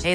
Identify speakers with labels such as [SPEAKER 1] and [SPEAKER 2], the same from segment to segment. [SPEAKER 1] Hey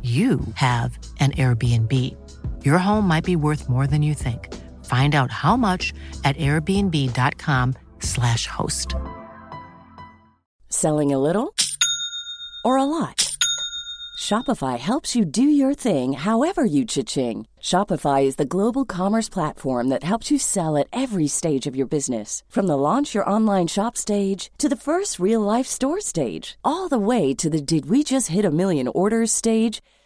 [SPEAKER 1] you have an Airbnb. Your home might be worth more than you think. Find out how much at airbnb.com/slash host.
[SPEAKER 2] Selling a little or a lot? Shopify helps you do your thing however you cha-ching. Shopify is the global commerce platform that helps you sell at every stage of your business. From the launch your online shop stage to the first real life store stage, all the way to the did we just hit a million orders stage.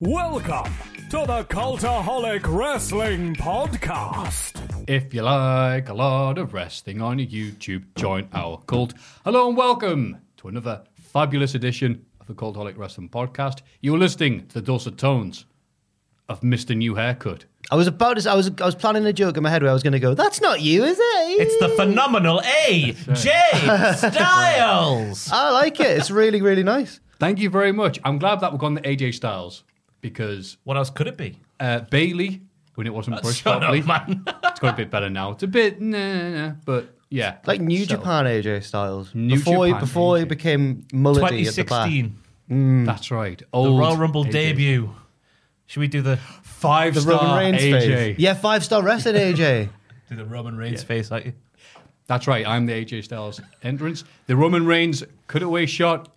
[SPEAKER 3] Welcome to the Cultaholic Wrestling Podcast.
[SPEAKER 4] If you like a lot of wrestling on YouTube, join our cult. Hello and welcome to another fabulous edition of the Cultaholic Wrestling Podcast. You're listening to the dulcet tones of Mr. New Haircut.
[SPEAKER 5] I was about to. I was. I was planning a joke in my head where I was going to go. That's not you, is it?
[SPEAKER 6] It's the phenomenal AJ Styles.
[SPEAKER 5] I like it. It's really, really nice.
[SPEAKER 4] Thank you very much. I'm glad that we've gone to AJ Styles because
[SPEAKER 6] What else could it be?
[SPEAKER 4] uh, Bailey, when it wasn't pushed
[SPEAKER 6] Oh, shut up,
[SPEAKER 4] properly,
[SPEAKER 6] man.
[SPEAKER 4] it's got a bit better now. It's a bit nah, nah, but yeah,
[SPEAKER 5] Like New
[SPEAKER 4] So,
[SPEAKER 5] Japan AJ Styles.
[SPEAKER 4] New
[SPEAKER 5] before he,
[SPEAKER 4] Japan
[SPEAKER 5] before he
[SPEAKER 4] AJ.
[SPEAKER 5] became mullety at the back.
[SPEAKER 6] 2016,
[SPEAKER 4] That's right.
[SPEAKER 6] the
[SPEAKER 4] Old
[SPEAKER 6] Royal Rumble
[SPEAKER 4] AJ.
[SPEAKER 6] debut. Should we do the
[SPEAKER 4] Five
[SPEAKER 5] The Roman
[SPEAKER 4] star
[SPEAKER 5] Reigns
[SPEAKER 4] AJ.
[SPEAKER 5] phase. Yeah, five star wrestling AJ.
[SPEAKER 6] do the Roman Reigns face? Like,
[SPEAKER 4] That's right. I'm the AJ Styles entrance. The Roman Reigns cutaway shot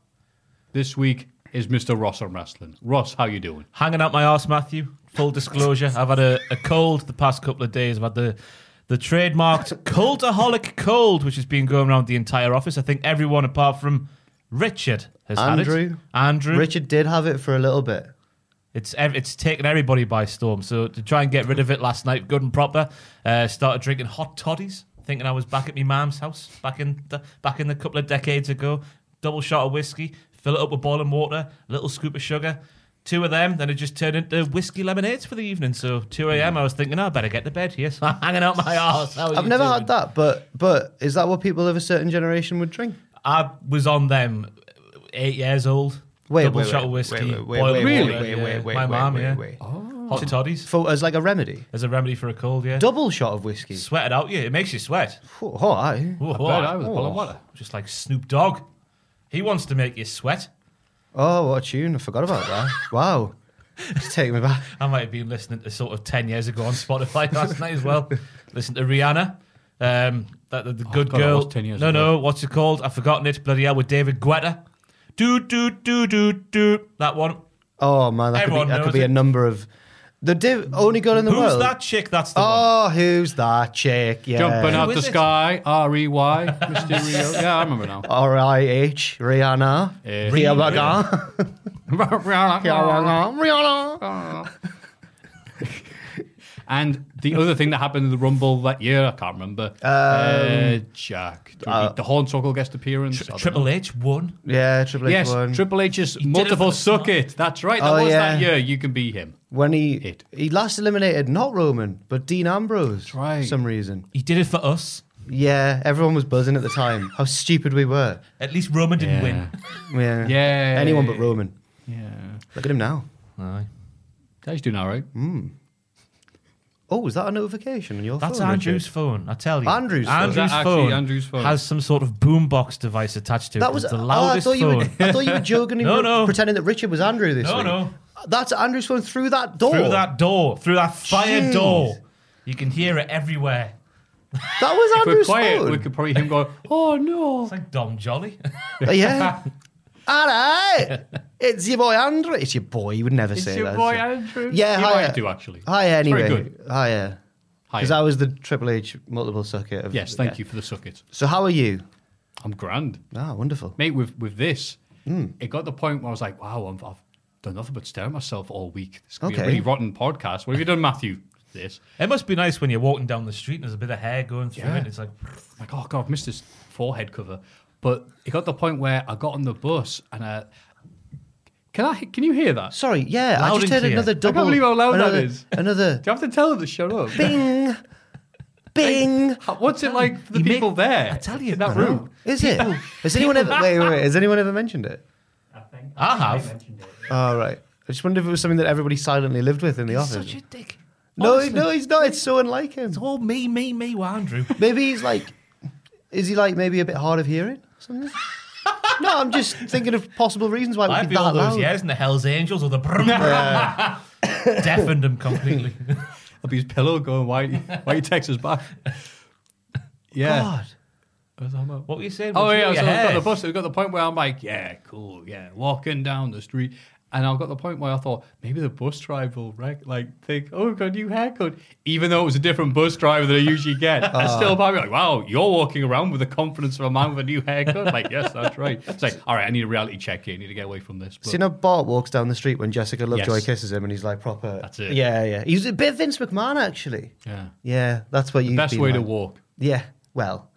[SPEAKER 4] this week is Mr. Ross on wrestling. Ross, how you doing?
[SPEAKER 6] hanging out my arse, Matthew. Full disclosure, I've had a, a cold the past couple of days. I've had the the trademarked cultaholic cold, which has been going around the entire office. I think everyone apart from Richard has had it.
[SPEAKER 5] Andrew.
[SPEAKER 6] Andrew.
[SPEAKER 5] Richard did have it for a little bit.
[SPEAKER 6] It's ev- it's taken everybody by storm. So to try and get rid of it last night, good and proper, uh, started drinking hot toddies, thinking I was back at my mum's house back in the, back in the couple of decades ago. Double shot of whiskey, fill it up with boiling water, little scoop of sugar, two of them. Then it just turned into whiskey lemonades for the evening. So two a.m. I was thinking, oh, I better get to bed. Yes, I'm hanging out my arse. How are
[SPEAKER 5] I've
[SPEAKER 6] you
[SPEAKER 5] never
[SPEAKER 6] doing?
[SPEAKER 5] had that, but but is that what people of a certain generation would drink?
[SPEAKER 6] I was on them eight years old.
[SPEAKER 5] Wait,
[SPEAKER 6] double
[SPEAKER 5] wait,
[SPEAKER 6] shot
[SPEAKER 5] wait,
[SPEAKER 6] of whiskey,
[SPEAKER 7] wait, wait,
[SPEAKER 6] boiling
[SPEAKER 4] wait,
[SPEAKER 6] water.
[SPEAKER 7] wait,
[SPEAKER 6] yeah.
[SPEAKER 7] wait, wait,
[SPEAKER 6] my
[SPEAKER 7] wait,
[SPEAKER 6] mum,
[SPEAKER 7] wait,
[SPEAKER 6] yeah.
[SPEAKER 7] wait.
[SPEAKER 6] Hot toddies.
[SPEAKER 5] For as like a remedy,
[SPEAKER 6] As a remedy for a cold, yeah.
[SPEAKER 5] double shot of whiskey.
[SPEAKER 6] Sweat it out, yeah. It makes you sweat.
[SPEAKER 5] Oh, all right.
[SPEAKER 6] Whoa,
[SPEAKER 4] I bet I was boiling water.
[SPEAKER 6] Just like Snoop Dogg. He wants to make you sweat.
[SPEAKER 5] Oh, what a tune! I forgot about that. wow, just take me back.
[SPEAKER 6] I might have been listening to sort of 10 years ago on Spotify last night as well. Listen to Rihanna. Um, that, the, the good
[SPEAKER 4] Oh, God, that
[SPEAKER 6] girl.
[SPEAKER 4] was 10 years
[SPEAKER 6] no,
[SPEAKER 4] ago.
[SPEAKER 6] no, what's it called? I've forgotten it. Bloody hell, with David Guetta. Do, do, do, do, do. That one.
[SPEAKER 5] Oh man, that could be,
[SPEAKER 6] Everyone
[SPEAKER 5] that
[SPEAKER 6] knows
[SPEAKER 5] could be a
[SPEAKER 6] it.
[SPEAKER 5] number of the div- only girl in the
[SPEAKER 6] Who's
[SPEAKER 5] world.
[SPEAKER 6] that chick? That's the one.
[SPEAKER 5] Oh, who's that chick? Yeah.
[SPEAKER 4] Jumping out
[SPEAKER 6] Who
[SPEAKER 4] the
[SPEAKER 6] is it?
[SPEAKER 4] sky, R E Y, Mysterio. yeah, I remember now.
[SPEAKER 5] R I H Rihanna.
[SPEAKER 4] Eh.
[SPEAKER 5] Rihanna.
[SPEAKER 4] Rihanna.
[SPEAKER 5] Rihanna.
[SPEAKER 4] Uh. and the other thing that happened in the Rumble that year, I can't remember. uh, Jack, the Hornswoggle guest appearance. I don't know.
[SPEAKER 6] Um, uh, Triple H won.
[SPEAKER 5] Yeah, Triple H
[SPEAKER 4] Yes,
[SPEAKER 5] won.
[SPEAKER 4] Triple H's
[SPEAKER 6] it
[SPEAKER 4] multiple
[SPEAKER 6] for the
[SPEAKER 4] suck it. That's right. That
[SPEAKER 5] Oh,
[SPEAKER 4] was that
[SPEAKER 5] yeah.
[SPEAKER 4] year. You can be him.
[SPEAKER 5] when he
[SPEAKER 4] It.
[SPEAKER 5] he last eliminated not Roman but Dean Ambrose
[SPEAKER 4] right.
[SPEAKER 5] for some reason.
[SPEAKER 6] He did it for us.
[SPEAKER 5] Yeah, everyone was buzzing at the time. How stupid we were.
[SPEAKER 6] At least Roman didn't win.
[SPEAKER 5] Yeah.
[SPEAKER 4] Yeah.
[SPEAKER 5] Anyone but Roman.
[SPEAKER 4] Yeah.
[SPEAKER 5] Look at him now.
[SPEAKER 6] Aye.
[SPEAKER 4] He's doing all right.
[SPEAKER 5] Oh, was that a notification on your
[SPEAKER 6] That's
[SPEAKER 5] phone? Richard?
[SPEAKER 6] Andrew's phone, I tell you.
[SPEAKER 5] Andrew's phone.
[SPEAKER 6] Andrew's
[SPEAKER 4] Is that actually
[SPEAKER 6] phone,
[SPEAKER 4] Andrew's phone?
[SPEAKER 6] has some sort of boombox device attached to it.
[SPEAKER 5] That was
[SPEAKER 6] the
[SPEAKER 5] oh,
[SPEAKER 6] loudest
[SPEAKER 5] I thought you
[SPEAKER 6] phone.
[SPEAKER 5] were, I thought you were joking. and
[SPEAKER 6] No,
[SPEAKER 5] you were
[SPEAKER 6] no.
[SPEAKER 5] Pretending that Richard was Andrew this
[SPEAKER 6] No,
[SPEAKER 5] week.
[SPEAKER 6] no.
[SPEAKER 5] That's Andrew's phone through that door.
[SPEAKER 6] Through that door, through that fire
[SPEAKER 5] Oh. Jeez.
[SPEAKER 6] door, you can hear it everywhere.
[SPEAKER 5] That was
[SPEAKER 4] If we're
[SPEAKER 5] Andrew's
[SPEAKER 4] quiet,
[SPEAKER 5] phone.
[SPEAKER 4] we could probably him go, oh no.
[SPEAKER 6] It's like Dom Jolly.
[SPEAKER 5] Yeah. All right. It's your boy Andrew. It's your boy. You would never
[SPEAKER 4] It's
[SPEAKER 5] say
[SPEAKER 4] your
[SPEAKER 5] that.
[SPEAKER 4] boy
[SPEAKER 5] is it?
[SPEAKER 4] Andrew.
[SPEAKER 5] Yeah,
[SPEAKER 4] He
[SPEAKER 5] hi.
[SPEAKER 4] might do, actually.
[SPEAKER 5] Hi,
[SPEAKER 4] It's very
[SPEAKER 5] anyway.
[SPEAKER 4] good.
[SPEAKER 5] Hi,
[SPEAKER 4] Hi.
[SPEAKER 5] Because I was the Triple H multiple circuit. Of,
[SPEAKER 4] Yes, thank
[SPEAKER 5] yeah.
[SPEAKER 4] you for the sucket.
[SPEAKER 5] So how are you?
[SPEAKER 4] I'm grand.
[SPEAKER 5] Ah, wonderful.
[SPEAKER 4] Mate, with, with this,
[SPEAKER 6] Hmm.
[SPEAKER 4] it got to the point where I was like, wow, I'm, I've done nothing but stare at myself all week. This could be a
[SPEAKER 5] Okay.
[SPEAKER 4] really rotten podcast. What have you done, Matthew? This.
[SPEAKER 6] It must be nice when you're walking down the street and there's a bit of hair going through
[SPEAKER 4] Yeah.
[SPEAKER 6] it. It's like,
[SPEAKER 4] like, oh god, I've missed this forehead cover. But it got to the point where I got on the bus and I can I can you hear that?
[SPEAKER 5] Sorry, yeah,
[SPEAKER 6] Loud
[SPEAKER 5] I just
[SPEAKER 6] and
[SPEAKER 5] heard
[SPEAKER 6] clear.
[SPEAKER 5] another
[SPEAKER 6] I
[SPEAKER 5] double.
[SPEAKER 4] believe how loud that
[SPEAKER 5] another,
[SPEAKER 4] is.
[SPEAKER 5] Another
[SPEAKER 4] Do you have to tell them to shut up?
[SPEAKER 5] bing, bing.
[SPEAKER 4] What's it like for the
[SPEAKER 6] You make-
[SPEAKER 4] people there?
[SPEAKER 6] I tell you,
[SPEAKER 4] in that
[SPEAKER 6] I
[SPEAKER 4] room.
[SPEAKER 5] Is it? Has anyone ever? Wait, wait, wait. Has anyone ever mentioned it?
[SPEAKER 6] I have.
[SPEAKER 5] All right. I just wondered if it was something that everybody silently lived with in the office.
[SPEAKER 6] Such a dick.
[SPEAKER 5] no,
[SPEAKER 6] Honestly.
[SPEAKER 5] no, he's not. It's so unlike him.
[SPEAKER 6] It's all me, me, me, well, Andrew.
[SPEAKER 5] Maybe he's like, is he like maybe a bit hard of hearing? or Something. no, I'm just thinking of possible reasons why it would
[SPEAKER 6] I'd
[SPEAKER 5] be
[SPEAKER 6] be
[SPEAKER 5] that
[SPEAKER 6] all those
[SPEAKER 5] loud.
[SPEAKER 6] years in the Hells Angels or the brum, deafened him completely.
[SPEAKER 4] I'll be his pillow going, Why why you text us back? Yeah.
[SPEAKER 5] God.
[SPEAKER 6] what were you saying?
[SPEAKER 4] Oh
[SPEAKER 6] What's
[SPEAKER 4] yeah,
[SPEAKER 6] with
[SPEAKER 4] so
[SPEAKER 6] your
[SPEAKER 4] I got
[SPEAKER 6] hair?
[SPEAKER 4] the bus. I got the point where I'm like, yeah, cool, yeah, walking down the street, and I got the point where I thought maybe the bus driver will rec- like think, oh, I've got a new haircut, even though it was a different bus driver than I usually get. I
[SPEAKER 6] Uh.
[SPEAKER 4] still probably like, wow, you're walking around with the confidence of a man with a new haircut. like, yes, that's right. It's like, all right, I need a reality check here. I need to get away from this. But
[SPEAKER 5] So you know, Bart walks down the street when Jessica Lovejoy
[SPEAKER 4] Yes.
[SPEAKER 5] kisses him, and he's like proper.
[SPEAKER 4] That's it.
[SPEAKER 5] Yeah, yeah. He's a bit Vince McMahon actually.
[SPEAKER 4] yeah,
[SPEAKER 5] Yeah, that's what you.
[SPEAKER 4] best way to walk.
[SPEAKER 5] Yeah. Well,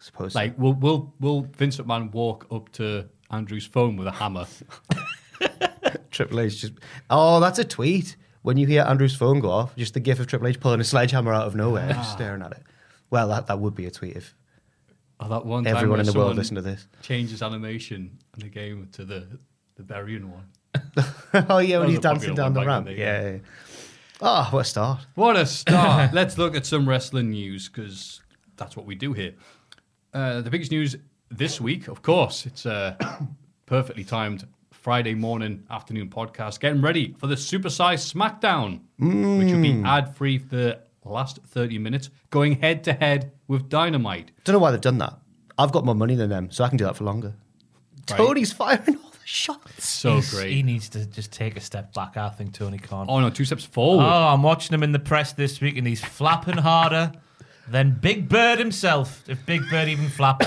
[SPEAKER 5] I suppose.
[SPEAKER 4] Like, will will will Vince McMahon walk up to Andrew's phone with a hammer?
[SPEAKER 5] Triple H just. Oh, that's a tweet. When you hear Andrew's phone go off, just the gif of Triple H pulling a sledgehammer out of nowhere,
[SPEAKER 4] Ah.
[SPEAKER 5] just staring at it. Well, that, that would be a tweet if
[SPEAKER 4] Oh, that one time
[SPEAKER 5] everyone
[SPEAKER 4] where
[SPEAKER 5] in the world
[SPEAKER 4] someone-
[SPEAKER 5] listened to this.
[SPEAKER 4] changes animation in the game to the the burying one.
[SPEAKER 5] oh yeah,
[SPEAKER 4] That
[SPEAKER 5] when
[SPEAKER 4] was
[SPEAKER 5] he's
[SPEAKER 4] a popular
[SPEAKER 5] dancing
[SPEAKER 4] one
[SPEAKER 5] down the
[SPEAKER 4] back
[SPEAKER 5] ramp.
[SPEAKER 4] in the day,
[SPEAKER 5] yeah, yeah. Oh, what a start.
[SPEAKER 4] What a start! Let's look at some wrestling news because that's what we do here. Uh, the biggest news this week, of course, it's a perfectly timed Friday morning afternoon podcast. Getting ready for the supersize SmackDown, which will
[SPEAKER 5] Mm.
[SPEAKER 4] be ad free for the last thirty minutes, going head to head with Dynamite.
[SPEAKER 5] Don't know why they've done that. I've got more money than them, so I can do that for longer.
[SPEAKER 4] Right.
[SPEAKER 5] Tony's firing all the shots.
[SPEAKER 4] So
[SPEAKER 6] He's-
[SPEAKER 4] great!
[SPEAKER 6] He needs to just take a step back. I think Tony Khan.
[SPEAKER 4] oh no, two steps forward.
[SPEAKER 6] Oh, I'm watching him in the press this week, and he's flapping harder than Big Bird himself. If Big Bird even flaps,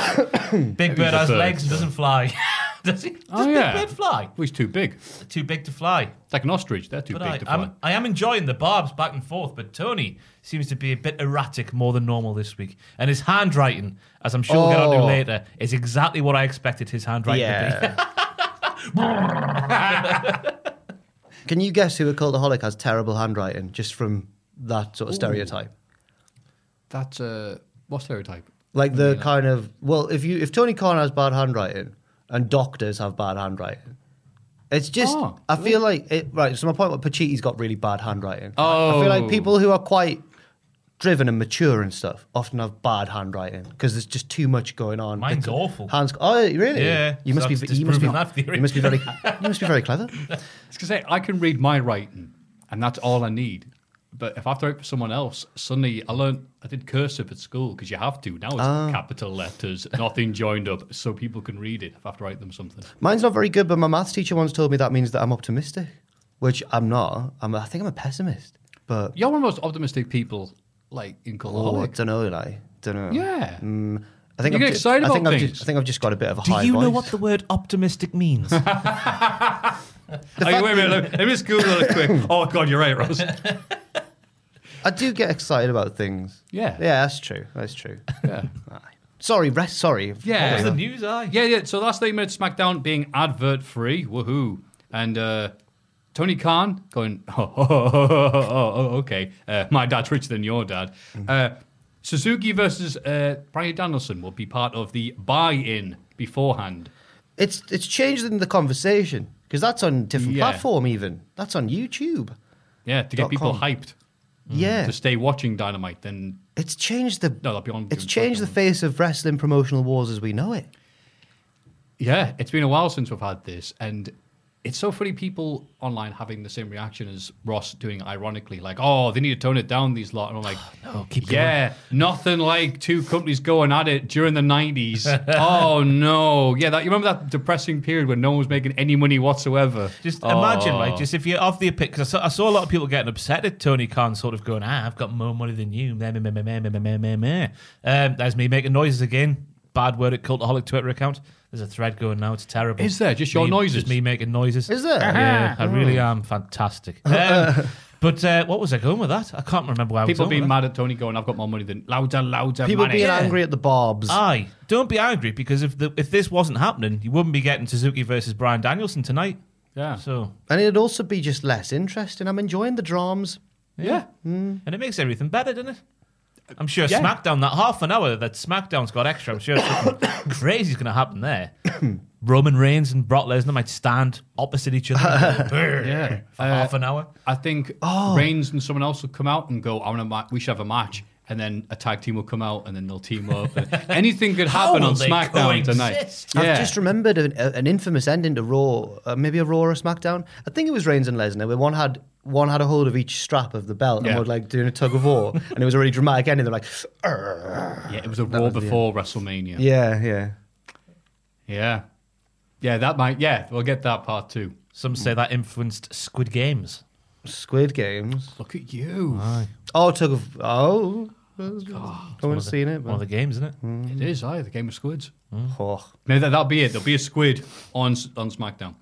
[SPEAKER 6] Big Bird
[SPEAKER 4] a
[SPEAKER 6] has
[SPEAKER 4] bird,
[SPEAKER 6] legs and
[SPEAKER 4] so-
[SPEAKER 6] doesn't fly. Does he? Does
[SPEAKER 4] Oh,
[SPEAKER 6] Big
[SPEAKER 4] yeah.
[SPEAKER 6] Bird fly?
[SPEAKER 4] Well, he's too big. It's
[SPEAKER 6] Too big to fly.
[SPEAKER 4] like an ostrich. They're too
[SPEAKER 6] But
[SPEAKER 4] big
[SPEAKER 6] I,
[SPEAKER 4] to fly.
[SPEAKER 6] I'm, I am enjoying the barbs back and forth, but Tony seems to be a bit erratic more than normal this week. And his handwriting, as I'm sure we'll get on to
[SPEAKER 5] Oh.
[SPEAKER 6] later, is exactly what I expected his handwriting to be.
[SPEAKER 5] Yeah. can you guess who a cultaholic has terrible handwriting just from that sort of stereotype?
[SPEAKER 4] That's uh, what stereotype?
[SPEAKER 5] Like the kind of well, if you if Tony Khan has bad handwriting and doctors have bad handwriting, it's just
[SPEAKER 4] Oh.
[SPEAKER 5] I feel like it. Right, so my point was Pachiti's got really bad handwriting. I
[SPEAKER 4] Oh.
[SPEAKER 5] feel like people who are quite driven and mature and stuff often have bad handwriting because there's just too much going on.
[SPEAKER 6] Mine's
[SPEAKER 5] It's-
[SPEAKER 6] awful.
[SPEAKER 5] Hands. Oh, really?
[SPEAKER 6] Yeah,
[SPEAKER 5] You must
[SPEAKER 6] so
[SPEAKER 5] be.
[SPEAKER 6] that's
[SPEAKER 5] You must be.
[SPEAKER 6] disproving that theory.
[SPEAKER 5] You must be very. You must be very clever.
[SPEAKER 4] It's because I can read my writing, and that's all I need. But if I throw it for someone else, suddenly I learned I did cursive at school because you have to. Now it's capital letters, nothing joined up, so people can read it if I have to write them something.
[SPEAKER 5] Mine's not very good, but my maths teacher once told me that means that I'm optimistic, which I'm not. I'm. I think I'm a pessimist. But
[SPEAKER 4] You're one of the most optimistic people, like in Mm.
[SPEAKER 5] Oh, I
[SPEAKER 4] Colorado.
[SPEAKER 5] don't know, like, don't know. Um,
[SPEAKER 4] yeah. Oh,
[SPEAKER 5] I think
[SPEAKER 4] You get
[SPEAKER 5] I've ju-
[SPEAKER 4] excited
[SPEAKER 5] I think
[SPEAKER 4] about
[SPEAKER 5] I've ju-
[SPEAKER 4] things.
[SPEAKER 5] I think I've just got a bit of a
[SPEAKER 6] Do
[SPEAKER 5] high
[SPEAKER 6] you know
[SPEAKER 5] voice.
[SPEAKER 6] what the word optimistic means?
[SPEAKER 4] Oh, wait a minute. Let me- let me just Google it quick. Oh God, you're right, Ross.
[SPEAKER 5] I do get excited about things.
[SPEAKER 4] Yeah.
[SPEAKER 5] yeah, that's true. That's true.
[SPEAKER 4] Yeah.
[SPEAKER 5] sorry, rest. Sorry.
[SPEAKER 4] Yeah.
[SPEAKER 6] That's the news eye.
[SPEAKER 4] Yeah, yeah. So last 30 minutes SmackDown being advert free. Woohoo. And uh, Tony Khan going, oh, oh, oh, oh, oh, oh, oh, okay. Uh, my dad's richer than your dad.
[SPEAKER 5] Mm-hmm.
[SPEAKER 4] Uh, Suzuki versus uh, Brian Danielson will be part of the buy in beforehand.
[SPEAKER 5] It's it's changed in the conversation because that's on different
[SPEAKER 4] Yeah.
[SPEAKER 5] platform. Even that's on YouTube.
[SPEAKER 4] Yeah, to get
[SPEAKER 5] Dot
[SPEAKER 4] people
[SPEAKER 5] com.
[SPEAKER 4] hyped
[SPEAKER 5] Yeah,
[SPEAKER 4] to stay watching Dynamite. Then
[SPEAKER 5] it's changed the.
[SPEAKER 4] No, that'll be on-
[SPEAKER 5] It's changed the face of wrestling promotional wars as we know it.
[SPEAKER 4] Yeah, it's been a while since we've had this, and it's so funny people online having the same reaction as Ross doing ironically, like, oh, they need to tone it down these lot. And I'm like,
[SPEAKER 6] No, keep going.
[SPEAKER 4] yeah, nothing like two companies going at it during the 90s. oh, no. Yeah, that you remember that depressing period when no one was making any money whatsoever? Oh,
[SPEAKER 6] Just imagine, like, just if you're of the opinion, because I, saw- I saw a lot of people getting upset at Tony Khan, sort of going, ah, I've got more money than you. Meh, meh, meh, meh, meh, meh, meh, meh, meh. Um, there's me making noises again. Bad word at Cultaholic Twitter account. There's a thread going now. It's terrible.
[SPEAKER 4] Is there? Just your
[SPEAKER 6] me,
[SPEAKER 4] noises? Uh-huh.
[SPEAKER 6] Just me making noises.
[SPEAKER 5] Is there?
[SPEAKER 6] Yeah, I really
[SPEAKER 4] Hmm.
[SPEAKER 6] am fantastic. Um, but uh, what was I going with that? I can't remember where I
[SPEAKER 4] People
[SPEAKER 6] was
[SPEAKER 4] being
[SPEAKER 6] going with that.
[SPEAKER 4] mad at Tony going, I've got more money than louder, louder,
[SPEAKER 5] People
[SPEAKER 4] money. Ah.
[SPEAKER 5] being
[SPEAKER 6] Yeah.
[SPEAKER 5] angry at the Barb's.
[SPEAKER 6] Aye, don't be angry because if the, if this wasn't happening, you wouldn't be getting Suzuki versus Brian Danielson tonight.
[SPEAKER 4] Yeah.
[SPEAKER 6] So
[SPEAKER 5] and it'd also be just less interesting. I'm enjoying the drums.
[SPEAKER 4] yeah.
[SPEAKER 6] And it makes everything better, doesn't it? I'm sure
[SPEAKER 4] Yeah.
[SPEAKER 6] SmackDown, that half an hour that SmackDown's got extra, I'm sure something crazy's going to happen there. Roman Reigns and Brock Lesnar might stand opposite each other
[SPEAKER 4] Yeah.
[SPEAKER 6] for half an hour.
[SPEAKER 4] I think Reigns and someone else will come out and go, I want to ma- we should have a match. And then a tag team will come out and then they'll team up. And anything could
[SPEAKER 6] How
[SPEAKER 4] happen
[SPEAKER 6] will
[SPEAKER 4] on
[SPEAKER 6] they
[SPEAKER 4] SmackDown tonight.
[SPEAKER 6] coexist?
[SPEAKER 5] I've just remembered an, a- an infamous ending to Raw, uh, maybe a Raw or a SmackDown. I think it was Reigns and Lesnar, where one had one had a hold of each strap of the belt
[SPEAKER 4] Yeah.
[SPEAKER 5] and were like doing a tug of war, and it was a really dramatic ending. They're like, "Arr."
[SPEAKER 4] Yeah, it was a Raw before WrestleMania. Yeah.
[SPEAKER 5] yeah, yeah.
[SPEAKER 4] yeah. that might, yeah, we'll get that part too.
[SPEAKER 6] Some say that influenced Squid Games.
[SPEAKER 5] Squid Games.
[SPEAKER 4] Look at you.
[SPEAKER 5] Oh, tug of oh. I haven't seen it.
[SPEAKER 6] One of
[SPEAKER 5] But,
[SPEAKER 6] the games, isn't it?
[SPEAKER 4] It is, aye, the game of squids.
[SPEAKER 5] oh.
[SPEAKER 4] Maybe that, that'll be it. There'll be a squid on S- on SmackDown.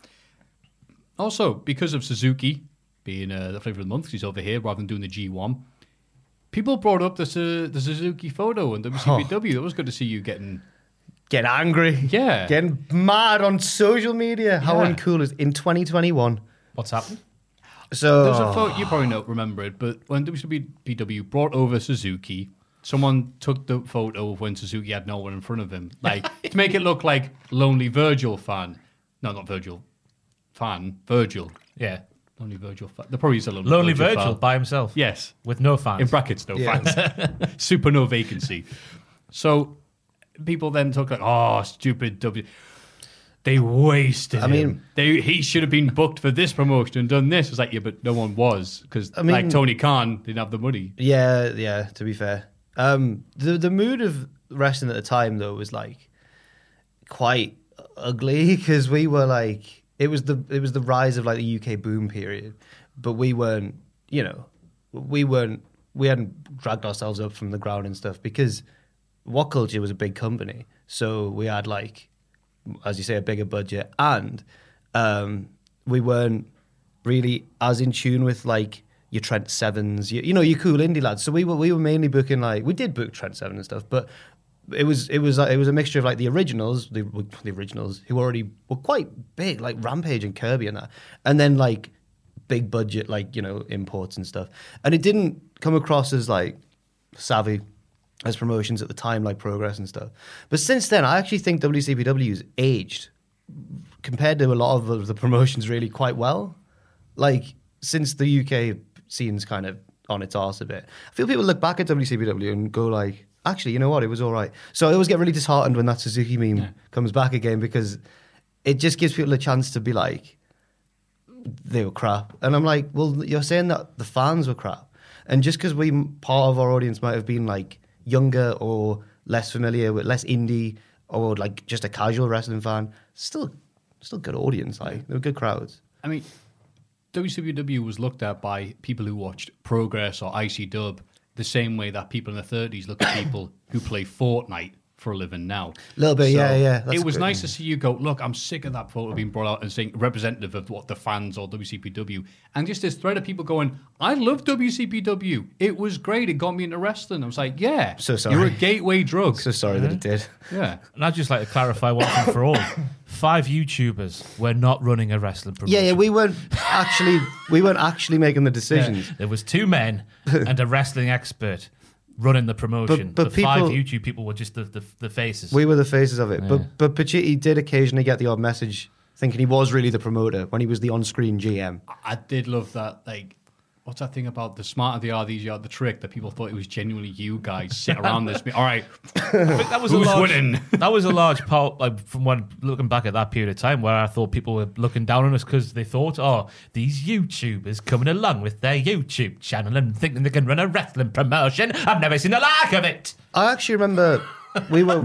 [SPEAKER 4] Also, because of Suzuki being uh, the flavor of the month, 'cause he's over here rather than doing the G1. People brought up the Su- the Suzuki photo and WCPW. That was good to see you getting.
[SPEAKER 5] Get angry.
[SPEAKER 4] Yeah.
[SPEAKER 5] Getting mad on social media. How
[SPEAKER 4] Yeah.
[SPEAKER 5] uncool is in 2021.
[SPEAKER 6] What's happened?
[SPEAKER 5] So
[SPEAKER 4] There was a photo you probably don't remember it, but when WCPW brought over Suzuki, someone took the photo of when Suzuki had no one in front of him, like to make it look like lonely Virgil fan. No, not Virgil fan. Virgil,
[SPEAKER 6] Yeah.
[SPEAKER 4] lonely Virgil fan. There probably is a lonely,
[SPEAKER 6] Lonely
[SPEAKER 4] Virgil,
[SPEAKER 6] Virgil
[SPEAKER 4] fan.
[SPEAKER 6] by himself.
[SPEAKER 4] Yes.
[SPEAKER 6] With no
[SPEAKER 4] In
[SPEAKER 6] fans.
[SPEAKER 4] brackets, no
[SPEAKER 5] Yeah.
[SPEAKER 4] fans. Super no vacancy. So people then talk like, oh, stupid W. They wasted. I
[SPEAKER 5] mean-
[SPEAKER 4] they he should have been booked for this promotion and done this. It's like, yeah, but no one was because,
[SPEAKER 5] mean-
[SPEAKER 4] like Tony Khan, didn't have the money.
[SPEAKER 5] Yeah, yeah. To be fair, um, the the mood of wrestling at the time though was like quite ugly because we were like it was the it was the rise of like the UK boom period, but we weren't you know we weren't we hadn't dragged ourselves up from the ground and stuff because what culture was a big company, so we had like as you say a bigger budget and um, we weren't really as in tune with like your Trent Sevens, your, you know, your cool indie lads. So we were we were mainly booking like we did book Trent Seven and stuff, but it was it was uh, it was a mixture of like the originals, the the originals who already were quite big, like Rampage and Kirby and that, and then like big budget like you know imports and stuff, and it didn't come across as like savvy as promotions at the time, like Progress and stuff. But since then, I actually think WCPW's aged compared to a lot of the- the promotions really quite well. Like since the UK scene's kind of on its arse a bit, I feel people look back at WCPW and go like, actually, you know what, it was all right. So I always get really disheartened when that Suzuki meme comes back again because it just gives people a chance to be like, they were crap. And I'm like, well, you're saying that the fans were crap. And just because we, part of our audience might have been like younger or less familiar with less indie or like just a casual wrestling fan, still, still good audience. Like, they were good crowds.
[SPEAKER 4] I mean, WCW was looked at by people who watched Progress or IC Dub the same way that people in their 30s look at people who play Fortnite for a living now.
[SPEAKER 5] Little bit, yeah, yeah, that's
[SPEAKER 4] it was
[SPEAKER 5] good.
[SPEAKER 4] nice to see you go, look, I'm sick of that photo being brought out and saying representative of what the fans or WCPW. And just this thread of people going, I love WCPW. It was great. It got me into wrestling. I was like, yeah.
[SPEAKER 5] So sorry.
[SPEAKER 4] You're a gateway drug.
[SPEAKER 5] So sorry that it
[SPEAKER 4] Mm-hmm.
[SPEAKER 5] did.
[SPEAKER 4] yeah.
[SPEAKER 6] And I'd just like to clarify one thing for all. Five YouTubers were not running a wrestling promotion.
[SPEAKER 5] Yeah, yeah, we weren't actually, we weren't actually making the decisions.
[SPEAKER 6] There was two men and a wrestling expert running the promotion.
[SPEAKER 5] But- but
[SPEAKER 6] the five
[SPEAKER 5] people-
[SPEAKER 6] YouTube people were just the, the, the faces.
[SPEAKER 5] We were the faces of it. But but Pacitti did occasionally get the odd message thinking he was really the promoter when he was the on-screen GM.
[SPEAKER 4] I did love that. Like, what's that thing about the smarter they are, the easier the trick that people thought it was genuinely you guys sit around this. All right,
[SPEAKER 6] But that was
[SPEAKER 4] Who's
[SPEAKER 6] a large,
[SPEAKER 4] winning?
[SPEAKER 6] That was a large part, like from when looking back at that period of time, where I thought people were looking down on us because they thought, "Oh, these YouTubers coming along with their YouTube channel and thinking they can run a wrestling promotion. I've never seen the like of it."
[SPEAKER 5] I actually remember we were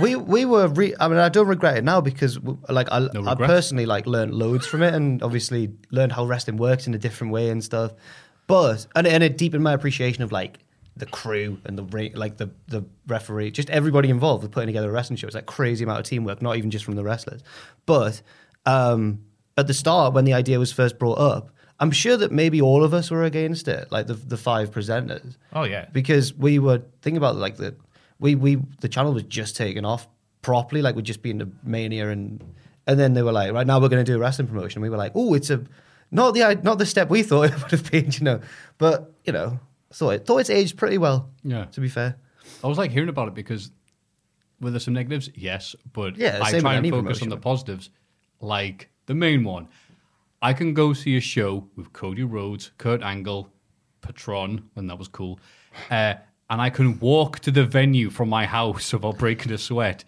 [SPEAKER 5] we we were. Re- I mean, I don't regret it now because w- like I, I
[SPEAKER 4] regrets.
[SPEAKER 5] personally like learned loads from it, and obviously learned how wrestling works in a different way and stuff. But and and it deepened my appreciation of like the crew and the re- like the the referee, just everybody involved with putting together a wrestling show. It's like crazy amount of teamwork, not even just from the wrestlers. But um, at the start, when the idea was first brought up. I'm sure that maybe all of us were against it, like the the five presenters
[SPEAKER 6] Oh, yeah.
[SPEAKER 5] because we were thinking about like the we we the channel was just taken off properly, like we'd just been to mania and and then they were like, right now we're going to do a wrestling promotion. We were like, oh, it's a not the not the step we thought it would have been, you know, but you know, thought it, thought it's aged pretty well.
[SPEAKER 4] Yeah.
[SPEAKER 5] to be fair,
[SPEAKER 4] I was like hearing about it because were there some negatives? Yes, but
[SPEAKER 5] Yeah,
[SPEAKER 4] I
[SPEAKER 5] same
[SPEAKER 4] try
[SPEAKER 5] with
[SPEAKER 4] and
[SPEAKER 5] any
[SPEAKER 4] focus on
[SPEAKER 5] promotion.
[SPEAKER 4] the positives, like the main one. I can go see a show with Cody Rhodes, Kurt Angle, Patron, and that was cool, uh, and I can walk to the venue from my house without breaking a sweat.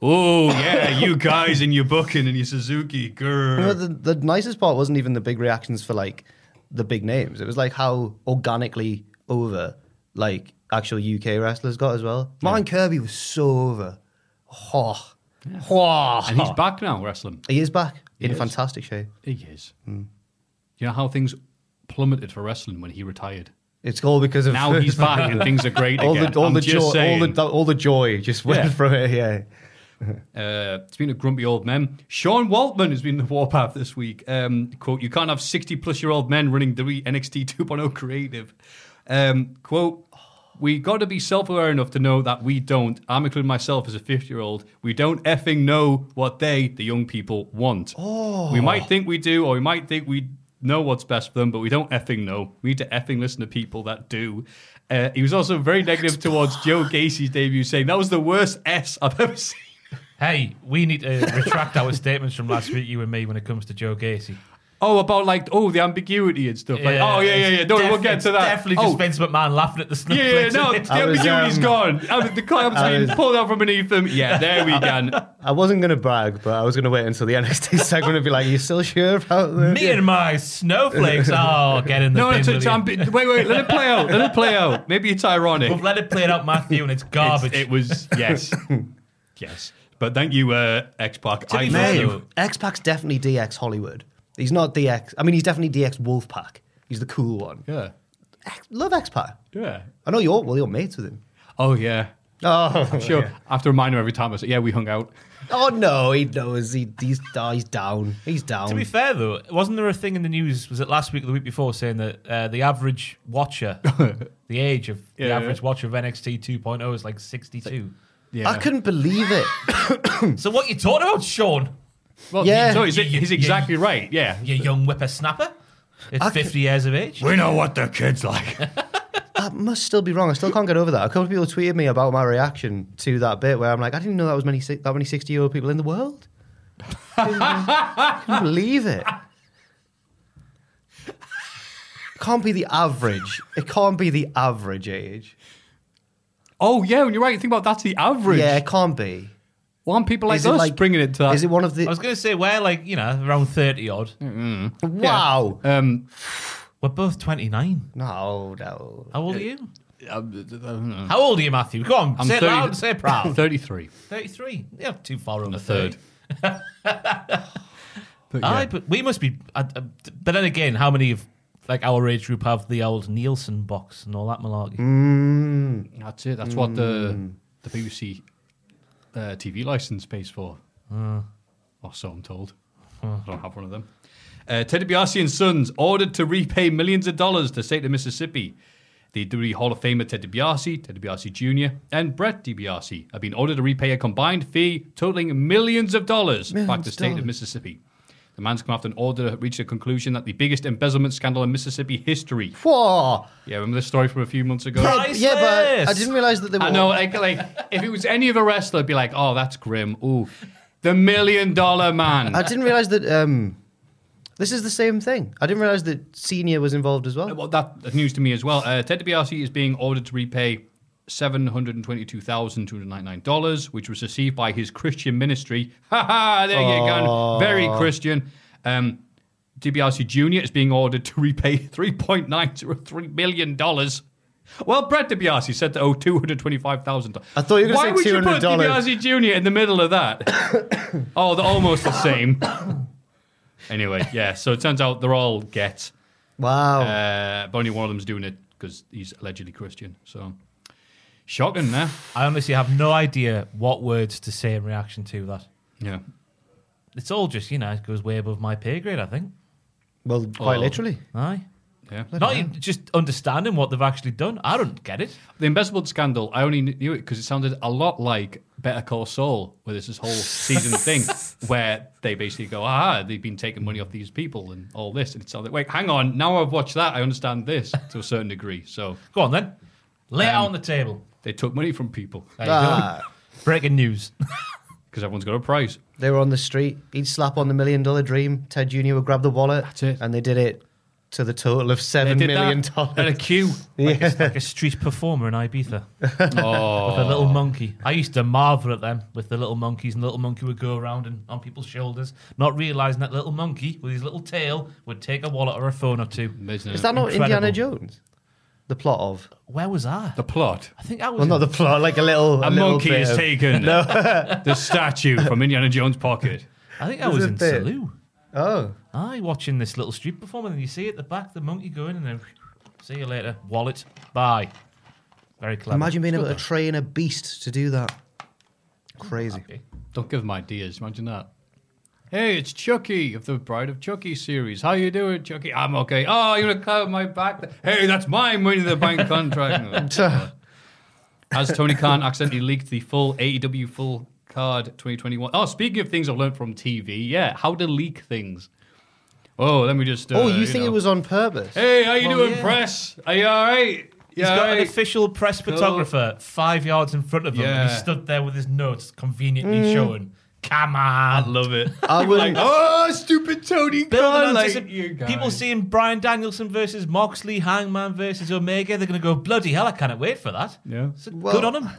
[SPEAKER 4] Oh yeah, you guys and your booking and your Suzuki, grr.
[SPEAKER 5] But the, the nicest part wasn't even the big reactions for like the big names. It was like how organically over like actual UK wrestlers got as well. Martin Kirby was so over. Oh.
[SPEAKER 4] and he's back now wrestling.
[SPEAKER 5] He is back in
[SPEAKER 4] is.
[SPEAKER 5] fantastic shape.
[SPEAKER 4] He is.
[SPEAKER 5] Hmm.
[SPEAKER 4] You know how things plummeted for wrestling when he retired.
[SPEAKER 5] It's all because of
[SPEAKER 4] Now he's back and things are great
[SPEAKER 5] all
[SPEAKER 4] again.
[SPEAKER 5] the all
[SPEAKER 4] I'm
[SPEAKER 5] the
[SPEAKER 4] just
[SPEAKER 5] joy, all
[SPEAKER 4] saying.
[SPEAKER 5] the all the joy just went
[SPEAKER 4] Yeah.
[SPEAKER 5] from it. Yeah,
[SPEAKER 4] Uh, it's been a grumpy old man. Sean Waltman has been the warpath this week. Um, quote, you can't have 60 plus year old men running the re- NXT 2.0 creative. Um, quote, we got to be self aware enough to know that we don't, I'm including myself as a 50 year old, we don't effing know what they, the young people, want. We might think we do, or we might think we know what's best for them, but we don't effing know. We need to effing listen to people that do. Uh, he was also very negative towards Joe Gacy's debut, saying that was the worst S I've ever seen.
[SPEAKER 6] Hey, we need to retract our statements from last week, you and me, when it comes to Joe Gacy.
[SPEAKER 4] Oh, about like oh the ambiguity and stuff. Like oh yeah yeah yeah. No,
[SPEAKER 6] Def-
[SPEAKER 4] we'll get
[SPEAKER 6] it's
[SPEAKER 4] to that.
[SPEAKER 6] Definitely
[SPEAKER 4] oh,
[SPEAKER 6] just Vince McMahon laughing at the
[SPEAKER 4] yeah,
[SPEAKER 6] snowflakes.
[SPEAKER 4] yeah, no, the
[SPEAKER 5] I was,
[SPEAKER 4] ambiguity's
[SPEAKER 5] um,
[SPEAKER 4] gone. Um, the clamp's
[SPEAKER 5] I
[SPEAKER 4] been
[SPEAKER 5] was-
[SPEAKER 4] pulled out from beneath them. Yeah, there we go.
[SPEAKER 5] I wasn't gonna brag, but I was gonna wait until the NXT segment and be like, "You still sure about this?"
[SPEAKER 6] Me and my snowflakes. Oh, get in the
[SPEAKER 4] No,
[SPEAKER 6] bin,
[SPEAKER 4] it's,
[SPEAKER 6] will
[SPEAKER 4] it's
[SPEAKER 6] you?
[SPEAKER 4] ambi- wait, wait, let it play out. Let it play out. Maybe it's ironic.
[SPEAKER 6] We've let it play it out, Matthew, and it's
[SPEAKER 4] It's-
[SPEAKER 6] garbage.
[SPEAKER 4] it was yes, yes. But thank you, uh, X Pac.
[SPEAKER 6] To be
[SPEAKER 4] I
[SPEAKER 6] fair,
[SPEAKER 4] know.
[SPEAKER 5] Mate, X Pac's definitely DX Hollywood. He's not DX. I mean, he's definitely DX Wolfpack. He's the cool one.
[SPEAKER 4] Yeah,
[SPEAKER 5] X- Love X Pac.
[SPEAKER 4] yeah.
[SPEAKER 5] I know you're well. You're mates with him.
[SPEAKER 4] Oh yeah.
[SPEAKER 5] Oh,
[SPEAKER 4] Sure. I have to remind him every time. I say, yeah, we hung out.
[SPEAKER 5] oh no, he knows. He, he's oh, he's down. He's down.
[SPEAKER 6] To be fair, though, wasn't there a thing in the news? Was it last week, or the week before, saying that uh, the average watcher, the age of the
[SPEAKER 4] Yeah,
[SPEAKER 6] average watcher of NXT 2.0 is like 62?
[SPEAKER 4] Yeah.
[SPEAKER 5] I couldn't believe it.
[SPEAKER 6] so what you talking about, Sean?
[SPEAKER 4] Well,
[SPEAKER 5] Yeah.
[SPEAKER 4] So he's, he's
[SPEAKER 6] Yeah.
[SPEAKER 4] exactly right. Yeah.
[SPEAKER 6] You young whippersnapper? It's
[SPEAKER 5] I
[SPEAKER 6] 50 years of age.
[SPEAKER 4] We know what the kids like.
[SPEAKER 5] That must still be wrong. I still can't get over that. A couple of people tweeted me about my reaction to that bit where I'm like, I didn't know that was many si- that many sixty year old people in the world. I can't believe it. Can't be the average. It can't be the average age.
[SPEAKER 4] Oh yeah, and you're right. Think about that's the average.
[SPEAKER 5] Yeah, it can't be.
[SPEAKER 4] Why aren't people like
[SPEAKER 5] Is it
[SPEAKER 4] us
[SPEAKER 5] like-
[SPEAKER 4] bringing it to that?
[SPEAKER 5] Is it one of the?
[SPEAKER 6] I was going to say, we're like, you know, around 30 odd.
[SPEAKER 5] wow.
[SPEAKER 4] um,
[SPEAKER 6] We're both 29.
[SPEAKER 5] No, no.
[SPEAKER 6] How old are you? How old are you, Matthew? Go on, say it loud, say it proud.
[SPEAKER 4] 33.
[SPEAKER 6] 33. You're not too far over
[SPEAKER 4] A third.
[SPEAKER 6] 30.
[SPEAKER 4] But
[SPEAKER 6] Aye,
[SPEAKER 4] yeah.
[SPEAKER 6] but we must be. I, I, but then again, how many of like our age group have the old Nielsen box and all that malarkey?
[SPEAKER 4] Mm. that's it. That's what
[SPEAKER 5] Mm.
[SPEAKER 4] the the BBC uh, TV license pays for.
[SPEAKER 5] Uh.
[SPEAKER 4] Or so I'm told. I don't have one of them. Uh, Ted DiBiase and Sons ordered to repay millions of dollars to state of Mississippi. The WWE Hall of Famer Ted DiBiase, Ted DiBiase Jr., and Brett DiBiase have been ordered to repay a combined fee totaling millions of dollars back to the state of Mississippi. The man's come after an order that reached a conclusion that the biggest embezzlement scandal in Mississippi history.
[SPEAKER 5] Whoa.
[SPEAKER 4] Yeah, remember this story from a few months ago?
[SPEAKER 5] Yeah, but I
[SPEAKER 6] Priceless.
[SPEAKER 5] didn't realize that they were.
[SPEAKER 4] I know, like, like if it was any other wrestler, I'd be like, oh, that's grim. Ooh, the million dollar man.
[SPEAKER 5] I didn't realize that. Um, This is the same thing. I didn't realize that Senior was involved as well.
[SPEAKER 4] Uh, Well, that that's news to me as well. Uh, Ted DiBiase is being ordered to repay seven hundred and twenty-two thousand two hundred ninety-nine dollars, which was received by his Christian ministry. Ha ha! There you go, very Christian. Um, DiBiase Jr. is being ordered to repay three point nine to three million dollars. Well, Brett DiBiase said to owe two hundred twenty-five thousand.
[SPEAKER 5] I thought you were gonna
[SPEAKER 4] Why
[SPEAKER 5] say
[SPEAKER 4] would you put
[SPEAKER 5] $200.
[SPEAKER 4] DiBiase Jr. in the middle of that? oh, they're almost the same. Anyway, yeah. So it turns out they're all get.
[SPEAKER 5] Wow.
[SPEAKER 4] Uh, but only one of them's doing it because he's allegedly Christian. So shocking, eh? there.
[SPEAKER 6] I honestly have no idea what words to say in reaction to that.
[SPEAKER 4] Yeah.
[SPEAKER 6] It's all just, you know, it goes way above my pay grade, I think.
[SPEAKER 5] well, quite
[SPEAKER 4] oh.
[SPEAKER 5] literally.
[SPEAKER 6] Aye.
[SPEAKER 4] Yeah.
[SPEAKER 6] Not even just understanding what they've actually done. I don't get it.
[SPEAKER 4] The Invisible scandal, I only knew it because it sounded a lot like Better Call Saul, where there's this whole season thing where they basically go, ah, they've been taking money off these people and all this. And it sounded, wait, hang on, now I've watched that, I understand this to a certain degree. So
[SPEAKER 6] Go on then. Lay it
[SPEAKER 4] Um,
[SPEAKER 6] out on the table.
[SPEAKER 4] they took money from people
[SPEAKER 6] There you
[SPEAKER 5] Ah,
[SPEAKER 6] go. Breaking news.
[SPEAKER 4] because everyone's got a price.
[SPEAKER 5] they were on the street. He'd slap on the million dollar dream. Ted Jr. would grab the wallet.
[SPEAKER 4] That's it.
[SPEAKER 5] And they did it to the total of
[SPEAKER 4] They
[SPEAKER 5] seven
[SPEAKER 4] did
[SPEAKER 5] million
[SPEAKER 4] that
[SPEAKER 5] dollars.
[SPEAKER 4] at a queue.
[SPEAKER 6] like a street performer in Ibiza with
[SPEAKER 4] Oh,
[SPEAKER 6] a little monkey. I used to marvel at them with the little monkeys, and the little monkey would go around and on people's shoulders, not realizing that little monkey with his little tail would take a wallet or a phone or two.
[SPEAKER 4] amazing.
[SPEAKER 5] Is that not Indiana
[SPEAKER 6] Incredible.
[SPEAKER 5] Jones? The plot of
[SPEAKER 6] Where was I?
[SPEAKER 4] the plot?
[SPEAKER 6] I think I was.
[SPEAKER 5] well, not the plot, like a little
[SPEAKER 4] a,
[SPEAKER 5] a little
[SPEAKER 4] monkey
[SPEAKER 5] bit
[SPEAKER 4] has
[SPEAKER 5] of-
[SPEAKER 4] taken the statue from Indiana Jones' pocket.
[SPEAKER 6] I think I
[SPEAKER 5] There's
[SPEAKER 6] was
[SPEAKER 5] a
[SPEAKER 6] in
[SPEAKER 5] bit.
[SPEAKER 6] Salou.
[SPEAKER 5] Oh,
[SPEAKER 6] I watching this little street performer, and you see at the back the monkey going, and then see you later, wallet, bye. Very clever.
[SPEAKER 5] imagine being
[SPEAKER 6] It's
[SPEAKER 5] able to
[SPEAKER 6] good
[SPEAKER 5] train a beast to do that. Crazy.
[SPEAKER 4] Uh,
[SPEAKER 6] though. Okay.
[SPEAKER 4] Don't give him ideas. Imagine that. Hey, it's Chucky of the Bride of Chucky series. How you doing, Chucky? I'm okay. Oh, you're gonna cut my back? Hey, that's my money in the bank contract. As Tony Khan accidentally leaked the full AEW full card 2021. Oh, speaking of things I've learned from TV, yeah, how to leak things. Oh, let me just. Uh,
[SPEAKER 5] oh, you, think
[SPEAKER 4] know.
[SPEAKER 5] it was Oh, on purpose?
[SPEAKER 4] Hey, how you
[SPEAKER 6] Well,
[SPEAKER 4] doing,
[SPEAKER 6] yeah.
[SPEAKER 4] press? Are you all right?
[SPEAKER 6] He's
[SPEAKER 4] Yeah,
[SPEAKER 6] got an
[SPEAKER 4] right?
[SPEAKER 6] official press photographer five yards in front of him, and
[SPEAKER 4] Yeah.
[SPEAKER 6] he stood there with his notes conveniently showing. Come on, I love it.
[SPEAKER 5] I wouldn't.
[SPEAKER 4] oh, stupid Tony
[SPEAKER 6] Building
[SPEAKER 4] Khan. Like,
[SPEAKER 6] anticip-
[SPEAKER 4] you guys.
[SPEAKER 6] people seeing Brian Danielson versus Moxley, Hangman versus Omega, they're going to go bloody hell! I cannot wait for that.
[SPEAKER 4] Yeah.
[SPEAKER 6] So
[SPEAKER 5] Well-
[SPEAKER 6] good on him.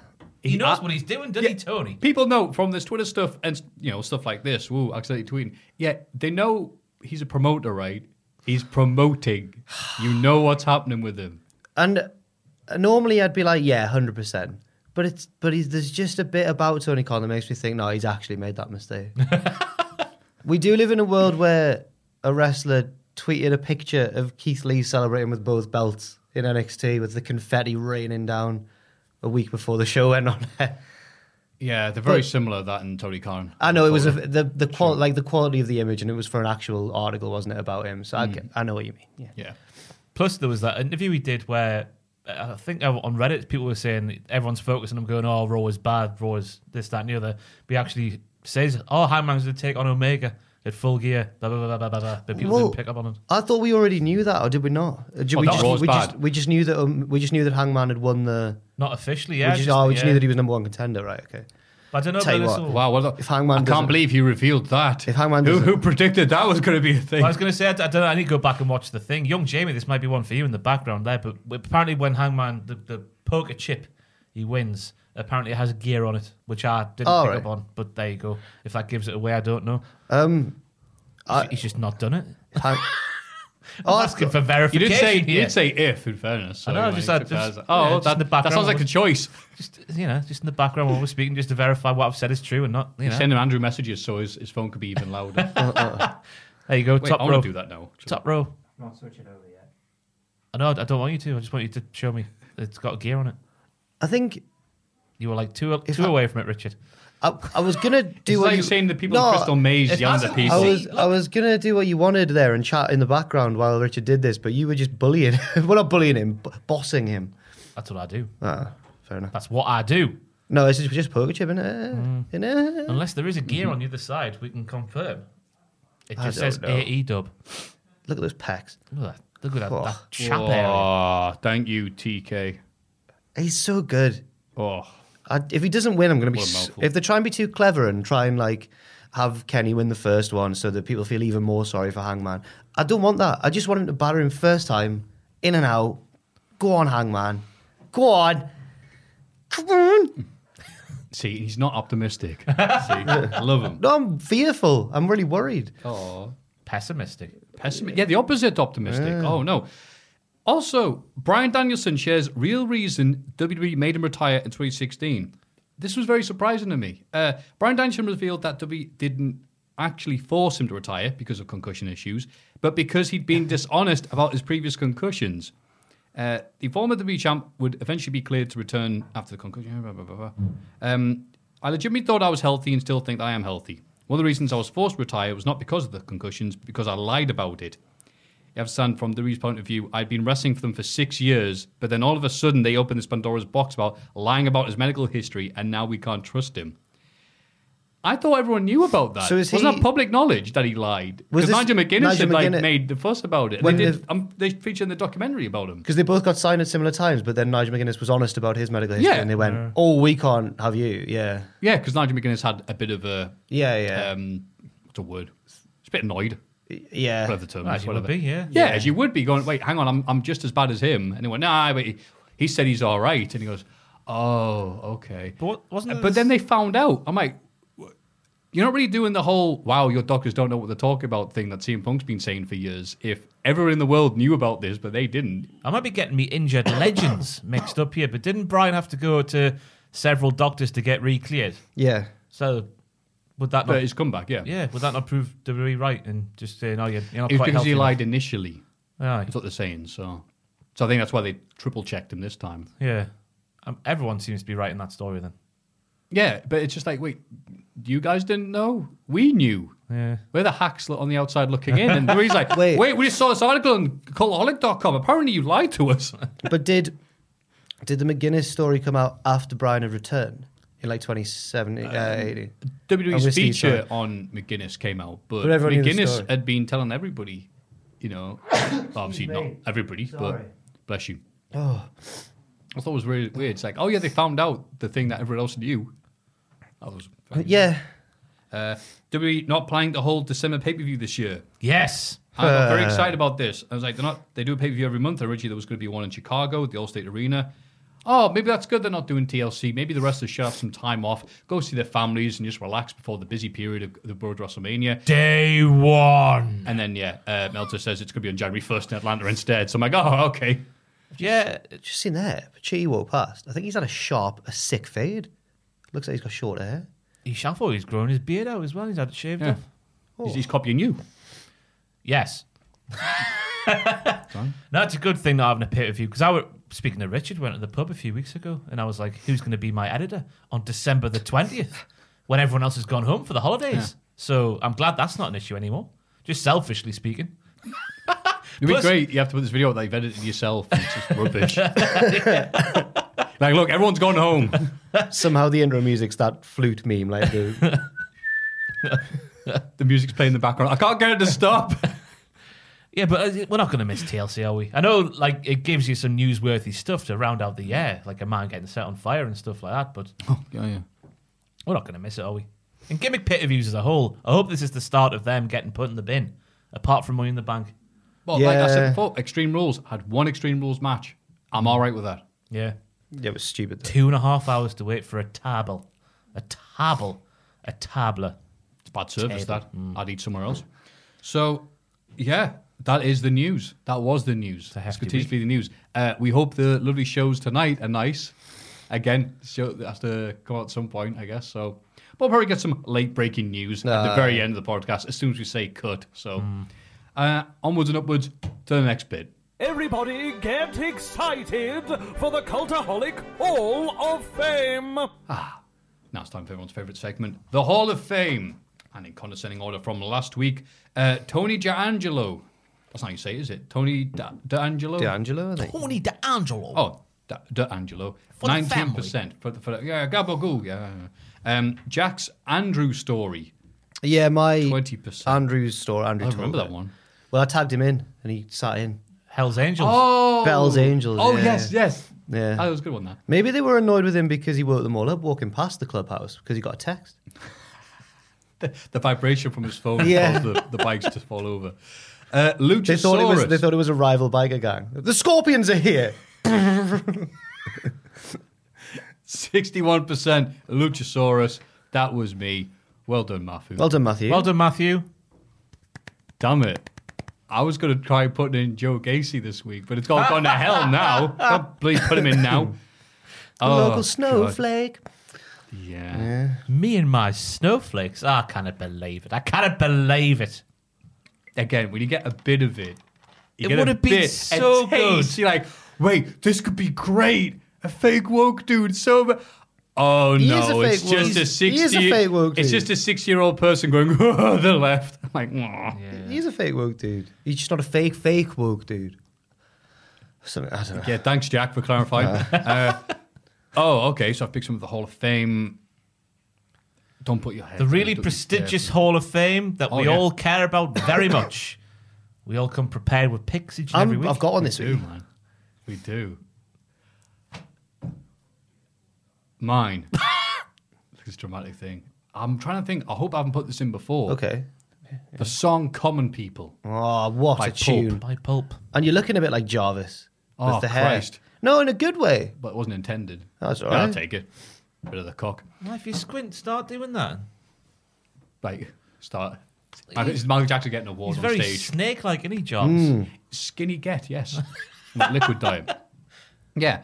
[SPEAKER 6] He,
[SPEAKER 4] He-
[SPEAKER 6] knows
[SPEAKER 4] I-
[SPEAKER 6] what he's doing, doesn't
[SPEAKER 4] Yeah.
[SPEAKER 6] he, Tony?
[SPEAKER 4] People know from this Twitter stuff and you know stuff like this. Woo, accidentally tweeting. Yeah, they know he's a promoter, right? He's promoting. You know what's happening with him.
[SPEAKER 5] And uh, normally I'd be like, yeah, hundred percent. But it's but he's, there's just a bit about Tony Khan that makes me think, no, he's actually made that mistake. we do live in a world where a wrestler tweeted a picture of Keith Lee celebrating with both belts in NXT with the confetti raining down a week before the show went on.
[SPEAKER 4] Yeah, they're very
[SPEAKER 5] But-
[SPEAKER 4] similar that and Tony Khan.
[SPEAKER 5] I know it was a, the the qual- like the quality of the image, and it was for an actual article, wasn't it, about him? So I, get- I know what you mean. Yeah.
[SPEAKER 4] Yeah,
[SPEAKER 6] Plus, there was that interview he did where uh, I think uh, on Reddit people were saying that everyone's focusing on him going, "Oh, Raw is bad, Raw is this, that, and the other." But he actually says, "Oh, Hangman's going to take on Omega at Full Gear." Blah blah blah blah blah. blah. But people
[SPEAKER 5] Well,
[SPEAKER 6] didn't pick up on it.
[SPEAKER 5] I thought we already knew that, or did we not? Uh, did
[SPEAKER 4] Well,
[SPEAKER 5] we,
[SPEAKER 4] that
[SPEAKER 5] just,
[SPEAKER 4] was
[SPEAKER 5] we, just,
[SPEAKER 4] bad.
[SPEAKER 5] we just knew that um, we just knew that Hangman had won the.
[SPEAKER 6] Not officially, yeah.
[SPEAKER 5] we just, oh, we just
[SPEAKER 6] yeah.
[SPEAKER 5] knew that he was number one contender, right? Okay.
[SPEAKER 6] But I don't know.
[SPEAKER 5] Tell you
[SPEAKER 6] about
[SPEAKER 5] what,
[SPEAKER 6] this all.
[SPEAKER 4] wow. Well,
[SPEAKER 5] If Hangman
[SPEAKER 4] I
[SPEAKER 5] doesn't-
[SPEAKER 4] can't believe he revealed that.
[SPEAKER 5] If Hangman
[SPEAKER 4] who,
[SPEAKER 5] doesn't-
[SPEAKER 4] who predicted that was going to be a thing?
[SPEAKER 6] Well, I was going to say, I don't know. I need to go back and watch the thing. Young Jamie, this might be one for you in the background there, but apparently, when Hangman, the, the poker chip, he wins, apparently it has a gear on it, which I didn't
[SPEAKER 4] Oh,
[SPEAKER 5] All
[SPEAKER 6] pick
[SPEAKER 5] right.
[SPEAKER 6] up on. But there you go. If that gives it away, I don't know.
[SPEAKER 5] Um,
[SPEAKER 6] He's, he's just not done it.
[SPEAKER 5] if Hang-
[SPEAKER 6] I'm
[SPEAKER 5] oh,
[SPEAKER 6] asking
[SPEAKER 5] that's,
[SPEAKER 6] for
[SPEAKER 4] you
[SPEAKER 6] verification.
[SPEAKER 4] did say you
[SPEAKER 6] here.
[SPEAKER 4] did say if, in fairness. So
[SPEAKER 6] I know,
[SPEAKER 4] anyway,
[SPEAKER 6] just
[SPEAKER 4] you
[SPEAKER 6] had-
[SPEAKER 4] took that
[SPEAKER 6] just-
[SPEAKER 4] as a-
[SPEAKER 6] yeah,
[SPEAKER 4] oh,
[SPEAKER 6] just in the
[SPEAKER 4] that, that
[SPEAKER 6] background
[SPEAKER 4] sounds like a
[SPEAKER 6] was-
[SPEAKER 4] choice.
[SPEAKER 6] Just, you know, just in the background while we're speaking, just to verify what I've said is true and not. You know.
[SPEAKER 4] Send him Andrew messages so his, his phone could be even louder.
[SPEAKER 6] There you go.
[SPEAKER 4] Wait,
[SPEAKER 6] top
[SPEAKER 4] I
[SPEAKER 6] row.
[SPEAKER 4] want to do that now.
[SPEAKER 6] Top row.
[SPEAKER 7] Not switching over yet.
[SPEAKER 6] I know. I don't want you to. I just want you to show me. It's got a gear on it.
[SPEAKER 5] I think
[SPEAKER 6] You were like two,
[SPEAKER 5] If
[SPEAKER 6] two
[SPEAKER 5] I-
[SPEAKER 6] away from it, Richard.
[SPEAKER 5] I, I was gonna do
[SPEAKER 4] It's
[SPEAKER 5] what
[SPEAKER 4] like
[SPEAKER 5] you
[SPEAKER 4] saying the people in
[SPEAKER 5] No,
[SPEAKER 4] Crystal Maze
[SPEAKER 6] it
[SPEAKER 4] yonder
[SPEAKER 6] hasn't-
[SPEAKER 4] people.
[SPEAKER 5] I was
[SPEAKER 6] See,
[SPEAKER 5] I was gonna do what you wanted there and chat in the background while Richard did this, but you were just bullying. well, not bullying him, b- bossing him.
[SPEAKER 6] That's what I do.
[SPEAKER 5] Ah, fair enough.
[SPEAKER 6] That's what I do.
[SPEAKER 5] No, it's just, just poker chip in it.
[SPEAKER 4] Mm.
[SPEAKER 5] In it.
[SPEAKER 6] Unless there is a gear on the other side, we can confirm. It
[SPEAKER 5] I
[SPEAKER 6] just
[SPEAKER 5] don't
[SPEAKER 6] says
[SPEAKER 5] know.
[SPEAKER 6] AE dub.
[SPEAKER 5] Look at those pecs.
[SPEAKER 6] Look at that. Look at that,
[SPEAKER 5] Oh.
[SPEAKER 6] that chap area.
[SPEAKER 4] Oh, thank you, TK.
[SPEAKER 5] He's so good.
[SPEAKER 4] Oh,
[SPEAKER 5] I, if he doesn't win, I'm going to be.
[SPEAKER 4] What a
[SPEAKER 5] s
[SPEAKER 4] mouthful.
[SPEAKER 5] if they try and be too clever and try and like, have Kenny win the first one so that people feel even more sorry for Hangman. I don't want that. I just want him to batter him first time, in and out. Go on, Hangman. Go on. Come on.
[SPEAKER 4] See, he's not optimistic. See, I love him.
[SPEAKER 5] No, I'm fearful. I'm really worried.
[SPEAKER 4] Oh,
[SPEAKER 6] Pessimistic.
[SPEAKER 4] pessim- Yeah, the opposite optimistic. Oh no. Also, Brian Danielson shares real reason WWE made him retire in 2016. This was very surprising to me. Uh, Brian Danielson revealed that WWE didn't actually force him to retire because of concussion issues, but because he'd been dishonest about his previous concussions. Uh, the former WWE champ would eventually be cleared to return after the concussion. Blah, blah, blah, blah. Um, I legitimately thought I was healthy and still think that I am healthy. One of the reasons I was forced to retire was not because of the concussions, but because I lied about it. You have to understand from WWE's point of view, I'd been wrestling for them for six years, but then all of a sudden they opened this Pandora's box about lying about his medical history, and now we can't trust him. I thought everyone knew about that.
[SPEAKER 5] So is
[SPEAKER 4] Wasn't
[SPEAKER 5] he-
[SPEAKER 4] that public knowledge that he lied?
[SPEAKER 5] Was
[SPEAKER 4] Because Nigel
[SPEAKER 5] this-
[SPEAKER 4] McGuinness
[SPEAKER 5] Nigel
[SPEAKER 4] had like,
[SPEAKER 5] McGuinness-
[SPEAKER 4] made the fuss about it.
[SPEAKER 5] When
[SPEAKER 4] they, did,
[SPEAKER 5] the-
[SPEAKER 4] um, they feature in the documentary about him.
[SPEAKER 5] Because they both got signed at similar times, but then Nigel McGuinness was honest about his medical history
[SPEAKER 4] Yeah.
[SPEAKER 5] and they went, oh, we can't have you. Yeah.
[SPEAKER 4] Yeah, because Nigel McGuinness had a bit of a
[SPEAKER 5] Yeah, yeah.
[SPEAKER 4] um, what's a word? It's a bit annoyed,
[SPEAKER 5] yeah.
[SPEAKER 4] whatever the term
[SPEAKER 6] Well,
[SPEAKER 4] is.
[SPEAKER 6] as you would
[SPEAKER 4] whatever.
[SPEAKER 6] be, yeah.
[SPEAKER 4] yeah, as you would be going. Wait, hang on, I'm I'm just as bad as him. And he went, nah, but he, he said he's all right, and he goes, oh, okay.
[SPEAKER 6] But what- wasn't
[SPEAKER 4] Uh,
[SPEAKER 6] there
[SPEAKER 4] But
[SPEAKER 6] this-
[SPEAKER 4] then they found out. I'm like. wh- You're not really doing the whole "wow, your doctors don't know what they're talking about" thing that CM Punk's been saying for years. If everyone in the world knew about this, but they didn't,
[SPEAKER 6] I might be getting me injured legends mixed up here, but didn't Brian have to go to several doctors to get re-cleared?
[SPEAKER 5] Yeah.
[SPEAKER 6] So would that
[SPEAKER 4] but
[SPEAKER 6] not?
[SPEAKER 4] his comeback, yeah,
[SPEAKER 6] Oh. Yeah, would that not prove WWE right and just saying, "Oh, you're, you're not
[SPEAKER 4] it's
[SPEAKER 6] quite
[SPEAKER 4] because
[SPEAKER 6] healthy
[SPEAKER 4] he
[SPEAKER 6] enough?
[SPEAKER 4] lied initially.
[SPEAKER 6] Aye.
[SPEAKER 4] That's what they're saying. So, so I think that's why they triple checked him this time.
[SPEAKER 6] Yeah, um, everyone seems to be right in that story. Then
[SPEAKER 4] Yeah, but it's just like, wait, you guys didn't know? We knew.
[SPEAKER 6] Yeah.
[SPEAKER 4] We're the hacks lo- on the outside looking in. And he's like, wait.
[SPEAKER 5] Wait.
[SPEAKER 4] we just saw this article on cultaholic.com. Apparently you lied to us.
[SPEAKER 5] But did did the McGuinness story come out after Brian had returned in like 2017, uh,
[SPEAKER 4] Um,
[SPEAKER 5] 18?
[SPEAKER 4] WWE's
[SPEAKER 5] Obviously,
[SPEAKER 4] feature
[SPEAKER 5] sorry.
[SPEAKER 4] on McGuinness came out, but,
[SPEAKER 5] But everyone knew the
[SPEAKER 4] McGuinness
[SPEAKER 5] story.
[SPEAKER 4] had been telling everybody, you know, obviously not everybody,
[SPEAKER 5] Sorry.
[SPEAKER 4] but bless you. Oh. I thought it was really weird. It's like, oh yeah, they found out the thing that everyone else knew. That was
[SPEAKER 5] Yeah.
[SPEAKER 4] Uh, WWE not planning to hold December pay per view this year.
[SPEAKER 6] yes,
[SPEAKER 4] I got very excited about this. I was like, they're not. They do a pay per view every month. Originally, there was going to be one in Chicago, at the Allstate Arena. Oh, maybe that's good. They're not doing TLC. Maybe the rest of the should have some time off, go see their families, and just relax before the busy period of the road to WrestleMania.
[SPEAKER 6] day one.
[SPEAKER 4] And then, yeah, uh, Meltzer says it's going to be on January first in Atlanta instead. So I'm like, oh, okay.
[SPEAKER 6] Yeah,
[SPEAKER 5] Just seen that. Pachi walked past. I think he's had a sharp, a sick fade. Looks like he's got short hair.
[SPEAKER 6] he shuffled. He's grown his beard out as well. He's had it shaved
[SPEAKER 4] Yeah.
[SPEAKER 6] off.
[SPEAKER 4] He's, he's copying you.
[SPEAKER 6] Yes. no, it's a good thing not having a pay per view because I was speaking to Richard. Went to the pub a few weeks ago, and I was like, "Who's going to be my editor on December the twentieth, when everyone else has gone home for the holidays?" So I'm glad that's not an issue anymore. Just selfishly speaking,
[SPEAKER 4] It'd be
[SPEAKER 6] Plus-
[SPEAKER 4] great. You have to put this video out that you've edited yourself. And it's just rubbish. like, look, everyone's gone home.
[SPEAKER 5] Somehow the intro music's that flute meme, like the
[SPEAKER 4] The music's playing in the background. I can't get it to stop.
[SPEAKER 6] Yeah, but uh, we're not going to miss TLC, are we? I know, like, it gives you some newsworthy stuff to round out the year, like a man getting set on fire and stuff like that, but
[SPEAKER 4] Oh, yeah, yeah.
[SPEAKER 6] we're not going to miss it, are we? And gimmick pit reviews as a whole, I hope this is the start of them getting put in the bin, apart from Money in the Bank.
[SPEAKER 4] Well, like I said
[SPEAKER 5] Yeah.
[SPEAKER 4] before, Extreme Rules had one Extreme Rules match. I'm all right with that.
[SPEAKER 6] Yeah.
[SPEAKER 5] Yeah, it was stupid though.
[SPEAKER 6] Two and a half hours to wait for a table. A table. A tabler.
[SPEAKER 4] It's bad service that.
[SPEAKER 6] Mm.
[SPEAKER 4] I'd eat somewhere else. So, yeah, that is the news. That was the news.
[SPEAKER 6] a
[SPEAKER 4] That's
[SPEAKER 6] hefty
[SPEAKER 4] continues to be the news. Uh, we hope the lovely shows tonight are nice. Again, show that has to come out at some point, I guess. So, we'll probably get some late breaking news at the very end of the podcast as soon as we say cut. So,
[SPEAKER 6] Mm.
[SPEAKER 4] uh, onwards and upwards to the next bit.
[SPEAKER 3] Everybody get excited for the Cultaholic Hall of Fame!
[SPEAKER 4] Now it's time for everyone's favourite segment, the Hall of Fame. And in condescending order from last week, uh, Tony D'Angelo. That's not how you say it, is it? Tony Da- D'Angelo?
[SPEAKER 5] D'Angelo, I think.
[SPEAKER 6] Tony D'Angelo.
[SPEAKER 4] Oh, Da- D'Angelo.
[SPEAKER 6] For the
[SPEAKER 4] Nineteen percent for the for the, yeah, gabagoo, yeah. Um, Jack's Andrew story.
[SPEAKER 5] Yeah, my
[SPEAKER 4] 20%.
[SPEAKER 5] Andrew's store. Andrew
[SPEAKER 4] I
[SPEAKER 5] told
[SPEAKER 4] remember
[SPEAKER 5] me.
[SPEAKER 4] that one.
[SPEAKER 5] Well, I tagged him in and he sat in.
[SPEAKER 6] Hell's Angels.
[SPEAKER 4] Oh,
[SPEAKER 5] Bell's Angels,
[SPEAKER 4] Oh
[SPEAKER 5] yeah.
[SPEAKER 4] yes, yes. Oh,
[SPEAKER 5] Yeah.
[SPEAKER 4] that was a good one. That
[SPEAKER 5] Maybe they were annoyed with him because he woke them all up walking past the clubhouse because he got a text.
[SPEAKER 4] the, the vibration from his phone
[SPEAKER 5] Yeah.
[SPEAKER 4] caused the, the bikes to fall over. Uh, Luchasaurus.
[SPEAKER 5] They thought it was they thought it was a rival biker gang. The Scorpions are here.
[SPEAKER 4] 61% Luchasaurus. That was me. Well done, Mafu.
[SPEAKER 5] Well done, Matthew.
[SPEAKER 6] Well done, Matthew.
[SPEAKER 4] Damn it. I was going to try putting in Joe Gacy this week, but it's all gone to hell now. God, please put him in now.
[SPEAKER 5] The
[SPEAKER 4] Oh,
[SPEAKER 5] local
[SPEAKER 4] God.
[SPEAKER 5] snowflake.
[SPEAKER 4] Yeah.
[SPEAKER 6] Me and my snowflakes. I cannot believe it. I cannot believe it.
[SPEAKER 4] Again, when you get a bit of it, you
[SPEAKER 6] It
[SPEAKER 4] get a
[SPEAKER 6] would've been
[SPEAKER 4] bit, a
[SPEAKER 6] so good.
[SPEAKER 4] taste. You're like, wait, this could be great. A fake woke dude, so. ba- Oh
[SPEAKER 5] He is
[SPEAKER 4] no!
[SPEAKER 5] a
[SPEAKER 4] It's
[SPEAKER 5] fake woke-
[SPEAKER 4] just a
[SPEAKER 5] he is a
[SPEAKER 4] sixty.
[SPEAKER 5] fake woke
[SPEAKER 4] it's
[SPEAKER 5] dude.
[SPEAKER 4] just a six-year-old person going "Oh, the left. I'm like, "Aw."
[SPEAKER 5] He's a fake woke dude. He's just not a fake fake woke dude. Something I don't know.
[SPEAKER 4] Yeah, thanks, Jack, for clarifying. Uh, oh, okay. So I've picked some of the Hall of Fame. Don't put your head.
[SPEAKER 6] The
[SPEAKER 4] down,
[SPEAKER 6] really
[SPEAKER 4] don't-
[SPEAKER 6] prestigious
[SPEAKER 4] yeah.
[SPEAKER 6] Hall of Fame that
[SPEAKER 4] Oh,
[SPEAKER 6] we
[SPEAKER 4] yeah.
[SPEAKER 6] all care about very much. We all come prepared with picks each and every
[SPEAKER 5] I'm,
[SPEAKER 6] week.
[SPEAKER 5] I've got one this
[SPEAKER 4] We do,
[SPEAKER 5] week.
[SPEAKER 4] man. We do. Mine. this dramatic thing. I'm trying to think. I hope I haven't put this in before.
[SPEAKER 5] Okay.
[SPEAKER 4] The song "Common People."
[SPEAKER 5] Oh, what
[SPEAKER 4] By
[SPEAKER 5] a
[SPEAKER 4] Pulp.
[SPEAKER 5] tune.
[SPEAKER 6] By pulp.
[SPEAKER 5] And you're looking a bit like Jarvis.
[SPEAKER 4] Oh,
[SPEAKER 5] with the hair.
[SPEAKER 4] Christ.
[SPEAKER 5] No, in a good way.
[SPEAKER 4] But it wasn't intended.
[SPEAKER 5] That's all
[SPEAKER 4] Yeah, I'll
[SPEAKER 5] right.
[SPEAKER 4] take it. Bit of the cock.
[SPEAKER 6] Well, if you squint, start doing that.
[SPEAKER 4] Like start. I think it's Michael Jackson getting an award
[SPEAKER 6] He's
[SPEAKER 4] on
[SPEAKER 6] very
[SPEAKER 4] stage.
[SPEAKER 6] snake-like, isn't he, Jobs?
[SPEAKER 5] Hmm.
[SPEAKER 4] Skinny Get, yes. Not liquid diet. Yeah.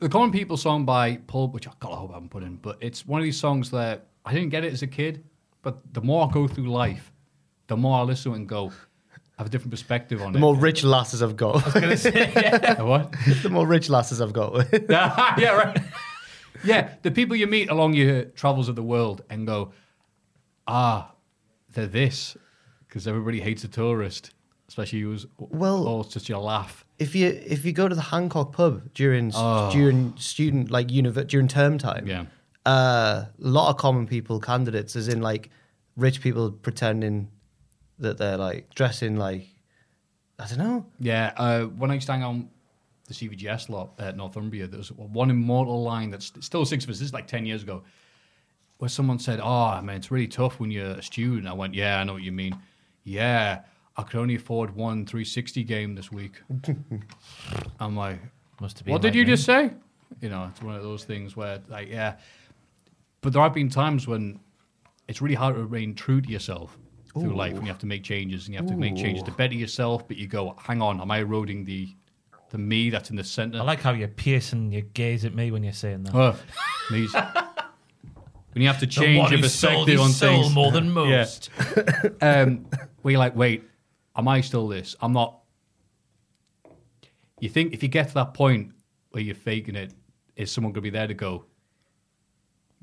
[SPEAKER 4] The Common People song by Paul, which I God, I hope I haven't put in, but it's one of these songs that I didn't get it as a kid, but the more I go through life, the more I listen and go, I have a different perspective on
[SPEAKER 5] The
[SPEAKER 4] it.
[SPEAKER 5] more rich lasses I've got,
[SPEAKER 4] Uh, what?
[SPEAKER 5] the more rich lasses I've got.
[SPEAKER 4] yeah, right. Yeah, the people you meet along your travels of the world and go, ah, they're this, because everybody hates a tourist, especially you as
[SPEAKER 5] Well-
[SPEAKER 4] or such a laugh.
[SPEAKER 5] if you if you go to the Hancock pub during during student like univ- during term time,
[SPEAKER 4] Oh. Yeah.
[SPEAKER 5] uh, a lot of common people candidates, as in like rich people pretending that they're like dressing like I don't know.
[SPEAKER 4] Yeah, uh, when I used to hang on the CVGS lot at Northumbria, there was one immortal line that's still six of us. This is like 10 years ago, where someone said, Oh, man, it's really tough when you're a student. I went, Yeah, I know what you mean. Yeah, I could only afford one 360 game this week. I'm like,
[SPEAKER 6] Must have been
[SPEAKER 4] What did
[SPEAKER 6] like
[SPEAKER 4] you
[SPEAKER 6] me.
[SPEAKER 4] just say? You know, it's one of those things where, like, yeah. But there have been times when it's really hard to remain true to yourself through life when you have to make changes and you have to make changes to better yourself, but you go, hang on, am I eroding the the me that's in the center?
[SPEAKER 6] I like how you're piercing your gaze at me when you're saying that.
[SPEAKER 4] oh, please. when you have to
[SPEAKER 6] The one
[SPEAKER 4] change your
[SPEAKER 6] who sold
[SPEAKER 4] perspective
[SPEAKER 6] his
[SPEAKER 4] on
[SPEAKER 6] soul
[SPEAKER 4] things.
[SPEAKER 6] more than
[SPEAKER 4] Yeah.
[SPEAKER 6] most.
[SPEAKER 4] um, where you're like, wait, am I still this? I'm not. You think if you get to that point where you're faking it, is someone going to be there to go,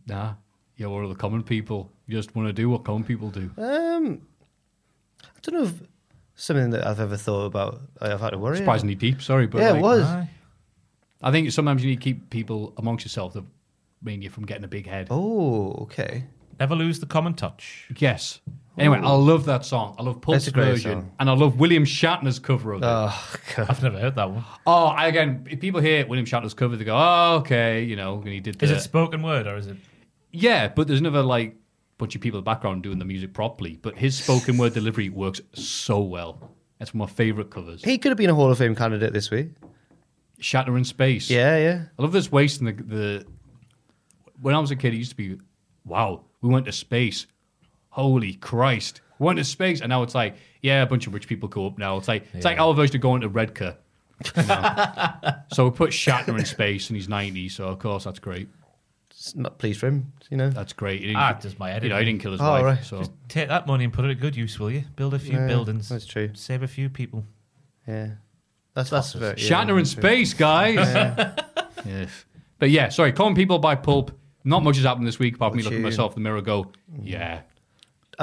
[SPEAKER 4] nah, you're one of the common people. You just want to do what common people do.
[SPEAKER 5] Um, I don't know if something that I've ever thought about. I've had to worry. about.
[SPEAKER 4] Surprisingly deep, sorry. But
[SPEAKER 5] Yeah, it
[SPEAKER 4] like,
[SPEAKER 5] was.
[SPEAKER 6] Aye.
[SPEAKER 4] I think sometimes you need to keep people amongst yourself that mean you from getting a big head.
[SPEAKER 5] Oh, okay.
[SPEAKER 6] Never lose the common touch.
[SPEAKER 4] Yes. Anyway, I love that song. I love Pulse
[SPEAKER 5] That's a great
[SPEAKER 4] version.
[SPEAKER 5] song.
[SPEAKER 4] And I love William Shatner's cover of it.
[SPEAKER 5] Oh, God.
[SPEAKER 6] I've never heard that one.
[SPEAKER 4] oh, I- again, if people hear William Shatner's cover, they go, oh, okay, you know, and he did
[SPEAKER 6] Is
[SPEAKER 4] the-
[SPEAKER 6] it spoken word or is it?
[SPEAKER 4] Yeah, but there's another like bunch of people in the background doing the music properly. But his spoken word delivery works so well. That's one of my favorite covers.
[SPEAKER 5] he could have been a Hall of Fame candidate this week.
[SPEAKER 4] Shatter in Space.
[SPEAKER 5] Yeah, yeah.
[SPEAKER 4] I love this waste in the, the. When I was a kid, it used to be, wow, we went to space. Holy Christ, we went to space. And now it's like, yeah, a bunch of rich people go up now. It's like it's like our version of going to Redcar. you know? so we put Shatner in space, and he's ninety. So of course that's great.
[SPEAKER 5] It's not pleased for him, you know.
[SPEAKER 4] That's great. He didn't-
[SPEAKER 6] Ah, does my editing.
[SPEAKER 4] You know, he didn't kill his
[SPEAKER 5] Oh,
[SPEAKER 4] wife.
[SPEAKER 5] right.
[SPEAKER 4] So
[SPEAKER 6] Just take that money and put it to good use, will you? Build a few
[SPEAKER 5] Yeah,
[SPEAKER 6] buildings.
[SPEAKER 5] that's true.
[SPEAKER 6] Save a few people.
[SPEAKER 5] Yeah, that's that's very, yeah.
[SPEAKER 4] Shatner in space, guys. yes. But yeah, sorry, Common People by Pulp. Not much has happened this week apart from me
[SPEAKER 5] What
[SPEAKER 4] looking at
[SPEAKER 5] you- Mm.
[SPEAKER 4] myself in the mirror and go, yeah,
[SPEAKER 5] I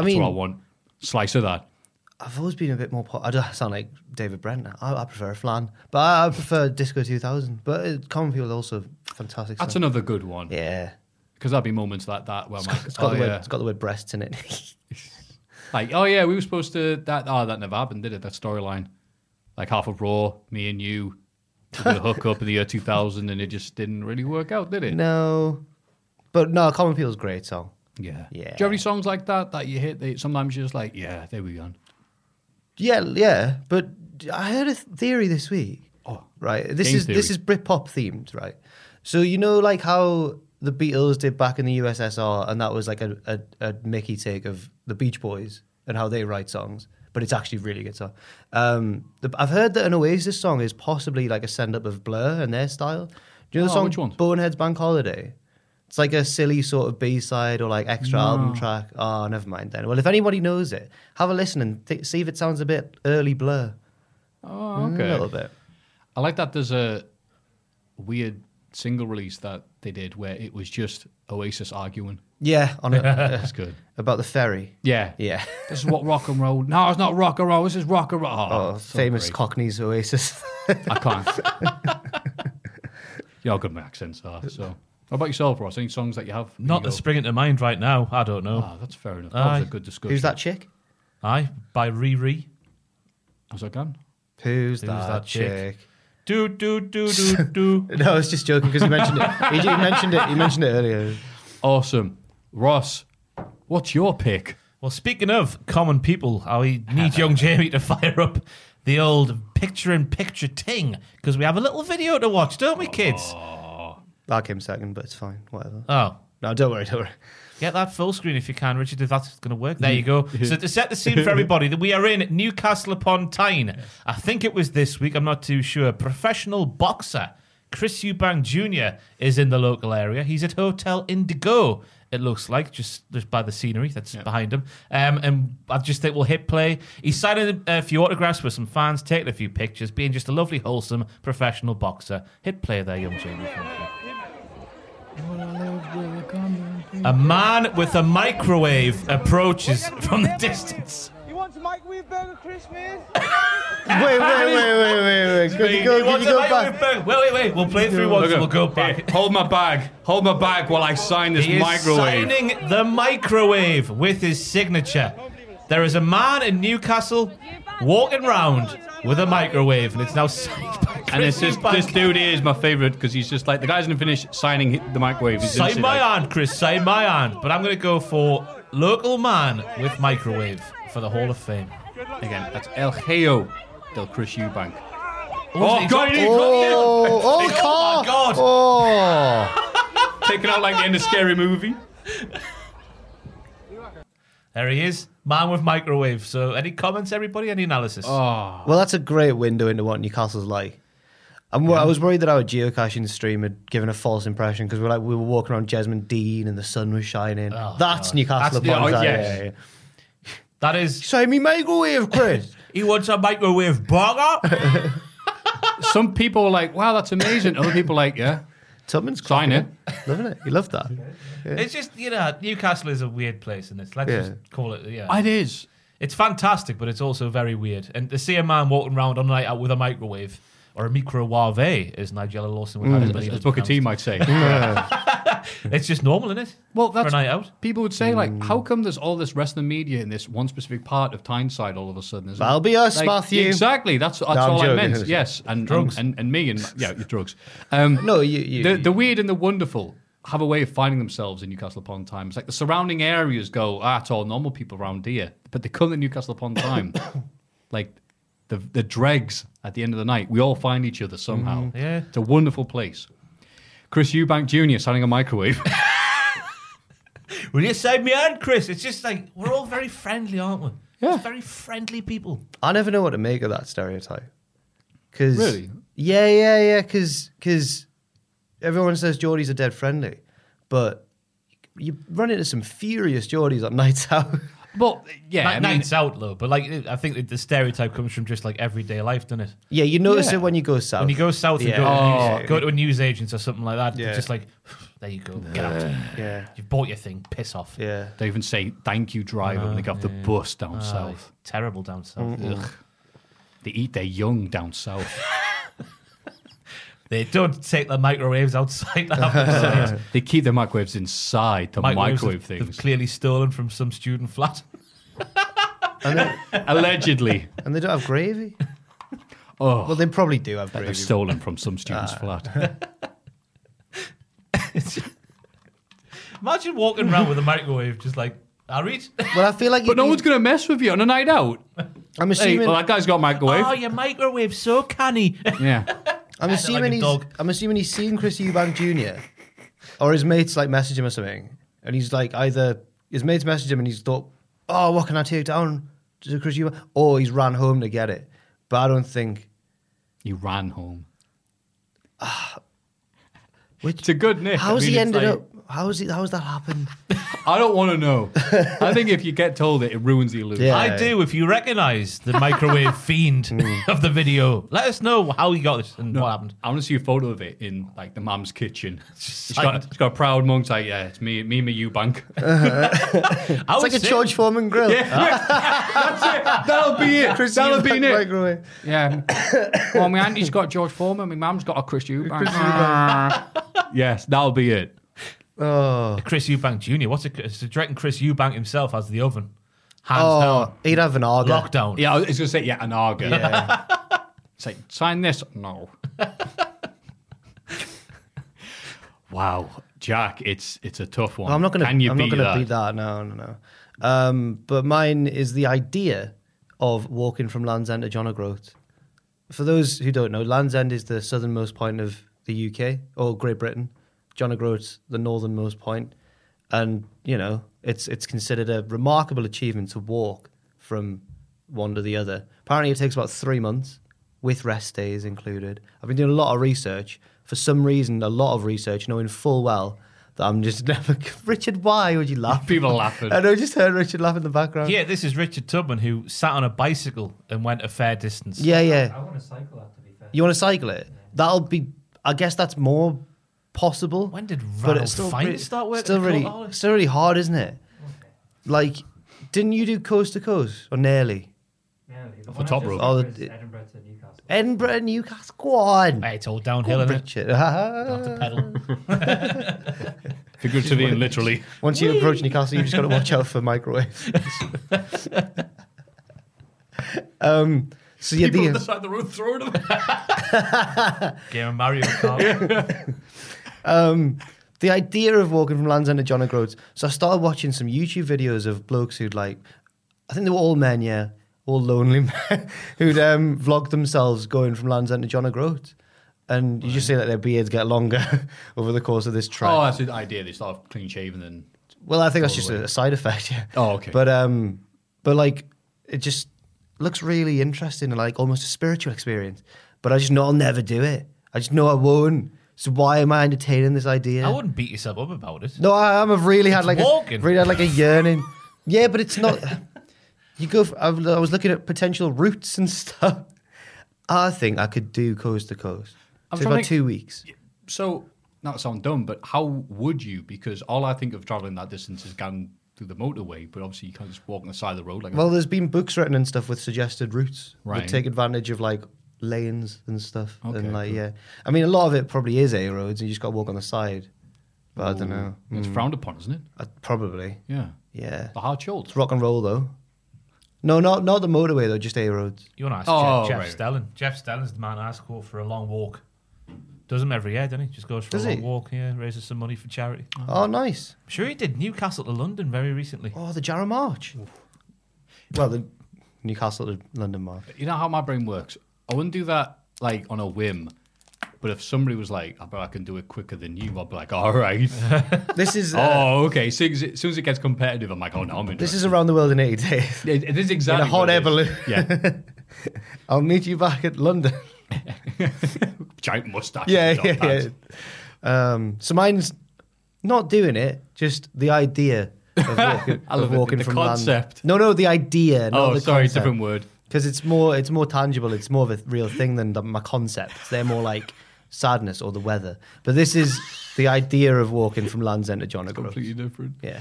[SPEAKER 4] that's
[SPEAKER 5] mean,
[SPEAKER 4] what I want. Slice of that.
[SPEAKER 5] I've always been a bit more. Po- I don't sound like David Brent now. I, I prefer a flan, but I, I prefer Disco 2000. But uh, Common People are also fantastic.
[SPEAKER 4] That's
[SPEAKER 5] song.
[SPEAKER 4] another good one.
[SPEAKER 5] yeah.
[SPEAKER 4] Because there'll be moments like that where I'm like,
[SPEAKER 5] It's got
[SPEAKER 4] oh,
[SPEAKER 5] the word.
[SPEAKER 4] yeah.
[SPEAKER 5] It's got the word breasts in it.
[SPEAKER 4] like, oh, yeah, we were supposed to. That, oh, that never happened, did it? That storyline. Like half of Raw, me and you, we were hook up in the year 2000, and it just didn't really work out, did it?
[SPEAKER 5] no, but no, Common People's great song.
[SPEAKER 4] Yeah. Do
[SPEAKER 5] Yeah.
[SPEAKER 4] you have any songs like that that you hit? That sometimes you're just like, yeah, there we
[SPEAKER 5] Mm,
[SPEAKER 4] go.
[SPEAKER 5] Yeah, yeah. But I heard a th- theory this week.
[SPEAKER 4] Oh.
[SPEAKER 5] right. This
[SPEAKER 4] Game
[SPEAKER 5] is this
[SPEAKER 4] theory.
[SPEAKER 5] is Britpop themed, right? So you know, like how the Beatles did back in the USSR, and that was like a a, a Mickey take of the Beach Boys and how they write songs. But it's actually really good song. Um, the, I've heard that an Oasis song is possibly like a send up of Blur and their style. Do you know the
[SPEAKER 4] Oh,
[SPEAKER 5] song
[SPEAKER 4] which ones?
[SPEAKER 5] Bonehead's Bank Holiday? It's like a silly sort of B side or like extra
[SPEAKER 4] Ah.
[SPEAKER 5] album track. Oh, never mind then. Well, if anybody knows it, have a listen and th- see if it sounds a bit early Blur.
[SPEAKER 4] Oh, okay.
[SPEAKER 5] A little bit.
[SPEAKER 4] I like that there's a weird single release that they did where it was just Oasis arguing.
[SPEAKER 5] Yeah, on a, uh,
[SPEAKER 4] That's good.
[SPEAKER 5] about the ferry.
[SPEAKER 4] Yeah.
[SPEAKER 5] Yeah.
[SPEAKER 4] This is what rock and roll. No, it's not rock and roll. This is rock and roll. Oh,
[SPEAKER 5] Oh,
[SPEAKER 4] so
[SPEAKER 5] famous
[SPEAKER 4] great.
[SPEAKER 5] Cockneys Oasis.
[SPEAKER 4] I can't. yeah, I've got my accents are. So, how about yourself, Ross? Any songs that you have?
[SPEAKER 6] Not
[SPEAKER 4] the
[SPEAKER 6] that's springing to mind right now. I don't know.
[SPEAKER 4] Ah, that's fair enough. That
[SPEAKER 6] Aye.
[SPEAKER 4] was a good discussion.
[SPEAKER 5] Who's that chick?
[SPEAKER 6] Aye, by Riri.
[SPEAKER 4] Was that gone?
[SPEAKER 5] Who's, that,
[SPEAKER 6] that
[SPEAKER 5] chick?
[SPEAKER 6] chick? Do do do do do.
[SPEAKER 5] No, I was just joking because you mentioned it. He, he mentioned it. He mentioned it earlier.
[SPEAKER 4] Awesome, Ross. What's your pick?
[SPEAKER 6] Well, speaking of common people, I need young Jamie to fire up the old picture-in-picture ting because we have a little video to watch, don't we, kids?
[SPEAKER 5] That came second, but it's fine. Whatever.
[SPEAKER 6] Oh,
[SPEAKER 5] No, don't worry. Don't worry.
[SPEAKER 6] Get that full screen if you can, Richard, if that's going to work. There you go. So, to set the scene for everybody, that we are in Newcastle upon Tyne. I think it was this week, I'm not too sure. Professional boxer Chris Eubank Jr. is in the local area. He's at Hotel Indigo, it looks like, just, just by the scenery that's behind him. Um, and I just think we'll hit play. He signed a few autographs with some fans, taking a few pictures, being just a lovely, wholesome professional boxer. Hit play there, young Jamie. Thank you. A man with a microwave approaches from the distance.
[SPEAKER 7] You want to microwave burger, Chris, man?
[SPEAKER 5] Wait, wait, wait, wait, wait, wait. Could you
[SPEAKER 6] He
[SPEAKER 5] go, could
[SPEAKER 6] wants
[SPEAKER 5] you
[SPEAKER 6] a
[SPEAKER 5] go
[SPEAKER 6] microwave
[SPEAKER 5] back?
[SPEAKER 6] burger. Wait, wait, wait. We'll play through once and we'll go back.
[SPEAKER 4] Hold my bag. Hold my bag while I sign this
[SPEAKER 6] He is
[SPEAKER 4] microwave.
[SPEAKER 6] signing the microwave with his signature. There is a man in Newcastle walking round with a microwave, and it's now signed by
[SPEAKER 4] and it's
[SPEAKER 6] Chris
[SPEAKER 4] just,
[SPEAKER 6] Eubank.
[SPEAKER 4] this dude here is my favorite because he's just like the guy hasn't finished signing the microwave. He's
[SPEAKER 6] Sign
[SPEAKER 4] instantly
[SPEAKER 6] my
[SPEAKER 4] like,
[SPEAKER 6] hand, Chris. Sign my hand. But I'm going to go for local man with microwave for the Hall of Fame.
[SPEAKER 4] Again, that's El Geo del Chris Eubank.
[SPEAKER 6] Oh,
[SPEAKER 4] God, he dropped it!
[SPEAKER 5] Oh, oh,
[SPEAKER 6] Oh,
[SPEAKER 5] car.
[SPEAKER 6] my God.
[SPEAKER 5] Oh,
[SPEAKER 4] Taken out like the end of Scary Movie.
[SPEAKER 6] There he is, man with microwave. So, any comments, everybody? Any analysis?
[SPEAKER 5] well, that's a great window into what Newcastle's like. I'm, wor- I was worried that our geocaching stream had given a false impression because we're like we were walking around Jesmond Dean and the sun was shining. that's Newcastle
[SPEAKER 6] That's the-
[SPEAKER 5] upon
[SPEAKER 4] oh,
[SPEAKER 5] Tyne,
[SPEAKER 4] yes.
[SPEAKER 5] yeah, yeah.
[SPEAKER 6] That is,
[SPEAKER 5] Show me microwave, Chris.
[SPEAKER 6] he wants a microwave burger.
[SPEAKER 4] Some people were like, wow, that's amazing. Other people were like, yeah.
[SPEAKER 5] Tubman's
[SPEAKER 4] Sign
[SPEAKER 5] cracking Loving it. You love that.
[SPEAKER 6] it's just you know, Newcastle is a weird place, and it's let's
[SPEAKER 5] Yeah.
[SPEAKER 6] just call it. Yeah,
[SPEAKER 4] It is.
[SPEAKER 6] it's fantastic, but it's also very weird. And to see a man walking around on a night out with a microwave or a microwave, as Nigella Lawson would have it
[SPEAKER 4] As
[SPEAKER 6] believed
[SPEAKER 4] Booker T
[SPEAKER 6] pronounced.
[SPEAKER 4] might say.
[SPEAKER 6] It's just normal, isn't it?
[SPEAKER 4] Well,
[SPEAKER 6] for
[SPEAKER 4] that's
[SPEAKER 6] a night out.
[SPEAKER 4] people would say like, how come there's all this wrestling media in this one specific part of Tyneside all of a sudden? isn't it?
[SPEAKER 5] That'll be us,
[SPEAKER 4] Like,
[SPEAKER 5] Matthew.
[SPEAKER 4] Exactly. That's that's
[SPEAKER 5] No, I'm
[SPEAKER 4] all I
[SPEAKER 5] joking.
[SPEAKER 4] meant. Yes, and
[SPEAKER 6] Drugs.
[SPEAKER 4] and, and, and me and yeah, your drugs. Um,
[SPEAKER 5] No, you. you
[SPEAKER 4] the, the weird and the wonderful have a way of finding themselves in Newcastle upon Tyne. It's like the surrounding areas go, ah, it's all normal people around here, but they come to Newcastle upon Tyne, like the the dregs at the end of the night. We all find each other somehow.
[SPEAKER 6] Yeah.
[SPEAKER 4] it's a wonderful place. Chris Eubank Jr. signing a microwave.
[SPEAKER 6] Will you save me hand, Chris? It's just like we're all very friendly, aren't we?
[SPEAKER 4] Yeah.
[SPEAKER 6] It's very friendly people.
[SPEAKER 5] I never know what to make of that stereotype. Cause,
[SPEAKER 4] Really?
[SPEAKER 5] Yeah, yeah, yeah. Because everyone says Geordies are dead friendly, but you run into some furious Geordies on nights out.
[SPEAKER 4] well, yeah,
[SPEAKER 6] Night,
[SPEAKER 4] I mean,
[SPEAKER 6] nights out though, but like I think that the stereotype comes from just like everyday life, doesn't it?
[SPEAKER 5] yeah, you notice
[SPEAKER 4] Yeah.
[SPEAKER 5] it when you go south.
[SPEAKER 6] When you go south and
[SPEAKER 5] Yeah.
[SPEAKER 6] go, to a
[SPEAKER 5] Oh.
[SPEAKER 6] news, go to a news agent or something like that,
[SPEAKER 5] Yeah.
[SPEAKER 6] it's just like, there you go, get out.
[SPEAKER 5] Yeah,
[SPEAKER 6] You bought your thing, piss off.
[SPEAKER 5] yeah.
[SPEAKER 4] They even say "thank you, driver" when they get off the bus down
[SPEAKER 6] Oh,
[SPEAKER 4] south.
[SPEAKER 6] terrible down south. Ugh.
[SPEAKER 4] They eat their young down south.
[SPEAKER 6] They don't take the microwaves outside. That happens.
[SPEAKER 4] they keep their microwaves inside the
[SPEAKER 6] Microwaves
[SPEAKER 4] microwave
[SPEAKER 6] they've- They've
[SPEAKER 4] things,
[SPEAKER 6] clearly stolen from some student flat.
[SPEAKER 4] allegedly.
[SPEAKER 5] And they don't have gravy.
[SPEAKER 4] Oh.
[SPEAKER 5] well, they probably do have gravy.
[SPEAKER 4] They've Uh. stolen from some student's flat.
[SPEAKER 6] Imagine walking around with a microwave, just like I read.
[SPEAKER 5] Well, I feel like
[SPEAKER 4] But
[SPEAKER 5] if
[SPEAKER 4] no
[SPEAKER 5] you-
[SPEAKER 4] one's going to mess with you on a night out.
[SPEAKER 5] I'm
[SPEAKER 4] Hey,
[SPEAKER 5] assuming.
[SPEAKER 4] well, that guy's got a microwave.
[SPEAKER 6] Oh, your microwave so canny.
[SPEAKER 4] yeah.
[SPEAKER 5] I'm assuming
[SPEAKER 6] like a
[SPEAKER 5] he's.
[SPEAKER 6] dog.
[SPEAKER 5] I'm assuming he's seen Chris Eubank Jr. or his mates like message him or something, and he's like either his mates message him and he's thought, oh, what can I take down to Chris Eubank, or he's ran home to get it. But I don't think.
[SPEAKER 4] He ran home.
[SPEAKER 5] Which
[SPEAKER 4] It's a good nick.
[SPEAKER 5] how's
[SPEAKER 4] I mean,
[SPEAKER 5] he
[SPEAKER 4] it's
[SPEAKER 5] ended
[SPEAKER 4] like-
[SPEAKER 5] up? How's he? How's that happened?
[SPEAKER 4] I don't want to know. I think if you get told it, it ruins the illusion.
[SPEAKER 5] Yeah.
[SPEAKER 6] I do. If you recognise the microwave fiend
[SPEAKER 5] Mm.
[SPEAKER 6] of the video, let us know how you got this and what happened.
[SPEAKER 4] I want to see a photo of it in like the mum's kitchen. It's
[SPEAKER 6] like-
[SPEAKER 4] got, it's got a proud monk's like, yeah, it's me, me, and my Eubank.
[SPEAKER 6] I
[SPEAKER 5] It's
[SPEAKER 6] would
[SPEAKER 5] like a
[SPEAKER 6] say-
[SPEAKER 5] George Foreman grill.
[SPEAKER 4] That's it. That'll be it.
[SPEAKER 5] Chris
[SPEAKER 4] That'll be
[SPEAKER 5] Eubank
[SPEAKER 4] it.
[SPEAKER 5] microwave.
[SPEAKER 4] Yeah. Well, my auntie's got George Foreman. My mum's got a Chris Eubank. yes, that'll be it.
[SPEAKER 5] Oh,
[SPEAKER 6] Chris Eubank Jr. What's it? It's directing Chris Eubank himself as the oven. Hands
[SPEAKER 5] oh, he'd have an
[SPEAKER 6] down.
[SPEAKER 5] order.
[SPEAKER 6] Lockdown.
[SPEAKER 4] Yeah, I was gonna say yeah, an arga.
[SPEAKER 5] Yeah.
[SPEAKER 4] It's like sign this. No. wow, Jack, it's it's a tough one.
[SPEAKER 5] Well, I'm not going to.
[SPEAKER 4] Can you
[SPEAKER 5] I'm
[SPEAKER 4] beat
[SPEAKER 5] not going
[SPEAKER 4] that?
[SPEAKER 5] to beat that. No, no, no. Um, but mine is the idea of walking from Land's End to John O'Groat. For those who don't know, Land's End is the southernmost point of the UK or Great Britain. John O'Groat's the northernmost point, and you know it's it's considered a remarkable achievement to walk from one to the other. Apparently, it takes about three months with rest days included. I've been doing a lot of research. For some reason, a lot of research, knowing full well that I'm just never. Richard, why would you laugh?
[SPEAKER 4] People laughing.
[SPEAKER 5] I know, I just heard Richard laugh in the background.
[SPEAKER 6] Yeah, this is Richard Tubman who sat on a bicycle and went a fair distance.
[SPEAKER 5] yeah, yeah.
[SPEAKER 8] I want to cycle that, to be fair.
[SPEAKER 5] You want to cycle it? That'll be. I guess that's more possible.
[SPEAKER 6] When did
[SPEAKER 5] but
[SPEAKER 6] Ronald
[SPEAKER 5] it's still
[SPEAKER 6] Fine
[SPEAKER 5] re-
[SPEAKER 6] start working?
[SPEAKER 5] Still
[SPEAKER 6] at
[SPEAKER 5] really,
[SPEAKER 6] Colt House?
[SPEAKER 5] still really hard, isn't it? Like, didn't you do coast to coast or nearly?
[SPEAKER 8] Nearly. The
[SPEAKER 4] For
[SPEAKER 8] one I
[SPEAKER 4] top
[SPEAKER 8] just
[SPEAKER 4] rope.
[SPEAKER 5] Oh,
[SPEAKER 8] remember
[SPEAKER 5] the-
[SPEAKER 8] is Edinburgh to Newcastle.
[SPEAKER 5] Edinburgh, and Newcastle. Go on,
[SPEAKER 6] Hey, it's all
[SPEAKER 5] Go on,
[SPEAKER 6] downhill, isn't it?
[SPEAKER 5] Richard.
[SPEAKER 6] Pedal.
[SPEAKER 4] Figuratively and literally.
[SPEAKER 5] Once you approach Newcastle, you've just got to watch out for microwaves. um. So yeah,
[SPEAKER 4] People on the
[SPEAKER 5] the,
[SPEAKER 4] side of the road throwing them.
[SPEAKER 6] Game of Mario Kart.
[SPEAKER 5] um, the idea of walking from Land's End to John O'Groats. So I started watching some YouTube videos of blokes who'd like, I think they were all men, yeah, all lonely men, who'd um, vlog themselves going from Land's End to John O'Groats. And you just see that their beards get longer over the course of this trek.
[SPEAKER 4] Oh, that's the idea. They start off clean shaven and
[SPEAKER 5] Well, I think that's just a, a side effect. Yeah.
[SPEAKER 4] Oh, okay.
[SPEAKER 5] But um, but like it just looks really interesting, and like almost a spiritual experience. But I just know I'll never do it. I just know I won't. So why am I entertaining this idea?
[SPEAKER 6] I wouldn't beat yourself up about it.
[SPEAKER 5] No, I, I'm- I've really had
[SPEAKER 6] It's
[SPEAKER 5] like
[SPEAKER 6] walking.
[SPEAKER 5] a really had like a yearning. yeah, but it's not. You go. For, I was looking at potential routes and stuff. I think I could do coast to coast.
[SPEAKER 4] I'm
[SPEAKER 5] So
[SPEAKER 4] trying
[SPEAKER 5] about
[SPEAKER 4] to-
[SPEAKER 5] two weeks.
[SPEAKER 4] so not to sound dumb, but how would you? Because all I think of traveling that distance is going through the motorway, but obviously you can't just walk on the side of the road like
[SPEAKER 5] Well, there's been books written and stuff with suggested routes
[SPEAKER 4] Right.
[SPEAKER 5] that take advantage of like lanes and stuff.
[SPEAKER 4] Okay,
[SPEAKER 5] and like,
[SPEAKER 4] cool.
[SPEAKER 5] yeah, I mean, a lot of it probably is A roads, and you just got to walk on the side. But I don't know.
[SPEAKER 4] it's frowned upon, isn't it?
[SPEAKER 5] Uh, probably,
[SPEAKER 4] Yeah.
[SPEAKER 5] yeah.
[SPEAKER 4] The hard shoulder.
[SPEAKER 5] It's rock and roll though. No, not not the motorway though. Just A roads.
[SPEAKER 6] You want to ask
[SPEAKER 4] Oh,
[SPEAKER 6] Jeff, Jeff
[SPEAKER 4] right.
[SPEAKER 6] Stelling. Jeff Stelling's the man I ask for for a long walk. Does him every year, doesn't he? Just goes for
[SPEAKER 5] Does
[SPEAKER 6] a long
[SPEAKER 5] he?
[SPEAKER 6] walk, yeah, raises some money for charity. I'm
[SPEAKER 5] Oh, nice.
[SPEAKER 6] sure he did Newcastle to London very recently.
[SPEAKER 5] Oh, the Jarrow March. Well, the Newcastle to London March.
[SPEAKER 4] You know how my brain works. I wouldn't do that like on a whim. But if somebody was like, "Oh, I bet I can do it quicker than you, I'd be like, all right.
[SPEAKER 5] This is uh,
[SPEAKER 4] oh, okay. So, as soon as it gets competitive, I'm like, oh, no, I'm
[SPEAKER 5] this
[SPEAKER 4] interested.
[SPEAKER 5] is around the world in eighty days.
[SPEAKER 4] It, it is exactly.
[SPEAKER 5] hot
[SPEAKER 4] what it
[SPEAKER 5] air
[SPEAKER 4] is.
[SPEAKER 5] balloon.
[SPEAKER 4] Yeah.
[SPEAKER 5] I'll meet you back at London.
[SPEAKER 4] Giant mustache.
[SPEAKER 5] yeah,
[SPEAKER 4] and
[SPEAKER 5] yeah,
[SPEAKER 4] top
[SPEAKER 5] yeah.
[SPEAKER 4] hats.
[SPEAKER 5] Um, so mine's not doing it, just the idea of walking,
[SPEAKER 4] I love
[SPEAKER 5] of
[SPEAKER 4] it,
[SPEAKER 5] walking
[SPEAKER 4] the
[SPEAKER 5] from
[SPEAKER 4] concept.
[SPEAKER 5] Land. No, no, the idea. Not
[SPEAKER 4] Oh,
[SPEAKER 5] the
[SPEAKER 4] sorry,
[SPEAKER 5] concept.
[SPEAKER 4] different word.
[SPEAKER 5] Because it's more, it's more tangible. It's more of a real thing than the, my concepts. They're more like sadness or the weather. But this is the idea of walking from Land's End to John O'Groats.
[SPEAKER 4] Completely different.
[SPEAKER 5] Yeah.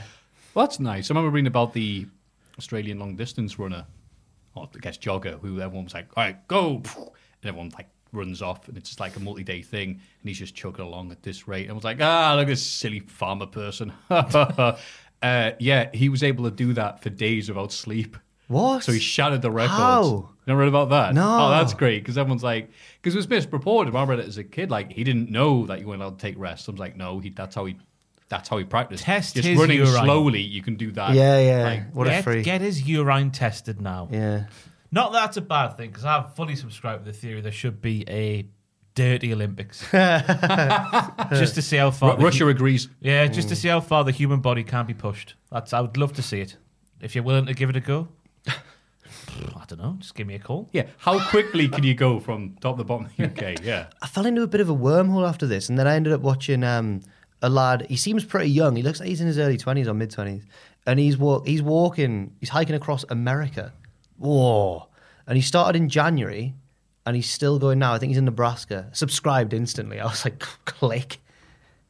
[SPEAKER 4] Well, that's nice. I remember reading about the Australian long distance runner, or I guess jogger, who everyone was like, all right, go. And everyone like runs off, and it's just like a multi day thing. And he's just chugging along at this rate. And I was like, ah, look at this silly farmer person. uh, yeah, he was able to do that for days without sleep.
[SPEAKER 5] What?
[SPEAKER 4] So he shattered the records.
[SPEAKER 5] How?
[SPEAKER 4] Never read about that.
[SPEAKER 5] No.
[SPEAKER 4] Oh, that's great because everyone's like, because it was misreported. When I read it as a kid, like he didn't know that you weren't allowed to take rest. I was like, no, he, that's how he That's how he practiced.
[SPEAKER 6] Test
[SPEAKER 4] Just
[SPEAKER 6] his
[SPEAKER 4] running
[SPEAKER 6] urine.
[SPEAKER 4] slowly, you can do that.
[SPEAKER 5] Yeah, yeah.
[SPEAKER 4] Like,
[SPEAKER 5] what
[SPEAKER 6] get,
[SPEAKER 5] a freak.
[SPEAKER 6] Get his urine tested now.
[SPEAKER 5] yeah.
[SPEAKER 6] Not that that's a bad thing, because I've fully subscribed to the theory there should be a dirty Olympics. just to see how far.
[SPEAKER 4] Ru-
[SPEAKER 6] the
[SPEAKER 4] Russia
[SPEAKER 6] hu-
[SPEAKER 4] agrees.
[SPEAKER 6] yeah, just to see how far the human body can be pushed. That's. I would love to see it. If you're willing to give it a go, I don't know. Just give me a call.
[SPEAKER 4] Yeah. How quickly can you go from top to bottom of the UK? Yeah.
[SPEAKER 5] I fell into a bit of a wormhole after this, and then I ended up watching um, a lad. He seems pretty young. He looks like he's in his early twenties or mid twenties, and he's walk he's walking, he's hiking across America. Whoa! And he started in January, and he's still going now. I think he's in Nebraska. Subscribed instantly. I was like, click.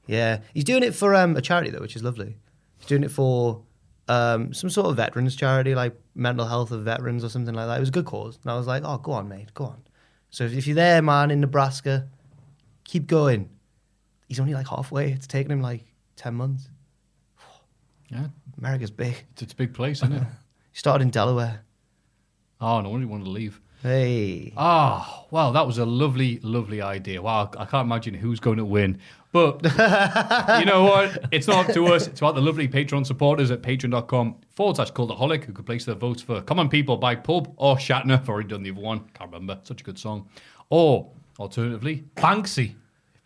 [SPEAKER 5] Yeah, he's doing it for um, a charity though, which is lovely. He's doing it for um, some sort of veterans charity, like mental health of veterans or something like that. It was a good cause, and I was like, "Oh, go on, mate, go on." So if, if you're there, man, in Nebraska, keep going. He's only like halfway. It's taken him like ten months.
[SPEAKER 4] Yeah.
[SPEAKER 5] America's big.
[SPEAKER 4] It's, it's a big place, isn't it?
[SPEAKER 5] He started in Delaware.
[SPEAKER 4] Oh, no wonder you wanted to leave.
[SPEAKER 5] Hey,
[SPEAKER 4] Ah, wow, that was a lovely, lovely idea. Wow, I can't imagine who's going to win. But you know what? It's not up to us. It's about the lovely Patreon supporters at patreon.com forward slash cultaholic who can place their votes for Common People by Pulp or Shatner. I've already done the other one. Can't remember. Such a good song. Or alternatively,
[SPEAKER 6] Banksy.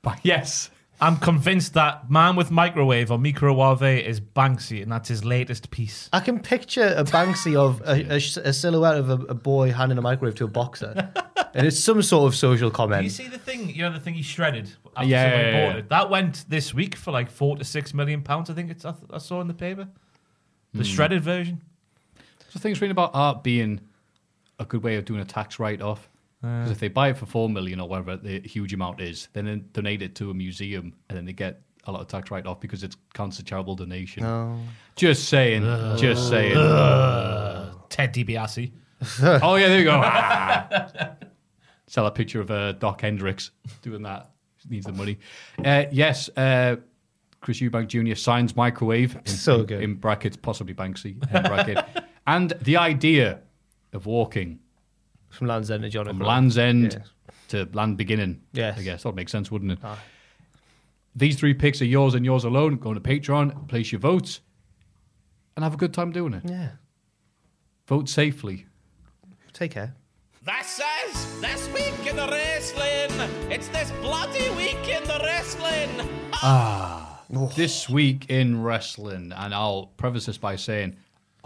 [SPEAKER 4] by, yes.
[SPEAKER 6] I'm convinced that Man with Microwave or Microwave is Banksy, and that's his latest piece.
[SPEAKER 5] I can picture a Banksy of a, a, a silhouette of a, a boy handing a microwave to a boxer, and it's some sort of social
[SPEAKER 6] You
[SPEAKER 5] comment.
[SPEAKER 6] see the thing, you know, the thing he shredded after
[SPEAKER 4] Yeah,
[SPEAKER 6] somebody
[SPEAKER 4] yeah,
[SPEAKER 6] bought
[SPEAKER 4] yeah.
[SPEAKER 6] it. That went this week for like four to six million pounds. I think it's I, th- I saw in the paper, the shredded version.
[SPEAKER 4] So things reading about art being a good way of doing a tax write off. Because
[SPEAKER 5] Uh.
[SPEAKER 4] if they buy it for four million or whatever the huge amount is, then they donate it to a museum and then they get a lot of tax write off because it counts as a charitable donation. Just saying. just saying.
[SPEAKER 6] Ted DiBiase.
[SPEAKER 4] Oh yeah, there you go. Ah. Sell a picture of uh, Doc Hendricks doing that. Needs the money. Uh, yes, uh, Chris Eubank Jr. signs microwave. In,
[SPEAKER 5] So good.
[SPEAKER 4] In brackets, possibly Banksy. In bracket. and the idea of walking
[SPEAKER 5] From Land's End to John
[SPEAKER 4] from
[SPEAKER 5] O'Brien.
[SPEAKER 4] land's end
[SPEAKER 5] Yes.
[SPEAKER 4] to land beginning.
[SPEAKER 5] Yes.
[SPEAKER 4] I guess that would make sense, wouldn't it? These three picks are yours and yours alone. Go to Patreon, place your votes, and have a good time doing it.
[SPEAKER 5] Yeah.
[SPEAKER 4] Vote safely.
[SPEAKER 5] Take care.
[SPEAKER 9] This is This Week in the Wrestling. It's this bloody week in the wrestling.
[SPEAKER 4] This week in wrestling, and I'll preface this by saying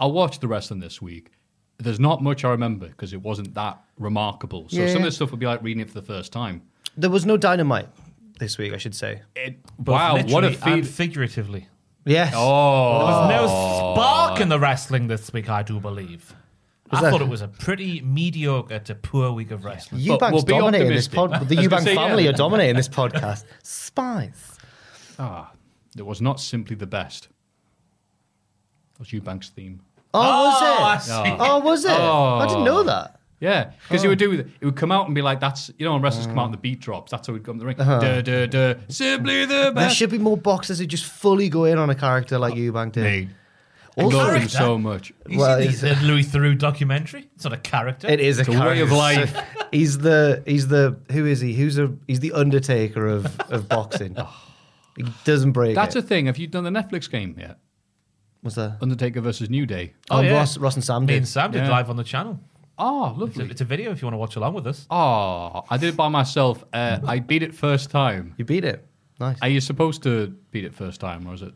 [SPEAKER 4] I watched the wrestling this week. There's not much I remember because it wasn't that remarkable. So
[SPEAKER 5] Yeah,
[SPEAKER 4] some
[SPEAKER 5] yeah.
[SPEAKER 4] of this stuff would be like reading it for the first time.
[SPEAKER 5] There was no dynamite this week, I should say.
[SPEAKER 4] It, wow, what a
[SPEAKER 6] Literally and
[SPEAKER 4] feed.
[SPEAKER 6] figuratively.
[SPEAKER 5] Yes.
[SPEAKER 4] oh,
[SPEAKER 6] There's no spark in the wrestling this week. I do believe. I
[SPEAKER 5] that-
[SPEAKER 6] thought it was a pretty mediocre to poor week of wrestling.
[SPEAKER 5] Eubank's
[SPEAKER 4] But we'll be
[SPEAKER 5] dominating this pod.
[SPEAKER 4] optimistic.
[SPEAKER 5] The
[SPEAKER 4] I was gonna
[SPEAKER 5] Eubank
[SPEAKER 4] say, yeah.
[SPEAKER 5] family are dominating this podcast. Spice.
[SPEAKER 4] it was not simply the best. That was Eubank's theme.
[SPEAKER 5] Oh,
[SPEAKER 6] I
[SPEAKER 5] was
[SPEAKER 6] see.
[SPEAKER 5] it? Oh, was it? I didn't know that.
[SPEAKER 4] Yeah, because he would
[SPEAKER 6] Oh.
[SPEAKER 4] do it would come out and be like, "That's you know, when wrestlers come out and the beat drops. That's how he'd come to the ring.
[SPEAKER 6] Uh-huh.
[SPEAKER 4] Duh, duh, duh. Simply the
[SPEAKER 5] There
[SPEAKER 4] best.
[SPEAKER 5] should be more boxers who just fully go in on a character like Eubank did.
[SPEAKER 4] Oh, Mate, I
[SPEAKER 5] Also-
[SPEAKER 4] love him so much.
[SPEAKER 6] You
[SPEAKER 5] Well,
[SPEAKER 6] see
[SPEAKER 5] it's-
[SPEAKER 6] the, the Louis Theroux documentary? It's not a character.
[SPEAKER 5] It is a,
[SPEAKER 4] a way
[SPEAKER 5] character.
[SPEAKER 4] of life.
[SPEAKER 5] So he's the he's the who is he? Who's a he's the Undertaker of of boxing. he doesn't break.
[SPEAKER 4] That's
[SPEAKER 5] it.
[SPEAKER 4] a thing. Have you done the Netflix game yet?
[SPEAKER 5] what's that?
[SPEAKER 4] Undertaker versus New Day.
[SPEAKER 5] Oh,
[SPEAKER 6] yeah.
[SPEAKER 5] Ross, Ross and Sam
[SPEAKER 6] Me
[SPEAKER 5] did.
[SPEAKER 6] and Sam did
[SPEAKER 4] Yeah.
[SPEAKER 6] live on the channel.
[SPEAKER 4] Oh,
[SPEAKER 6] It's a,
[SPEAKER 4] lovely.
[SPEAKER 6] it's a video if you want to watch along with us.
[SPEAKER 4] Oh, I did it by myself. Uh, I beat it first time.
[SPEAKER 5] You beat it. Nice.
[SPEAKER 4] Are you supposed to beat it first time, or is it?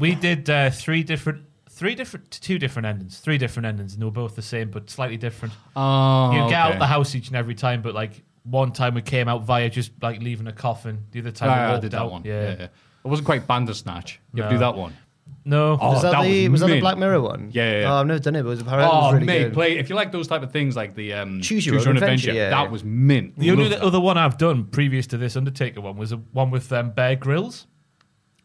[SPEAKER 6] we did uh, three different, three different, two different endings, three different endings, and they were both the same but slightly different.
[SPEAKER 4] Oh,
[SPEAKER 6] you get out
[SPEAKER 4] okay.
[SPEAKER 6] the house each and every time, but like one time we came out via just like leaving a coffin. The other time
[SPEAKER 4] Yeah,
[SPEAKER 6] we
[SPEAKER 4] yeah, I
[SPEAKER 6] walked
[SPEAKER 4] did that
[SPEAKER 6] out.
[SPEAKER 4] one.
[SPEAKER 6] Yeah.
[SPEAKER 4] Yeah. yeah. It wasn't quite Bandersnatch. You ever
[SPEAKER 6] No.
[SPEAKER 4] do that one?
[SPEAKER 6] No.
[SPEAKER 4] Oh,
[SPEAKER 5] was that,
[SPEAKER 4] that
[SPEAKER 5] the was,
[SPEAKER 4] was
[SPEAKER 5] that the
[SPEAKER 4] mint.
[SPEAKER 5] Black Mirror one?
[SPEAKER 4] Yeah, yeah, yeah.
[SPEAKER 5] Oh, I've never done it, but it was apparently it
[SPEAKER 4] Oh,
[SPEAKER 5] was really
[SPEAKER 4] mate,
[SPEAKER 5] good.
[SPEAKER 4] play if you like those type of things, like the um,
[SPEAKER 5] Choose Your Own Adventure, yeah,
[SPEAKER 4] that
[SPEAKER 5] yeah.
[SPEAKER 4] was mint.
[SPEAKER 6] the only
[SPEAKER 4] Loved that.
[SPEAKER 6] other one I've done previous to this Undertaker one was a, one with um, Bear Grylls.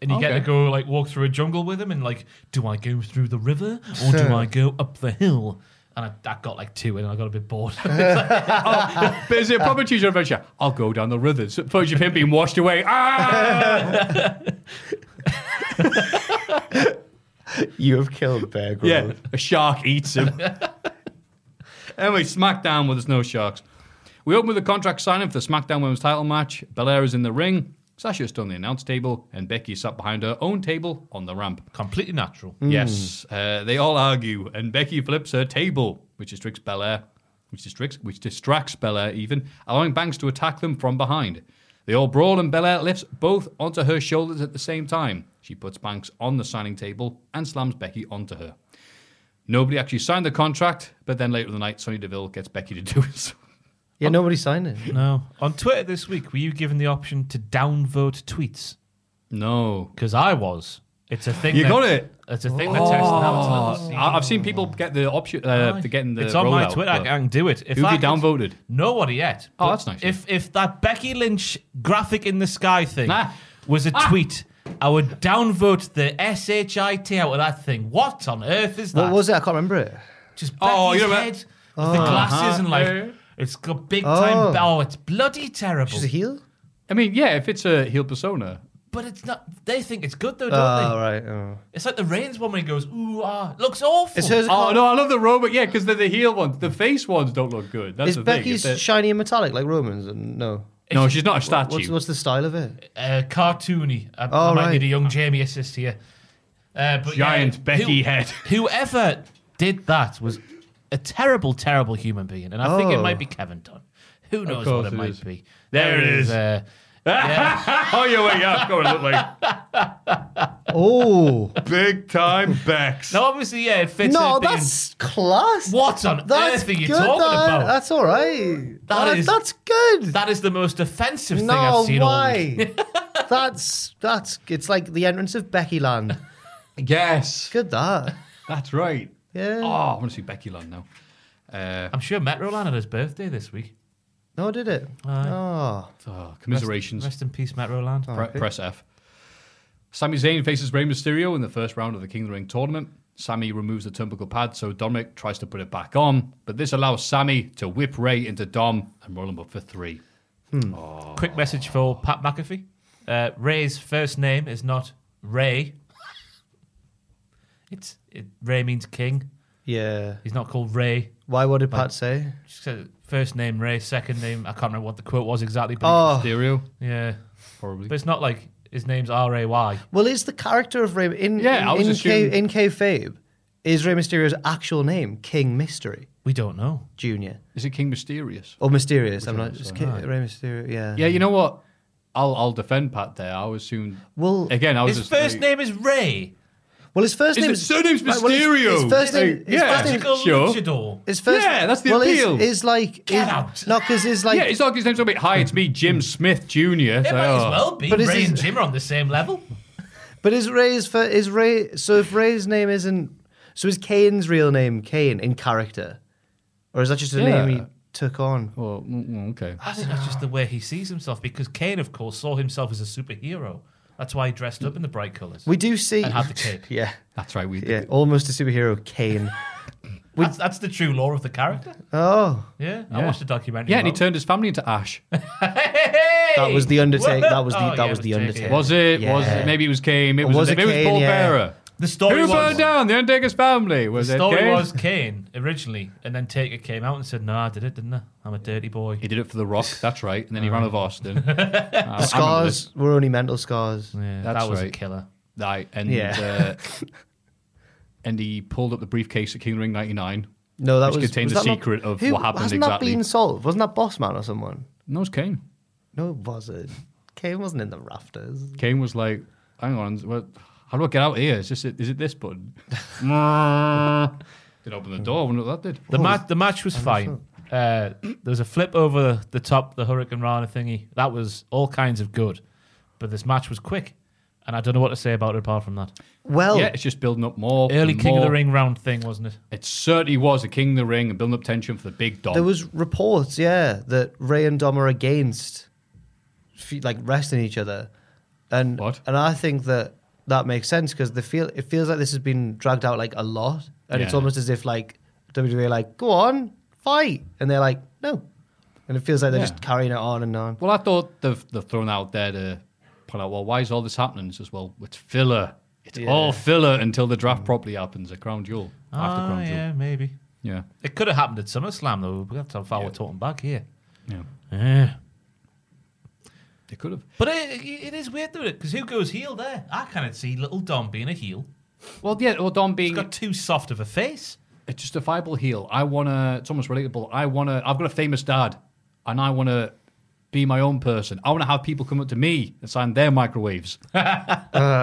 [SPEAKER 6] And you get
[SPEAKER 4] Okay.
[SPEAKER 6] to go like walk through a jungle with him and like, do I go through the river or do I go up the hill? And I, I got like two and I got a bit bored.
[SPEAKER 4] But is it a proper choose your own adventure? I'll go down the rivers. Footage of him being washed away. Ah!
[SPEAKER 5] You have killed Bear
[SPEAKER 4] yeah,
[SPEAKER 5] Grylls.
[SPEAKER 4] a shark eats him. anyway, SmackDown with there's no sharks. We open with a contract signing for the SmackDown Women's Title match. Belair is in the ring. Sasha stood on the announce table, and Becky sat behind her own table on the ramp.
[SPEAKER 6] Completely natural.
[SPEAKER 4] Yes, uh, they all argue, and Becky flips her table, which distracts Belair, which distracts, which distracts Belair even, allowing Banks to attack them from behind. They all brawl, and Belair lifts both onto her shoulders at the same time. She puts Banks on the signing table and slams Becky onto her. Nobody actually signed the contract, but then later in the night, Sonny Deville gets Becky to do it. So
[SPEAKER 5] Yeah, nobody signed it.
[SPEAKER 6] No. On Twitter this week, were you given the option to downvote tweets?
[SPEAKER 4] no,
[SPEAKER 6] Because I was. It's a thing.
[SPEAKER 4] You
[SPEAKER 6] that-
[SPEAKER 4] got it.
[SPEAKER 6] It's a thing that tests now.
[SPEAKER 4] Oh. I- I've seen people get the option uh, for getting the.
[SPEAKER 6] Oh. it's on my
[SPEAKER 4] rollout,
[SPEAKER 6] Twitter. I
[SPEAKER 4] but
[SPEAKER 6] can do it. If
[SPEAKER 4] Who
[SPEAKER 6] I
[SPEAKER 4] have you
[SPEAKER 6] could-
[SPEAKER 4] downvoted?
[SPEAKER 6] Nobody yet.
[SPEAKER 4] Oh,
[SPEAKER 6] But
[SPEAKER 4] that's nice,
[SPEAKER 6] If if that Becky Lynch graphic in the sky thing
[SPEAKER 4] Ah.
[SPEAKER 6] was a tweet, I would downvote the shit out of that thing. What on earth is that?
[SPEAKER 5] What was it? I can't remember it.
[SPEAKER 6] Just
[SPEAKER 4] Oh,
[SPEAKER 6] Becky's
[SPEAKER 4] you know what?
[SPEAKER 6] head with the
[SPEAKER 4] Uh-huh.
[SPEAKER 6] glasses and
[SPEAKER 4] Yeah.
[SPEAKER 6] like it's got big time. Oh, it's bloody terrible.
[SPEAKER 5] She's a heel.
[SPEAKER 4] I mean, yeah, if it's a heel persona,
[SPEAKER 6] But it's not. They think it's good though, don't
[SPEAKER 5] Oh,
[SPEAKER 6] they?
[SPEAKER 5] right. Oh.
[SPEAKER 6] It's like the Reigns one when he goes, "Ooh, ah, looks awful."
[SPEAKER 5] It's hers-
[SPEAKER 4] Oh no, I love the Roman. Yeah, because they're the heel ones. The face ones don't look good. That's
[SPEAKER 5] Is
[SPEAKER 4] the
[SPEAKER 5] Becky's
[SPEAKER 4] thing. If they're-
[SPEAKER 5] shiny and metallic like Roman's? And no.
[SPEAKER 4] No, she's not a statue.
[SPEAKER 5] What's, what's the style of it?
[SPEAKER 6] uh, cartoony. I, I
[SPEAKER 5] Oh,
[SPEAKER 6] might
[SPEAKER 5] right.
[SPEAKER 6] need a young Jamie assist here. Uh, but
[SPEAKER 4] Giant
[SPEAKER 6] yeah,
[SPEAKER 4] Becky
[SPEAKER 6] who-
[SPEAKER 4] head.
[SPEAKER 6] Whoever did that was a terrible, terrible human being, and I think it
[SPEAKER 5] Oh.
[SPEAKER 6] might be Kevin Dunn. Who knows what
[SPEAKER 4] course
[SPEAKER 6] it,
[SPEAKER 4] it
[SPEAKER 6] might
[SPEAKER 4] is.
[SPEAKER 6] be?
[SPEAKER 4] There it is.
[SPEAKER 6] Uh,
[SPEAKER 4] oh yeah, wait, yeah, it's going to look like
[SPEAKER 5] Oh,
[SPEAKER 4] big time Bex.
[SPEAKER 6] now, obviously, yeah, it fits.
[SPEAKER 5] no,
[SPEAKER 6] it being-
[SPEAKER 5] that's class.
[SPEAKER 6] what on
[SPEAKER 5] That's
[SPEAKER 6] earth are
[SPEAKER 5] good.
[SPEAKER 6] you talking
[SPEAKER 5] that-
[SPEAKER 6] about?
[SPEAKER 5] That's all right.
[SPEAKER 6] That
[SPEAKER 5] That-
[SPEAKER 6] is-
[SPEAKER 5] that's good.
[SPEAKER 6] That is the most offensive thing
[SPEAKER 5] no,
[SPEAKER 6] I've seen all week.
[SPEAKER 5] why? that's that's. It's like the entrance of Becky Land.
[SPEAKER 4] Yes,
[SPEAKER 5] Good Uh, that.
[SPEAKER 4] that's right.
[SPEAKER 5] Yeah.
[SPEAKER 4] Oh, I want to see Becky Lund now. Uh,
[SPEAKER 6] I'm sure Metro Land had his birthday this week.
[SPEAKER 5] No, did it? Oh,
[SPEAKER 4] oh,
[SPEAKER 6] Rest-
[SPEAKER 4] commiserations.
[SPEAKER 6] Rest, in peace, Metro Land.
[SPEAKER 4] Pre- Press F. Sami Zayn faces Rey Mysterio in the first round of the King of the Ring tournament. Sammy removes the turnbuckle pad, so Dominic tries to put it back on, but this allows Sammy to whip Ray into Dom and roll him up for three.
[SPEAKER 6] Quick message for Pat McAfee. Uh, Ray's first name is not Ray. it's it, Ray means king.
[SPEAKER 5] yeah.
[SPEAKER 6] He's not called Ray.
[SPEAKER 5] Why? What did Pat say?
[SPEAKER 6] She said first name Ray, second name I can't remember what the quote was exactly. But
[SPEAKER 5] Oh,
[SPEAKER 4] Mysterio,
[SPEAKER 6] yeah,
[SPEAKER 4] probably.
[SPEAKER 6] but it's not like his name's R A Y.
[SPEAKER 5] well, is the character of Ray in
[SPEAKER 4] Yeah, I
[SPEAKER 5] in,
[SPEAKER 4] was
[SPEAKER 5] in, K,
[SPEAKER 4] assuming-
[SPEAKER 5] in kayfabe is Ray Mysterio's actual name King Mystery
[SPEAKER 6] We don't know.
[SPEAKER 5] Junior
[SPEAKER 4] Is it King Mysterious?
[SPEAKER 5] or Mysterious? I'm not just kidding. Ray Mysterio. Yeah.
[SPEAKER 4] Yeah, you know what? I'll I'll defend Pat there. I was soon.
[SPEAKER 5] Well,
[SPEAKER 4] again, I was
[SPEAKER 6] His
[SPEAKER 4] just
[SPEAKER 6] first
[SPEAKER 4] like-
[SPEAKER 6] name is Ray.
[SPEAKER 5] Well, his first
[SPEAKER 4] Is
[SPEAKER 5] name
[SPEAKER 4] it- surname's
[SPEAKER 5] Right, well, his-
[SPEAKER 4] Mysterio.
[SPEAKER 5] His first name.
[SPEAKER 4] Like,
[SPEAKER 5] his
[SPEAKER 4] yeah.
[SPEAKER 5] first name-
[SPEAKER 6] Magical
[SPEAKER 4] sure.
[SPEAKER 6] luchador.
[SPEAKER 5] His first
[SPEAKER 4] Yeah, that's the
[SPEAKER 5] well,
[SPEAKER 4] appeal.
[SPEAKER 5] Is, like
[SPEAKER 6] Get
[SPEAKER 5] is,
[SPEAKER 6] out.
[SPEAKER 5] No, because it's like
[SPEAKER 4] yeah, it's not his name's gonna be. Hi, it's me, Jim Smith oh, Jr. It
[SPEAKER 6] It might as well be.
[SPEAKER 5] But is
[SPEAKER 6] Ray
[SPEAKER 5] his-
[SPEAKER 6] and Jim are on the same level.
[SPEAKER 5] But is Ray's for is Ray? So if Ray's name isn't, so is Kane's real name Kane in character, or is that just a
[SPEAKER 4] Yeah.
[SPEAKER 5] name he took on?
[SPEAKER 4] Well, mm, mm, okay.
[SPEAKER 6] I think that's just the way he sees himself because Kane, of course, saw himself as a superhero. That's why he dressed up in the bright colours.
[SPEAKER 5] We do see.
[SPEAKER 6] And have the cape.
[SPEAKER 5] yeah,
[SPEAKER 4] That's right. We
[SPEAKER 5] yeah, almost a superhero Kane.
[SPEAKER 6] that's, that's the true lore of the character.
[SPEAKER 5] Oh,
[SPEAKER 6] Yeah, I
[SPEAKER 4] Yeah.
[SPEAKER 6] watched a documentary.
[SPEAKER 4] Yeah, and he
[SPEAKER 6] about it.
[SPEAKER 4] turned his family into Ash.
[SPEAKER 6] Hey!
[SPEAKER 5] that was the Undertaker.
[SPEAKER 6] Whoa!
[SPEAKER 5] That was the
[SPEAKER 6] Oh,
[SPEAKER 5] that
[SPEAKER 6] yeah,
[SPEAKER 5] was
[SPEAKER 6] it
[SPEAKER 5] the
[SPEAKER 6] was
[SPEAKER 5] Undertaker.
[SPEAKER 6] JK.
[SPEAKER 4] Was it? Was
[SPEAKER 5] Yeah.
[SPEAKER 4] it? Maybe it was Kane. It was.
[SPEAKER 5] was it
[SPEAKER 4] maybe it was
[SPEAKER 5] Kane,
[SPEAKER 4] Paul
[SPEAKER 5] yeah.
[SPEAKER 4] Bearer.
[SPEAKER 6] The story
[SPEAKER 4] Who
[SPEAKER 6] was
[SPEAKER 4] burned down the Undertaker's family? Was
[SPEAKER 6] the
[SPEAKER 4] it
[SPEAKER 6] story
[SPEAKER 4] Kane?
[SPEAKER 6] was Kane originally, and then Taker came out and said, "No, I did it, didn't I? I'm a dirty boy."
[SPEAKER 4] He did it for The Rock. That's right. And then he ran
[SPEAKER 6] Uh-huh.
[SPEAKER 4] off Austin. Uh, I remember this.
[SPEAKER 5] Scars were only mental scars.
[SPEAKER 6] Yeah,
[SPEAKER 4] That's
[SPEAKER 6] that was a
[SPEAKER 4] right.
[SPEAKER 6] killer.
[SPEAKER 4] Right, and
[SPEAKER 5] Yeah.
[SPEAKER 4] uh, and he pulled up the briefcase at King of the Ring '99.
[SPEAKER 5] No, that
[SPEAKER 4] Which
[SPEAKER 5] was
[SPEAKER 4] contained
[SPEAKER 5] was
[SPEAKER 4] the
[SPEAKER 5] that not-
[SPEAKER 4] secret of
[SPEAKER 5] who-
[SPEAKER 4] what happened
[SPEAKER 5] Hasn't
[SPEAKER 4] exactly.
[SPEAKER 5] that been solved? Wasn't that Boss Man or someone?
[SPEAKER 4] And that was Kane.
[SPEAKER 5] No, it wasn't. Kane wasn't in the rafters.
[SPEAKER 4] Kane was like, "Hang on, what, how do I get out here? Is this it, is it this button?" did open the door. I wonder what that did.
[SPEAKER 6] The match, the match was fine. Uh, there was a flip over the top, the Hurricane Rana thingy. That was all kinds of good, but this match was quick, and I don't know what to say about it apart from that.
[SPEAKER 5] Well,
[SPEAKER 4] Yeah, it's just building up more.
[SPEAKER 6] Early
[SPEAKER 4] and
[SPEAKER 6] King of the
[SPEAKER 4] more.
[SPEAKER 6] Ring round thing, wasn't it?
[SPEAKER 4] It certainly was a King of the Ring and building up tension for the big dog.
[SPEAKER 5] There was reports, yeah, that Ray and Dom are against, fe- like resting each other, and
[SPEAKER 4] What?
[SPEAKER 5] and I think that that makes sense because the feel it feels like this has been dragged out like a lot, and it's
[SPEAKER 4] Yeah.
[SPEAKER 5] almost as if like WWE are like go on fight, and they're like no, and it feels like they're
[SPEAKER 4] Yeah.
[SPEAKER 5] just carrying it on and on.
[SPEAKER 4] Well, I thought they've, they've thrown out there to point out, well, why is all this happening? It's just, well, it's filler. It's all filler until the draft properly happens at Crown Jewel. After
[SPEAKER 6] Ah,
[SPEAKER 4] Crown
[SPEAKER 6] yeah,
[SPEAKER 4] Jewel.
[SPEAKER 6] maybe.
[SPEAKER 4] Yeah.
[SPEAKER 6] It could have happened at SummerSlam though. We have to have our talking back here.
[SPEAKER 4] Yeah.
[SPEAKER 6] Yeah.
[SPEAKER 4] They could have.
[SPEAKER 6] But it, it is weird though, because who goes heel there? I can't see little Dom being a heel.
[SPEAKER 4] Well, yeah, or Dom
[SPEAKER 6] He's
[SPEAKER 4] being
[SPEAKER 6] got too soft of a face.
[SPEAKER 4] a justifiable heel. I want to, it's almost relatable. I want to, I've got a famous dad and I want to be my own person. I want to have people come up to me and sign their microwaves.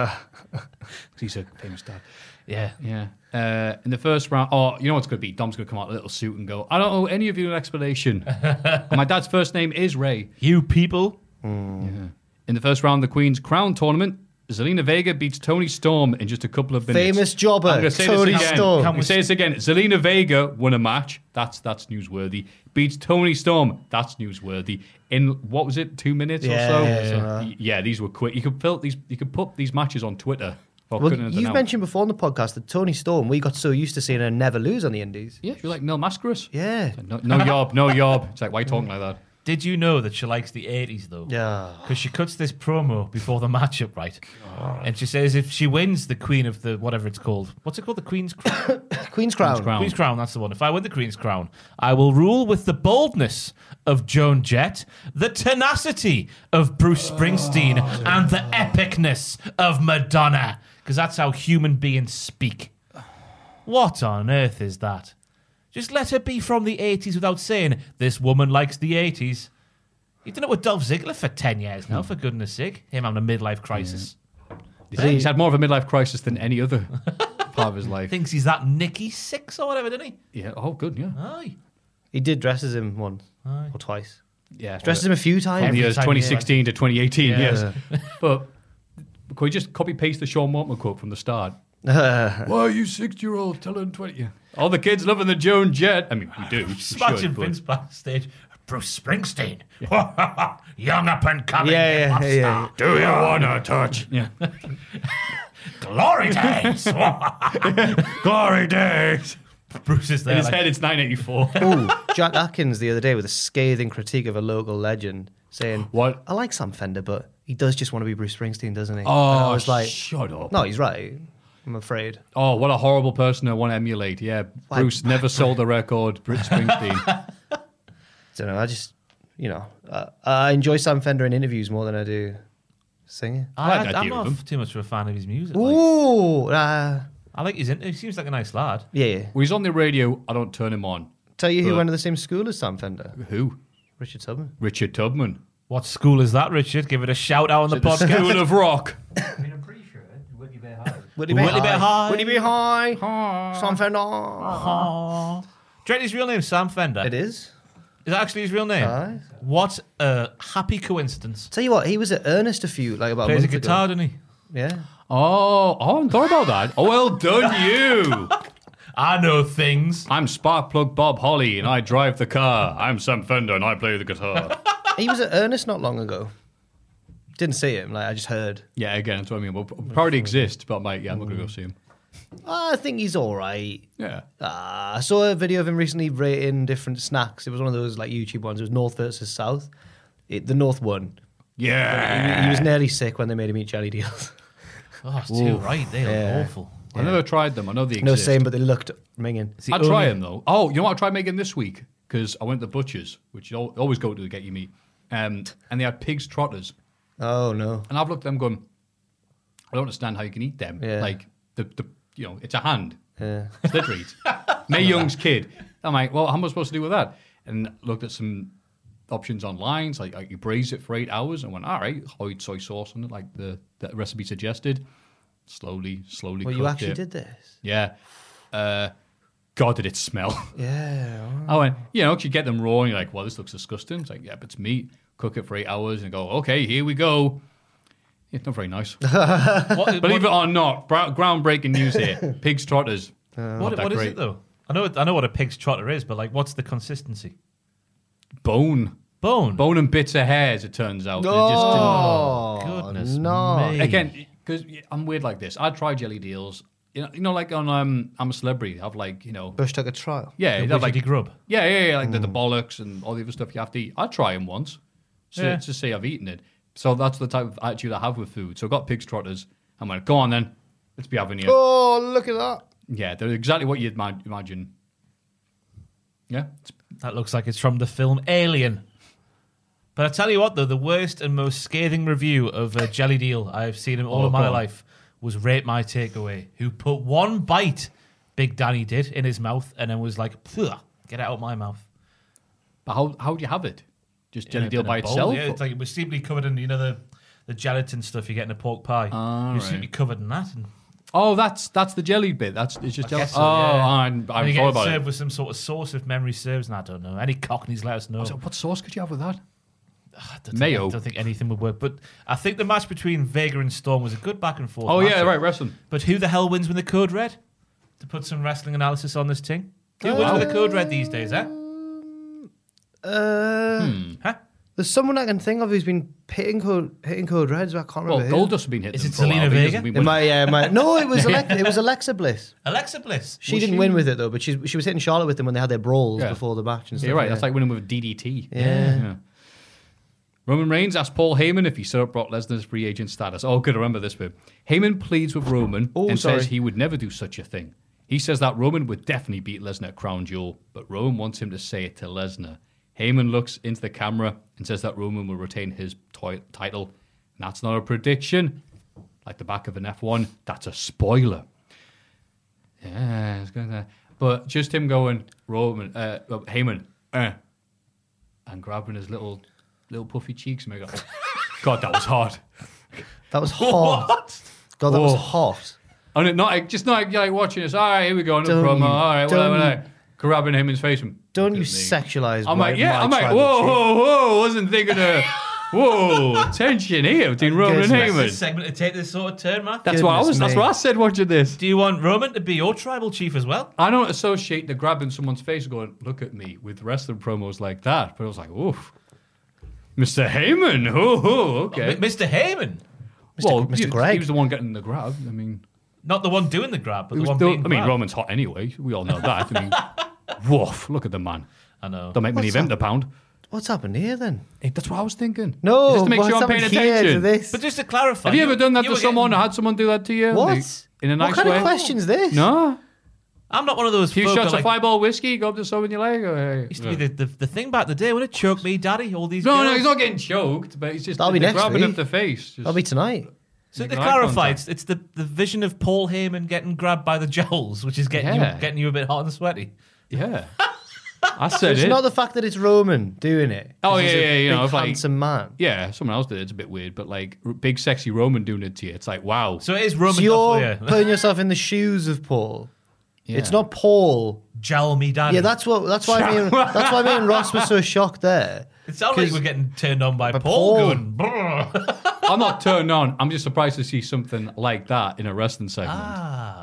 [SPEAKER 4] 'Cause he's a famous dad.
[SPEAKER 6] Yeah.
[SPEAKER 4] Yeah. Uh, in the first round, oh, you know what's going to be? Dom's going to come out in a little suit and go, I don't owe any of you an explanation. And my dad's first name is Ray.
[SPEAKER 6] You people.
[SPEAKER 4] In the first round of the Queen's Crown Tournament, Zelina Vega beats Tony Storm in just a couple of minutes.
[SPEAKER 5] Famous jobber,
[SPEAKER 4] I'm gonna say
[SPEAKER 5] Tony
[SPEAKER 4] this again.
[SPEAKER 5] Storm.
[SPEAKER 4] Can we say this again? Zelina Vega won a match. That's that's newsworthy. Beats Tony Storm. That's newsworthy. In what was it? Two minutes
[SPEAKER 5] Yeah,
[SPEAKER 4] or so.
[SPEAKER 5] yeah,
[SPEAKER 4] So,
[SPEAKER 5] yeah.
[SPEAKER 4] y- yeah, these were quick. You could fill these. You could put these matches on Twitter. for
[SPEAKER 5] Well,
[SPEAKER 4] goodness and
[SPEAKER 5] you've
[SPEAKER 4] out.
[SPEAKER 5] mentioned before on the podcast that Tony Storm, we got so used to seeing her never lose on the Indies.
[SPEAKER 4] Yeah, you're like Mil Mascaris.
[SPEAKER 5] Yeah.
[SPEAKER 4] No, no yob, no yob. It's like why are you talking like that?
[SPEAKER 6] Did you know that she likes the 80s though?
[SPEAKER 5] Yeah.
[SPEAKER 6] Because she cuts this promo before the matchup, right? And she says if she wins the Queen of the whatever it's called, what's it called? The Queen's Crown.
[SPEAKER 5] Queen's Crown.
[SPEAKER 4] Crown.
[SPEAKER 6] Queen's Crown, that's the one. If I win the Queen's Crown, I will rule with the boldness of Joan Jett, the tenacity of Bruce Springsteen, and the epicness of Madonna. Because that's how human beings speak. What on earth is that? Just let her be from the 80s without saying, this woman likes the 80s. You've done it with Dolph Ziggler for 10 years now, for goodness sake. Him having a midlife crisis.
[SPEAKER 4] He's, he's had more of a midlife crisis than any other part of his life.
[SPEAKER 6] Thinks he's that Nicky Six or whatever, doesn't he?
[SPEAKER 4] Yeah. Oh, good. Yeah.
[SPEAKER 6] Aye.
[SPEAKER 5] He did dresses him once or twice.
[SPEAKER 4] Yeah.
[SPEAKER 5] Dresses him a few times.
[SPEAKER 4] from the years
[SPEAKER 6] time, yeah.
[SPEAKER 4] 2016 to 2018.
[SPEAKER 6] Yeah.
[SPEAKER 4] Yes, but can we just copy paste the Sean Mortimer quote from the start? Why are you six year old telling twenty? Yeah. All the kids loving the Joan Jett. I mean, we do. we
[SPEAKER 6] Just imagine
[SPEAKER 4] should, but-
[SPEAKER 6] Vince backstage. Bruce Springsteen, young up and coming
[SPEAKER 5] Yeah, yeah,
[SPEAKER 6] pop
[SPEAKER 5] yeah,
[SPEAKER 6] star.
[SPEAKER 4] Do you wanna touch? Yeah.
[SPEAKER 6] Glory days.
[SPEAKER 4] Glory days.
[SPEAKER 6] Bruce is
[SPEAKER 4] In
[SPEAKER 6] there.
[SPEAKER 4] his
[SPEAKER 6] Like,
[SPEAKER 4] head, it's 984.
[SPEAKER 5] Ooh, Jack Atkins the other day with a scathing critique of a local legend saying,
[SPEAKER 4] What?
[SPEAKER 5] I like Sam Fender, but he does just want to be Bruce Springsteen, doesn't he? Oh,
[SPEAKER 4] Oh,
[SPEAKER 5] I was like,
[SPEAKER 4] shut up.
[SPEAKER 5] no, he's right. I'm afraid.
[SPEAKER 4] Oh, what a horrible person I want to emulate. Yeah, Bruce never sold a record. Bruce Springsteen.
[SPEAKER 5] don't know. I just, you know, uh, I enjoy Sam Fender in interviews more than I do singing.
[SPEAKER 4] I
[SPEAKER 6] I,
[SPEAKER 4] like the
[SPEAKER 6] I'm
[SPEAKER 4] idea
[SPEAKER 6] not
[SPEAKER 4] of him.
[SPEAKER 6] too much of a fan of his music. like.
[SPEAKER 5] Ooh, uh,
[SPEAKER 6] I like his. He seems like a nice lad.
[SPEAKER 5] yeah, yeah.
[SPEAKER 4] when he's on the radio, I don't turn him on.
[SPEAKER 5] Tell you who
[SPEAKER 4] But-
[SPEAKER 5] went to the same school as Sam Fender?
[SPEAKER 4] Who?
[SPEAKER 5] Richard Tubman.
[SPEAKER 4] Richard Tubman.
[SPEAKER 6] What school is that, Richard? Give it a shout out on the
[SPEAKER 4] The
[SPEAKER 6] podcast.
[SPEAKER 4] School of Rock.
[SPEAKER 8] I mean, I'm pretty sure Woody Bear High.
[SPEAKER 5] Would he
[SPEAKER 6] Whitley Bit High.
[SPEAKER 5] Would he be high? Sam Fender.
[SPEAKER 6] Do you reckon his real name is Sam Fender?
[SPEAKER 5] It is.
[SPEAKER 6] Is that actually his real name?
[SPEAKER 5] Aye.
[SPEAKER 6] What a happy coincidence.
[SPEAKER 5] Tell you what, he was at Ernest a few like about
[SPEAKER 6] Plays a
[SPEAKER 5] a month
[SPEAKER 6] guitar,
[SPEAKER 5] Ago.
[SPEAKER 6] doesn't he?
[SPEAKER 5] Yeah.
[SPEAKER 4] Oh, oh, I hadn't thought about that. Oh, well done, you.
[SPEAKER 6] I know things.
[SPEAKER 4] I'm Sparkplug Bob Holly and I drive the car. I'm Sam Fender and I play the guitar.
[SPEAKER 5] he was at Ernest not long ago. Didn't see him. Like I just heard.
[SPEAKER 4] yeah, again, that's what I mean. Well, probably exists, but mate, yeah, I'm not going to go see him.
[SPEAKER 5] "Ah, I think he's all right.
[SPEAKER 4] Yeah.
[SPEAKER 5] Uh, I saw a video of him recently rating different snacks. It was one of those like YouTube ones. It was North versus South. It, the North won.
[SPEAKER 4] Yeah.
[SPEAKER 5] He was nearly sick when they made him eat jelly deals.
[SPEAKER 6] Oh, it's too right. They are
[SPEAKER 5] Yeah.
[SPEAKER 6] awful.
[SPEAKER 4] I never tried them. I know they exist.
[SPEAKER 5] no, same, but they looked minging.
[SPEAKER 4] I'd try them though. Oh, you know what? I tried making this week because I went to the butcher's, which you al- always go to to get your meat, um, and they had pigs trotters.
[SPEAKER 5] Oh no.
[SPEAKER 4] And I've looked at them going, I don't understand how you can eat them.
[SPEAKER 5] Yeah.
[SPEAKER 4] Like the, the you know, it's a hand.
[SPEAKER 5] Yeah.
[SPEAKER 4] It's literally it's May Young's kid. I'm like, well, how am I supposed to do with that? And looked at some options online. It's like, like you braise it for eight hours and went, all right, hoid soy sauce on it, like the, the recipe suggested. Slowly, slowly.
[SPEAKER 5] Well, you
[SPEAKER 4] cooked
[SPEAKER 5] actually
[SPEAKER 4] it.
[SPEAKER 5] did this.
[SPEAKER 4] Yeah. Uh, God, did it smell.
[SPEAKER 5] Yeah.
[SPEAKER 4] I went, you know, 'cause you get them raw and you're like, well, this looks disgusting. It's like, yeah, but it's meat. Cook it for eight hours and go, okay, here we go. It's not very nice.
[SPEAKER 6] What-
[SPEAKER 4] Believe it or not, bra- groundbreaking news here. Pigs trotters.
[SPEAKER 6] What,
[SPEAKER 4] that
[SPEAKER 6] what is
[SPEAKER 4] great.
[SPEAKER 6] it though? I know I know what a pig's trotter is, but like, what's the consistency?
[SPEAKER 4] Bone.
[SPEAKER 6] Bone.
[SPEAKER 4] Bone and bits of hair, as it turns out. They're
[SPEAKER 5] Oh,
[SPEAKER 6] Goodness
[SPEAKER 5] no.
[SPEAKER 6] me.
[SPEAKER 4] just, again, because I'm weird like this. I try jelly deals. You know, you know like on um, I'm a Celebrity, I've like, you know,
[SPEAKER 5] Bush took a trial.
[SPEAKER 4] yeah,
[SPEAKER 6] The
[SPEAKER 4] they've like
[SPEAKER 6] widgety grub.
[SPEAKER 4] Yeah, yeah, yeah. Like the, the
[SPEAKER 5] Hmm.
[SPEAKER 4] bollocks and all the other stuff you have to eat. I try them once so,
[SPEAKER 6] Yeah.
[SPEAKER 4] to say I've eaten it. So that's the type of attitude I have with food. So I got pig's trotters. I'm like, go on then. Let's be having you.
[SPEAKER 5] Oh, look at that.
[SPEAKER 4] Yeah, they're exactly what you'd ma- imagine. Yeah. It's-
[SPEAKER 6] That looks like it's from the film Alien. But I tell you what, though, the worst and most scathing review of uh, Jelly Deal I've seen in all
[SPEAKER 4] Oh,
[SPEAKER 6] of my
[SPEAKER 4] go on.
[SPEAKER 6] life was Rate My Takeaway, who put one bite, Big Danny did, in his mouth and then was like, "Phew, get it out of my mouth.
[SPEAKER 4] But how how do you have it? Just
[SPEAKER 6] In
[SPEAKER 4] jelly
[SPEAKER 6] a-
[SPEAKER 4] deal
[SPEAKER 6] in a
[SPEAKER 4] by
[SPEAKER 6] bowl,
[SPEAKER 4] itself?
[SPEAKER 6] Yeah, it's like it was simply covered in, you know, the, the gelatin stuff you get in a pork pie.
[SPEAKER 4] Ah,
[SPEAKER 6] you
[SPEAKER 4] right.
[SPEAKER 6] simply covered in that. And
[SPEAKER 4] oh, that's that's the jelly bit. That's it's just
[SPEAKER 6] I
[SPEAKER 4] jelly.
[SPEAKER 6] guess so,
[SPEAKER 4] oh,
[SPEAKER 6] yeah.
[SPEAKER 4] I, I
[SPEAKER 6] and you
[SPEAKER 4] thought
[SPEAKER 6] get
[SPEAKER 4] about
[SPEAKER 6] served
[SPEAKER 4] it.
[SPEAKER 6] with some sort of sauce if memory serves, and I don't know. Any cockneys, let us know.
[SPEAKER 4] So what sauce could you have with that?
[SPEAKER 6] I don't think-
[SPEAKER 4] Mayo.
[SPEAKER 6] I don't think anything would work. But I think the match between Vega and Storm was a good back and forth.
[SPEAKER 4] Oh yeah,
[SPEAKER 6] matchup.
[SPEAKER 4] right, wrestling.
[SPEAKER 6] But who the hell wins when the code red? To put some wrestling analysis on this thing. Who wins
[SPEAKER 4] wow.
[SPEAKER 6] with the code red these days, eh?
[SPEAKER 5] Uh,
[SPEAKER 4] Hmm.
[SPEAKER 6] Huh?
[SPEAKER 5] There's someone I can think of who's been hitting code hitting code reds, but I can't
[SPEAKER 4] Well,
[SPEAKER 5] remember. who.
[SPEAKER 4] Goldust has been hitting.
[SPEAKER 6] Is
[SPEAKER 4] them
[SPEAKER 6] it
[SPEAKER 4] for a while,
[SPEAKER 6] Zelina
[SPEAKER 4] but he
[SPEAKER 6] Vega?
[SPEAKER 4] hasn't been
[SPEAKER 5] It
[SPEAKER 4] winning.
[SPEAKER 5] might, yeah, it might. No, it was Alexa, it was Alexa Bliss.
[SPEAKER 6] Alexa Bliss.
[SPEAKER 5] She didn't win with it though, but she she was hitting Charlotte with them when they had their brawls
[SPEAKER 4] Yeah.
[SPEAKER 5] before the match and stuff.
[SPEAKER 4] Yeah, right.
[SPEAKER 5] yeah.
[SPEAKER 4] That's like winning with DDT.
[SPEAKER 5] Yeah.
[SPEAKER 4] Roman Reigns asked Paul Heyman if he set up Brock Lesnar's free agent status. Oh, good. I remember this bit. Heyman pleads with Roman
[SPEAKER 5] Oh,
[SPEAKER 4] and
[SPEAKER 5] sorry.
[SPEAKER 4] says he would never do such a thing. He says that Roman would definitely beat Lesnar at Crown Jewel, but Roman wants him to say it to Lesnar. Heyman looks into the camera and says that Roman will retain his toi- title. And that's not a prediction. Like the back of an F1, that's a spoiler. Yeah, it's going to. But just him going Roman, uh, uh, Heyman, eh, and grabbing his little little puffy cheeks and me go, God, that was hard.
[SPEAKER 5] that was hot. God, that
[SPEAKER 4] Oh.
[SPEAKER 5] was hot.
[SPEAKER 4] And it not just not like watching this. All right, here we go. No
[SPEAKER 5] Don't
[SPEAKER 4] promo.
[SPEAKER 5] you-
[SPEAKER 4] All right, whatever.
[SPEAKER 5] don't you-
[SPEAKER 4] whatever. Grabbing him in his face and
[SPEAKER 5] Don't
[SPEAKER 4] look
[SPEAKER 5] you
[SPEAKER 4] at me.
[SPEAKER 5] sexualize?
[SPEAKER 4] I'm
[SPEAKER 5] my-
[SPEAKER 4] like, yeah.
[SPEAKER 5] my
[SPEAKER 4] I'm like,
[SPEAKER 5] tribal
[SPEAKER 4] whoa,
[SPEAKER 5] chief.
[SPEAKER 4] whoa, whoa. Wasn't thinking of. Whoa, tension here between Roman and
[SPEAKER 5] goodness.
[SPEAKER 6] This
[SPEAKER 4] Heyman.
[SPEAKER 6] segment to take this sort of turn, man.
[SPEAKER 4] That's what I
[SPEAKER 5] Goodness
[SPEAKER 4] was. That's
[SPEAKER 5] me.
[SPEAKER 4] what I said watching this.
[SPEAKER 6] Do you want Roman to be your tribal chief as well?
[SPEAKER 4] I don't associate the grabbing someone's face and going, look at me with wrestling promos like that. But I was like, oof. Mr. Heyman. Oh, oh okay.
[SPEAKER 6] M- Mr. Heyman.
[SPEAKER 4] well,
[SPEAKER 5] Mr.
[SPEAKER 4] he- He
[SPEAKER 5] Greg.
[SPEAKER 4] was the one getting the grab. I mean,
[SPEAKER 6] Not the one doing the grab, but
[SPEAKER 4] it
[SPEAKER 6] the
[SPEAKER 4] was
[SPEAKER 6] one
[SPEAKER 4] the-
[SPEAKER 6] being
[SPEAKER 4] I mean
[SPEAKER 6] grabbed.
[SPEAKER 4] Roman's hot anyway. We all know that. I mean, woof. Look at the man.
[SPEAKER 6] I know.
[SPEAKER 4] Don't make many of
[SPEAKER 5] What's
[SPEAKER 4] him to pound.
[SPEAKER 5] What's happened here then?
[SPEAKER 4] Hey, that's what I was thinking.
[SPEAKER 5] No,
[SPEAKER 4] Just to make
[SPEAKER 5] what's
[SPEAKER 4] sure I'm paying
[SPEAKER 5] happened here To
[SPEAKER 4] attention.
[SPEAKER 5] this?
[SPEAKER 6] But just to clarify,
[SPEAKER 4] Have you ever done that to
[SPEAKER 6] were
[SPEAKER 4] someone or
[SPEAKER 6] Getting,
[SPEAKER 4] had someone do that to you?
[SPEAKER 5] what?
[SPEAKER 4] In a nice
[SPEAKER 5] what kind
[SPEAKER 4] way?
[SPEAKER 5] of question's this?
[SPEAKER 4] No.
[SPEAKER 6] I'm not one of those.
[SPEAKER 4] Few
[SPEAKER 6] folk
[SPEAKER 4] shots
[SPEAKER 6] that, like,
[SPEAKER 4] of fireball whiskey, go up to someone you like. Or, hey.
[SPEAKER 6] Used to be the, the, the thing back in the day, wouldn't it? Choke me, daddy, all these
[SPEAKER 4] no,
[SPEAKER 6] girls.
[SPEAKER 4] no, he's not getting choked, but he's just
[SPEAKER 5] That'll be
[SPEAKER 4] the
[SPEAKER 5] next
[SPEAKER 4] grabbing
[SPEAKER 5] week.
[SPEAKER 4] up the face. Just-
[SPEAKER 5] That'll be tonight.
[SPEAKER 6] So to
[SPEAKER 4] Making eye
[SPEAKER 6] clarify,
[SPEAKER 4] contact.
[SPEAKER 6] it's, it's the, the vision of Paul Heyman getting grabbed by the jowls, which is getting
[SPEAKER 4] Yeah.
[SPEAKER 6] you getting you a bit hot and sweaty.
[SPEAKER 4] Yeah. I said
[SPEAKER 5] It's
[SPEAKER 4] it.
[SPEAKER 5] not the fact that it's Roman doing it.
[SPEAKER 4] Oh,
[SPEAKER 5] He's
[SPEAKER 4] yeah,
[SPEAKER 5] a
[SPEAKER 4] yeah, you know,
[SPEAKER 5] big,
[SPEAKER 4] it's like-
[SPEAKER 5] handsome man.
[SPEAKER 4] yeah, someone else did it. It's a bit weird, but like r- big sexy Roman doing it to you. It's like, wow.
[SPEAKER 6] So it is Roman.
[SPEAKER 5] So you're
[SPEAKER 6] Duffler, yeah.
[SPEAKER 5] putting yourself in the shoes of Paul.
[SPEAKER 4] Yeah.
[SPEAKER 5] It's not Paul.
[SPEAKER 6] Jowl me, daddy.
[SPEAKER 5] Yeah, that's what. That's why me. And, that's why me and Ross were so shocked there.
[SPEAKER 6] It sounds like
[SPEAKER 5] 'cause-
[SPEAKER 6] we're getting turned on by,
[SPEAKER 5] by
[SPEAKER 6] Paul,
[SPEAKER 5] Paul.
[SPEAKER 6] going. "Brrr."
[SPEAKER 4] I'm not turned on. I'm just surprised to see something like that in a wrestling segment.
[SPEAKER 6] Ah.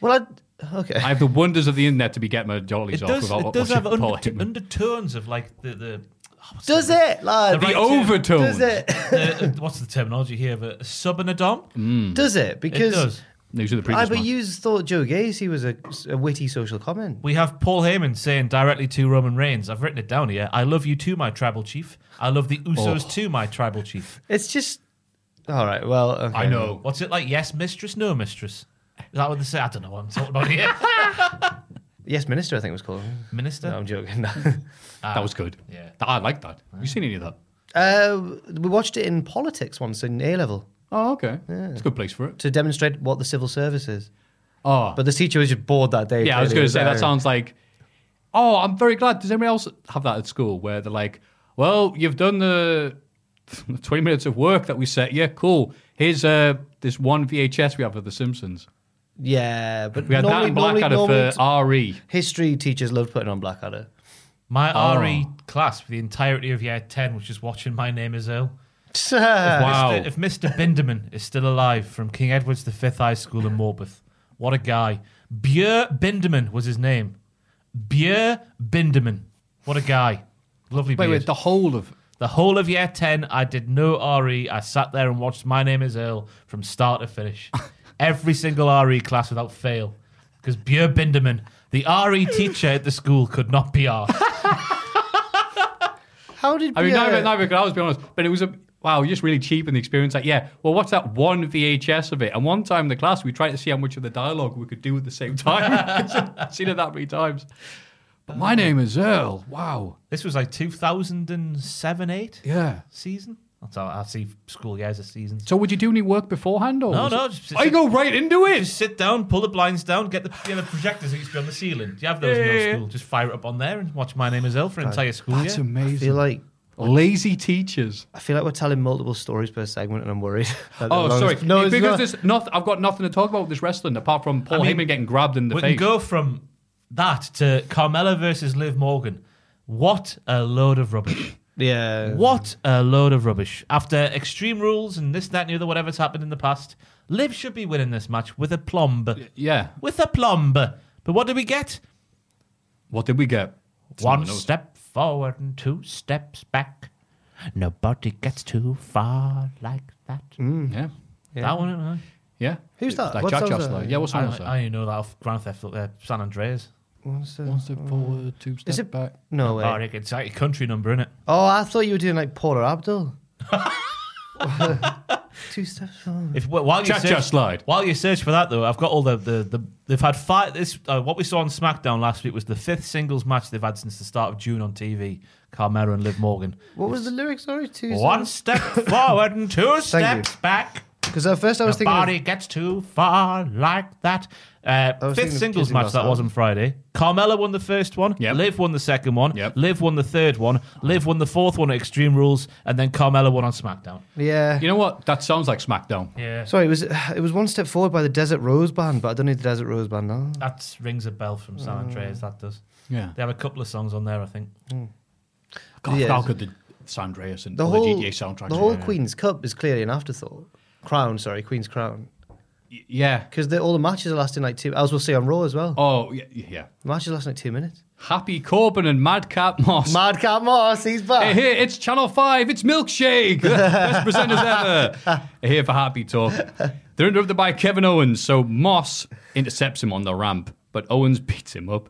[SPEAKER 5] Well, I okay.
[SPEAKER 4] I have the wonders of the internet to be getting my
[SPEAKER 6] It
[SPEAKER 4] jollies off
[SPEAKER 6] does.
[SPEAKER 4] without
[SPEAKER 6] It does
[SPEAKER 4] watching
[SPEAKER 6] have
[SPEAKER 4] Paul
[SPEAKER 6] under,
[SPEAKER 4] Heyman.
[SPEAKER 6] undertones of like the the. oh, what's
[SPEAKER 5] Does
[SPEAKER 6] the-
[SPEAKER 5] it, lad?
[SPEAKER 4] The
[SPEAKER 6] right to-
[SPEAKER 4] overtones.
[SPEAKER 5] Does it?
[SPEAKER 6] the- what's the terminology here? Of a sub and a dom.
[SPEAKER 4] Hmm.
[SPEAKER 5] Does it?
[SPEAKER 6] It
[SPEAKER 5] Because
[SPEAKER 6] does.
[SPEAKER 4] These are the
[SPEAKER 5] I
[SPEAKER 4] previous
[SPEAKER 5] but
[SPEAKER 4] one.
[SPEAKER 5] you thought Joe Gacy was a, a witty social comment.
[SPEAKER 6] We have Paul Heyman saying directly to Roman Reigns. I've written it down here. I love you too, my tribal chief. I love the Usos
[SPEAKER 4] Oh.
[SPEAKER 6] too, my tribal chief.
[SPEAKER 5] It's just all right. Well, okay.
[SPEAKER 4] I know.
[SPEAKER 6] What's it like? Yes, mistress. No, mistress. Is that what they say? I don't know what I'm talking about here.
[SPEAKER 5] Yes, minister, I think it was called.
[SPEAKER 6] Minister.
[SPEAKER 5] No, I'm joking.
[SPEAKER 4] that was good.
[SPEAKER 6] yeah.
[SPEAKER 4] I like that. Have you seen any of that?
[SPEAKER 5] uh, we watched it in politics once in A level
[SPEAKER 4] Oh, okay. It's a good place for it.
[SPEAKER 5] to demonstrate what the civil service is.
[SPEAKER 4] Oh,
[SPEAKER 5] But the teacher was just bored that day.
[SPEAKER 4] Yeah, I was
[SPEAKER 5] clearly.
[SPEAKER 4] going to say that
[SPEAKER 5] Uh,
[SPEAKER 4] sounds like. Oh, I'm very glad. Does anyone else have that at school where they're like, "Well, you've done the 20 minutes of work that we set. Yeah, cool. Here's uh, this one VHS we have of The Simpsons.
[SPEAKER 5] Yeah, but
[SPEAKER 4] We had
[SPEAKER 5] normally,
[SPEAKER 4] that in Blackadder
[SPEAKER 5] normally, normally
[SPEAKER 4] for E. RE.
[SPEAKER 5] history teachers loved putting on Blackadder.
[SPEAKER 6] My
[SPEAKER 4] Oh.
[SPEAKER 6] RE class for the entirety of year 10 was just watching My Name is Earl.
[SPEAKER 4] Uh, Wow.
[SPEAKER 6] If Mr. Binderman is still alive from King Edward's V High School in Morpeth, what a guy. Björ Binderman was his name. Björ Binderman. What a guy. Lovely
[SPEAKER 4] Wait,
[SPEAKER 6] beard.
[SPEAKER 4] wait, the whole of
[SPEAKER 6] The whole of year 10, I did no RE. I sat there and watched My Name is Earl from start to finish. Every single RE class without fail. Because Björn Binderman, the RE teacher at the school, could not be asked.
[SPEAKER 5] How did
[SPEAKER 4] I mean,
[SPEAKER 5] Pierre-
[SPEAKER 4] neither, neither could I, was be honest. But it was a wow, you're just really cheap in the experience. Like, yeah, well, what's that one VHS of it? And one time in the class, we tried to see how much of the dialogue we could do at the same time. I've seen it that many times. But my name is Earl. Wow.
[SPEAKER 6] This was like 2007 8
[SPEAKER 4] Yeah.
[SPEAKER 6] season. That's how I see school guys as seasons.
[SPEAKER 4] So would you do any work beforehand or
[SPEAKER 6] No,
[SPEAKER 4] was
[SPEAKER 6] no,
[SPEAKER 4] it-
[SPEAKER 6] just-
[SPEAKER 4] I go right into it.
[SPEAKER 6] Just sit down, pull the blinds down, get the, you know, the projectors that used to be on the ceiling. Do you have those in
[SPEAKER 4] Yeah, yeah,
[SPEAKER 6] your
[SPEAKER 4] yeah.
[SPEAKER 6] school? Just fire it up on there and watch My Name is Elle for an entire school
[SPEAKER 4] That's
[SPEAKER 6] year.
[SPEAKER 4] amazing.
[SPEAKER 5] I feel like
[SPEAKER 4] Lazy teachers.
[SPEAKER 5] I feel like we're telling multiple stories per segment, and I'm worried. that
[SPEAKER 4] Oh,
[SPEAKER 5] the longest-
[SPEAKER 4] sorry.
[SPEAKER 5] No, it's
[SPEAKER 4] because
[SPEAKER 5] not.
[SPEAKER 4] there's not, I've got nothing to talk about with this wrestling apart from Paul
[SPEAKER 6] I mean,
[SPEAKER 4] Heyman getting grabbed in the
[SPEAKER 6] we
[SPEAKER 4] face.
[SPEAKER 6] can go from that to Carmella versus Liv Morgan. What a load of rubbish.
[SPEAKER 5] Yeah.
[SPEAKER 6] What a load of rubbish. After Extreme Rules and this, that, and the other, whatever's happened in the past, Liv should be winning this match with a plomb.
[SPEAKER 4] Yeah.
[SPEAKER 6] With a plomb. But what did we get?
[SPEAKER 4] What did we get?
[SPEAKER 6] One
[SPEAKER 4] Someone knows.
[SPEAKER 6] step forward and two steps back. Nobody gets too far like that.
[SPEAKER 4] Mm, Yeah.
[SPEAKER 6] That one, uh,
[SPEAKER 4] Yeah.
[SPEAKER 5] Who's
[SPEAKER 4] It's
[SPEAKER 5] that?
[SPEAKER 4] Like
[SPEAKER 5] What
[SPEAKER 4] Cha
[SPEAKER 5] song's
[SPEAKER 4] Cha
[SPEAKER 5] that?
[SPEAKER 4] Slide. Yeah, what
[SPEAKER 6] I,
[SPEAKER 4] song was that?
[SPEAKER 6] I only know that off Grand Theft uh, San Andreas.
[SPEAKER 5] What's it?
[SPEAKER 4] One step forward, two step
[SPEAKER 5] Is it
[SPEAKER 4] back.
[SPEAKER 5] No
[SPEAKER 6] Oh,
[SPEAKER 5] way.
[SPEAKER 6] Rick, it's like a country number, innit?
[SPEAKER 5] Oh, I thought you were doing like Paula Abdul. Two steps. forward.
[SPEAKER 6] If wh- while you
[SPEAKER 4] Cha-cha
[SPEAKER 6] search,
[SPEAKER 4] slide.
[SPEAKER 6] while you search for that though, I've got all the the, the they've had five. This uh, what we saw on SmackDown last week was the fifth singles match they've had since the start of June on TV. Carmella and Liv Morgan.
[SPEAKER 5] What was the lyric? Sorry, two.
[SPEAKER 6] One step forward and two
[SPEAKER 5] Thank
[SPEAKER 6] steps back.
[SPEAKER 5] Because at first I was
[SPEAKER 6] The
[SPEAKER 5] thinking. of-
[SPEAKER 6] body gets too far like that. Uh, fifth
[SPEAKER 5] was thinking of
[SPEAKER 6] singles
[SPEAKER 5] Kizzy
[SPEAKER 6] match that
[SPEAKER 5] Marston.
[SPEAKER 6] was on Friday. Carmella won the first one.
[SPEAKER 4] Yep.
[SPEAKER 6] Liv won the second one.
[SPEAKER 4] Yep.
[SPEAKER 6] Liv won the third one. Liv won the fourth one at Extreme Rules, and then Carmella won on SmackDown.
[SPEAKER 5] yeah.
[SPEAKER 4] You know what? That sounds like SmackDown.
[SPEAKER 6] Yeah,
[SPEAKER 5] Sorry, it was it was one step forward by the Desert Rose Band, but I don't need the Desert Rose Band now.
[SPEAKER 6] that rings a bell from San Andreas. That does.
[SPEAKER 4] Yeah.
[SPEAKER 6] They have a couple of songs on there, I think.
[SPEAKER 4] God,
[SPEAKER 5] Yeah.
[SPEAKER 4] how could the Sandreas and
[SPEAKER 5] The
[SPEAKER 4] the,
[SPEAKER 5] whole
[SPEAKER 4] GTA soundtrack?
[SPEAKER 5] the whole Queen's Cup is clearly an afterthought. Crown, sorry, Queen's Crown,
[SPEAKER 4] yeah.
[SPEAKER 5] because all the matches are lasting like two. As we'll see on Raw as well,
[SPEAKER 4] Oh, yeah, yeah.
[SPEAKER 5] the matches last like two minutes.
[SPEAKER 4] Happy Corbin and Madcap Moss.
[SPEAKER 5] Madcap Moss, he's
[SPEAKER 4] Hey,
[SPEAKER 5] back.
[SPEAKER 4] hey, it's Channel 5, it's Milkshake. Best presenters ever. Here for Happy Talk. They're interrupted by Kevin Owens, so Moss intercepts him on the ramp, but Owens beats him up.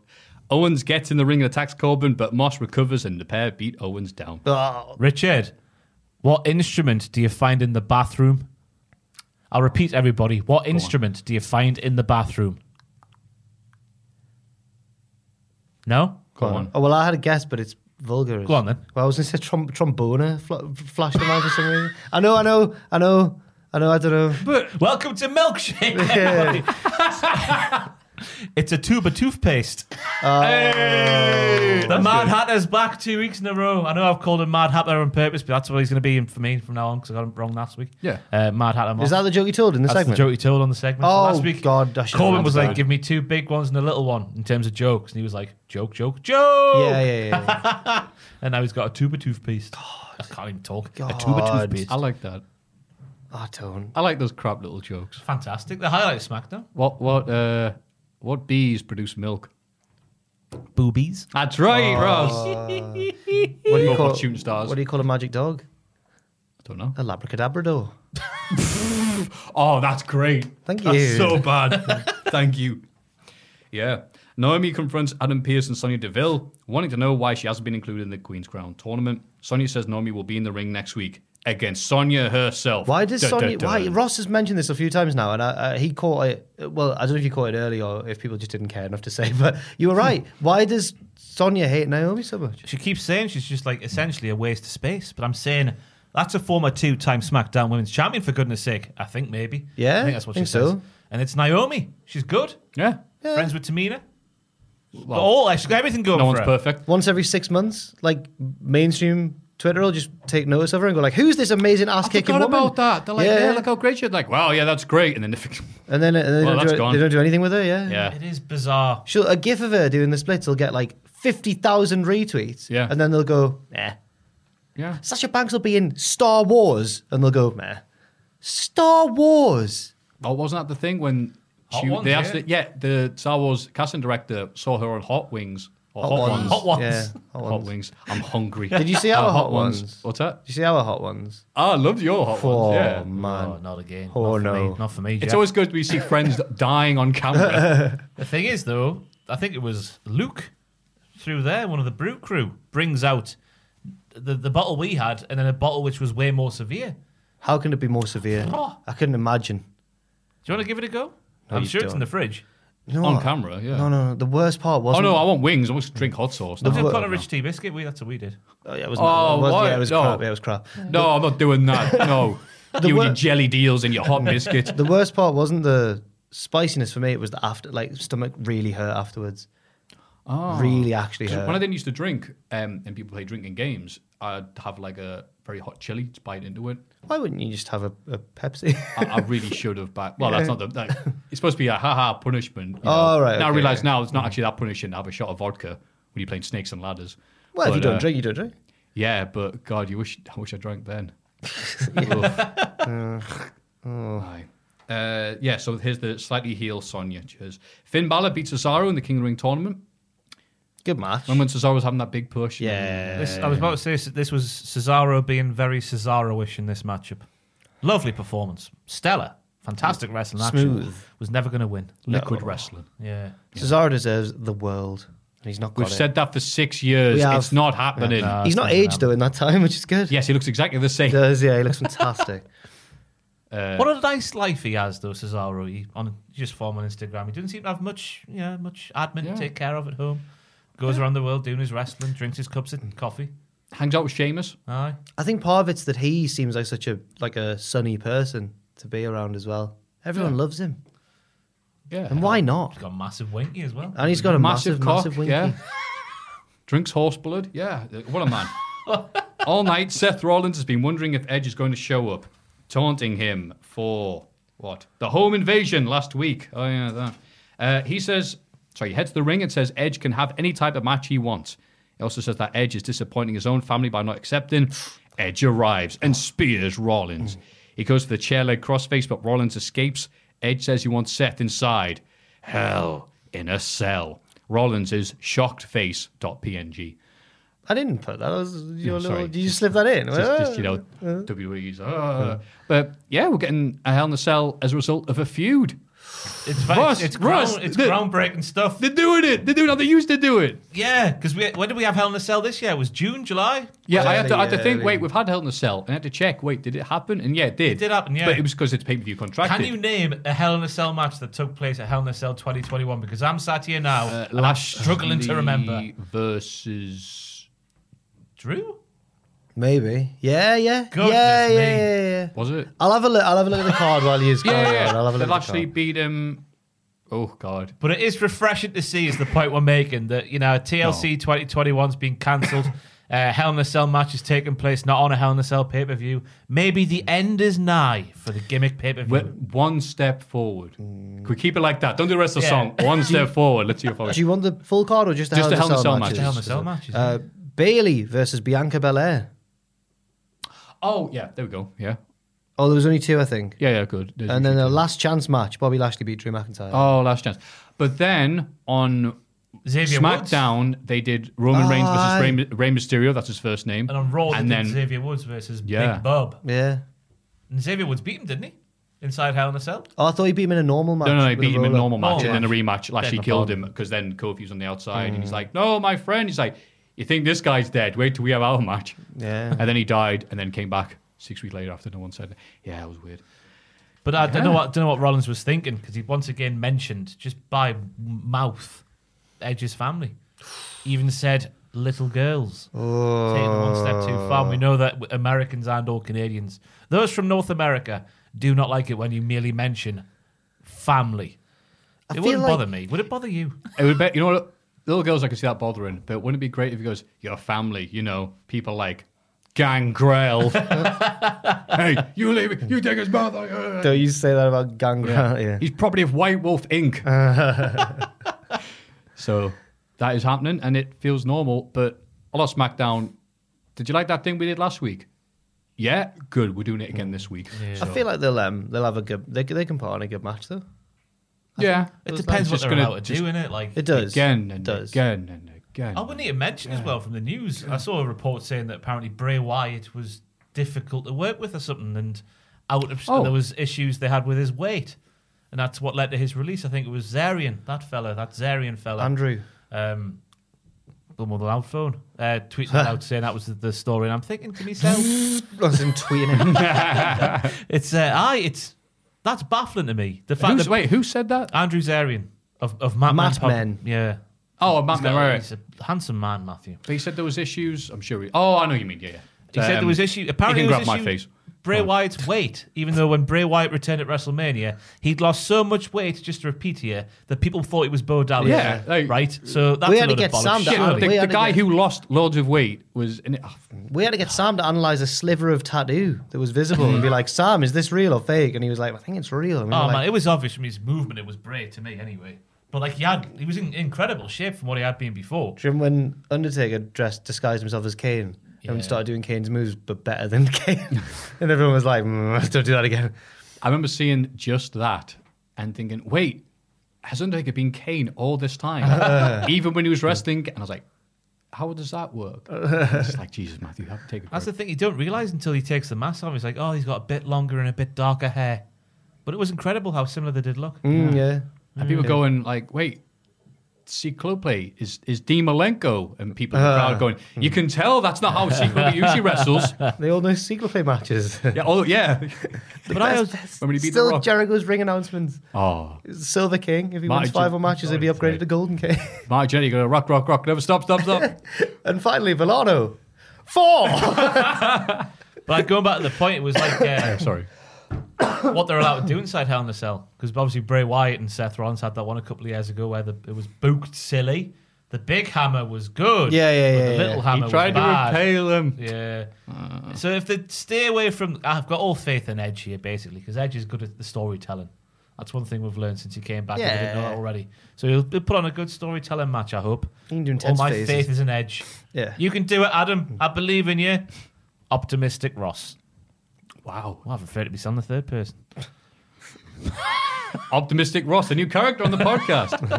[SPEAKER 4] Owens gets in the ring and attacks Corbin, but Moss recovers and the pair beat Owens down.
[SPEAKER 5] Oh,
[SPEAKER 6] Richard, what instrument do you find in the bathroom? I'll repeat, everybody. What instrument do you find in the bathroom? No?
[SPEAKER 4] Come on.
[SPEAKER 5] oh, well, I had a guess, but it's vulgar.
[SPEAKER 6] Go on, then.
[SPEAKER 5] Well, I was going to say trom- tromboner fl- flashed in mind for some reason. I know, I know, I know, I know. I don't know.
[SPEAKER 6] Welcome to Milkshake, everybody. it's a tube of toothpaste.
[SPEAKER 4] Oh,
[SPEAKER 6] the Mad Hatter's back two weeks in a row. I know I've called him Mad Hatter on purpose, but that's what he's going to be for me from now on because I got him wrong last week.
[SPEAKER 4] Yeah.
[SPEAKER 6] Uh, Mad Hatter. Moss.
[SPEAKER 5] Is that the joke you told in the
[SPEAKER 6] That's
[SPEAKER 5] segment?
[SPEAKER 6] the joke he told on the segment. So
[SPEAKER 5] Oh,
[SPEAKER 6] last week,
[SPEAKER 5] God, I should've
[SPEAKER 6] Corbin was
[SPEAKER 5] remembered
[SPEAKER 6] like,
[SPEAKER 5] that.
[SPEAKER 6] "Give me two big ones and a little one in terms of jokes," and he was like, "Joke, joke, joke."
[SPEAKER 5] Yeah, yeah, yeah. yeah.
[SPEAKER 6] And now he's got a tube of toothpaste. I can't even talk. A tube of
[SPEAKER 5] God.
[SPEAKER 6] toothpaste.
[SPEAKER 4] I like that.
[SPEAKER 5] I Oh, don't.
[SPEAKER 4] I like those crap little jokes.
[SPEAKER 6] Fantastic. The highlight of SmackDown.
[SPEAKER 4] What what uh what bees produce milk? Oh.
[SPEAKER 6] Boobies.
[SPEAKER 4] That's right, Ross.
[SPEAKER 5] What do you
[SPEAKER 4] More
[SPEAKER 5] call?
[SPEAKER 4] fortune stars.
[SPEAKER 5] What do you call a magic dog?
[SPEAKER 4] I don't know.
[SPEAKER 5] A labracadabrador.
[SPEAKER 4] Oh, that's great.
[SPEAKER 5] Thank
[SPEAKER 4] That's
[SPEAKER 5] you.
[SPEAKER 4] so bad. Thank you. Yeah. Naomi confronts Adam Pearce and Sonia Deville, wanting to know why she hasn't been included in the Queen's Crown tournament. Sonia says Naomi will be in the ring next week against Sonia herself.
[SPEAKER 5] Why did
[SPEAKER 4] Dun,
[SPEAKER 5] Sonya?
[SPEAKER 4] dun,
[SPEAKER 5] Why
[SPEAKER 4] dun.
[SPEAKER 5] Ross has mentioned this a few times now, and I, I, he caught it. Well, I don't know if you caught it early or if people just didn't care enough to say, but you were right. Why does Sonya hate Naomi so much?
[SPEAKER 6] She keeps saying she's just like essentially a waste of space, but I'm saying that's a former two-time SmackDown Women's Champion for goodness sake. I think maybe.
[SPEAKER 5] Yeah,
[SPEAKER 6] I think that's what
[SPEAKER 5] think
[SPEAKER 6] she
[SPEAKER 5] so.
[SPEAKER 6] says. And it's Naomi. She's good.
[SPEAKER 4] Yeah.
[SPEAKER 6] Friends with Tamina. Well, all she's got everything going
[SPEAKER 4] No
[SPEAKER 6] for
[SPEAKER 4] one's
[SPEAKER 6] her.
[SPEAKER 4] perfect.
[SPEAKER 5] Once every six months, like mainstream Twitter will just take notice of her and go like, "Who's this amazing ass kicking
[SPEAKER 4] Forgot
[SPEAKER 5] woman?"
[SPEAKER 4] about that. They're like,
[SPEAKER 5] Yeah.
[SPEAKER 4] yeah. look how great you're. Like, wow, yeah, that's great. And then the
[SPEAKER 5] and then and they,
[SPEAKER 4] Well,
[SPEAKER 5] don't
[SPEAKER 4] that's
[SPEAKER 5] do, it-
[SPEAKER 4] gone.
[SPEAKER 5] they don't do anything with her. Yeah,
[SPEAKER 4] yeah,
[SPEAKER 6] It is bizarre.
[SPEAKER 5] She'll a gif of her doing the splits will get like fifty thousand retweets.
[SPEAKER 4] Yeah.
[SPEAKER 5] and then they'll go, "Nah."
[SPEAKER 4] yeah.
[SPEAKER 5] Sasha Banks will be in Star Wars, and they'll go, "Nah." Star Wars.
[SPEAKER 4] Oh, wasn't that the thing when
[SPEAKER 6] Hot
[SPEAKER 4] she,
[SPEAKER 6] Ones,
[SPEAKER 4] they asked
[SPEAKER 6] yeah.
[SPEAKER 4] it? Yeah, the Star Wars casting director saw her on Hot Wings or Hot, Ones.
[SPEAKER 6] Hot Ones.
[SPEAKER 5] Yeah, hot
[SPEAKER 4] Hot
[SPEAKER 5] ones.
[SPEAKER 4] wings. I'm hungry. Uh,
[SPEAKER 5] Did you see our hot ones?
[SPEAKER 4] What's that?
[SPEAKER 5] Did you see our hot ones?
[SPEAKER 4] Ah, I loved your hot
[SPEAKER 5] Oh
[SPEAKER 4] ones. Yeah.
[SPEAKER 5] man.
[SPEAKER 6] Oh, not again. not
[SPEAKER 5] Oh,
[SPEAKER 6] for
[SPEAKER 5] no.
[SPEAKER 6] Me. Not for me.
[SPEAKER 4] It's
[SPEAKER 6] Jeff.
[SPEAKER 4] always good we see friends dying on camera.
[SPEAKER 6] the thing is though. I think it was Luke through there, one of the brew crew, brings out the the bottle we had, and then a bottle which was way more severe.
[SPEAKER 5] How can it be more severe?
[SPEAKER 6] Oh.
[SPEAKER 5] I couldn't imagine.
[SPEAKER 6] Do you want to give it a go? I'm
[SPEAKER 5] you
[SPEAKER 6] sure it's in
[SPEAKER 5] don't.
[SPEAKER 6] the fridge.
[SPEAKER 5] You know
[SPEAKER 4] On
[SPEAKER 5] what?
[SPEAKER 4] camera, yeah.
[SPEAKER 5] No, no, no. The worst part
[SPEAKER 4] Oh
[SPEAKER 5] wasn't.
[SPEAKER 4] no, I want wings. I want to drink hot sauce.
[SPEAKER 5] The
[SPEAKER 4] No,
[SPEAKER 6] Was it
[SPEAKER 5] wor-
[SPEAKER 6] called a rich tea biscuit? We that's what we did.
[SPEAKER 5] Oh, yeah, it was.
[SPEAKER 4] Oh,
[SPEAKER 5] it was,
[SPEAKER 4] what?
[SPEAKER 5] Yeah, it was
[SPEAKER 4] No.
[SPEAKER 5] crap. Yeah, it was crap.
[SPEAKER 4] no I'm not doing that. No, you and
[SPEAKER 5] wor-
[SPEAKER 4] your jelly deals and your hot biscuit.
[SPEAKER 5] The worst part wasn't the spiciness for me. It was the after, like stomach really hurt afterwards.
[SPEAKER 4] Ah.
[SPEAKER 5] Oh. Really, actually hurt.
[SPEAKER 4] When I didn't used to drink, um, and people play drinking games, I'd have like a very hot chili to bite into it.
[SPEAKER 5] Why wouldn't you just have a, a Pepsi?
[SPEAKER 4] I, I really should have back. Well, that's not the. Like, it's supposed to be a haha punishment. you
[SPEAKER 5] Oh,
[SPEAKER 4] know.
[SPEAKER 5] right,
[SPEAKER 4] Now I
[SPEAKER 5] okay, Mm.
[SPEAKER 4] realize
[SPEAKER 5] yeah.
[SPEAKER 4] now it's not actually that punishing to have a shot of vodka when you're playing snakes and ladders.
[SPEAKER 5] well, if you
[SPEAKER 4] But,
[SPEAKER 5] don't
[SPEAKER 4] uh,
[SPEAKER 5] drink, you don't drink.
[SPEAKER 4] Yeah, but God, you wish I wish I drank then. Oof.
[SPEAKER 5] Oh.
[SPEAKER 4] Aye. Uh, yeah, so here's the slightly heel Sonya. Cheers. Finn Balor beats Cesaro in the King of the Ring tournament.
[SPEAKER 5] Good match.
[SPEAKER 4] Remember when Cesaro was having that big push? Mm.
[SPEAKER 5] Yeah.
[SPEAKER 6] This, I was about to say this, this was Cesaro being very Cesaro-ish in this matchup. Lovely performance, stellar, fantastic wrestling. Action.
[SPEAKER 5] Smooth.
[SPEAKER 6] Was never going to win.
[SPEAKER 4] Liquid wrestling.
[SPEAKER 6] Yeah.
[SPEAKER 5] Cesaro deserves the world, and he's not got
[SPEAKER 4] We've
[SPEAKER 5] it.
[SPEAKER 4] said uh, that for six years.
[SPEAKER 5] We have.
[SPEAKER 4] It's not happening.
[SPEAKER 5] he's not aged though in that time, which is good.
[SPEAKER 4] Yes, he looks exactly the
[SPEAKER 5] he
[SPEAKER 4] same. Uh,
[SPEAKER 5] does. Yeah, he looks fantastic.
[SPEAKER 6] what a nice life he has though, Cesaro. He on just form on Instagram. He didn't seem to have much, you know, much admin
[SPEAKER 4] Yeah.
[SPEAKER 6] to take care of at home. Goes around the world doing his wrestling, drinks his cups of coffee.
[SPEAKER 4] Hangs out with Sheamus.
[SPEAKER 6] Aye.
[SPEAKER 5] I think part of it's that he seems like such a like a sunny person to be around as well. Everyone loves him,
[SPEAKER 4] Yeah.
[SPEAKER 5] and why not?
[SPEAKER 6] He's got a massive winky as well.
[SPEAKER 5] And he's got a massive,
[SPEAKER 4] massive, cock,
[SPEAKER 5] massive winky.
[SPEAKER 4] yeah. Drinks horse blood, yeah. What a man. All night, Seth Rollins has been wondering if Edge is going to show up, taunting him for what? The home invasion last week. Oh, yeah, that. Uh, he says, sorry, he heads to the ring and says Edge can have any type of match he wants. He also says that Edge is disappointing his own family by not accepting. Edge arrives and spears Rollins. He goes for the chair leg crossface, but Rollins escapes. Edge says he wants Seth inside. Hell in a cell. Rollins is shocked face dot png.
[SPEAKER 5] I didn't put that. that was your
[SPEAKER 4] sorry.
[SPEAKER 5] little, did you slip that in?
[SPEAKER 4] Just, just you know, WWE's. ah. But yeah, we're getting a Hell in a Cell as a result of a feud.
[SPEAKER 6] It's fa-
[SPEAKER 4] Russ,
[SPEAKER 6] it's, it's,
[SPEAKER 4] Russ,
[SPEAKER 6] ground, it's
[SPEAKER 4] the-
[SPEAKER 6] groundbreaking stuff.
[SPEAKER 4] They're doing it. They're doing how they used to do it.
[SPEAKER 6] Yeah, because we when did we have Hell in a Cell this year? It was June, July.
[SPEAKER 4] Yeah, I had to, I had
[SPEAKER 5] Early,
[SPEAKER 4] to think.
[SPEAKER 5] early.
[SPEAKER 4] Wait, we've had Hell in a Cell, and I had to check. Wait, did it happen? And yeah, it did. It
[SPEAKER 6] did happen, yeah.
[SPEAKER 4] but it was because it's pay per view contracted.
[SPEAKER 6] Can you name a Hell in a Cell match that took place at Hell in a Cell 2021? Because I'm sat here now
[SPEAKER 4] Uh,
[SPEAKER 6] and I'm struggling to
[SPEAKER 4] Lashley
[SPEAKER 6] remember.
[SPEAKER 4] versus
[SPEAKER 6] Drew?
[SPEAKER 5] Maybe. Yeah, yeah.
[SPEAKER 6] Goodness
[SPEAKER 5] yeah,
[SPEAKER 6] me.
[SPEAKER 5] yeah, yeah, yeah.
[SPEAKER 4] was it?
[SPEAKER 5] I'll have a look. I'll have a look at the card while he's going.
[SPEAKER 4] Yeah,
[SPEAKER 5] on.
[SPEAKER 4] yeah.
[SPEAKER 5] I'll have a
[SPEAKER 4] They've
[SPEAKER 5] look. At the
[SPEAKER 4] actually
[SPEAKER 5] card.
[SPEAKER 4] beat him. Oh God.
[SPEAKER 6] But it is refreshing to see, is the point we're making, that, you know, TLC 2021's been cancelled. uh, Hell in a Cell match is taking place not on a Hell in a Cell pay per view. Maybe the end is nigh for the gimmick pay per
[SPEAKER 4] We're
[SPEAKER 6] view.
[SPEAKER 4] one step forward. Can we keep it like that? Don't do the rest of the
[SPEAKER 6] Yeah.
[SPEAKER 4] song. One step forward. Let's hear forward.
[SPEAKER 5] Do you want the full card or just the
[SPEAKER 4] Just
[SPEAKER 5] Hell
[SPEAKER 4] the
[SPEAKER 5] in a Cell
[SPEAKER 4] matches.
[SPEAKER 5] matches?
[SPEAKER 4] The
[SPEAKER 6] Hell in a Cell matches.
[SPEAKER 5] Uh, Bailey versus Bianca Belair.
[SPEAKER 4] Oh yeah, there we go. Yeah,
[SPEAKER 5] Oh, there was only two, I think.
[SPEAKER 4] yeah, yeah. Good. There's
[SPEAKER 5] And
[SPEAKER 4] a
[SPEAKER 5] then
[SPEAKER 4] few
[SPEAKER 5] a
[SPEAKER 4] things.
[SPEAKER 5] last chance match. Bobby Lashley beat Drew McIntyre.
[SPEAKER 4] oh, last chance. But then on
[SPEAKER 6] Xavier Woods.
[SPEAKER 4] SmackDown, they did Roman Reigns
[SPEAKER 5] Aye.
[SPEAKER 4] versus Rey, Rey Mysterio. That's his first name.
[SPEAKER 6] And on Raw,
[SPEAKER 4] and
[SPEAKER 6] they did
[SPEAKER 4] then
[SPEAKER 6] Xavier Woods versus
[SPEAKER 4] Yeah.
[SPEAKER 6] Big Bob.
[SPEAKER 5] Yeah.
[SPEAKER 6] And Xavier Woods beat him, didn't he? Inside Hell in a Cell?
[SPEAKER 5] Oh, I thought he beat him in a normal match.
[SPEAKER 4] no, no, he
[SPEAKER 5] with a
[SPEAKER 4] beat him in a
[SPEAKER 5] roll-up.
[SPEAKER 4] normal match
[SPEAKER 6] Oh,
[SPEAKER 4] and then a rematch. Lashley
[SPEAKER 6] Dead
[SPEAKER 4] killed
[SPEAKER 6] Napoleon.
[SPEAKER 4] him because then curfew's on the outside,
[SPEAKER 5] Mm.
[SPEAKER 4] and he's like, "No, my friend." He's like, "You think this guy's dead? Wait till we have our match."
[SPEAKER 5] Yeah.
[SPEAKER 4] And then he died, and then came back six weeks later after no one said. Yeah, it was weird.
[SPEAKER 6] But I don't know what don't know what Rollins was thinking because he once again mentioned just by m- mouth Edge's family. Even said little girls taking one step too far. And we know that w- Americans and all Canadians, those from North America, do not like it when you merely mention family. it
[SPEAKER 5] feel
[SPEAKER 6] wouldn't
[SPEAKER 5] like-
[SPEAKER 6] bother me. Would it bother you?
[SPEAKER 4] It would be, you know what? Little girls, I can see that bothering, but wouldn't it be great if he goes, your family, you know, people like Gangrel. hey, you leave, you take his mother.
[SPEAKER 5] Don't you say that about Gangrel? Yeah.
[SPEAKER 4] He's property of White Wolf Inc. so that is happening and it feels normal, but a lot of SmackDown. Did you like that thing we did last week? Yeah, good. We're doing it again this week.
[SPEAKER 5] I feel like they'll um, they'll have a good they, they can put on a good match though.
[SPEAKER 4] yeah.
[SPEAKER 6] It depends what
[SPEAKER 4] Just
[SPEAKER 6] they're
[SPEAKER 4] gonna-
[SPEAKER 6] allowed to
[SPEAKER 4] just
[SPEAKER 6] do, innit? Like
[SPEAKER 5] It does.
[SPEAKER 4] Again
[SPEAKER 5] It
[SPEAKER 4] and
[SPEAKER 5] does.
[SPEAKER 4] again and again.
[SPEAKER 6] I wouldn't even mention as well from the news. I saw a report saying that apparently Bray Wyatt was difficult to work with or something, and out of
[SPEAKER 4] Oh.
[SPEAKER 6] there was issues they had with his weight, and that's what led to his release. I think it was Zarian, that fella, that Zarian fella,
[SPEAKER 5] Andrew.
[SPEAKER 6] um, the one with the loud phone, uh, tweeting it out saying that was the, the story, and I'm thinking to myself,
[SPEAKER 5] That's him tweeting him.
[SPEAKER 6] it's uh, I, it's that's baffling to me. The fact
[SPEAKER 4] Who's,
[SPEAKER 6] that
[SPEAKER 4] wait, who said that?
[SPEAKER 6] Andrew Zarian. of of Matt,
[SPEAKER 5] Matt
[SPEAKER 6] Pop-
[SPEAKER 5] Men.
[SPEAKER 6] Yeah,
[SPEAKER 4] Oh, Matt
[SPEAKER 6] He's got-
[SPEAKER 4] Merritt.
[SPEAKER 6] He's a handsome man, Matthew.
[SPEAKER 4] But he said there was issues. I'm sure. He, oh, I know what you mean. Yeah, Um, yeah.
[SPEAKER 6] He said there was issue. Apparently,
[SPEAKER 4] you
[SPEAKER 6] there
[SPEAKER 4] can
[SPEAKER 6] was
[SPEAKER 4] grab my
[SPEAKER 6] issue
[SPEAKER 4] face.
[SPEAKER 6] Bray Wyatt's weight, even though when Bray Wyatt returned at WrestleMania, he'd lost so much weight. Just to repeat here, that people thought he was Bo Dallas.
[SPEAKER 4] Yeah, like-
[SPEAKER 6] right. So that's
[SPEAKER 5] We
[SPEAKER 6] a
[SPEAKER 5] had to
[SPEAKER 6] load of
[SPEAKER 5] get
[SPEAKER 6] bollocks,
[SPEAKER 5] Sam to
[SPEAKER 6] surely.
[SPEAKER 5] add-
[SPEAKER 4] The,
[SPEAKER 5] We
[SPEAKER 4] the
[SPEAKER 5] had to
[SPEAKER 4] guy
[SPEAKER 5] get-
[SPEAKER 4] who lost loads of weight was in it. oh,
[SPEAKER 5] We had to get Sam to analyze a sliver of tattoo that was visible and
[SPEAKER 4] Hmm.
[SPEAKER 5] be like, Sam, is this real or fake? And he was like, I think it's real. And we were
[SPEAKER 6] Oh
[SPEAKER 5] like,
[SPEAKER 6] man, it was obvious from his movement. It was Bray to me, anyway. But like he had, he was in incredible shape from what he had been before.
[SPEAKER 5] Do you remember when Undertaker dressed disguised himself as Kane and started doing Kane's moves, but better than Kane? and everyone was like, mm, "Don't do that again."
[SPEAKER 4] I remember seeing just that and thinking, wait, has Undertaker been Kane all this time? Even when he was wrestling? And I was like, how does that work? it's like, Jesus, Matthew, you have to take a
[SPEAKER 6] That's the
[SPEAKER 4] break.
[SPEAKER 6] thing you don't realize until he takes the mask off. He's like, oh, he's got a bit longer and a bit darker hair. But it was incredible how similar they did look.
[SPEAKER 4] Hmm.
[SPEAKER 5] Mm, yeah,
[SPEAKER 4] And people going, like, wait, see, Clope is, is Dean Malenko. And people in the
[SPEAKER 6] Uh-huh.
[SPEAKER 4] crowd going, you can tell that's not how C. Clope usually wrestles.
[SPEAKER 5] they all know secret play matches.
[SPEAKER 4] Yeah, oh, yeah.
[SPEAKER 6] But I was,
[SPEAKER 4] when he beat The
[SPEAKER 5] Still,
[SPEAKER 4] Rock.
[SPEAKER 5] Jericho's ring announcements:
[SPEAKER 4] oh,
[SPEAKER 5] Silver King. If he
[SPEAKER 4] Marty
[SPEAKER 5] wins five
[SPEAKER 4] Jannetty.
[SPEAKER 5] more matches, he'll be
[SPEAKER 4] Sorry,
[SPEAKER 5] upgraded to Golden King.
[SPEAKER 4] Mark Jenny going, rock, rock, rock, never stop, stop, stop.
[SPEAKER 5] and finally, Villano. Four.
[SPEAKER 6] but like going back to the point, it was like uh,
[SPEAKER 4] Oh, Sorry.
[SPEAKER 6] what they're allowed to do inside Hell in a Cell. Because obviously Bray Wyatt and Seth Rollins had that one a couple of years ago where the, it was booked silly. The big hammer was good.
[SPEAKER 5] Yeah, yeah,
[SPEAKER 6] but
[SPEAKER 5] yeah,
[SPEAKER 6] The
[SPEAKER 5] yeah. Mm.
[SPEAKER 6] little hammer
[SPEAKER 4] he tried
[SPEAKER 6] was bad.
[SPEAKER 4] to repel um, him.
[SPEAKER 6] Yeah. so if they stay away from, I've got all faith in Edge here basically because Edge is good at the storytelling. That's one thing we've learned since he came back. Yeah. We didn't know
[SPEAKER 5] Yeah.
[SPEAKER 6] that already. So he'll, he'll put on a good storytelling match. I hope.
[SPEAKER 5] can do
[SPEAKER 6] all
[SPEAKER 5] intense
[SPEAKER 6] my
[SPEAKER 5] phases.
[SPEAKER 6] faith is in Edge.
[SPEAKER 5] Yeah.
[SPEAKER 6] You can do it, Adam. I believe in you. Optimistic Ross.
[SPEAKER 4] Wow.
[SPEAKER 6] Well, I've referred to this on the third person.
[SPEAKER 4] Optimistic Ross, a new character on the podcast.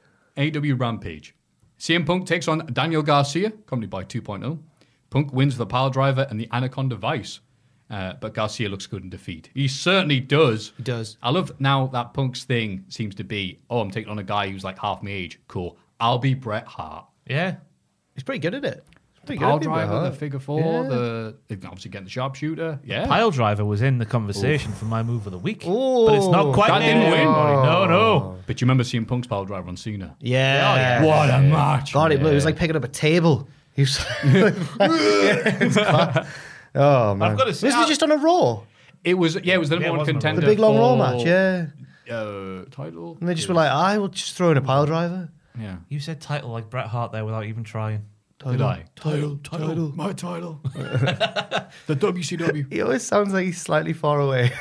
[SPEAKER 4] AW Rampage. CM Punk takes on Daniel Garcia, accompanied by 2.0. Punk wins with a power driver and the Anaconda Vice. Uh, but Garcia looks good in defeat. He certainly does. He
[SPEAKER 5] does.
[SPEAKER 4] I love now that Punk's thing seems to be, oh, I'm taking on a guy who's like half my age. Cool. I'll be Bret Hart.
[SPEAKER 6] Yeah.
[SPEAKER 5] He's pretty good at it. He's pretty
[SPEAKER 4] Power
[SPEAKER 5] good at it,
[SPEAKER 4] driver,
[SPEAKER 5] huh?
[SPEAKER 4] the figure four, the obviously getting the sharpshooter. Yeah.
[SPEAKER 6] Pile driver was in the conversation for my move of the week, but it's not
[SPEAKER 5] Ooh.
[SPEAKER 6] quite.
[SPEAKER 4] That
[SPEAKER 6] made
[SPEAKER 4] didn't
[SPEAKER 6] it,
[SPEAKER 4] win.
[SPEAKER 6] everybody. No, no.
[SPEAKER 4] But you remember seeing Punk's power driver on Cena?
[SPEAKER 5] Oh.
[SPEAKER 4] oh,
[SPEAKER 5] Yeah.
[SPEAKER 4] What a match.
[SPEAKER 5] God, it, it was
[SPEAKER 4] man.
[SPEAKER 5] like picking up a table. He was. Yeah, it's class. oh man.
[SPEAKER 6] I've got to say,
[SPEAKER 5] This
[SPEAKER 6] I-
[SPEAKER 5] is just on a raw.
[SPEAKER 4] It was yeah, it was the number
[SPEAKER 6] Yeah, it
[SPEAKER 4] one
[SPEAKER 6] was number one.
[SPEAKER 4] contender.
[SPEAKER 5] The big long
[SPEAKER 4] for,
[SPEAKER 5] roll match, yeah.
[SPEAKER 4] Uh, title.
[SPEAKER 5] And they just were like, I will just throw in a pile driver.
[SPEAKER 4] yeah.
[SPEAKER 6] You said title like Bret Hart there without even trying.
[SPEAKER 4] Did I? Title, title, my title. the WCW.
[SPEAKER 5] He always sounds like he's slightly far away.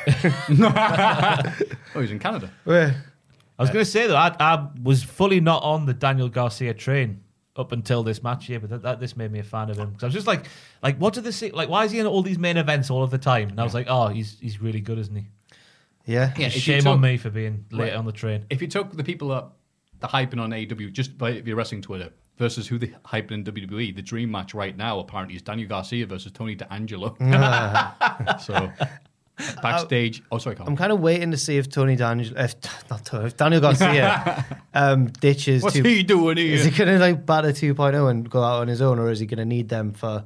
[SPEAKER 4] Oh, he's in Canada.
[SPEAKER 5] Where?
[SPEAKER 6] I was going to say though, I, I was fully not on the Daniel Garcia train up until this match here, but that, that this made me a fan of him because I was just like, like what do they say? Like, why is he in all these main events all of the time? And I was like, oh, he's he's really good, isn't he?
[SPEAKER 5] Yeah.
[SPEAKER 4] Yeah, if you
[SPEAKER 6] Shame
[SPEAKER 4] took-
[SPEAKER 6] on me for being late on the train.
[SPEAKER 4] If you took the people up, the hyping on AEW just by your wrestling Twitter versus who the hyping in WWE, the dream match right now apparently is Daniel Garcia versus Tony D'Angelo. so backstage. oh, sorry, Carl.
[SPEAKER 5] Ah. I'm kind of waiting to see if Tony Daniel, if not Tony, if Daniel Garcia um, ditches.
[SPEAKER 4] What's
[SPEAKER 5] two-
[SPEAKER 4] he doing
[SPEAKER 5] Is he
[SPEAKER 4] here?
[SPEAKER 5] going to like batter 2.0 and go out on his own, or is he going to need them for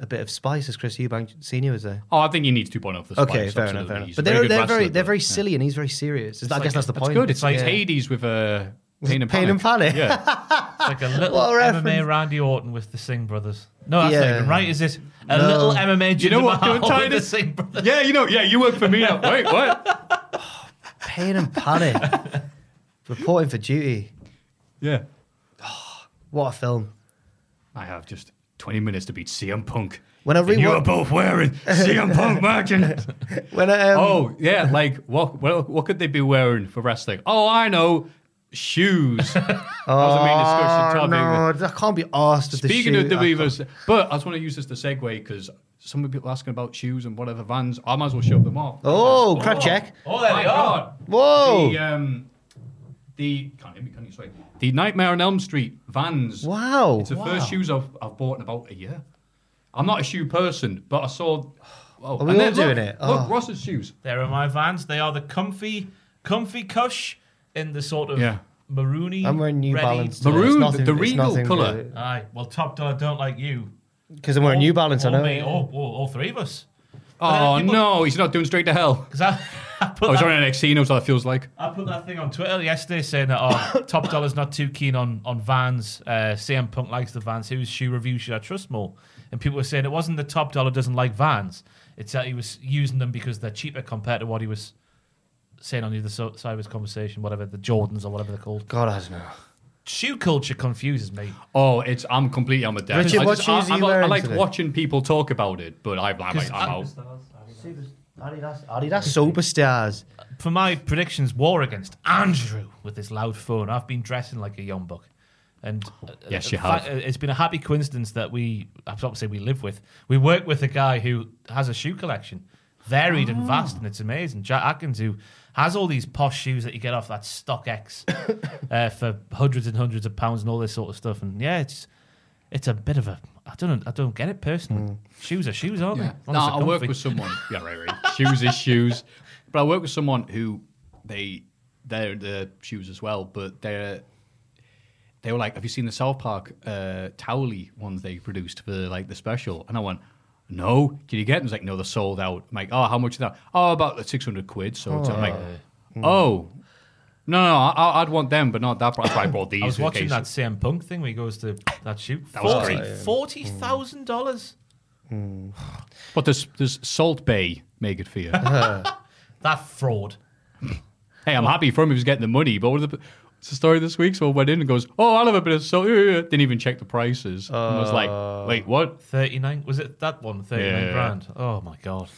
[SPEAKER 5] a bit of spice, as Chris Eubank Senior was there?
[SPEAKER 4] Oh, I think he needs 2.0 for the
[SPEAKER 5] Okay,
[SPEAKER 4] Spikes,
[SPEAKER 5] fair enough,
[SPEAKER 4] absolutely.
[SPEAKER 5] fair enough.
[SPEAKER 4] He's a
[SPEAKER 5] But they're
[SPEAKER 4] good
[SPEAKER 5] they're
[SPEAKER 4] wrestler,
[SPEAKER 5] very they're
[SPEAKER 4] but-
[SPEAKER 5] very silly, and he's very serious. I guess that's the
[SPEAKER 4] That's
[SPEAKER 5] point.
[SPEAKER 4] good. It's like
[SPEAKER 5] Yeah.
[SPEAKER 4] Hades with a pain and
[SPEAKER 5] Pain and panic.
[SPEAKER 4] Yeah.
[SPEAKER 6] It's like a little
[SPEAKER 5] What a
[SPEAKER 6] MMA
[SPEAKER 5] reference.
[SPEAKER 6] Randy Orton with the Singh brothers. No, that's not
[SPEAKER 5] Yeah.
[SPEAKER 6] even right, is it? A little MMA
[SPEAKER 4] You know what,
[SPEAKER 6] Jinder Mahal
[SPEAKER 4] dude,
[SPEAKER 6] with the
[SPEAKER 4] Titus?
[SPEAKER 6] Singh brothers.
[SPEAKER 4] yeah, you know, yeah, you work for me now. Wait, what?
[SPEAKER 5] Pain and panic. Reporting for duty.
[SPEAKER 4] Yeah.
[SPEAKER 5] What a film.
[SPEAKER 4] I have just 20 minutes to beat CM Punk.
[SPEAKER 5] When I
[SPEAKER 4] And you
[SPEAKER 5] rewa-
[SPEAKER 4] are both wearing CM Punk merchandise.
[SPEAKER 5] When I, um,
[SPEAKER 4] oh, yeah, like, what, what what could they be wearing for wrestling? Oh, I know, shoes. that was the main discussion topic.
[SPEAKER 5] oh, no, I can't be asked. with the
[SPEAKER 4] Speaking of
[SPEAKER 5] shoe-
[SPEAKER 4] the
[SPEAKER 5] I
[SPEAKER 4] Weavers, but I just want to use this to segue because some of the people asking about shoes and whatever vans, I might as well show them off.
[SPEAKER 5] Oh, crap check.
[SPEAKER 6] Oh, there
[SPEAKER 4] My
[SPEAKER 6] they are.
[SPEAKER 4] God.
[SPEAKER 5] Whoa.
[SPEAKER 4] The, um, the can't hear me, can you? Sorry. The Nightmare on Elm Street Vans.
[SPEAKER 5] Wow.
[SPEAKER 4] It's the first shoes I've, I've bought in about a year. I'm not a shoe person, but I saw. Oh, and
[SPEAKER 5] we all
[SPEAKER 4] then
[SPEAKER 5] doing
[SPEAKER 4] look,
[SPEAKER 5] it?
[SPEAKER 4] Look,
[SPEAKER 5] Oh.
[SPEAKER 4] Ross's shoes.
[SPEAKER 6] There are my Vans. They are the comfy, comfy cush in the sort of
[SPEAKER 4] Yeah.
[SPEAKER 6] maroony.
[SPEAKER 5] I'm wearing New
[SPEAKER 6] ready-
[SPEAKER 5] Balance.
[SPEAKER 4] Maroon, the regal colour.
[SPEAKER 6] Aye, well, top dollar don't like you.
[SPEAKER 5] Because I'm wearing New Balance, I
[SPEAKER 6] All
[SPEAKER 5] know.
[SPEAKER 6] me, all, all, all three of us.
[SPEAKER 4] Oh
[SPEAKER 6] people-
[SPEAKER 4] no, he's not doing straight to hell.
[SPEAKER 6] Because I,
[SPEAKER 4] I was on NXT, knows how that feels like.
[SPEAKER 6] I put that thing on Twitter yesterday saying that oh, Top Dollar's not too keen on on Vans. Uh, CM Punk likes the Vans. Whose shoe review should I trust more? And people were saying it wasn't the Top Dollar doesn't like Vans. It's that he was using them because they're cheaper compared to what he was saying on the other so- side of his conversation, whatever the Jordans or whatever they're called.
[SPEAKER 5] God, I don't know.
[SPEAKER 6] Shoe culture confuses me.
[SPEAKER 4] Oh, it's I'm completely on my death.
[SPEAKER 5] Richard,
[SPEAKER 4] I,
[SPEAKER 5] what
[SPEAKER 4] I,
[SPEAKER 5] shoes are you
[SPEAKER 4] I'm- I
[SPEAKER 5] wearing
[SPEAKER 4] like
[SPEAKER 5] today?
[SPEAKER 4] watching people talk about it, but I, I'm, like,
[SPEAKER 6] 'Cause
[SPEAKER 4] I'm
[SPEAKER 6] I-
[SPEAKER 4] out.
[SPEAKER 8] Adidas, Adidas, Adidas.
[SPEAKER 5] Superstars.
[SPEAKER 6] For my predictions, war against Andrew with his loud phone. I've been dressing like a young buck. And uh,
[SPEAKER 4] Yes,
[SPEAKER 6] uh,
[SPEAKER 4] you
[SPEAKER 6] in fact, uh, It's been a happy coincidence that we, I'm not say we live with, we work with a guy who has a shoe collection, varied and
[SPEAKER 4] Oh.
[SPEAKER 6] vast, and it's amazing. Jack Atkins, who has all these posh shoes that you get off that Stock X uh, for hundreds and hundreds of pounds and all this sort of stuff. And yeah, it's it's a bit of a, I don't, I don't get it personally.
[SPEAKER 4] Mm.
[SPEAKER 6] Shoes are shoes, aren't
[SPEAKER 4] Yeah.
[SPEAKER 6] they? As long
[SPEAKER 4] No,
[SPEAKER 6] as
[SPEAKER 4] I
[SPEAKER 6] they're
[SPEAKER 4] work
[SPEAKER 6] comfy.
[SPEAKER 4] with someone. Yeah, right, right. shoes is shoes, but I work with someone who they they're the shoes as well, but they're they were like, "Have you seen the South Park uh, Towley ones they produced for like the special?" And I went. No, can you get them? He's like, no, they're sold out. I'm like, oh, how much is that? Oh, about six hundred quid. So it's, I'm like, oh, no, no, I, I'd want them, but not that. That's why I brought these.
[SPEAKER 6] I was
[SPEAKER 4] in
[SPEAKER 6] watching
[SPEAKER 4] case-
[SPEAKER 6] that CM Punk thing where he goes to that shoot.
[SPEAKER 4] That was
[SPEAKER 6] Forty-
[SPEAKER 4] great.
[SPEAKER 6] Forty thousand dollars.
[SPEAKER 4] But there's there's Salt Bay make it for you.
[SPEAKER 6] That fraud.
[SPEAKER 4] Hey, I'm happy for him. He was getting the money, but what the, it's the story this week. So I went in and goes, "Oh, I'll have a bit of salt." Didn't even check the prices. and I was like, "Wait, what?"
[SPEAKER 6] Thirty nine. Was it that one? Thirty nine
[SPEAKER 4] Yeah.
[SPEAKER 6] grand. Oh my god.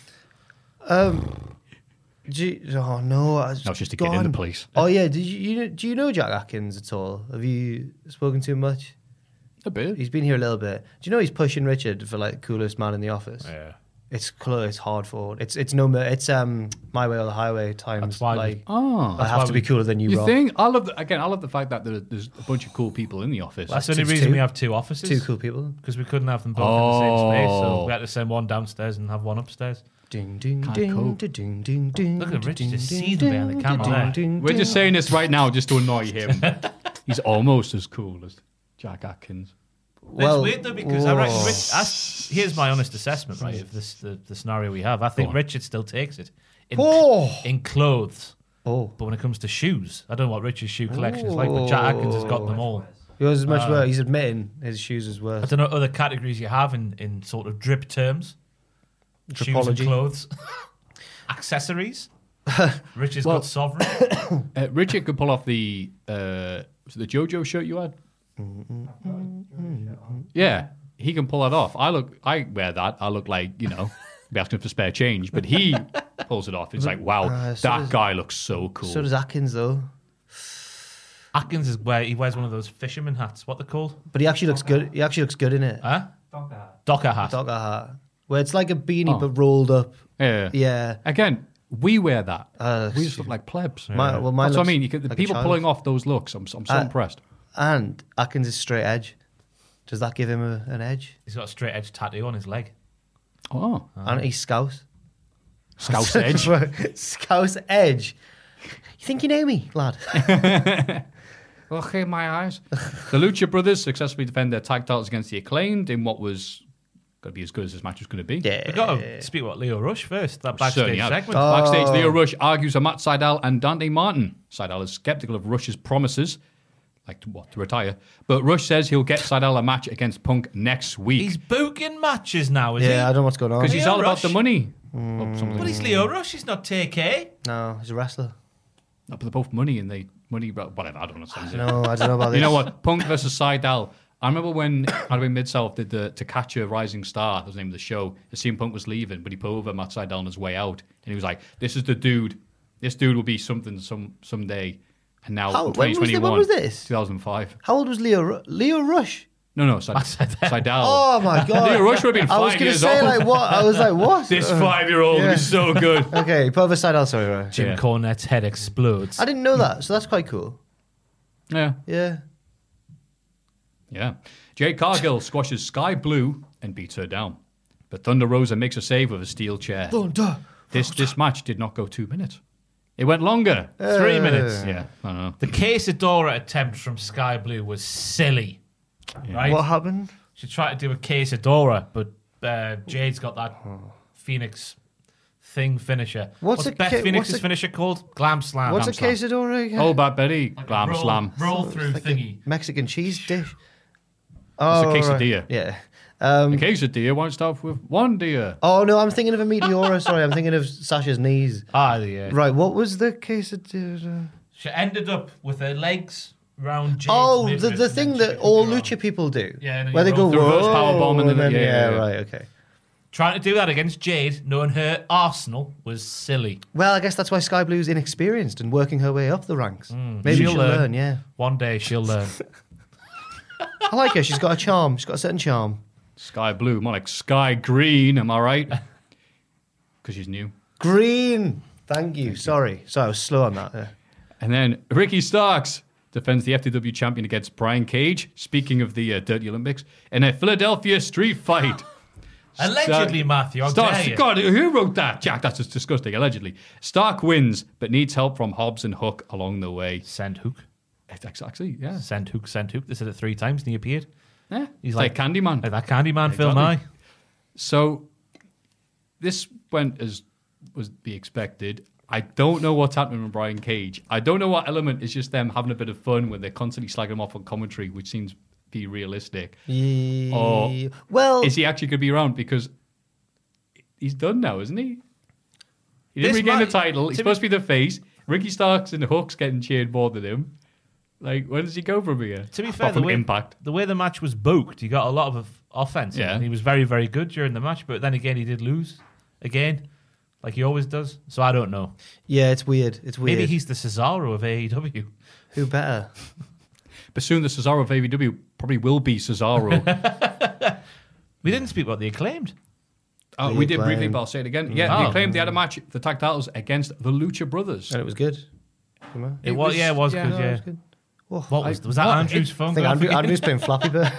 [SPEAKER 5] Do you, oh no! I was
[SPEAKER 4] No, it's just to get in the
[SPEAKER 5] gone.
[SPEAKER 4] police.
[SPEAKER 5] Oh yeah, did you, you know- do you know Jack Atkins at all? Have you spoken to him much?
[SPEAKER 4] A bit.
[SPEAKER 5] He's been here a little bit. Do you know he's pushing Richard for like coolest man in the office?
[SPEAKER 6] Yeah.
[SPEAKER 5] It's close, it's hard for it's it's no mer- it's um my way or the highway times
[SPEAKER 6] That's why we-
[SPEAKER 5] like
[SPEAKER 4] Oh,
[SPEAKER 5] I have to be cooler than you,
[SPEAKER 4] you
[SPEAKER 5] Rob.
[SPEAKER 4] think? I love the, again. I love the fact that there, there's a bunch of cool people in the office.
[SPEAKER 6] That's the only
[SPEAKER 5] It's
[SPEAKER 6] reason
[SPEAKER 5] two-
[SPEAKER 6] we have two offices.
[SPEAKER 5] Two cool people.
[SPEAKER 6] Because we couldn't have them both in the same space, so
[SPEAKER 4] Oh.
[SPEAKER 6] we had to send one downstairs and have one upstairs.
[SPEAKER 5] Ding ding
[SPEAKER 4] Can't
[SPEAKER 5] ding
[SPEAKER 4] cope.
[SPEAKER 5] ding ding ding ding.
[SPEAKER 6] Look at Richard
[SPEAKER 5] ding,
[SPEAKER 6] just
[SPEAKER 5] ding,
[SPEAKER 6] seething behind the
[SPEAKER 5] ding,
[SPEAKER 6] camera
[SPEAKER 5] ding,
[SPEAKER 6] there.
[SPEAKER 5] ding,
[SPEAKER 4] We're just
[SPEAKER 5] ding.
[SPEAKER 4] saying this right now just to annoy him. He's almost as cool as Jack Atkins.
[SPEAKER 5] Well,
[SPEAKER 6] it's weird though because I reckon
[SPEAKER 5] whoa.
[SPEAKER 6] Rich, I, here's my honest assessment, right? Of this the, the scenario we have, I think
[SPEAKER 4] on.
[SPEAKER 6] Richard still takes it in,
[SPEAKER 5] Oh.
[SPEAKER 6] in clothes.
[SPEAKER 5] Oh,
[SPEAKER 6] But when it comes to shoes, I don't know what Richard's shoe collection is like, but Jack Atkins has got them all.
[SPEAKER 5] yours is much worse. He's admitting his shoes is
[SPEAKER 6] I
[SPEAKER 5] worse.
[SPEAKER 6] don't know other categories you have in, in sort of drip terms. Shoes and
[SPEAKER 5] Dripology.
[SPEAKER 6] clothes. Accessories. Rich has
[SPEAKER 4] Well-
[SPEAKER 6] got sovereign.
[SPEAKER 4] Uh, Richard could pull off the uh, was it the JoJo shirt you had. Yeah, he can pull that off. I look, I wear that. I look like you know, be asking for spare change, but he pulls it off. It's like wow,
[SPEAKER 5] Uh, so
[SPEAKER 4] that
[SPEAKER 5] does-
[SPEAKER 4] guy looks so cool.
[SPEAKER 5] So does Atkins though,
[SPEAKER 6] Atkins is where he wears one of those fisherman hats. What they're called?
[SPEAKER 5] but he actually looks good. He actually looks good in it.
[SPEAKER 6] Huh?
[SPEAKER 8] Fuck that.
[SPEAKER 6] Docker hat.
[SPEAKER 5] Docker hat, where it's like a beanie
[SPEAKER 4] Oh.
[SPEAKER 5] but rolled up.
[SPEAKER 4] yeah.
[SPEAKER 5] Yeah.
[SPEAKER 4] Again, we wear that.
[SPEAKER 5] Uh,
[SPEAKER 4] we just look like plebs.
[SPEAKER 5] My- well, mine
[SPEAKER 4] That's what I
[SPEAKER 5] looks
[SPEAKER 4] mean. You could, the
[SPEAKER 5] like a
[SPEAKER 4] people
[SPEAKER 5] child.
[SPEAKER 4] pulling off those looks, I'm, I'm so
[SPEAKER 5] Uh,
[SPEAKER 4] impressed.
[SPEAKER 5] And Atkins is straight edge. Does that give him a, an edge?
[SPEAKER 6] He's got a straight edge tattoo on his leg.
[SPEAKER 4] Oh,
[SPEAKER 5] and he's Scouse.
[SPEAKER 4] Scouse Edge.
[SPEAKER 5] Scouse edge. You think you know me, lad?
[SPEAKER 4] Okay, my eyes. the Lucha Brothers successfully defend their tag titles against the Acclaimed in what was going to be as good as this match was going to be.
[SPEAKER 5] yeah.
[SPEAKER 6] We've got to speak about Leo Rush first. That backstage
[SPEAKER 4] Certainly have.
[SPEAKER 6] segment. Uh,
[SPEAKER 4] Backstage, Leo Rush argues with Matt Seidel and Dante Martin. Seidel is skeptical of Rush's promises, like to, what, to retire. But Rush says he'll get Seidel a match against Punk next
[SPEAKER 6] He's
[SPEAKER 4] week
[SPEAKER 6] booking matches now, is
[SPEAKER 5] yeah, I
[SPEAKER 6] he?
[SPEAKER 5] don't know what's going on.
[SPEAKER 4] because he's
[SPEAKER 6] Leo
[SPEAKER 4] all
[SPEAKER 6] Rush. Hmm.
[SPEAKER 4] about the money. Or something.
[SPEAKER 6] But he's Leo Rush. He's not TK.
[SPEAKER 5] No, he's a wrestler.
[SPEAKER 4] No, but they're both money and they money whatever. I don't understand. it.
[SPEAKER 5] No, I don't know about this.
[SPEAKER 4] You know what? Punk versus Seidel. I remember when Adam Mid South did the To Catch a Rising Star, that was the name of the show. The CM Punk was leaving, but he put over Matt Seidel on his way out. And he was like, This is the dude. This dude will be something some someday. And now,
[SPEAKER 5] How-
[SPEAKER 4] in
[SPEAKER 5] when was the-
[SPEAKER 4] 2021.
[SPEAKER 5] when was this?
[SPEAKER 4] 2005.
[SPEAKER 5] How old was Leo? Ru- Leo Rush.
[SPEAKER 4] No, no, Seidel. Seidel.
[SPEAKER 5] Oh my god.
[SPEAKER 4] Leo Rush would have been
[SPEAKER 5] I was
[SPEAKER 4] five
[SPEAKER 5] gonna
[SPEAKER 4] years
[SPEAKER 5] say
[SPEAKER 4] old.
[SPEAKER 5] like what? I was like what?
[SPEAKER 4] This
[SPEAKER 5] Uh,
[SPEAKER 4] five year old
[SPEAKER 5] yeah.
[SPEAKER 4] is so good.
[SPEAKER 5] Okay, put over Seidel, sorry, right.
[SPEAKER 6] Jim
[SPEAKER 4] Yeah.
[SPEAKER 6] Cornette's head explodes.
[SPEAKER 5] I didn't know that, so that's quite cool.
[SPEAKER 4] yeah.
[SPEAKER 5] Yeah.
[SPEAKER 4] Yeah. Jay Cargill squashes Sky Blue and beats her down. But Thunder Rosa makes a save with a steel chair.
[SPEAKER 5] Thunder.
[SPEAKER 4] This this match did not go two minutes. It went longer.
[SPEAKER 5] Uh,
[SPEAKER 6] Three minutes.
[SPEAKER 4] Yeah, I don't know.
[SPEAKER 6] The quesadora attempt from Sky Blue was silly. Right?
[SPEAKER 5] What happened?
[SPEAKER 6] She tried to do a quesadora, but uh, Jade's got that Phoenix thing finisher.
[SPEAKER 5] What's
[SPEAKER 6] What's,
[SPEAKER 5] a
[SPEAKER 6] Beth
[SPEAKER 5] ca-
[SPEAKER 6] Phoenix's
[SPEAKER 5] what's a-
[SPEAKER 6] finisher called? Glam Slam.
[SPEAKER 5] What's a
[SPEAKER 6] Glam Slam.
[SPEAKER 5] quesadilla again?
[SPEAKER 4] Oh, Bad Betty, glam
[SPEAKER 6] roll,
[SPEAKER 4] slam.
[SPEAKER 6] Roll through
[SPEAKER 5] Like a
[SPEAKER 6] thingy.
[SPEAKER 5] Mexican cheese dish.
[SPEAKER 4] a
[SPEAKER 5] Oh, right.
[SPEAKER 4] quesadilla.
[SPEAKER 5] Yeah. Um,
[SPEAKER 4] The quesadilla won't start with one deer.
[SPEAKER 5] Oh no, I'm thinking of a meteora. Sorry, I'm thinking of Sasha's knees.
[SPEAKER 6] Ah, yeah.
[SPEAKER 5] Right, what was the quesadilla?
[SPEAKER 6] She ended up with her legs round. Jade's
[SPEAKER 5] Oh, the,
[SPEAKER 6] midriff
[SPEAKER 5] the
[SPEAKER 6] and then
[SPEAKER 5] thing
[SPEAKER 6] she
[SPEAKER 5] that
[SPEAKER 6] could
[SPEAKER 5] all
[SPEAKER 6] go on.
[SPEAKER 5] lucha people do.
[SPEAKER 6] Yeah, and then
[SPEAKER 5] where they
[SPEAKER 6] you
[SPEAKER 5] go
[SPEAKER 6] roll
[SPEAKER 4] the
[SPEAKER 5] whoa,
[SPEAKER 4] reverse powerbomb and then- yeah, yeah,
[SPEAKER 5] yeah,
[SPEAKER 4] yeah.
[SPEAKER 5] right, okay.
[SPEAKER 6] Trying to do that against Jade, knowing her arsenal, was silly.
[SPEAKER 5] Well, I guess that's why Sky Blue's inexperienced and working her way up the ranks. Maybe she'll,
[SPEAKER 6] She'll
[SPEAKER 5] learn.
[SPEAKER 6] learn.
[SPEAKER 5] Yeah,
[SPEAKER 6] One day she'll learn.
[SPEAKER 5] I like her. She's got a charm. She's got a certain charm.
[SPEAKER 4] Sky blue, more like sky green, am I right? Because she's new.
[SPEAKER 5] Green. Thank you. Sorry, sorry, I was slow on that. there.
[SPEAKER 4] And then Ricky Starks defends the FTW champion against Brian Cage, speaking of the uh, Dirty Olympics, in a Philadelphia street fight.
[SPEAKER 6] Allegedly, Matthew. How
[SPEAKER 4] Stark,
[SPEAKER 6] dare you?
[SPEAKER 4] God, who wrote that? Jack, that's just disgusting, allegedly. Stark wins, but needs help from Hobbs and Hook along the way.
[SPEAKER 6] Send hook.
[SPEAKER 4] Exactly, yeah.
[SPEAKER 6] Send hook. Send hook. They said it three times, and he appeared.
[SPEAKER 4] yeah.
[SPEAKER 6] He's
[SPEAKER 4] like,
[SPEAKER 6] like-
[SPEAKER 4] Candyman.
[SPEAKER 6] Like that Candyman film, aye.
[SPEAKER 4] Exactly. So this went as was be expected. I don't know what's happening with Brian Cage. I don't know what element is just them having a bit of fun when they're constantly slagging him off on commentary, which seems to be realistic.
[SPEAKER 5] Ye-
[SPEAKER 4] Or
[SPEAKER 5] well,
[SPEAKER 4] Is he actually going to be around? Because he's done now, isn't he? He
[SPEAKER 6] This
[SPEAKER 4] didn't regain the
[SPEAKER 6] might-
[SPEAKER 4] title. He's
[SPEAKER 6] to be-
[SPEAKER 4] supposed to be the face. Ricky Starks and Hook's getting cheered more than him. Like, where does he go from here?
[SPEAKER 6] To be
[SPEAKER 4] Apart
[SPEAKER 6] fair, the
[SPEAKER 4] from
[SPEAKER 6] way,
[SPEAKER 4] impact.
[SPEAKER 6] the way the match was booked, he got a lot of offense.
[SPEAKER 4] Yeah.
[SPEAKER 6] And he was very, very good during the match, but then again, he did lose again, like he always does. So I don't know.
[SPEAKER 5] yeah, it's weird. It's weird.
[SPEAKER 6] Maybe he's the Cesaro of E AEW.
[SPEAKER 5] who better?
[SPEAKER 4] But soon the Cesaro of AEW probably will be Cesaro.
[SPEAKER 6] We didn't speak about the acclaimed.
[SPEAKER 4] Oh,
[SPEAKER 5] The
[SPEAKER 4] we did
[SPEAKER 5] Acclaim.
[SPEAKER 4] briefly, but I'll say it again. Yeah,
[SPEAKER 6] Oh.
[SPEAKER 4] they claimed they had a match, the tag titles against the Lucha Brothers.
[SPEAKER 5] And it was good. Come on.
[SPEAKER 6] It, was, yeah, it was good.
[SPEAKER 5] No,
[SPEAKER 6] yeah.
[SPEAKER 5] it was good. Whoa.
[SPEAKER 6] What was,
[SPEAKER 4] I-
[SPEAKER 6] was that?
[SPEAKER 4] what?
[SPEAKER 6] Andrew's
[SPEAKER 4] It-
[SPEAKER 5] I
[SPEAKER 6] phone.
[SPEAKER 5] think
[SPEAKER 6] call?
[SPEAKER 5] Andrew,
[SPEAKER 6] forget-
[SPEAKER 5] Andrew's playing Flappy Bird.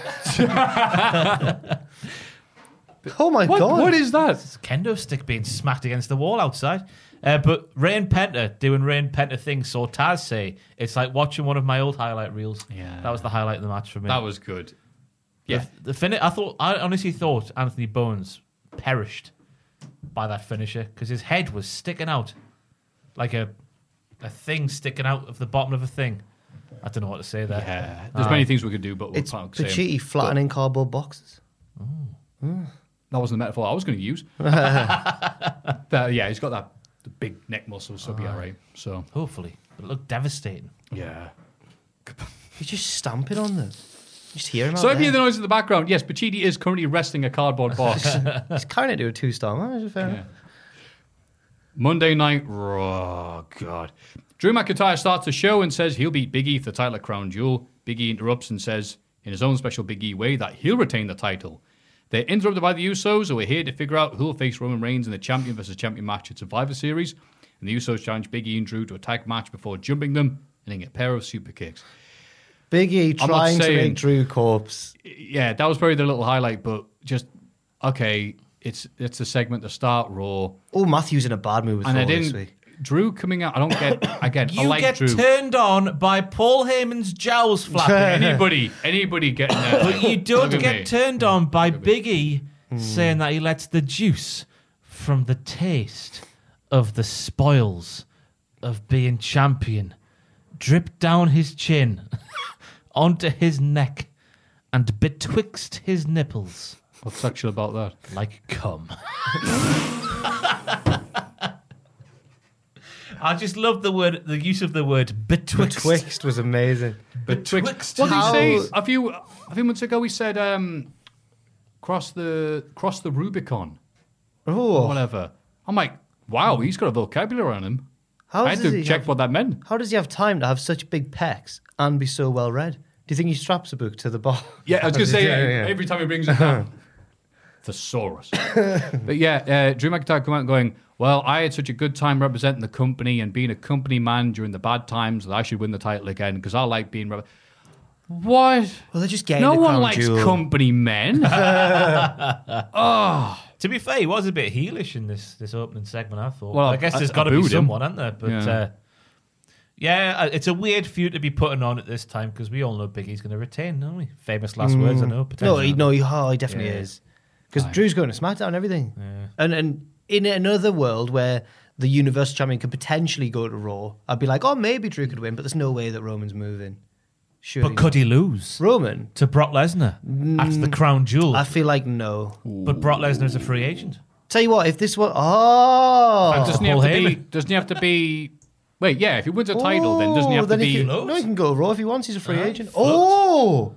[SPEAKER 5] oh my
[SPEAKER 4] What,
[SPEAKER 5] god!
[SPEAKER 4] what is that?
[SPEAKER 6] It's a kendo stick being smacked against the wall outside. Uh, but Rain Penta doing Rain Penta things. So Taz say it's like watching one of my old highlight reels.
[SPEAKER 4] Yeah.
[SPEAKER 6] that was the highlight of the match for me.
[SPEAKER 4] That was good. Yeah.
[SPEAKER 6] The, the finish. I thought. I honestly thought Anthony Bones perished by that finisher because his head was sticking out like a a thing sticking out of the bottom of a thing. I don't know what to say there.
[SPEAKER 4] Yeah. There's many things we could do, but we'll
[SPEAKER 5] It's
[SPEAKER 4] plan on saying-
[SPEAKER 5] Pachiti flattening cardboard boxes.
[SPEAKER 4] That wasn't the metaphor I was going to use. but yeah, he's got that the big neck muscle, so it'll be all right. So,
[SPEAKER 6] Hopefully, it looked devastating.
[SPEAKER 4] yeah.
[SPEAKER 5] He's just stamping on them. Just hear him out
[SPEAKER 4] So, if you
[SPEAKER 5] there.
[SPEAKER 4] hear the noise in the background, yes, Pachidi is currently wrestling a cardboard box.
[SPEAKER 5] He's carrying it to a two-star. man, it's fair enough.
[SPEAKER 4] Monday night. Raw. God. Drew McIntyre starts the show and says he'll beat Big E for the title at Crown Jewel. Big E interrupts and says, in his own special Big E way, that he'll retain the title. They're interrupted by the Usos, who are here to figure out who'll face Roman Reigns in the champion versus champion match at Survivor Series. And the Usos challenge Big E and Drew to a tag match before jumping them and then a pair of super kicks.
[SPEAKER 5] Big E
[SPEAKER 4] I'm not
[SPEAKER 5] trying to
[SPEAKER 4] saying-
[SPEAKER 5] make Drew corpse.
[SPEAKER 4] Yeah, that was probably the little highlight, but just okay, it's it's a segment to start Raw.
[SPEAKER 5] Oh, Matthew's in a bad mood with
[SPEAKER 4] And I
[SPEAKER 5] Raw this
[SPEAKER 4] didn't
[SPEAKER 5] week.
[SPEAKER 4] Drew coming out. I don't get again. I
[SPEAKER 6] You
[SPEAKER 4] like
[SPEAKER 6] get
[SPEAKER 4] Drew.
[SPEAKER 6] turned on by Paul Heyman's jowls flapping.
[SPEAKER 4] anybody, anybody getting there.
[SPEAKER 6] But you don't
[SPEAKER 4] Look at
[SPEAKER 6] get
[SPEAKER 4] me.
[SPEAKER 6] turned on by Big E saying that he lets the juice from the taste of the spoils of being champion drip down his chin onto his neck and betwixt his nipples
[SPEAKER 4] What's sexual about that?
[SPEAKER 6] like cum. I just love the word, the use of the word betwixt.
[SPEAKER 5] Twixt was amazing.
[SPEAKER 4] Betwixt. What did
[SPEAKER 5] how-
[SPEAKER 4] he say? A few a few months ago, he said, um, "Cross the cross the Rubicon," or
[SPEAKER 5] Oh,
[SPEAKER 4] whatever. I'm like, wow, he's got a vocabulary on him.
[SPEAKER 5] How
[SPEAKER 4] I had
[SPEAKER 5] does
[SPEAKER 4] to
[SPEAKER 5] he
[SPEAKER 4] check
[SPEAKER 5] have-
[SPEAKER 4] what that meant.
[SPEAKER 5] how does he have time to have such big pecs and be so well read? Do you think he straps a book to the bar?
[SPEAKER 4] Yeah, I was gonna say
[SPEAKER 5] Yeah,
[SPEAKER 4] yeah,
[SPEAKER 5] yeah, yeah.
[SPEAKER 4] every time he brings it up. Thesaurus. but yeah, uh, Drew McIntyre come out going, Well, I had such a good time representing the company and being a company man during the bad times that I should win the title again because I like being. Rep- what?
[SPEAKER 5] Well, they're just getting
[SPEAKER 4] no
[SPEAKER 5] the
[SPEAKER 4] one
[SPEAKER 5] crown
[SPEAKER 4] likes
[SPEAKER 5] jewel.
[SPEAKER 4] company men.
[SPEAKER 6] Oh, To be fair, he was a bit heelish in this this opening segment. I thought.
[SPEAKER 4] Well,
[SPEAKER 6] I guess
[SPEAKER 4] I-
[SPEAKER 6] there's
[SPEAKER 4] I
[SPEAKER 6] got to be
[SPEAKER 4] booed him.
[SPEAKER 6] someone, hasn't there? But
[SPEAKER 4] Yeah.
[SPEAKER 6] yeah. Uh, yeah, uh, it's a weird feud to be putting on at this time because we all know Biggie's going to retain, don't we? Famous last words, I know.
[SPEAKER 5] No,
[SPEAKER 6] potentially.
[SPEAKER 5] he, no, he, oh, he definitely
[SPEAKER 6] Yeah.
[SPEAKER 5] is. Because Drew's going to SmackDown and everything. And and in another world where the Universal Champion could potentially go to Raw, I'd be like, oh, maybe Drew could win, but there's no way that Roman's moving. Surely
[SPEAKER 6] But could he lose
[SPEAKER 5] Roman?
[SPEAKER 6] to Brock Lesnar after the crown jewel?
[SPEAKER 5] Mm. I feel like no.
[SPEAKER 6] but Brock Lesnar's a free agent.
[SPEAKER 5] Tell you what, if this was oh,
[SPEAKER 4] And doesn't he have
[SPEAKER 6] Paul
[SPEAKER 4] to be?
[SPEAKER 6] Heyman.
[SPEAKER 4] Doesn't he have to be? Wait, yeah. If he wins a title, then doesn't he
[SPEAKER 5] Oh,
[SPEAKER 4] have to
[SPEAKER 5] then
[SPEAKER 4] be?
[SPEAKER 5] Can, no, he can go raw if he wants. He's a free agent. Oh,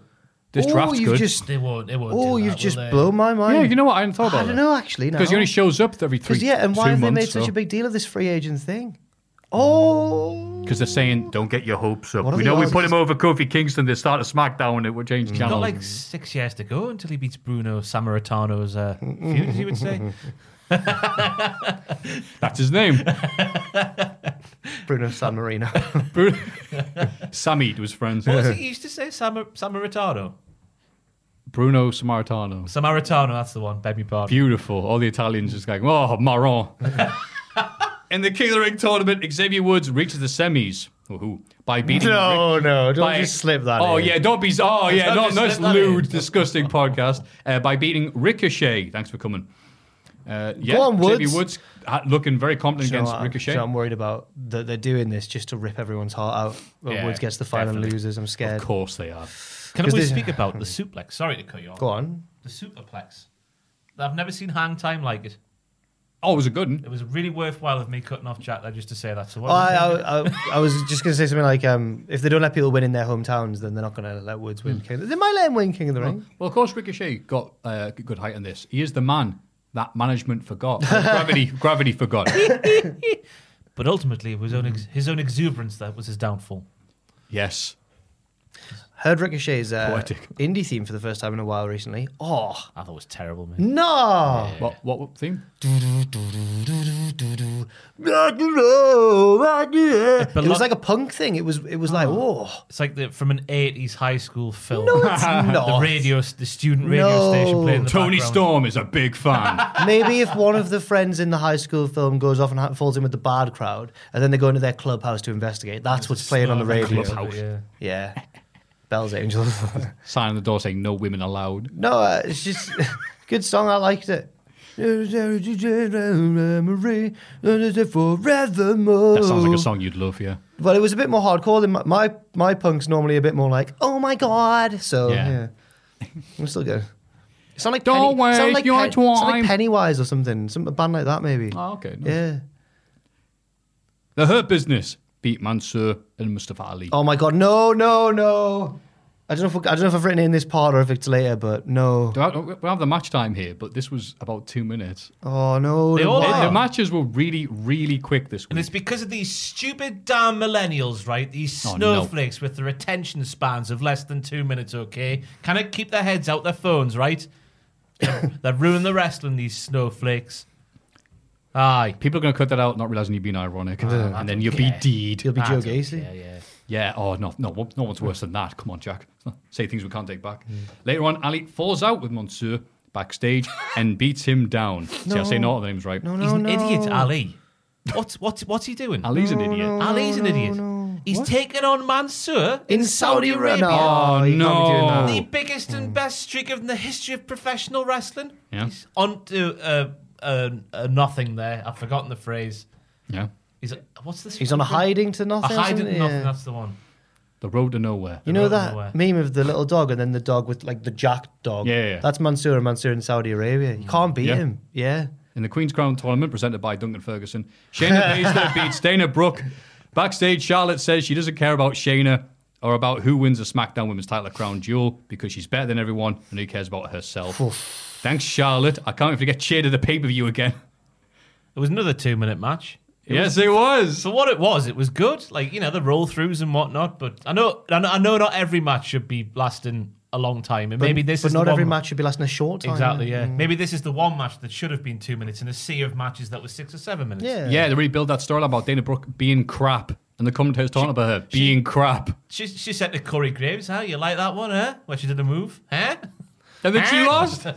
[SPEAKER 4] This
[SPEAKER 5] oh,
[SPEAKER 4] draft's
[SPEAKER 5] you've
[SPEAKER 4] good.
[SPEAKER 5] Just,
[SPEAKER 6] They won't. They won't.
[SPEAKER 5] oh,
[SPEAKER 6] do
[SPEAKER 5] you've
[SPEAKER 6] that,
[SPEAKER 5] just
[SPEAKER 6] will they?
[SPEAKER 5] blown my mind.
[SPEAKER 4] yeah, you know what? I hadn't thought about
[SPEAKER 5] Oh, I don't know actually now
[SPEAKER 4] Because he only shows up every three.
[SPEAKER 5] Because yeah, and why have they made such a
[SPEAKER 4] big?
[SPEAKER 5] big deal of this free agent thing? Oh,
[SPEAKER 4] Because they're saying, don't get your hopes up.
[SPEAKER 5] What are
[SPEAKER 4] We
[SPEAKER 5] the
[SPEAKER 4] know we
[SPEAKER 5] odds?
[SPEAKER 4] put him over Kofi Kingston. They start a SmackDown and it would change
[SPEAKER 6] He's
[SPEAKER 4] channels.
[SPEAKER 6] got Mm. like six years to go until he beats Bruno Samaritano's uh, feud, as you would say.
[SPEAKER 4] That's his name.
[SPEAKER 5] Bruno San Marino.
[SPEAKER 4] Bru- Sammy to his friends.
[SPEAKER 6] What was it he used to say? Samar- Samaritano?
[SPEAKER 4] Bruno Samaritano.
[SPEAKER 6] Samaritano, that's the one. Beg me pardon.
[SPEAKER 4] Beautiful. All the Italians just going, oh, marron. In the King of the Ring tournament, Xavier Woods reaches the semis. Woohoo. By beating.
[SPEAKER 5] no, no, don't
[SPEAKER 4] by-
[SPEAKER 5] just slip that.
[SPEAKER 4] Oh
[SPEAKER 5] in.
[SPEAKER 4] yeah, don't be. Oh yeah,
[SPEAKER 6] Don't just
[SPEAKER 4] no, no,
[SPEAKER 6] slip
[SPEAKER 4] it's
[SPEAKER 6] that
[SPEAKER 4] lewd,
[SPEAKER 6] in.
[SPEAKER 4] disgusting podcast. Uh, by beating Ricochet, thanks for coming. Uh, yeah,
[SPEAKER 5] on,
[SPEAKER 4] Xavier
[SPEAKER 5] Woods.
[SPEAKER 4] Woods ha- looking very
[SPEAKER 5] Do
[SPEAKER 4] confident
[SPEAKER 5] you know
[SPEAKER 4] against
[SPEAKER 5] what I'm-
[SPEAKER 4] Ricochet.
[SPEAKER 5] do you know what I'm worried about that they're doing this just to rip everyone's heart out. When
[SPEAKER 6] Yeah,
[SPEAKER 5] Woods gets the final and
[SPEAKER 6] definitely.
[SPEAKER 5] losers, I'm scared.
[SPEAKER 4] Of course they are.
[SPEAKER 6] Can
[SPEAKER 5] 'Cause
[SPEAKER 6] we
[SPEAKER 5] this-
[SPEAKER 6] speak about the suplex? Sorry to cut you off.
[SPEAKER 5] Go on.
[SPEAKER 6] The superplex. I've never seen hang time like it.
[SPEAKER 4] Oh, it was a good one.
[SPEAKER 6] It was really worthwhile of me cutting off Jack there just to say that. So what
[SPEAKER 5] Oh,
[SPEAKER 6] do you
[SPEAKER 5] I,
[SPEAKER 6] think?
[SPEAKER 5] I, I, I was just going to say something like, um, if they don't let people win in their hometowns, then they're not going to let Woods win. King. They might let him win King of the Ring.
[SPEAKER 4] Hmm. Well, of course, Ricochet got uh, g- good height on this. He is the man that management forgot. gravity, gravity forgot.
[SPEAKER 5] uh,
[SPEAKER 6] But ultimately, it was own ex- his own exuberance that was his downfall.
[SPEAKER 4] yes,
[SPEAKER 5] Heard Ricochet's uh,
[SPEAKER 4] Poetic. Ah.
[SPEAKER 5] indie theme for the first time in a while recently. Oh
[SPEAKER 6] I thought it was terrible, man.
[SPEAKER 5] no!
[SPEAKER 4] What what theme?
[SPEAKER 5] Rock and roll, rock and roll. It
[SPEAKER 6] belong-
[SPEAKER 5] was like a punk thing. It was. It was
[SPEAKER 4] Ah.
[SPEAKER 5] like, oh
[SPEAKER 6] It's like the, from an '80s high school film.
[SPEAKER 5] no, it's
[SPEAKER 6] the
[SPEAKER 5] not.
[SPEAKER 6] radio, the student radio
[SPEAKER 5] No.
[SPEAKER 6] station playing in the
[SPEAKER 4] Tony
[SPEAKER 6] background.
[SPEAKER 4] Storm is a big fan.
[SPEAKER 5] Maybe if one of the friends in the high school film goes off and ha- falls in with the bad crowd, and then they go into their clubhouse to investigate, that's what's playing on the radio.
[SPEAKER 4] Clubhouse.
[SPEAKER 6] Yeah.
[SPEAKER 5] Yeah, Bell's Angels.
[SPEAKER 4] Sign on the door saying no women allowed.
[SPEAKER 5] no, uh, it's just good song. I liked it. Forevermore.
[SPEAKER 4] That sounds like a song you'd love, yeah.
[SPEAKER 5] Well, it was a bit more hardcore than my my, my punk's normally a bit more like, oh my god. So
[SPEAKER 4] Yeah.
[SPEAKER 5] yeah, I'm still good. It's not like
[SPEAKER 4] Don't
[SPEAKER 5] Penny, sound
[SPEAKER 4] waste
[SPEAKER 5] like
[SPEAKER 4] your
[SPEAKER 5] Pen- sound
[SPEAKER 4] time.
[SPEAKER 5] like Pennywise or something, some a band like that maybe.
[SPEAKER 4] Oh, okay. nice.
[SPEAKER 5] yeah.
[SPEAKER 4] The Hurt Business beat Mansur and Mustafa Ali.
[SPEAKER 5] Oh my god, no, no, no. I don't know if I don't know if I've written it in this part or if it's later, but no.
[SPEAKER 4] Do I- We don't have the match time here, but this was about two minutes.
[SPEAKER 5] Oh no.
[SPEAKER 6] They
[SPEAKER 5] no.
[SPEAKER 6] all
[SPEAKER 4] The-
[SPEAKER 6] are.
[SPEAKER 4] The matches were really, really quick this
[SPEAKER 6] And
[SPEAKER 4] week.
[SPEAKER 6] it's because of these stupid damn millennials, right? These
[SPEAKER 4] Oh, no.
[SPEAKER 6] snowflakes with their attention spans of less than two minutes, okay? Can I keep their heads out their phones, right? They're ruining the wrestling, these snowflakes. Aye.
[SPEAKER 4] People are going to cut that out, not realizing you've been ironic, and then you'll
[SPEAKER 6] care.
[SPEAKER 4] be deed.
[SPEAKER 5] Ah, You'll be Joe
[SPEAKER 6] That's okay,
[SPEAKER 5] Gacy.
[SPEAKER 6] yeah.
[SPEAKER 4] Yeah, oh, no, no, one- no one's worse than that. Come on, Jack. Say things we can't take back.
[SPEAKER 5] Mm.
[SPEAKER 4] Later on, Ali falls out with Monsieur backstage and beats him down. See, I say
[SPEAKER 5] No.
[SPEAKER 4] not the name's right.
[SPEAKER 5] No,
[SPEAKER 6] He's
[SPEAKER 5] no,
[SPEAKER 6] an
[SPEAKER 5] no.
[SPEAKER 6] idiot, Ali. What's, what's, what's he doing?
[SPEAKER 4] Ali's an idiot.
[SPEAKER 6] Ali's an idiot. He's taking on Mansoor in, Saudi Arabia.
[SPEAKER 5] Oh, you can't be doing
[SPEAKER 4] no.
[SPEAKER 5] that.
[SPEAKER 6] the biggest and best streak in the history of professional wrestling.
[SPEAKER 4] Yeah.
[SPEAKER 6] He's on to uh, uh, uh, nothing there. I've forgotten the phrase.
[SPEAKER 4] Yeah.
[SPEAKER 6] He's what's this?
[SPEAKER 5] He's on a hiding to
[SPEAKER 6] A
[SPEAKER 5] nothing.
[SPEAKER 6] hide and
[SPEAKER 5] isn't he?
[SPEAKER 6] nothing.
[SPEAKER 5] Yeah.
[SPEAKER 6] That's the one.
[SPEAKER 4] The road to nowhere.
[SPEAKER 5] You know
[SPEAKER 6] don't know
[SPEAKER 5] that
[SPEAKER 6] where.
[SPEAKER 5] meme of the little dog and then the dog with like the jack dog?
[SPEAKER 4] Yeah, yeah.
[SPEAKER 5] That's Mansoor and Mansoor in Saudi Arabia. You can't beat
[SPEAKER 4] Yeah.
[SPEAKER 5] him. Yeah.
[SPEAKER 4] In the Queen's Crown tournament presented by Duncan Ferguson, Shayna Baszler beats Dana Brooke. Backstage, Charlotte says she doesn't care about Shayna or about who wins the SmackDown Women's Title Crown Duel because she's better than everyone and who cares about herself. Thanks, Charlotte. I can't wait to get cheered at the pay per view again.
[SPEAKER 6] It was another two-minute match.
[SPEAKER 4] yes, it was.
[SPEAKER 6] So what it was, it was good. Like you know the roll throughs and whatnot. But I know, I know, I know not every match should be lasting a long time. And maybe this
[SPEAKER 5] but
[SPEAKER 6] is the
[SPEAKER 5] not every
[SPEAKER 6] one-
[SPEAKER 5] match should be lasting a short time.
[SPEAKER 6] Exactly. Yeah. Maybe this is the one match that should have been two minutes in a sea of matches that was six or seven minutes.
[SPEAKER 5] Yeah.
[SPEAKER 4] Yeah, they rebuild that storyline about Dana Brooke being crap and the commentators talking about her being crap.
[SPEAKER 6] She, she said to Corey Graves, "Huh, you like that one, huh? Where she did a move, huh?"
[SPEAKER 4] And then she lost.
[SPEAKER 6] Then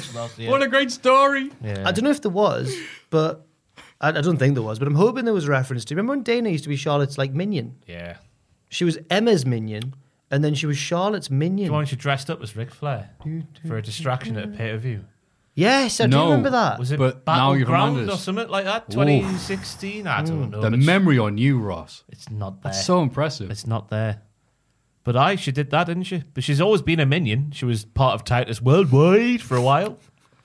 [SPEAKER 6] she lost, yeah.
[SPEAKER 4] What a great story.
[SPEAKER 5] I don't know if there was, but I, I don't think there was, but I'm hoping there was a reference to. Remember when Dana used to be Charlotte's like minion?
[SPEAKER 6] yeah.
[SPEAKER 5] She was Emma's minion, and then she was Charlotte's minion.
[SPEAKER 6] Why don't you dressed up as Ric Flair for a distraction at a pay per view?
[SPEAKER 5] Yes, I do
[SPEAKER 4] No.
[SPEAKER 5] remember that.
[SPEAKER 6] Was it
[SPEAKER 4] But now you've
[SPEAKER 6] Battleground
[SPEAKER 4] remembered
[SPEAKER 6] or
[SPEAKER 4] us.
[SPEAKER 6] something like that? 2016? I don't know.
[SPEAKER 4] the
[SPEAKER 6] It's-
[SPEAKER 4] memory on you, Ross.
[SPEAKER 6] it's not there.
[SPEAKER 4] That's so impressive.
[SPEAKER 6] It's not there. But I, she did that, didn't she? But she's always been a minion. She was part of Titus Worldwide for a while.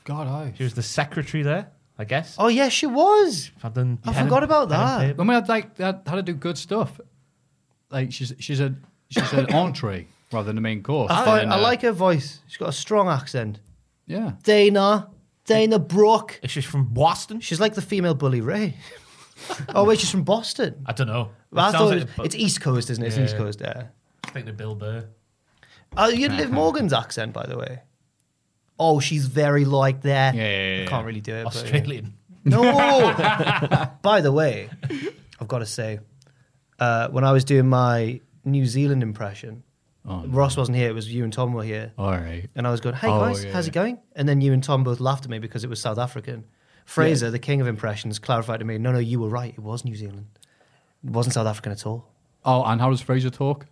[SPEAKER 4] God, I.
[SPEAKER 6] She was the secretary there, I guess.
[SPEAKER 5] Oh yes, she was.
[SPEAKER 6] I've done
[SPEAKER 5] I
[SPEAKER 6] pen and-
[SPEAKER 5] forgot about
[SPEAKER 6] pen and
[SPEAKER 5] that.
[SPEAKER 6] paper.
[SPEAKER 4] I mean, I'd like that, how to do good stuff. Like she's she's a she's an entree rather than the main course.
[SPEAKER 5] I, fi-
[SPEAKER 4] And,
[SPEAKER 5] I
[SPEAKER 4] uh,
[SPEAKER 5] like her voice. She's got a strong accent.
[SPEAKER 4] Yeah.
[SPEAKER 5] Dana, Dana Brooke.
[SPEAKER 6] She's from Boston.
[SPEAKER 5] She's like the female bully Ray. oh wait, she's from Boston.
[SPEAKER 6] I don't know. It
[SPEAKER 5] I
[SPEAKER 6] sounds
[SPEAKER 5] thought it
[SPEAKER 6] like a-
[SPEAKER 5] was- it's East Coast, isn't it? It's
[SPEAKER 6] Yeah.
[SPEAKER 5] East Coast. Yeah.
[SPEAKER 6] I think the Bill Burr.
[SPEAKER 5] Oh, you Liv Morgan's accent, by the way. Oh, she's very like that.
[SPEAKER 4] Yeah, yeah, yeah,
[SPEAKER 5] I
[SPEAKER 4] yeah.
[SPEAKER 5] can't really do it. but, yeah.
[SPEAKER 6] Australian.
[SPEAKER 5] No. By the way, I've got to say, uh, when I was doing my New Zealand impression,
[SPEAKER 6] Oh,
[SPEAKER 5] Ross wasn't here. It was you and Tom were here,
[SPEAKER 4] All right.
[SPEAKER 5] and I was going, "Hey
[SPEAKER 4] Oh,
[SPEAKER 5] guys,
[SPEAKER 4] yeah,
[SPEAKER 5] how's it
[SPEAKER 4] yeah.
[SPEAKER 5] going?" And then you and Tom both laughed at me because it was South African. Fraser, the king of impressions, clarified to me, "No, no, you were right. It was New Zealand. It wasn't South African at all."
[SPEAKER 4] Oh, and how does Fraser talk?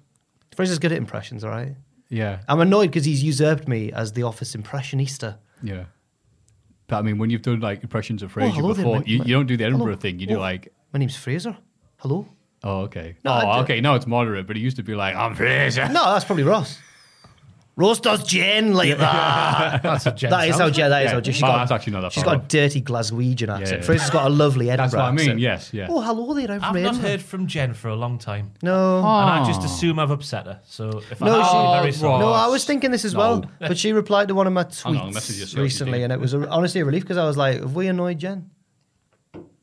[SPEAKER 5] Fraser's good at impressions, all right.
[SPEAKER 4] Yeah.
[SPEAKER 5] I'm annoyed because he's usurped me as the office impressionista.
[SPEAKER 4] Yeah. But I mean, when you've done like impressions of Fraser
[SPEAKER 5] hello there,
[SPEAKER 4] before,
[SPEAKER 5] mate.
[SPEAKER 4] you, you don't do the Edinburgh
[SPEAKER 5] Hello.
[SPEAKER 4] thing. You
[SPEAKER 5] Oh.
[SPEAKER 4] do like,
[SPEAKER 5] My name's Fraser. Hello.
[SPEAKER 4] oh, okay.
[SPEAKER 5] No, I
[SPEAKER 4] oh,
[SPEAKER 5] do-
[SPEAKER 4] okay. Now it's moderate, but it used to be like, I'm Fraser.
[SPEAKER 5] No, that's probably Ross. Ross does Jen like that.
[SPEAKER 6] That's a gen
[SPEAKER 5] That is how
[SPEAKER 6] sound.
[SPEAKER 5] Jen. That is
[SPEAKER 4] Yeah.
[SPEAKER 5] how Jen. She's
[SPEAKER 4] Oh,
[SPEAKER 5] got,
[SPEAKER 4] that's actually not that
[SPEAKER 5] She's
[SPEAKER 4] far
[SPEAKER 5] got a
[SPEAKER 4] off.
[SPEAKER 5] dirty Glaswegian accent.
[SPEAKER 4] Yeah, yeah.
[SPEAKER 5] Fraser's got a lovely Edinburgh.
[SPEAKER 4] That's what I mean.
[SPEAKER 5] accent.
[SPEAKER 4] Yes. Yeah.
[SPEAKER 5] Oh, hello there. I'm from
[SPEAKER 6] I've not
[SPEAKER 5] Edinburgh.
[SPEAKER 6] heard from Jen for a long time.
[SPEAKER 5] No.
[SPEAKER 6] And I
[SPEAKER 4] Oh.
[SPEAKER 6] just assume I've upset her. So if
[SPEAKER 5] No,
[SPEAKER 6] I have,
[SPEAKER 5] she-
[SPEAKER 6] I'm very sorry.
[SPEAKER 5] No,
[SPEAKER 4] Ross.
[SPEAKER 5] I was thinking this as
[SPEAKER 4] No.
[SPEAKER 5] well, but she replied to one of my
[SPEAKER 4] Hang on, message
[SPEAKER 5] tweets
[SPEAKER 4] yourself, you
[SPEAKER 5] recently,
[SPEAKER 4] do.
[SPEAKER 5] and it was a, honestly a relief because I was like, "Have we annoyed Jen?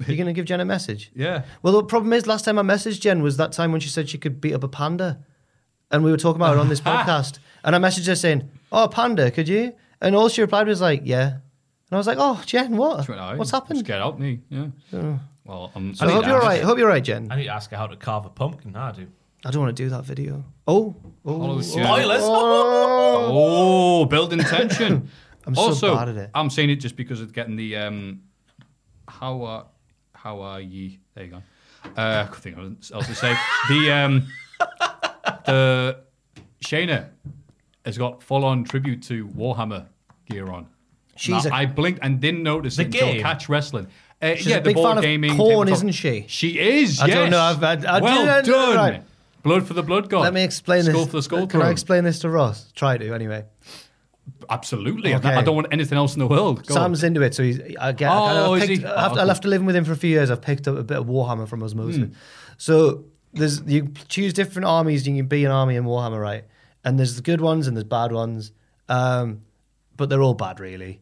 [SPEAKER 5] You're going to give Jen a message?"
[SPEAKER 4] Yeah.
[SPEAKER 5] Well, the problem is, last time I messaged Jen was that time when she said she could beat up a panda, and we were talking about it on this podcast. And I messaged her saying, "Oh, panda, could you?" And all she replied was like, "Yeah." And I was like, "Oh, Jen, what?
[SPEAKER 4] She went, "Oh,
[SPEAKER 5] What's
[SPEAKER 4] just
[SPEAKER 5] happened?"
[SPEAKER 4] Get out me. Yeah. Well, I'm.
[SPEAKER 5] So I hope
[SPEAKER 4] I'm-
[SPEAKER 5] you're all right. Hope you're all right, Jen.
[SPEAKER 6] I need to ask her how to carve a pumpkin. No, I do.
[SPEAKER 5] I don't want to do that video. Oh, oh,
[SPEAKER 4] Oh,
[SPEAKER 6] Spoilers!
[SPEAKER 4] Oh, building tension.
[SPEAKER 5] I'm so
[SPEAKER 4] also,
[SPEAKER 5] bad at it.
[SPEAKER 4] I'm saying it just because it's getting the um, how are how are ye? There you go. Uh, I could think of something else to say. the um, the Shayna has got full on tribute to Warhammer gear on.
[SPEAKER 5] She's
[SPEAKER 4] Now,
[SPEAKER 5] a-
[SPEAKER 4] I blinked and didn't notice
[SPEAKER 6] The
[SPEAKER 4] it until
[SPEAKER 6] game?
[SPEAKER 4] catch wrestling. Uh,
[SPEAKER 5] She's
[SPEAKER 4] yeah,
[SPEAKER 5] a
[SPEAKER 4] the
[SPEAKER 5] big
[SPEAKER 4] board
[SPEAKER 5] fan of
[SPEAKER 4] gaming.
[SPEAKER 5] corn,
[SPEAKER 4] tabletop-
[SPEAKER 5] isn't she?
[SPEAKER 4] She is.
[SPEAKER 5] I
[SPEAKER 4] yes.
[SPEAKER 5] don't know, I've- I- I
[SPEAKER 4] well
[SPEAKER 5] didn't-
[SPEAKER 4] done.
[SPEAKER 5] right.
[SPEAKER 4] Blood for the blood god.
[SPEAKER 5] Let me explain
[SPEAKER 4] Skull
[SPEAKER 5] this.
[SPEAKER 4] for the skull
[SPEAKER 5] Can I
[SPEAKER 4] throne.
[SPEAKER 5] explain this to Ross? Try to anyway.
[SPEAKER 4] Absolutely. I-
[SPEAKER 5] Okay.
[SPEAKER 4] I don't want anything else in the world. Go on.
[SPEAKER 5] Sam's into it, so he's. I get. I kind of
[SPEAKER 4] Oh, is
[SPEAKER 5] picked-
[SPEAKER 4] he?
[SPEAKER 5] I have-
[SPEAKER 4] Oh,
[SPEAKER 5] I
[SPEAKER 4] okay. Hmm.
[SPEAKER 5] left living with him for a few years. I've picked up a bit of Warhammer from osmosis. So there's you choose different armies. You can be an army in Warhammer, right? And there's the good ones and there's bad ones, um, but they're all bad, really.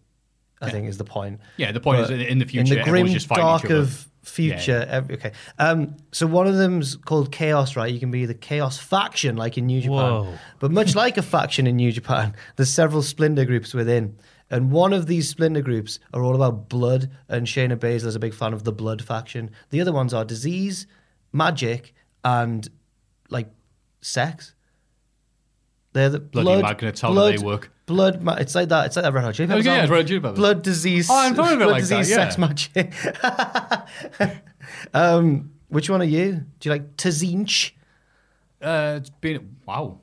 [SPEAKER 5] I think is the point.
[SPEAKER 4] Yeah, the point is that in the future,
[SPEAKER 5] in the
[SPEAKER 4] everyone's
[SPEAKER 5] grim
[SPEAKER 4] just fighting
[SPEAKER 5] dark
[SPEAKER 4] each other.
[SPEAKER 5] of future.
[SPEAKER 4] Yeah.
[SPEAKER 5] ev- okay, um, so one of them's called Chaos, right? You can be the Chaos faction, like in New Japan.
[SPEAKER 6] Whoa.
[SPEAKER 5] But much like a faction in New Japan, there's several splinter groups within. And one of these splinter groups are all about blood, and Shayna Baszler is a big fan of the blood faction. The other ones are disease, magic, and like sex. They're the
[SPEAKER 4] Bloody
[SPEAKER 5] blood,
[SPEAKER 4] mad, can I tell that
[SPEAKER 5] blood,
[SPEAKER 4] they work?
[SPEAKER 5] Blood, ma- it's like that. It's like that Red Hot Chili
[SPEAKER 4] Oh,
[SPEAKER 5] Peppers.
[SPEAKER 4] yeah,
[SPEAKER 5] album.
[SPEAKER 4] it's Red Hot Chili Peppers.
[SPEAKER 5] Blood disease.
[SPEAKER 4] Oh, I'm talking about
[SPEAKER 5] blood
[SPEAKER 4] like that,
[SPEAKER 5] disease,
[SPEAKER 4] yeah.
[SPEAKER 5] sex magic. um, which one are you? Do you like Tazinch?
[SPEAKER 4] Uh, it's been wow.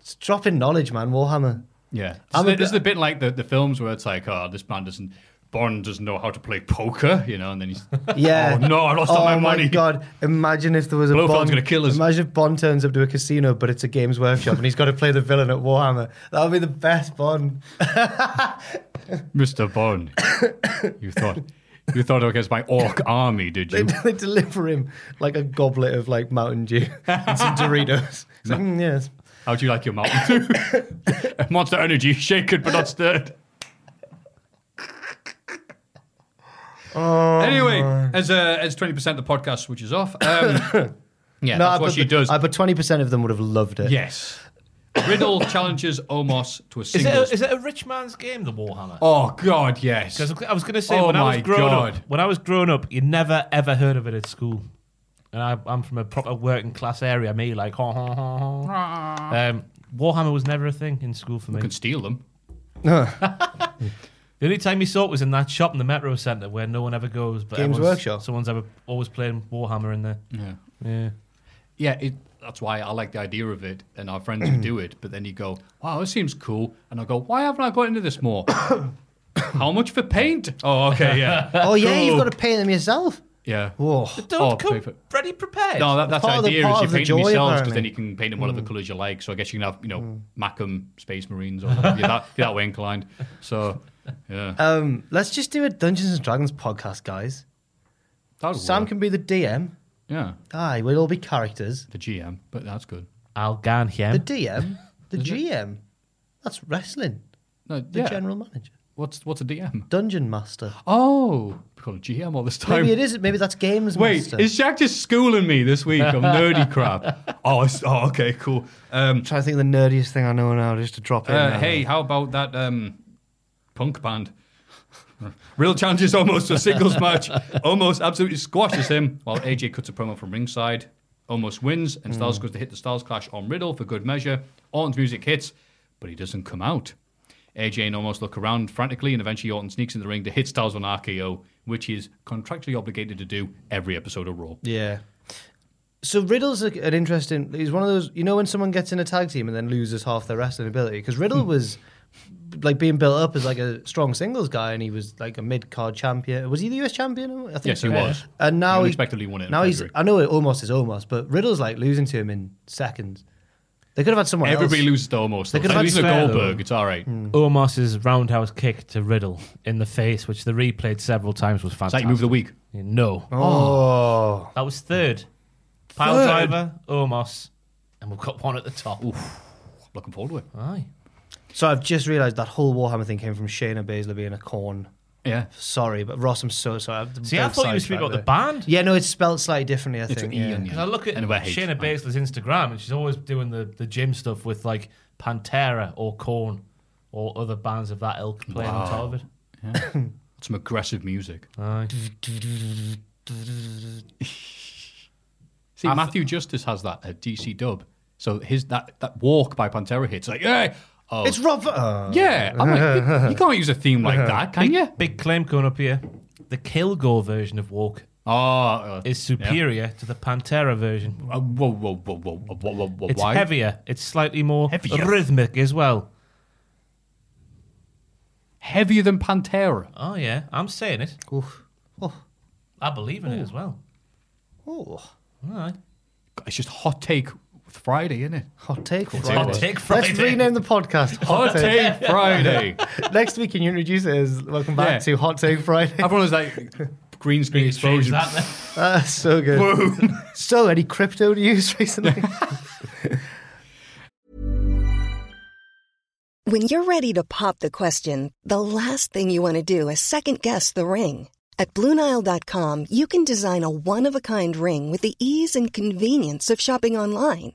[SPEAKER 5] It's dropping knowledge, man. Warhammer.
[SPEAKER 4] Yeah, this,
[SPEAKER 5] I'm
[SPEAKER 4] is, the,
[SPEAKER 5] a
[SPEAKER 4] this is the bit like the, the films where it's like, oh, this man doesn't Bond doesn't know how to play poker, you know, and then he's
[SPEAKER 5] Yeah.
[SPEAKER 4] Oh, no, I lost all
[SPEAKER 5] Oh,
[SPEAKER 4] my money.
[SPEAKER 5] god! Imagine if there was a
[SPEAKER 4] Blofeld's
[SPEAKER 5] Bond.
[SPEAKER 4] gonna kill us.
[SPEAKER 5] Imagine if Bond turns up to a casino, but it's a Games Workshop, and he's got to play the villain at Warhammer. That would be the best Bond.
[SPEAKER 4] Mr. Bond. you thought you thought it was my orc army, did
[SPEAKER 5] They,
[SPEAKER 4] you?
[SPEAKER 5] they deliver him like a goblet of like Mountain Dew and some Doritos. It's like, mm, yes.
[SPEAKER 4] How'd you like your mountain? Monster energy, shaken but not stirred.
[SPEAKER 6] Oh,
[SPEAKER 4] anyway, as uh, as twenty percent of the podcast switches off, um, yeah, that's what
[SPEAKER 5] but,
[SPEAKER 4] she does.
[SPEAKER 5] I, but twenty percent of them would have loved it.
[SPEAKER 4] Yes. Riddle challenges Omos to a
[SPEAKER 6] Is it, a,
[SPEAKER 4] singles.
[SPEAKER 6] is it a rich man's game, the Warhammer?
[SPEAKER 4] oh God, yes.
[SPEAKER 6] Because I was going to say
[SPEAKER 4] Oh
[SPEAKER 6] when I was
[SPEAKER 4] my
[SPEAKER 6] growing
[SPEAKER 4] God.
[SPEAKER 6] up, when I was growing up, you never ever heard of it at school. And I, I'm from a proper working class area. Me like, ha ha ha ha. Um, Warhammer was never a thing in school for me.
[SPEAKER 4] You can steal them.
[SPEAKER 6] The only time you saw it was in that shop in the metro centre where no one ever goes. But
[SPEAKER 5] Games
[SPEAKER 6] everyone's-
[SPEAKER 5] Workshop.
[SPEAKER 6] Someone's ever always playing Warhammer in there.
[SPEAKER 4] Yeah.
[SPEAKER 6] Yeah.
[SPEAKER 4] Yeah, it, that's why I like the idea of it, and our friends who do it. But then you go, "Wow, this seems cool," and I go, "Why haven't I got into this more?" How much for paint? Oh, okay, yeah.
[SPEAKER 5] Oh yeah, you've
[SPEAKER 4] Coke.
[SPEAKER 5] got to paint them yourself.
[SPEAKER 4] Yeah.
[SPEAKER 5] Whoa.
[SPEAKER 6] Don't
[SPEAKER 4] Oh,
[SPEAKER 6] come
[SPEAKER 4] paper.
[SPEAKER 6] ready prepared.
[SPEAKER 4] No, that, that's the
[SPEAKER 5] part of the-
[SPEAKER 4] idea
[SPEAKER 5] part
[SPEAKER 4] is you
[SPEAKER 5] of Mm. the
[SPEAKER 4] paint them
[SPEAKER 5] joy,
[SPEAKER 4] yourselves because then
[SPEAKER 5] apparently.
[SPEAKER 4] you can paint them whatever colours you like. So I guess you can have, you know, Macam Space Marines or whatever. you're, that, you're that way inclined. So, yeah.
[SPEAKER 5] Um, let's just do a Dungeons and Dragons podcast, guys.
[SPEAKER 4] That would
[SPEAKER 5] Sam
[SPEAKER 4] work.
[SPEAKER 5] can be the DM.
[SPEAKER 4] Yeah,
[SPEAKER 5] Aye, we'll all be characters.
[SPEAKER 4] the GM, but that's good.
[SPEAKER 6] Algan
[SPEAKER 5] The
[SPEAKER 6] him.
[SPEAKER 5] DM, the GM. That's wrestling.
[SPEAKER 4] No,
[SPEAKER 5] The
[SPEAKER 4] yeah.
[SPEAKER 5] general manager,
[SPEAKER 4] What's what's a DM?
[SPEAKER 5] dungeon master.
[SPEAKER 4] Oh, we call it GM all this time.
[SPEAKER 5] Maybe it is. Maybe that's games
[SPEAKER 4] Wait,
[SPEAKER 5] master.
[SPEAKER 4] is Jack just schooling me this week on nerdy crap? Oh, it's, oh, okay, cool. Um,
[SPEAKER 5] trying to think of the nerdiest thing I know now, just to drop in.
[SPEAKER 4] uh,
[SPEAKER 5] now.
[SPEAKER 4] hey, how about that um, punk band? Real challenges almost a singles match. Almost absolutely squashes him while AJ cuts a promo from ringside. Almost wins, and
[SPEAKER 5] Hmm.
[SPEAKER 4] Styles goes to hit the Styles Clash on Riddle for good measure. Orton's music hits, but he doesn't come out. AJ and almost look around frantically, and eventually Orton sneaks in the ring to hit Styles on RKO, which he is contractually obligated to do every episode of Raw.
[SPEAKER 5] Yeah. So Riddle's a, an interesting. He's one of those. You know when someone gets in a tag team and then loses half their wrestling ability because Riddle
[SPEAKER 4] Hmm.
[SPEAKER 5] was like being built up as like a strong singles guy and he was like a mid card champion. Was he the US champion? I think
[SPEAKER 4] Yes, he
[SPEAKER 5] so.
[SPEAKER 4] was.
[SPEAKER 5] And now
[SPEAKER 4] He
[SPEAKER 5] he
[SPEAKER 4] unexpectedly won it in
[SPEAKER 5] Now he's.
[SPEAKER 4] February.
[SPEAKER 5] I know it almost is almost, but Riddle's like losing to him in seconds. They could have had someone
[SPEAKER 4] Everybody
[SPEAKER 5] else.
[SPEAKER 4] loses to almost.
[SPEAKER 5] They
[SPEAKER 4] They
[SPEAKER 5] could have
[SPEAKER 4] At
[SPEAKER 5] had
[SPEAKER 4] least a
[SPEAKER 5] Square, though. Hmm.
[SPEAKER 4] Goldberg, it's all right.
[SPEAKER 6] Omos's roundhouse kick to Riddle in the face, which the replayed several times, was
[SPEAKER 4] It's like
[SPEAKER 6] fantastic.
[SPEAKER 4] move of the week.
[SPEAKER 6] No.
[SPEAKER 5] Oh,
[SPEAKER 6] That was third. Pile
[SPEAKER 4] Third?
[SPEAKER 6] driver, Omos, and we've got one at the top.
[SPEAKER 4] Looking forward to it.
[SPEAKER 6] Aye.
[SPEAKER 5] so I've just realised that whole Warhammer thing came from Shayna Baszler being a corn.
[SPEAKER 4] Yeah.
[SPEAKER 5] Sorry, but Ross, I'm so sorry. I've
[SPEAKER 6] See, I
[SPEAKER 5] both
[SPEAKER 6] thought you were
[SPEAKER 5] sidetracked
[SPEAKER 6] speaking about
[SPEAKER 5] there.
[SPEAKER 6] the band.
[SPEAKER 5] Yeah, no, it's spelled slightly differently. I
[SPEAKER 4] It's
[SPEAKER 5] think.
[SPEAKER 4] an E
[SPEAKER 5] yeah.
[SPEAKER 4] on you.
[SPEAKER 6] Because I look at
[SPEAKER 4] And we're H.
[SPEAKER 6] Shayna Baszler's Instagram, and she's always doing the, the gym stuff with like Pantera or Korn or other bands of that ilk playing on top of it.
[SPEAKER 4] Some aggressive music.
[SPEAKER 6] Aye.
[SPEAKER 4] See, Matthew Justice has that at DC dub. So his that, that walk by Pantera hits like, yeah. Oh,
[SPEAKER 5] It's Rob. Uh,
[SPEAKER 4] yeah. I'm like, you, you can't use a theme like that, can you?
[SPEAKER 6] Big claim going up here. The Kilgore version of Walk
[SPEAKER 4] Oh, uh,
[SPEAKER 6] is superior to the Pantera version.
[SPEAKER 4] uh, whoa, whoa, whoa, whoa, whoa, whoa, whoa, whoa.
[SPEAKER 6] It's
[SPEAKER 4] why?
[SPEAKER 6] heavier. It's slightly more
[SPEAKER 4] Heavier.
[SPEAKER 6] rhythmic as well.
[SPEAKER 4] Heavier than Pantera.
[SPEAKER 6] Oh yeah, I'm saying it.
[SPEAKER 5] oof. Oh,
[SPEAKER 6] I believe in it as well.
[SPEAKER 5] oh.
[SPEAKER 6] All right.
[SPEAKER 4] God, It's just hot take Friday, isn't it?
[SPEAKER 5] Hot take. Friday.
[SPEAKER 6] Hot take Friday.
[SPEAKER 5] Let's rename the podcast.
[SPEAKER 4] Hot take Friday.
[SPEAKER 5] Next week, can you introduce it as "Welcome back
[SPEAKER 4] Yeah.
[SPEAKER 5] to Hot Take Friday"?
[SPEAKER 4] Everyone was like green screen
[SPEAKER 6] Change
[SPEAKER 4] explosion.
[SPEAKER 6] that then.
[SPEAKER 5] That's Ah, so good. so, any crypto news recently?
[SPEAKER 10] When you're ready to pop the question, the last thing you want to do is second guess the ring. At Bluenile.com, you can design a one of a kind ring with the ease and convenience of shopping online.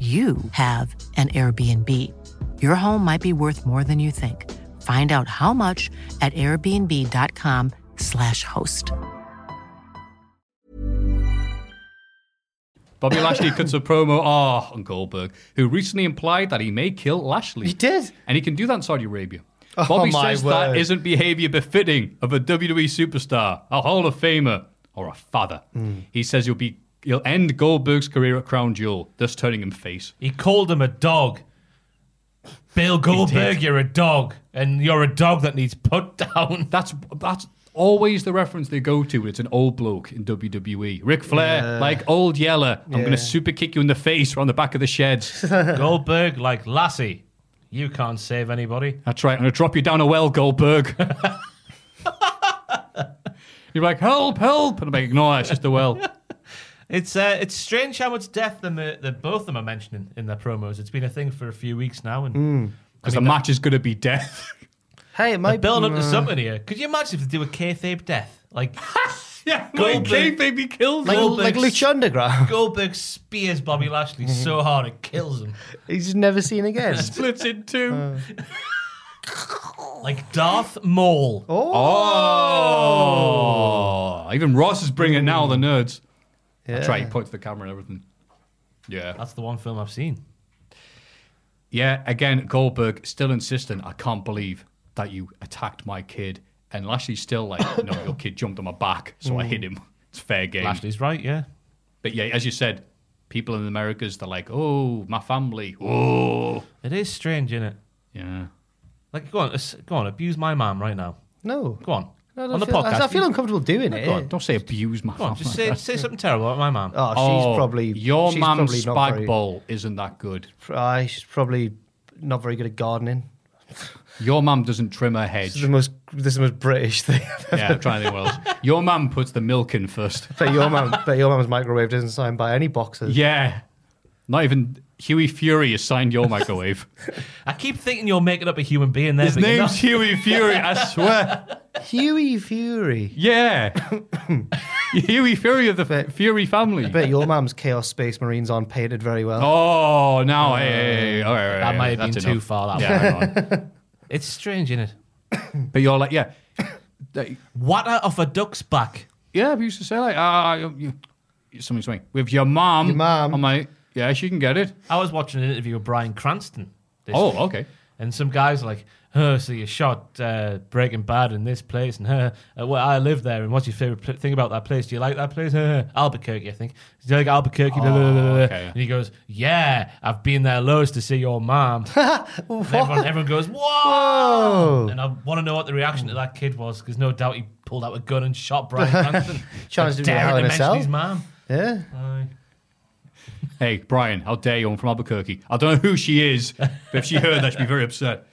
[SPEAKER 1] you have an Airbnb. Your home might be worth more than you think. Find out how much at airbnb.com/slash host.
[SPEAKER 4] Bobby Lashley cuts a promo oh, on Goldberg, who recently implied that he may kill Lashley.
[SPEAKER 5] He did.
[SPEAKER 4] And he can do that in Saudi Arabia.
[SPEAKER 5] Oh,
[SPEAKER 4] Bobby
[SPEAKER 5] my
[SPEAKER 4] says
[SPEAKER 5] word.
[SPEAKER 4] that isn't behavior befitting of a WWE superstar, a E Hall of Famer, or a father.
[SPEAKER 5] Hmm.
[SPEAKER 4] He says he'll be he'll end Goldberg's career at Crown Jewel, thus turning him face.
[SPEAKER 6] He called him a dog. Bill Goldberg, you're a dog, and you're a dog that needs put down.
[SPEAKER 4] That's that's always the reference they go to. It's an old bloke in WWE. Ric Flair,
[SPEAKER 6] Yeah.
[SPEAKER 4] like old yeller. I'm
[SPEAKER 6] Yeah.
[SPEAKER 4] gonna super kick you in the face around the back of the sheds.
[SPEAKER 6] Goldberg, like Lassie, you can't save anybody.
[SPEAKER 4] That's right. I'm going to drop you down a well, Goldberg. You're like, help, help. And I'm like, no, it's just a well.
[SPEAKER 6] It's uh, it's strange how much death them uh, that both of them are mentioning in their promos. It's been a thing for a few weeks now, and
[SPEAKER 4] Because the match is going to be death.
[SPEAKER 5] Hey, it
[SPEAKER 6] might build up
[SPEAKER 4] uh,
[SPEAKER 6] to something here. Could you imagine if they do a kayfabe death? Like,
[SPEAKER 4] yeah,
[SPEAKER 5] like
[SPEAKER 4] kayfabe kills
[SPEAKER 5] Like, like Lucha Underground.
[SPEAKER 6] Goldberg spears Bobby Lashley so
[SPEAKER 5] Mm-hmm.
[SPEAKER 6] hard it kills him.
[SPEAKER 5] He's just never seen again.
[SPEAKER 4] Splits in two.
[SPEAKER 6] Like Darth Maul.
[SPEAKER 4] Oh. Even Ross is bringing it now, the nerds.
[SPEAKER 6] Yeah.
[SPEAKER 4] That's right. He points the camera and everything. Yeah.
[SPEAKER 6] That's the one film I've seen.
[SPEAKER 4] Yeah, again, Goldberg still insistent. I can't believe that you attacked my kid. And Lashley's still like, no, your kid jumped on my back, so I
[SPEAKER 6] Mm.
[SPEAKER 4] hit him. It's fair game.
[SPEAKER 6] Lashley's right, yeah.
[SPEAKER 4] But yeah, as you said, people in the Americas, they're like, oh, my family. Oh.
[SPEAKER 6] It is strange, isn't it?
[SPEAKER 4] Yeah.
[SPEAKER 6] Like, go on, uh, s- go on, abuse my mom right now.
[SPEAKER 5] No.
[SPEAKER 6] Go on.
[SPEAKER 5] No, I don't
[SPEAKER 6] on the
[SPEAKER 5] feel- I-
[SPEAKER 6] podcast.
[SPEAKER 5] I feel uncomfortable doing it.
[SPEAKER 6] Go on,
[SPEAKER 4] don't say abuse my
[SPEAKER 6] Go on,
[SPEAKER 4] mom.
[SPEAKER 6] just say, say something terrible about my mom.
[SPEAKER 5] Oh, she's probably
[SPEAKER 4] Your
[SPEAKER 5] she's
[SPEAKER 4] mum's
[SPEAKER 5] probably not
[SPEAKER 4] spag
[SPEAKER 5] very-
[SPEAKER 4] bowl isn't that good.
[SPEAKER 5] Uh, she's probably not very good at gardening.
[SPEAKER 4] Your mum doesn't trim her
[SPEAKER 5] This
[SPEAKER 4] hedge.
[SPEAKER 5] is the most this is the most British thing. I've
[SPEAKER 4] yeah,
[SPEAKER 5] ever-
[SPEAKER 4] I'm trying to think what else. Your mum puts the milk in first.
[SPEAKER 5] Bet your mum, bet your mum's microwave doesn't sign by any boxes.
[SPEAKER 4] Yeah. Not even Huey Fury has signed your microwave.
[SPEAKER 6] I keep thinking you're making up a human being there.
[SPEAKER 4] His
[SPEAKER 6] but you're
[SPEAKER 4] name's
[SPEAKER 6] not.
[SPEAKER 4] Huey Fury, I swear.
[SPEAKER 5] Huey Fury.
[SPEAKER 4] Yeah. Huey Fury of the Fury family.
[SPEAKER 5] I bet your mum's Chaos Space Marines aren't painted very well.
[SPEAKER 4] Oh, now, hey, hey, hey, all right, all right,
[SPEAKER 6] Uh, That
[SPEAKER 4] all
[SPEAKER 6] might
[SPEAKER 4] right,
[SPEAKER 6] have been
[SPEAKER 4] that's
[SPEAKER 6] too
[SPEAKER 4] enough.
[SPEAKER 6] far, that
[SPEAKER 4] Yeah,
[SPEAKER 6] It's strange, isn't it?
[SPEAKER 4] but you're like, yeah.
[SPEAKER 6] Water off a duck's back.
[SPEAKER 4] Yeah, we used to say like, ah, you- you- something, something. With your mom. Your mom. I'm like, yeah, she can get it.
[SPEAKER 6] I was watching an interview with Brian Cranston. This
[SPEAKER 4] Oh,
[SPEAKER 6] week,
[SPEAKER 4] okay.
[SPEAKER 6] And some guys like, oh, so you shot uh, Breaking Bad in this place, and uh, uh, well, I live there. And what's your favorite pl- thing about that place? Do you like that place? Uh, Albuquerque, I think. Do you like Albuquerque? Blah, blah, blah,
[SPEAKER 5] Oh,
[SPEAKER 6] blah, blah."
[SPEAKER 4] okay.
[SPEAKER 6] And he goes, yeah, I've been there loads to see your mom. And everyone, everyone goes, whoa!
[SPEAKER 5] Whoa.
[SPEAKER 6] And I want to know what the reaction to that kid was, because no doubt he pulled out a gun and shot Brian Cranston.
[SPEAKER 5] Challenged
[SPEAKER 6] for
[SPEAKER 5] him to a
[SPEAKER 6] daring
[SPEAKER 5] Hell in a
[SPEAKER 6] mention
[SPEAKER 5] Cell.
[SPEAKER 6] His mom.
[SPEAKER 5] Yeah.
[SPEAKER 4] Hey, Brian, how dare you? I'm from Albuquerque. I don't know who she is, but if she heard that, she'd be very upset.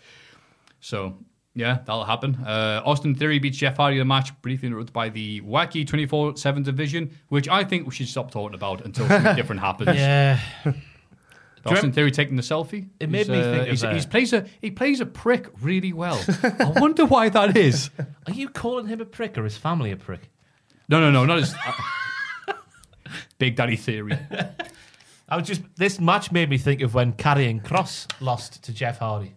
[SPEAKER 4] So, yeah, that'll happen. Uh, Austin Theory beats Jeff Hardy in the match, briefly interrupted by the wacky 24 7 division, which I think we should stop talking about until something different happens.
[SPEAKER 6] Yeah.
[SPEAKER 4] The Austin Theory taking the selfie.
[SPEAKER 6] It made
[SPEAKER 4] He's,
[SPEAKER 6] me
[SPEAKER 4] uh,
[SPEAKER 6] think of
[SPEAKER 4] he's,
[SPEAKER 6] that.
[SPEAKER 4] he's plays a he plays a prick really well. I wonder why that is.
[SPEAKER 6] Are you calling him a prick or his family a prick?
[SPEAKER 4] No, no, no, not his uh, Big Daddy Theory.
[SPEAKER 6] I was just this match made me think of when Carrying Cross lost to Jeff Hardy.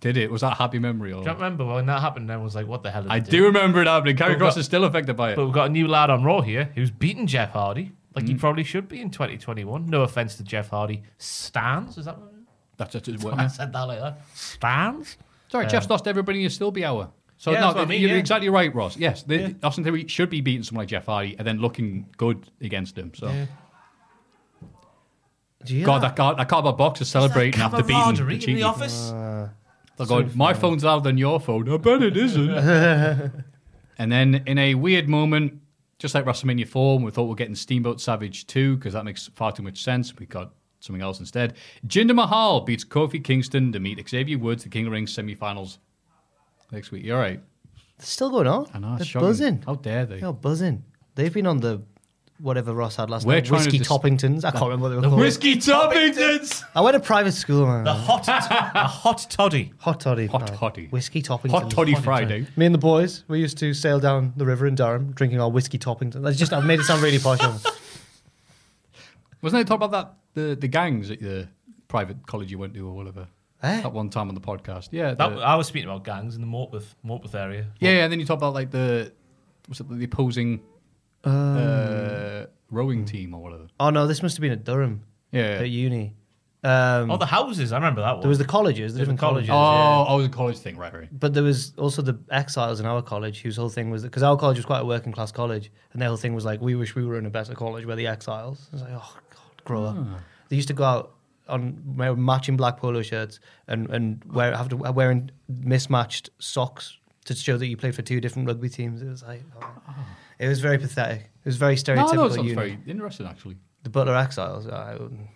[SPEAKER 4] Did it? Was that a happy memory? Or
[SPEAKER 6] Do you remember when that happened? Everyone was like, "What the hell?"
[SPEAKER 4] I do remember it happening. Carrie
[SPEAKER 6] We've got-
[SPEAKER 4] Cross is still affected by it.
[SPEAKER 6] But we've got a new lad on Raw here who's beaten Jeff Hardy, like he probably should be in 2021. No offense to Jeff Hardy, stands. Is that what
[SPEAKER 4] That's that's his word.
[SPEAKER 6] I said that like that? Stands.
[SPEAKER 4] Sorry,
[SPEAKER 6] Um,
[SPEAKER 4] Jeff's lost everybody in his Stillby hour. So
[SPEAKER 6] Yeah,
[SPEAKER 4] no,
[SPEAKER 6] that's what I mean,
[SPEAKER 4] you're
[SPEAKER 6] yeah.
[SPEAKER 4] exactly right, Ross. Yes, the,
[SPEAKER 6] Yeah.
[SPEAKER 4] Austin Theory should be beating someone like Jeff Hardy and then looking good against him. So
[SPEAKER 6] Yeah.
[SPEAKER 5] Do you
[SPEAKER 4] God,
[SPEAKER 5] know-
[SPEAKER 4] that car, that cardboard box is celebrating after beating
[SPEAKER 6] camaraderie
[SPEAKER 4] the
[SPEAKER 6] in the
[SPEAKER 4] cheeky.
[SPEAKER 6] office?
[SPEAKER 5] Uh.
[SPEAKER 4] They're going, my phone's louder than your phone. I bet it isn't. and then in a weird moment, just like WrestleMania 4, we thought we're getting Steamboat Savage 2 because that makes far too much sense. We got something else instead. Jinder Mahal beats Kofi Kingston to meet Xavier Woods, the King of the Ring semifinals next week. You're right.
[SPEAKER 5] It's still going on.
[SPEAKER 4] I know,
[SPEAKER 5] They're
[SPEAKER 4] it's shocking.
[SPEAKER 5] buzzing.
[SPEAKER 4] How dare they?
[SPEAKER 5] They're buzzing. They've been on the whatever Ross had last
[SPEAKER 4] We're
[SPEAKER 5] night.
[SPEAKER 4] trying to
[SPEAKER 5] Whiskey
[SPEAKER 4] dis-
[SPEAKER 5] Toppingtons. I can't remember what they were
[SPEAKER 4] The
[SPEAKER 5] called.
[SPEAKER 4] Whiskey Toppingtons!
[SPEAKER 5] I went to private school, man.
[SPEAKER 6] The hot, a hot toddy.
[SPEAKER 5] Hot toddy.
[SPEAKER 4] Hot
[SPEAKER 5] man.
[SPEAKER 4] toddy.
[SPEAKER 5] Whiskey Toppingtons.
[SPEAKER 4] Hot Toddy Friday.
[SPEAKER 5] Me and the boys, we used to sail down the river in Durham drinking our whiskey Toppingtons. That's just, I've made it sound really posh. haven't I?
[SPEAKER 4] Wasn't they talking about that, the, the gangs at the private college you went to or whatever?
[SPEAKER 5] Eh?
[SPEAKER 4] At one time on the podcast. Yeah.
[SPEAKER 6] That,
[SPEAKER 4] the-
[SPEAKER 6] I was speaking about gangs in the Mortworth, Mortworth area.
[SPEAKER 4] Yeah, yeah, and then you talk about like the what's it, the opposing uh, rowing team or whatever.
[SPEAKER 5] Hmm. Oh, no, this must have been at Durham.
[SPEAKER 4] Yeah, yeah.
[SPEAKER 5] At uni. Um,
[SPEAKER 6] oh, the houses. I remember that one.
[SPEAKER 5] There was the colleges, the
[SPEAKER 6] There's
[SPEAKER 5] different
[SPEAKER 6] the college-
[SPEAKER 5] colleges.
[SPEAKER 4] Oh, oh, the college thing, right, right.
[SPEAKER 5] But there was also the exiles in our college whose whole thing was because our college was quite a working class college, and their whole thing was like, we wish we were in a better college where the exiles. I was like, oh god, grow up.
[SPEAKER 4] Ah.
[SPEAKER 5] They used to go out on wear matching black polo shirts and and wear have to wearing mismatched socks to show that you played for two different rugby teams. It was like, oh. it was very pathetic. It was very
[SPEAKER 4] Ah. No,
[SPEAKER 5] stereotypical.
[SPEAKER 4] no, it sounds
[SPEAKER 5] uni.
[SPEAKER 4] very interesting, actually.
[SPEAKER 5] The Butler Exiles. I wouldn't-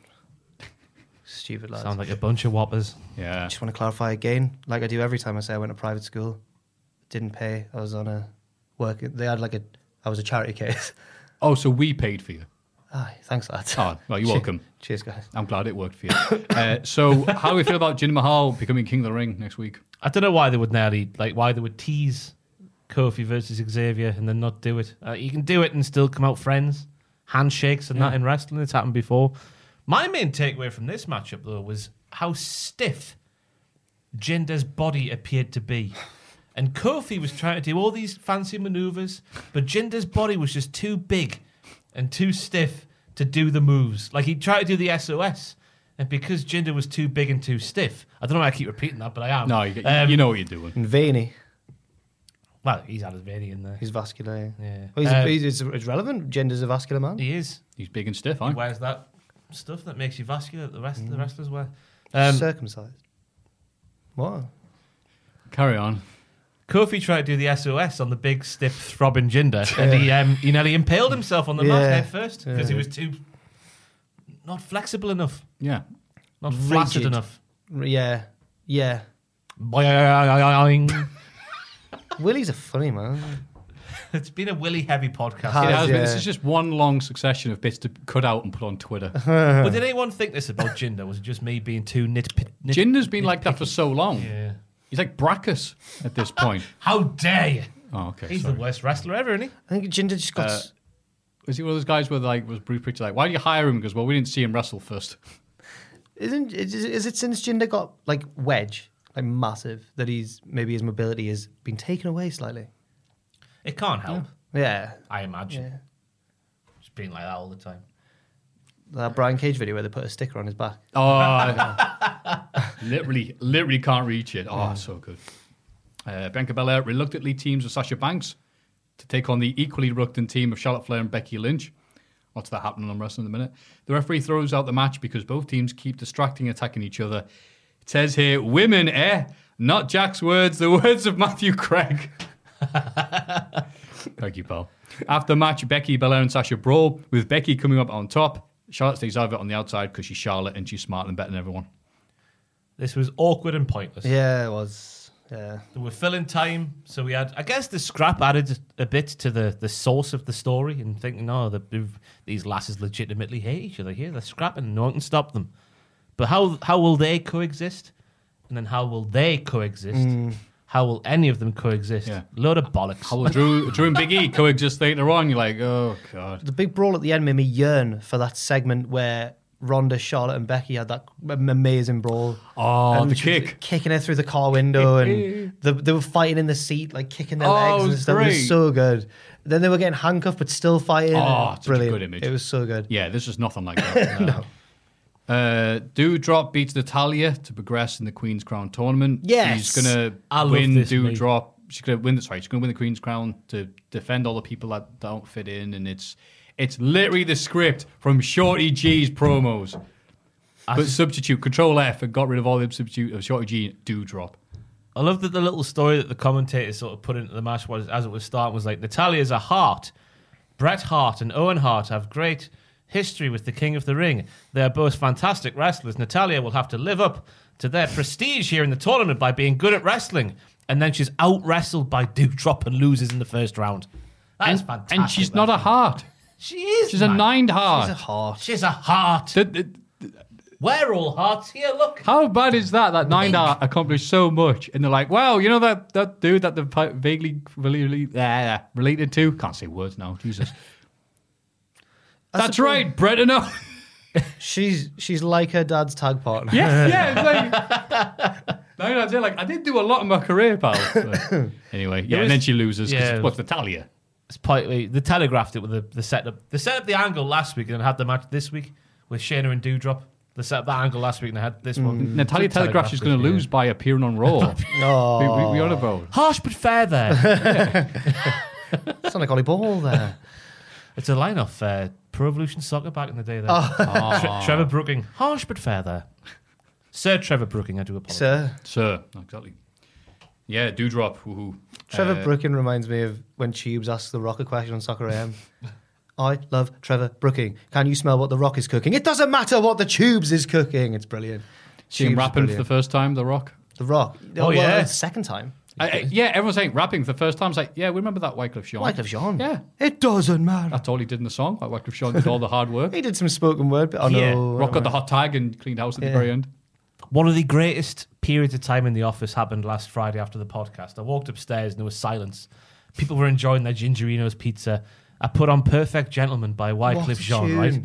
[SPEAKER 5] Stupid lads.
[SPEAKER 6] Sound like a bunch of whoppers.
[SPEAKER 4] Yeah.
[SPEAKER 5] Just want to clarify again, like I do every time I say I went to private school, didn't pay. I was on a work. They had like a. I was a charity case.
[SPEAKER 4] Oh, so we paid for you.
[SPEAKER 5] Aye, thanks, lads.
[SPEAKER 4] Oh, well, you're
[SPEAKER 5] Che-
[SPEAKER 4] welcome.
[SPEAKER 5] Cheers, guys.
[SPEAKER 4] I'm glad it worked for you. uh, so, how do we feel about Jinder Mahal becoming King of the Ring next week?
[SPEAKER 6] I don't know why they would nearly like why they would tease Kofi versus Xavier and then not do it. Uh, you can do it and still come out friends, handshakes and that in wrestling. It's happened before. My main takeaway from this matchup though was how stiff Jinder's body appeared to be. And Kofi was trying to do all these fancy maneuvers, but Jinder's body was just too big and too stiff to do the moves. Like he tried to do the SOS, and because Jinder was too big and too stiff, I don't know why I keep repeating that, but I am.
[SPEAKER 4] No, you,
[SPEAKER 6] Um,
[SPEAKER 4] you know what you're doing.
[SPEAKER 5] And Veiny,
[SPEAKER 6] Well, he's had his baby in there.
[SPEAKER 5] he's vascular.
[SPEAKER 6] Yeah.
[SPEAKER 5] Well, he's,
[SPEAKER 6] Um,
[SPEAKER 5] he's, he's, he's relevant. Gender's a vascular man.
[SPEAKER 6] He is.
[SPEAKER 4] He's big and stiff,
[SPEAKER 6] He
[SPEAKER 4] aren't he?
[SPEAKER 6] wears that stuff that makes you vascular that the rest
[SPEAKER 5] Mm.
[SPEAKER 6] the wrestlers wear. Um,
[SPEAKER 5] Circumcised. What?
[SPEAKER 4] Carry on.
[SPEAKER 6] Kofi tried to do the SOS on the big stiff throbbing Jinder, and he um, he nearly impaled himself on the mat
[SPEAKER 5] Yeah.
[SPEAKER 6] head first because he
[SPEAKER 5] Yeah.
[SPEAKER 6] was too not flexible enough,
[SPEAKER 4] Yeah.
[SPEAKER 6] not flaccid
[SPEAKER 5] Rigid.
[SPEAKER 6] enough.
[SPEAKER 5] Yeah, yeah.
[SPEAKER 6] Boing.
[SPEAKER 5] Willie's a funny man.
[SPEAKER 6] it's been a Willy heavy podcast.
[SPEAKER 5] Has,
[SPEAKER 4] It has been.
[SPEAKER 5] yeah.
[SPEAKER 4] This is just one long succession of bits to cut out and put on Twitter.
[SPEAKER 6] But did anyone think this about Jinder? Was it just me being too nitpicky? Nit-
[SPEAKER 4] Jinder's been like that for so long.
[SPEAKER 6] yeah.
[SPEAKER 4] He's like Brackus at this point.
[SPEAKER 6] How dare you?
[SPEAKER 4] Oh, okay.
[SPEAKER 6] He's
[SPEAKER 4] sorry.
[SPEAKER 6] the worst wrestler ever, isn't he?
[SPEAKER 5] I think Gender just got.
[SPEAKER 4] Uh,
[SPEAKER 5] s-
[SPEAKER 4] Is he one of those guys where like was Bruce Pritchard like, why do you hire him? Because well, we didn't see him wrestle first.
[SPEAKER 5] Isn't is, is it since Jinder got like wedge, like massive, that he's maybe his mobility has been taken away slightly?
[SPEAKER 6] It can't help.
[SPEAKER 5] Yeah,
[SPEAKER 6] I imagine.
[SPEAKER 5] Yeah.
[SPEAKER 6] Just being like that all the time.
[SPEAKER 5] that Brian Cage video where they put a sticker on his back.
[SPEAKER 4] Oh, literally, literally can't reach it. Oh, so good. Uh, Bianca Belair reluctantly teams with Sasha Banks to take on the equally reluctant team of Charlotte Flair and Becky Lynch. What's that happening on wrestling in a minute? The referee throws out the match because both teams keep distracting, attacking each other. It says here, "Women, eh?" Not Jack's words, the words of Matthew Craig. Thank you, pal. After the match, Becky Belair and Sasha brawl, with Becky coming up on top. Charlotte stays over on the outside because she's Charlotte and she's smarter and better than everyone.
[SPEAKER 6] This was awkward and pointless.
[SPEAKER 5] Yeah, it was. Yeah,
[SPEAKER 6] They were filling time, so we had. I guess the scrap added a bit to the the source of the story, and thinking, oh, the, if these lasses legitimately hate each other here. They're scrapping, no one can stop them. But how how will they coexist? And then how will they coexist? How will any of them coexist?
[SPEAKER 4] Mm. Yeah.
[SPEAKER 6] Load of bollocks.
[SPEAKER 4] How will Drew, Drew and Big E coexist later on? You're like, oh, God.
[SPEAKER 5] the big brawl at the end made me yearn for that segment where Ronda, Charlotte, and Becky had that am- amazing brawl.
[SPEAKER 4] Oh,
[SPEAKER 5] And
[SPEAKER 4] the
[SPEAKER 5] she was
[SPEAKER 4] kick.
[SPEAKER 5] kicking her through the car window, and the, they were fighting in the seat, like kicking their
[SPEAKER 4] Oh, it
[SPEAKER 5] legs and
[SPEAKER 4] was
[SPEAKER 5] stuff. It
[SPEAKER 4] great.
[SPEAKER 5] was so good. Then they were getting handcuffed but still fighting.
[SPEAKER 4] Oh, such a
[SPEAKER 5] brilliant!
[SPEAKER 4] good image.
[SPEAKER 5] It was so good.
[SPEAKER 4] Yeah, this is nothing like that. no. Uh, Dewdrop beats Natalia to progress in the Queen's Crown tournament.
[SPEAKER 5] Yes!
[SPEAKER 4] she's gonna
[SPEAKER 6] I love
[SPEAKER 4] win
[SPEAKER 6] this
[SPEAKER 4] Dewdrop. She's gonna win. the- Sorry, she's gonna win the Queen's Crown to defend all the people that don't fit in, and it's it's literally the script from Shorty G's promos. But substitute Control F and got rid of all the substitute of Shorty G Dewdrop.
[SPEAKER 6] I love that the little story that the commentators sort of put into the match was as it was starting was like Natalia's a heart. Bret Hart and Owen Hart have great history with the King of the Ring. They are both fantastic wrestlers. Natalia will have to live up to their prestige here in the tournament by being good at wrestling. And then she's out wrestled by Dewdrop and loses in the first round. That is
[SPEAKER 4] and,
[SPEAKER 6] fantastic.
[SPEAKER 4] and she's not a heart.
[SPEAKER 6] She is.
[SPEAKER 4] She's a
[SPEAKER 6] man.
[SPEAKER 4] nine heart.
[SPEAKER 5] It's a heart.
[SPEAKER 6] She's a heart.
[SPEAKER 4] Th- th-
[SPEAKER 6] We're all hearts here. Look.
[SPEAKER 4] How bad is that? That nine heart accomplished so much, and they're like, "Wow, you know that that dude that they're pi- vaguely really, uh, related to." Can't say words now. Jesus. That's right, Brett and Owen.
[SPEAKER 5] She's she's like her dad's tag partner.
[SPEAKER 4] Yeah, yeah. It's like, no, no, they're like, I did do a lot in my career, pal. But anyway, yeah, and then she loses because
[SPEAKER 6] yeah.
[SPEAKER 4] it's what's Natalia.
[SPEAKER 6] It's partly they telegraphed it with the, the setup. They set up the angle last week and then had the match this week with Shayna and Dewdrop. They set up that angle last week and they had this
[SPEAKER 4] Mm.
[SPEAKER 6] one.
[SPEAKER 4] Natalia Telegraph is going to lose by appearing on Raw. we, we, we on about.
[SPEAKER 6] Harsh but fair there.
[SPEAKER 5] Sound like Ollie Ball there.
[SPEAKER 6] it's a line off uh, Pro Evolution Soccer back in the day there.
[SPEAKER 5] Oh.
[SPEAKER 6] Tre- Trevor Brooking. Harsh but fair there. Sir Trevor Brooking, I do apologize.
[SPEAKER 5] Sir.
[SPEAKER 4] Sir, exactly. Yeah, Dewdrop. Woohoo.
[SPEAKER 5] Trevor
[SPEAKER 4] Uh,
[SPEAKER 5] Brooking reminds me of when Tubes asks the Rock a question on Soccer AM. I love Trevor Brooking. Can you smell what the Rock is cooking? It doesn't matter what the Tubes is cooking. It's brilliant.
[SPEAKER 4] See him
[SPEAKER 5] Tubes is
[SPEAKER 4] rapping for the
[SPEAKER 5] brilliant.
[SPEAKER 4] first time, The Rock.
[SPEAKER 5] The Rock.
[SPEAKER 6] Oh, yeah.
[SPEAKER 5] Second time.
[SPEAKER 4] I, I- yeah, everyone's saying rapping for the first time. It's like, yeah, we remember that Wycliffe Sean.
[SPEAKER 5] Wycliffe Jean.
[SPEAKER 4] Yeah.
[SPEAKER 5] It doesn't matter.
[SPEAKER 4] That's all he did in the song. Like Wycliffe Sean did all the hard work.
[SPEAKER 5] He did some spoken word, but oh
[SPEAKER 6] Yeah.
[SPEAKER 5] no.
[SPEAKER 4] Rock got the hot tag and cleaned house at
[SPEAKER 5] Yeah.
[SPEAKER 4] the very end.
[SPEAKER 6] One of the greatest periods of time in the office happened last Friday after the podcast. I walked upstairs and there was silence. People were enjoying their Gingerinos pizza. I put on Perfect Gentleman by
[SPEAKER 5] What
[SPEAKER 6] Wycliffe
[SPEAKER 5] a
[SPEAKER 6] Jean,
[SPEAKER 5] tune.
[SPEAKER 6] right?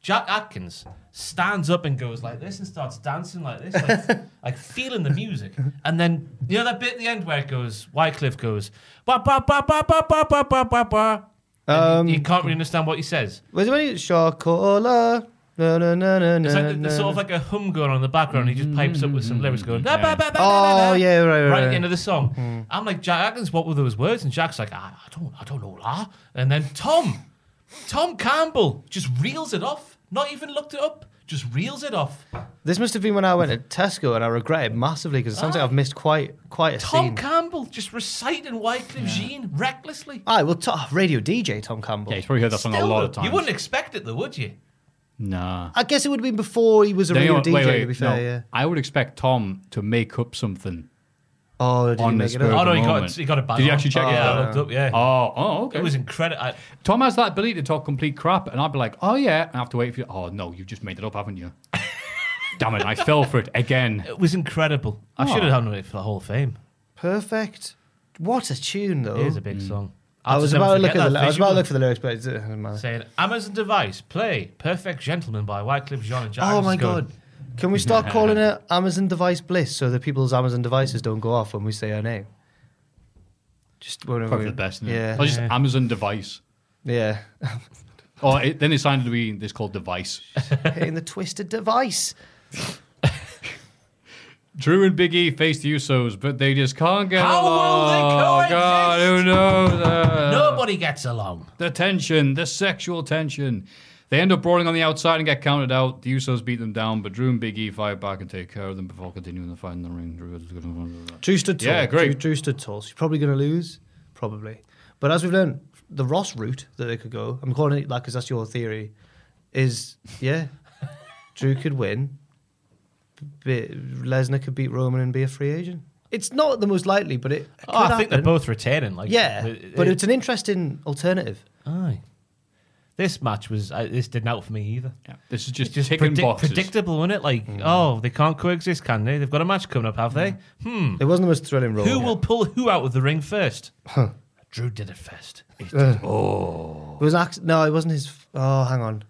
[SPEAKER 6] Jack Atkins stands up and goes like this and starts dancing like this, like, like feeling the music. And then, you know, that bit at the end where it goes, Wycliffe goes, ba ba ba ba ba ba ba ba ba ba. And
[SPEAKER 5] Um,
[SPEAKER 6] you, you can't really understand what he says.
[SPEAKER 5] Was it when he Chocola? No, no, no, no, no.
[SPEAKER 6] It's like there's sort of
[SPEAKER 5] no.
[SPEAKER 6] like a hum going on in the background. and He just pipes up with some lyrics going. "Da, ba, ba, ba, ba, ba,
[SPEAKER 5] Oh,
[SPEAKER 6] ba,"
[SPEAKER 5] yeah, right, right,
[SPEAKER 6] Right at
[SPEAKER 5] right. Hmm.
[SPEAKER 6] the end of the song, I'm like Jack Atkins. What were those words? And Jack's like, I, I don't, I don't know lah. And then Tom, Tom Campbell just reels it off. Not even looked it up. Just reels it off.
[SPEAKER 5] This must have been when I went to Tesco, and I regret it massively because it sounds
[SPEAKER 4] Ah.
[SPEAKER 5] like I've missed quite quite a
[SPEAKER 6] Tom
[SPEAKER 5] scene.
[SPEAKER 6] Campbell just reciting Wycliffe Jean recklessly.
[SPEAKER 5] Aye, well, to- oh, radio DJ Tom Campbell.
[SPEAKER 4] Yeah, he's probably heard that song a
[SPEAKER 6] Still,
[SPEAKER 4] lot of
[SPEAKER 6] though,
[SPEAKER 4] times.
[SPEAKER 6] You wouldn't expect it though, would you?
[SPEAKER 4] Nah.
[SPEAKER 5] I guess it would have been before he was a
[SPEAKER 4] No, you
[SPEAKER 5] radio
[SPEAKER 4] know what?
[SPEAKER 5] DJ.
[SPEAKER 4] wait, wait,
[SPEAKER 5] to be fair,
[SPEAKER 4] no.
[SPEAKER 5] yeah.
[SPEAKER 4] I would expect Tom to make up something
[SPEAKER 5] Oh, did
[SPEAKER 4] on
[SPEAKER 5] he
[SPEAKER 4] the
[SPEAKER 5] make it
[SPEAKER 4] spur
[SPEAKER 5] up?
[SPEAKER 6] Oh
[SPEAKER 4] of
[SPEAKER 6] no,
[SPEAKER 4] the
[SPEAKER 6] he got,
[SPEAKER 4] moment.
[SPEAKER 6] he got it back.
[SPEAKER 4] Did you
[SPEAKER 6] on.
[SPEAKER 4] actually check
[SPEAKER 6] Oh,
[SPEAKER 4] it?
[SPEAKER 6] yeah, I
[SPEAKER 4] out?
[SPEAKER 6] looked up. Yeah.
[SPEAKER 4] Oh, oh, okay.
[SPEAKER 6] It was incredible. I-
[SPEAKER 4] Tom has that ability to talk complete crap, and I'd be like, oh yeah, and I have to wait for you. Oh no, you've just made it up, haven't you? Damn it, I fell for it again.
[SPEAKER 6] It was incredible. I
[SPEAKER 4] Oh.
[SPEAKER 6] should have done it for the Hall of Fame.
[SPEAKER 5] Perfect. What a tune, though.
[SPEAKER 6] It is a big song.
[SPEAKER 5] Mm. I
[SPEAKER 6] I'll just
[SPEAKER 5] was
[SPEAKER 6] never
[SPEAKER 5] about to look
[SPEAKER 6] forget
[SPEAKER 5] at the.
[SPEAKER 6] that
[SPEAKER 5] I was about to
[SPEAKER 6] visual.
[SPEAKER 5] look for the lyrics, but it doesn't matter.
[SPEAKER 6] saying Amazon device play Perfect Gentleman by Wycliffe Jean and Jack.
[SPEAKER 5] Oh
[SPEAKER 6] Adams
[SPEAKER 5] my
[SPEAKER 6] going,
[SPEAKER 5] god! Can we start calling it Amazon Device Bliss so that people's Amazon devices don't go off when we say her name? Just whenever
[SPEAKER 4] Probably
[SPEAKER 5] we-
[SPEAKER 4] the best. Isn't
[SPEAKER 5] Yeah,
[SPEAKER 4] It? Or just Amazon device.
[SPEAKER 5] yeah.
[SPEAKER 4] Or it, then it sounded to be this called device.
[SPEAKER 5] Hitting the twisted device.
[SPEAKER 4] Drew and Big E face the Usos, but they just can't get
[SPEAKER 6] How will they
[SPEAKER 4] along. Oh, God, who
[SPEAKER 6] coexist?
[SPEAKER 4] knows? Uh,
[SPEAKER 6] Nobody gets along.
[SPEAKER 4] The tension, the sexual tension. They end up brawling on the outside and get counted out. The Usos beat them down, but Drew and Big E fire back and take care of them before continuing the fight in the ring. Drew is good.
[SPEAKER 5] Drew stood tall.
[SPEAKER 4] Yeah, great.
[SPEAKER 5] Drew, Drew stood tall. She's probably going to lose, probably. But as we've learned, the Ross route that they could go. I'm calling it that because that's your theory. Is yeah, Drew could win. Be- Lesnar could beat Roman and be a free agent. It's not the most likely, but it. Could
[SPEAKER 6] Oh, I think they're
[SPEAKER 5] happen.
[SPEAKER 6] both retaining. Like
[SPEAKER 5] Yeah,
[SPEAKER 6] it- it-
[SPEAKER 5] but it's an interesting alternative.
[SPEAKER 6] aye. This match was I, this didn't out for me either.
[SPEAKER 4] Yeah. This is just,
[SPEAKER 6] Just
[SPEAKER 4] ticking
[SPEAKER 6] predict-
[SPEAKER 4] boxes.
[SPEAKER 6] predictable, wasn't it? Like,
[SPEAKER 5] Mm.
[SPEAKER 6] oh, they can't coexist, can they? They've got a match coming up, have they? Hmm.
[SPEAKER 5] It wasn't the most thrilling role.
[SPEAKER 6] Who will pull who out of the ring first? Drew did it first.
[SPEAKER 5] It was an acc- no, it wasn't his. f- Oh, hang on.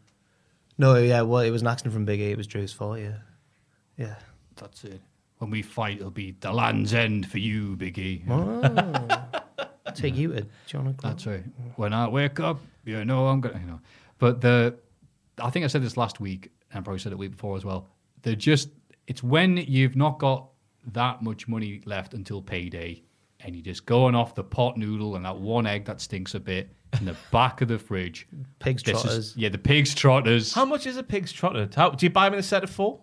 [SPEAKER 5] No, yeah, well, it was an accident from Big E. It was Drew's fault. Yeah, yeah.
[SPEAKER 4] That's it. When we fight, it'll be the land's end for you, E. Biggie.
[SPEAKER 5] Take you to John O'Clock.
[SPEAKER 4] That's right. When I wake up, you know I'm gonna. You know, but the, I think I said this last week, and I probably said it the week before as well. They're just. It's when you've not got that much money left until payday, and you're just going off the pot noodle and that one egg that stinks a bit in the back of the fridge.
[SPEAKER 5] Pigs
[SPEAKER 4] This is-
[SPEAKER 5] trotters.
[SPEAKER 4] yeah, the pigs trotters.
[SPEAKER 6] How much is a pig's trotter? How, do you buy them in a set of four?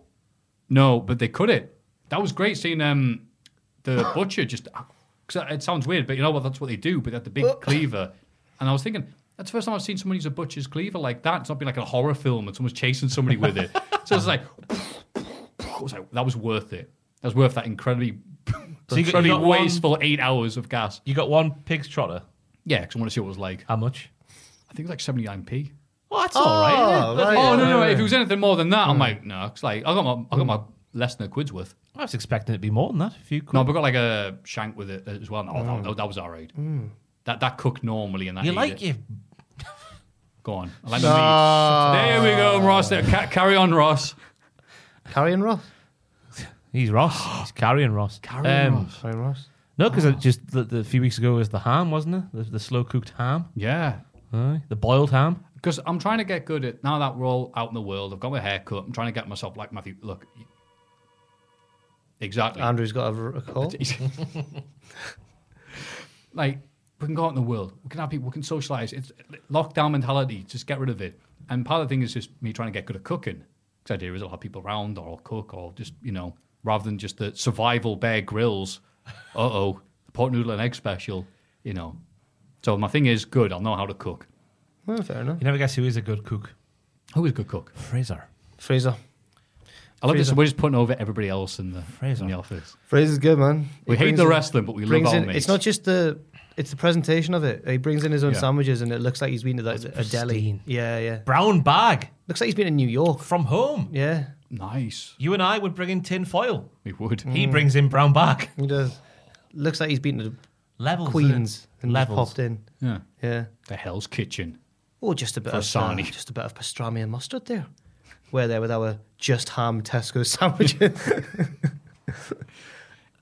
[SPEAKER 4] No, but they cut it. That was great seeing um, the butcher just. Cause it sounds weird, but you know what? That's what they do. But they had the big cleaver, and I was thinking that's the first time I've seen someone use a butcher's cleaver like that. It's not been like a horror film and someone's chasing somebody with it. so it's like, I was like, that was worth it. That was worth that incredibly,
[SPEAKER 6] So you got- you
[SPEAKER 4] incredibly
[SPEAKER 6] got one-
[SPEAKER 4] wasteful eight hours of gas.
[SPEAKER 6] You got one pig's trotter.
[SPEAKER 4] Yeah, because I want to see what it was like.
[SPEAKER 6] How much?
[SPEAKER 4] I think it was like seventy nine p.
[SPEAKER 6] Well, that's all right. isn't it? That's
[SPEAKER 5] right.
[SPEAKER 6] all
[SPEAKER 4] Oh no,
[SPEAKER 6] right.
[SPEAKER 4] no, no! If it was anything more than that, I'm like, no. It's like I got my, I got my less than a quid's worth.
[SPEAKER 6] I was expecting it to be more than that. A few quid.
[SPEAKER 4] No, but got like a shank with it as well. No, that- that, that was all right. That that cooked normally and that
[SPEAKER 6] you
[SPEAKER 4] ate
[SPEAKER 6] like
[SPEAKER 4] it.
[SPEAKER 6] your
[SPEAKER 4] Go on. I like the meat. There we go, Ross. There, ca- carry on, Ross.
[SPEAKER 5] Carrying Ross.
[SPEAKER 6] He's Ross. He's carrying Ross. Um,
[SPEAKER 4] Carrying Ross.
[SPEAKER 5] Carrying Ross.
[SPEAKER 6] No, because just the, the few weeks ago was the ham, wasn't it? The, the slow cooked ham,
[SPEAKER 4] Yeah.
[SPEAKER 6] Aye. the boiled ham.
[SPEAKER 4] Because I'm trying to get good at now that we're all out in the world. I've got my hair cut. I'm trying to get myself like Matthew. Look, exactly.
[SPEAKER 5] Andrew's got a, a call.
[SPEAKER 4] like we can go out in the world. We can have people. We can socialize. It's lockdown mentality. Just get rid of it. And part of the thing is just me trying to get good at cooking. Because idea is I'll have people around or I'll cook or just you know rather than just the survival bear grills. Uh oh, the pot noodle and egg special. You know. So my thing is good. I'll know how to cook.
[SPEAKER 5] Well, fair enough.
[SPEAKER 6] You never guess who is a good cook.
[SPEAKER 4] Who is a good cook?
[SPEAKER 6] Fraser.
[SPEAKER 5] Fraser.
[SPEAKER 4] I love this.
[SPEAKER 5] Fraser.
[SPEAKER 4] We're just putting over everybody else in the
[SPEAKER 6] Fraser.
[SPEAKER 4] in the office.
[SPEAKER 5] Fraser's good, man.
[SPEAKER 4] We hate
[SPEAKER 5] brings
[SPEAKER 4] the wrestling, but we love
[SPEAKER 5] brings
[SPEAKER 4] our
[SPEAKER 5] in-
[SPEAKER 4] mates.
[SPEAKER 5] It's not just the. It's the presentation of it. He brings in his own
[SPEAKER 4] Yeah.
[SPEAKER 5] sandwiches, and it looks like he's been to like, a deli.
[SPEAKER 6] pristine.
[SPEAKER 5] Yeah, yeah.
[SPEAKER 6] Brown bag
[SPEAKER 5] Looks like he's been in New York.
[SPEAKER 6] from home.
[SPEAKER 5] Yeah,
[SPEAKER 4] Nice.
[SPEAKER 6] You and I would bring in tin foil.
[SPEAKER 4] We would.
[SPEAKER 6] He brings in brown bag.
[SPEAKER 5] he does. Looks like he's been to
[SPEAKER 6] Levels. innit?
[SPEAKER 5] Queens and just
[SPEAKER 6] Levels.
[SPEAKER 5] popped in.
[SPEAKER 4] Yeah.
[SPEAKER 5] Yeah.
[SPEAKER 4] The Hell's Kitchen.
[SPEAKER 5] Or just a bit of uh,
[SPEAKER 4] Fasani.
[SPEAKER 5] just a bit of pastrami and mustard there. We're there with our just ham Tesco sandwiches.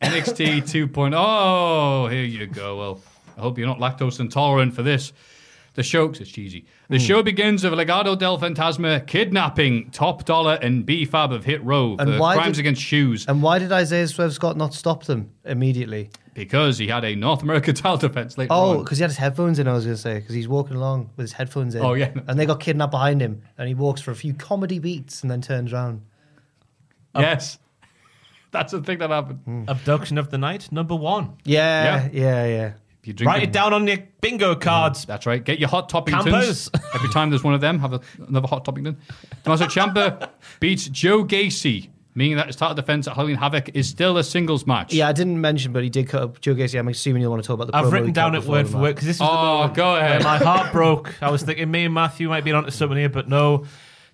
[SPEAKER 4] NXT 2.0. oh. Here you go. Well, I hope you're not lactose intolerant for this. The show, 'cause it's cheesy. The
[SPEAKER 5] Hmm.
[SPEAKER 4] show begins with Legado del Fantasma kidnapping Top Dollar and B Fab of Hit Row for
[SPEAKER 5] And why
[SPEAKER 4] crimes
[SPEAKER 5] did- Um,
[SPEAKER 4] against shoes
[SPEAKER 5] and why did Isaiah Swerve Scott not stop them immediately?
[SPEAKER 4] because he had a North America title defense later on.
[SPEAKER 5] Oh, because he had his headphones in. I was going to say because he's walking along with his headphones in.
[SPEAKER 4] Oh, yeah.
[SPEAKER 5] and they got kidnapped behind him, and he walks for a few comedy beats and then turns around. uh,
[SPEAKER 4] Yes. That's the thing that happened.
[SPEAKER 5] Hmm.
[SPEAKER 6] Abduction of the night, number one.
[SPEAKER 5] Yeah, yeah, yeah.
[SPEAKER 4] If you drink
[SPEAKER 6] Write it down on your bingo cards.
[SPEAKER 4] That's right. Get your hot
[SPEAKER 6] Campers.
[SPEAKER 4] toppingtons. Every time there's one of them, have a, another hot toppington. Tommaso Ciampa beats Joe Gacy, meaning that his title defense at Halloween Havoc is still a singles match.
[SPEAKER 5] Yeah, I didn't mention, but he did cut up Joe Gacy. I'm assuming you want to talk about the. promo
[SPEAKER 6] I've
[SPEAKER 5] he
[SPEAKER 6] written
[SPEAKER 5] cut
[SPEAKER 6] down it
[SPEAKER 5] before
[SPEAKER 6] word
[SPEAKER 5] the
[SPEAKER 6] for
[SPEAKER 5] match.
[SPEAKER 6] word because this is the
[SPEAKER 4] Oh,
[SPEAKER 6] moment
[SPEAKER 4] go ahead.
[SPEAKER 6] where my heart broke. I was thinking me and Matthew might be onto something here, but no.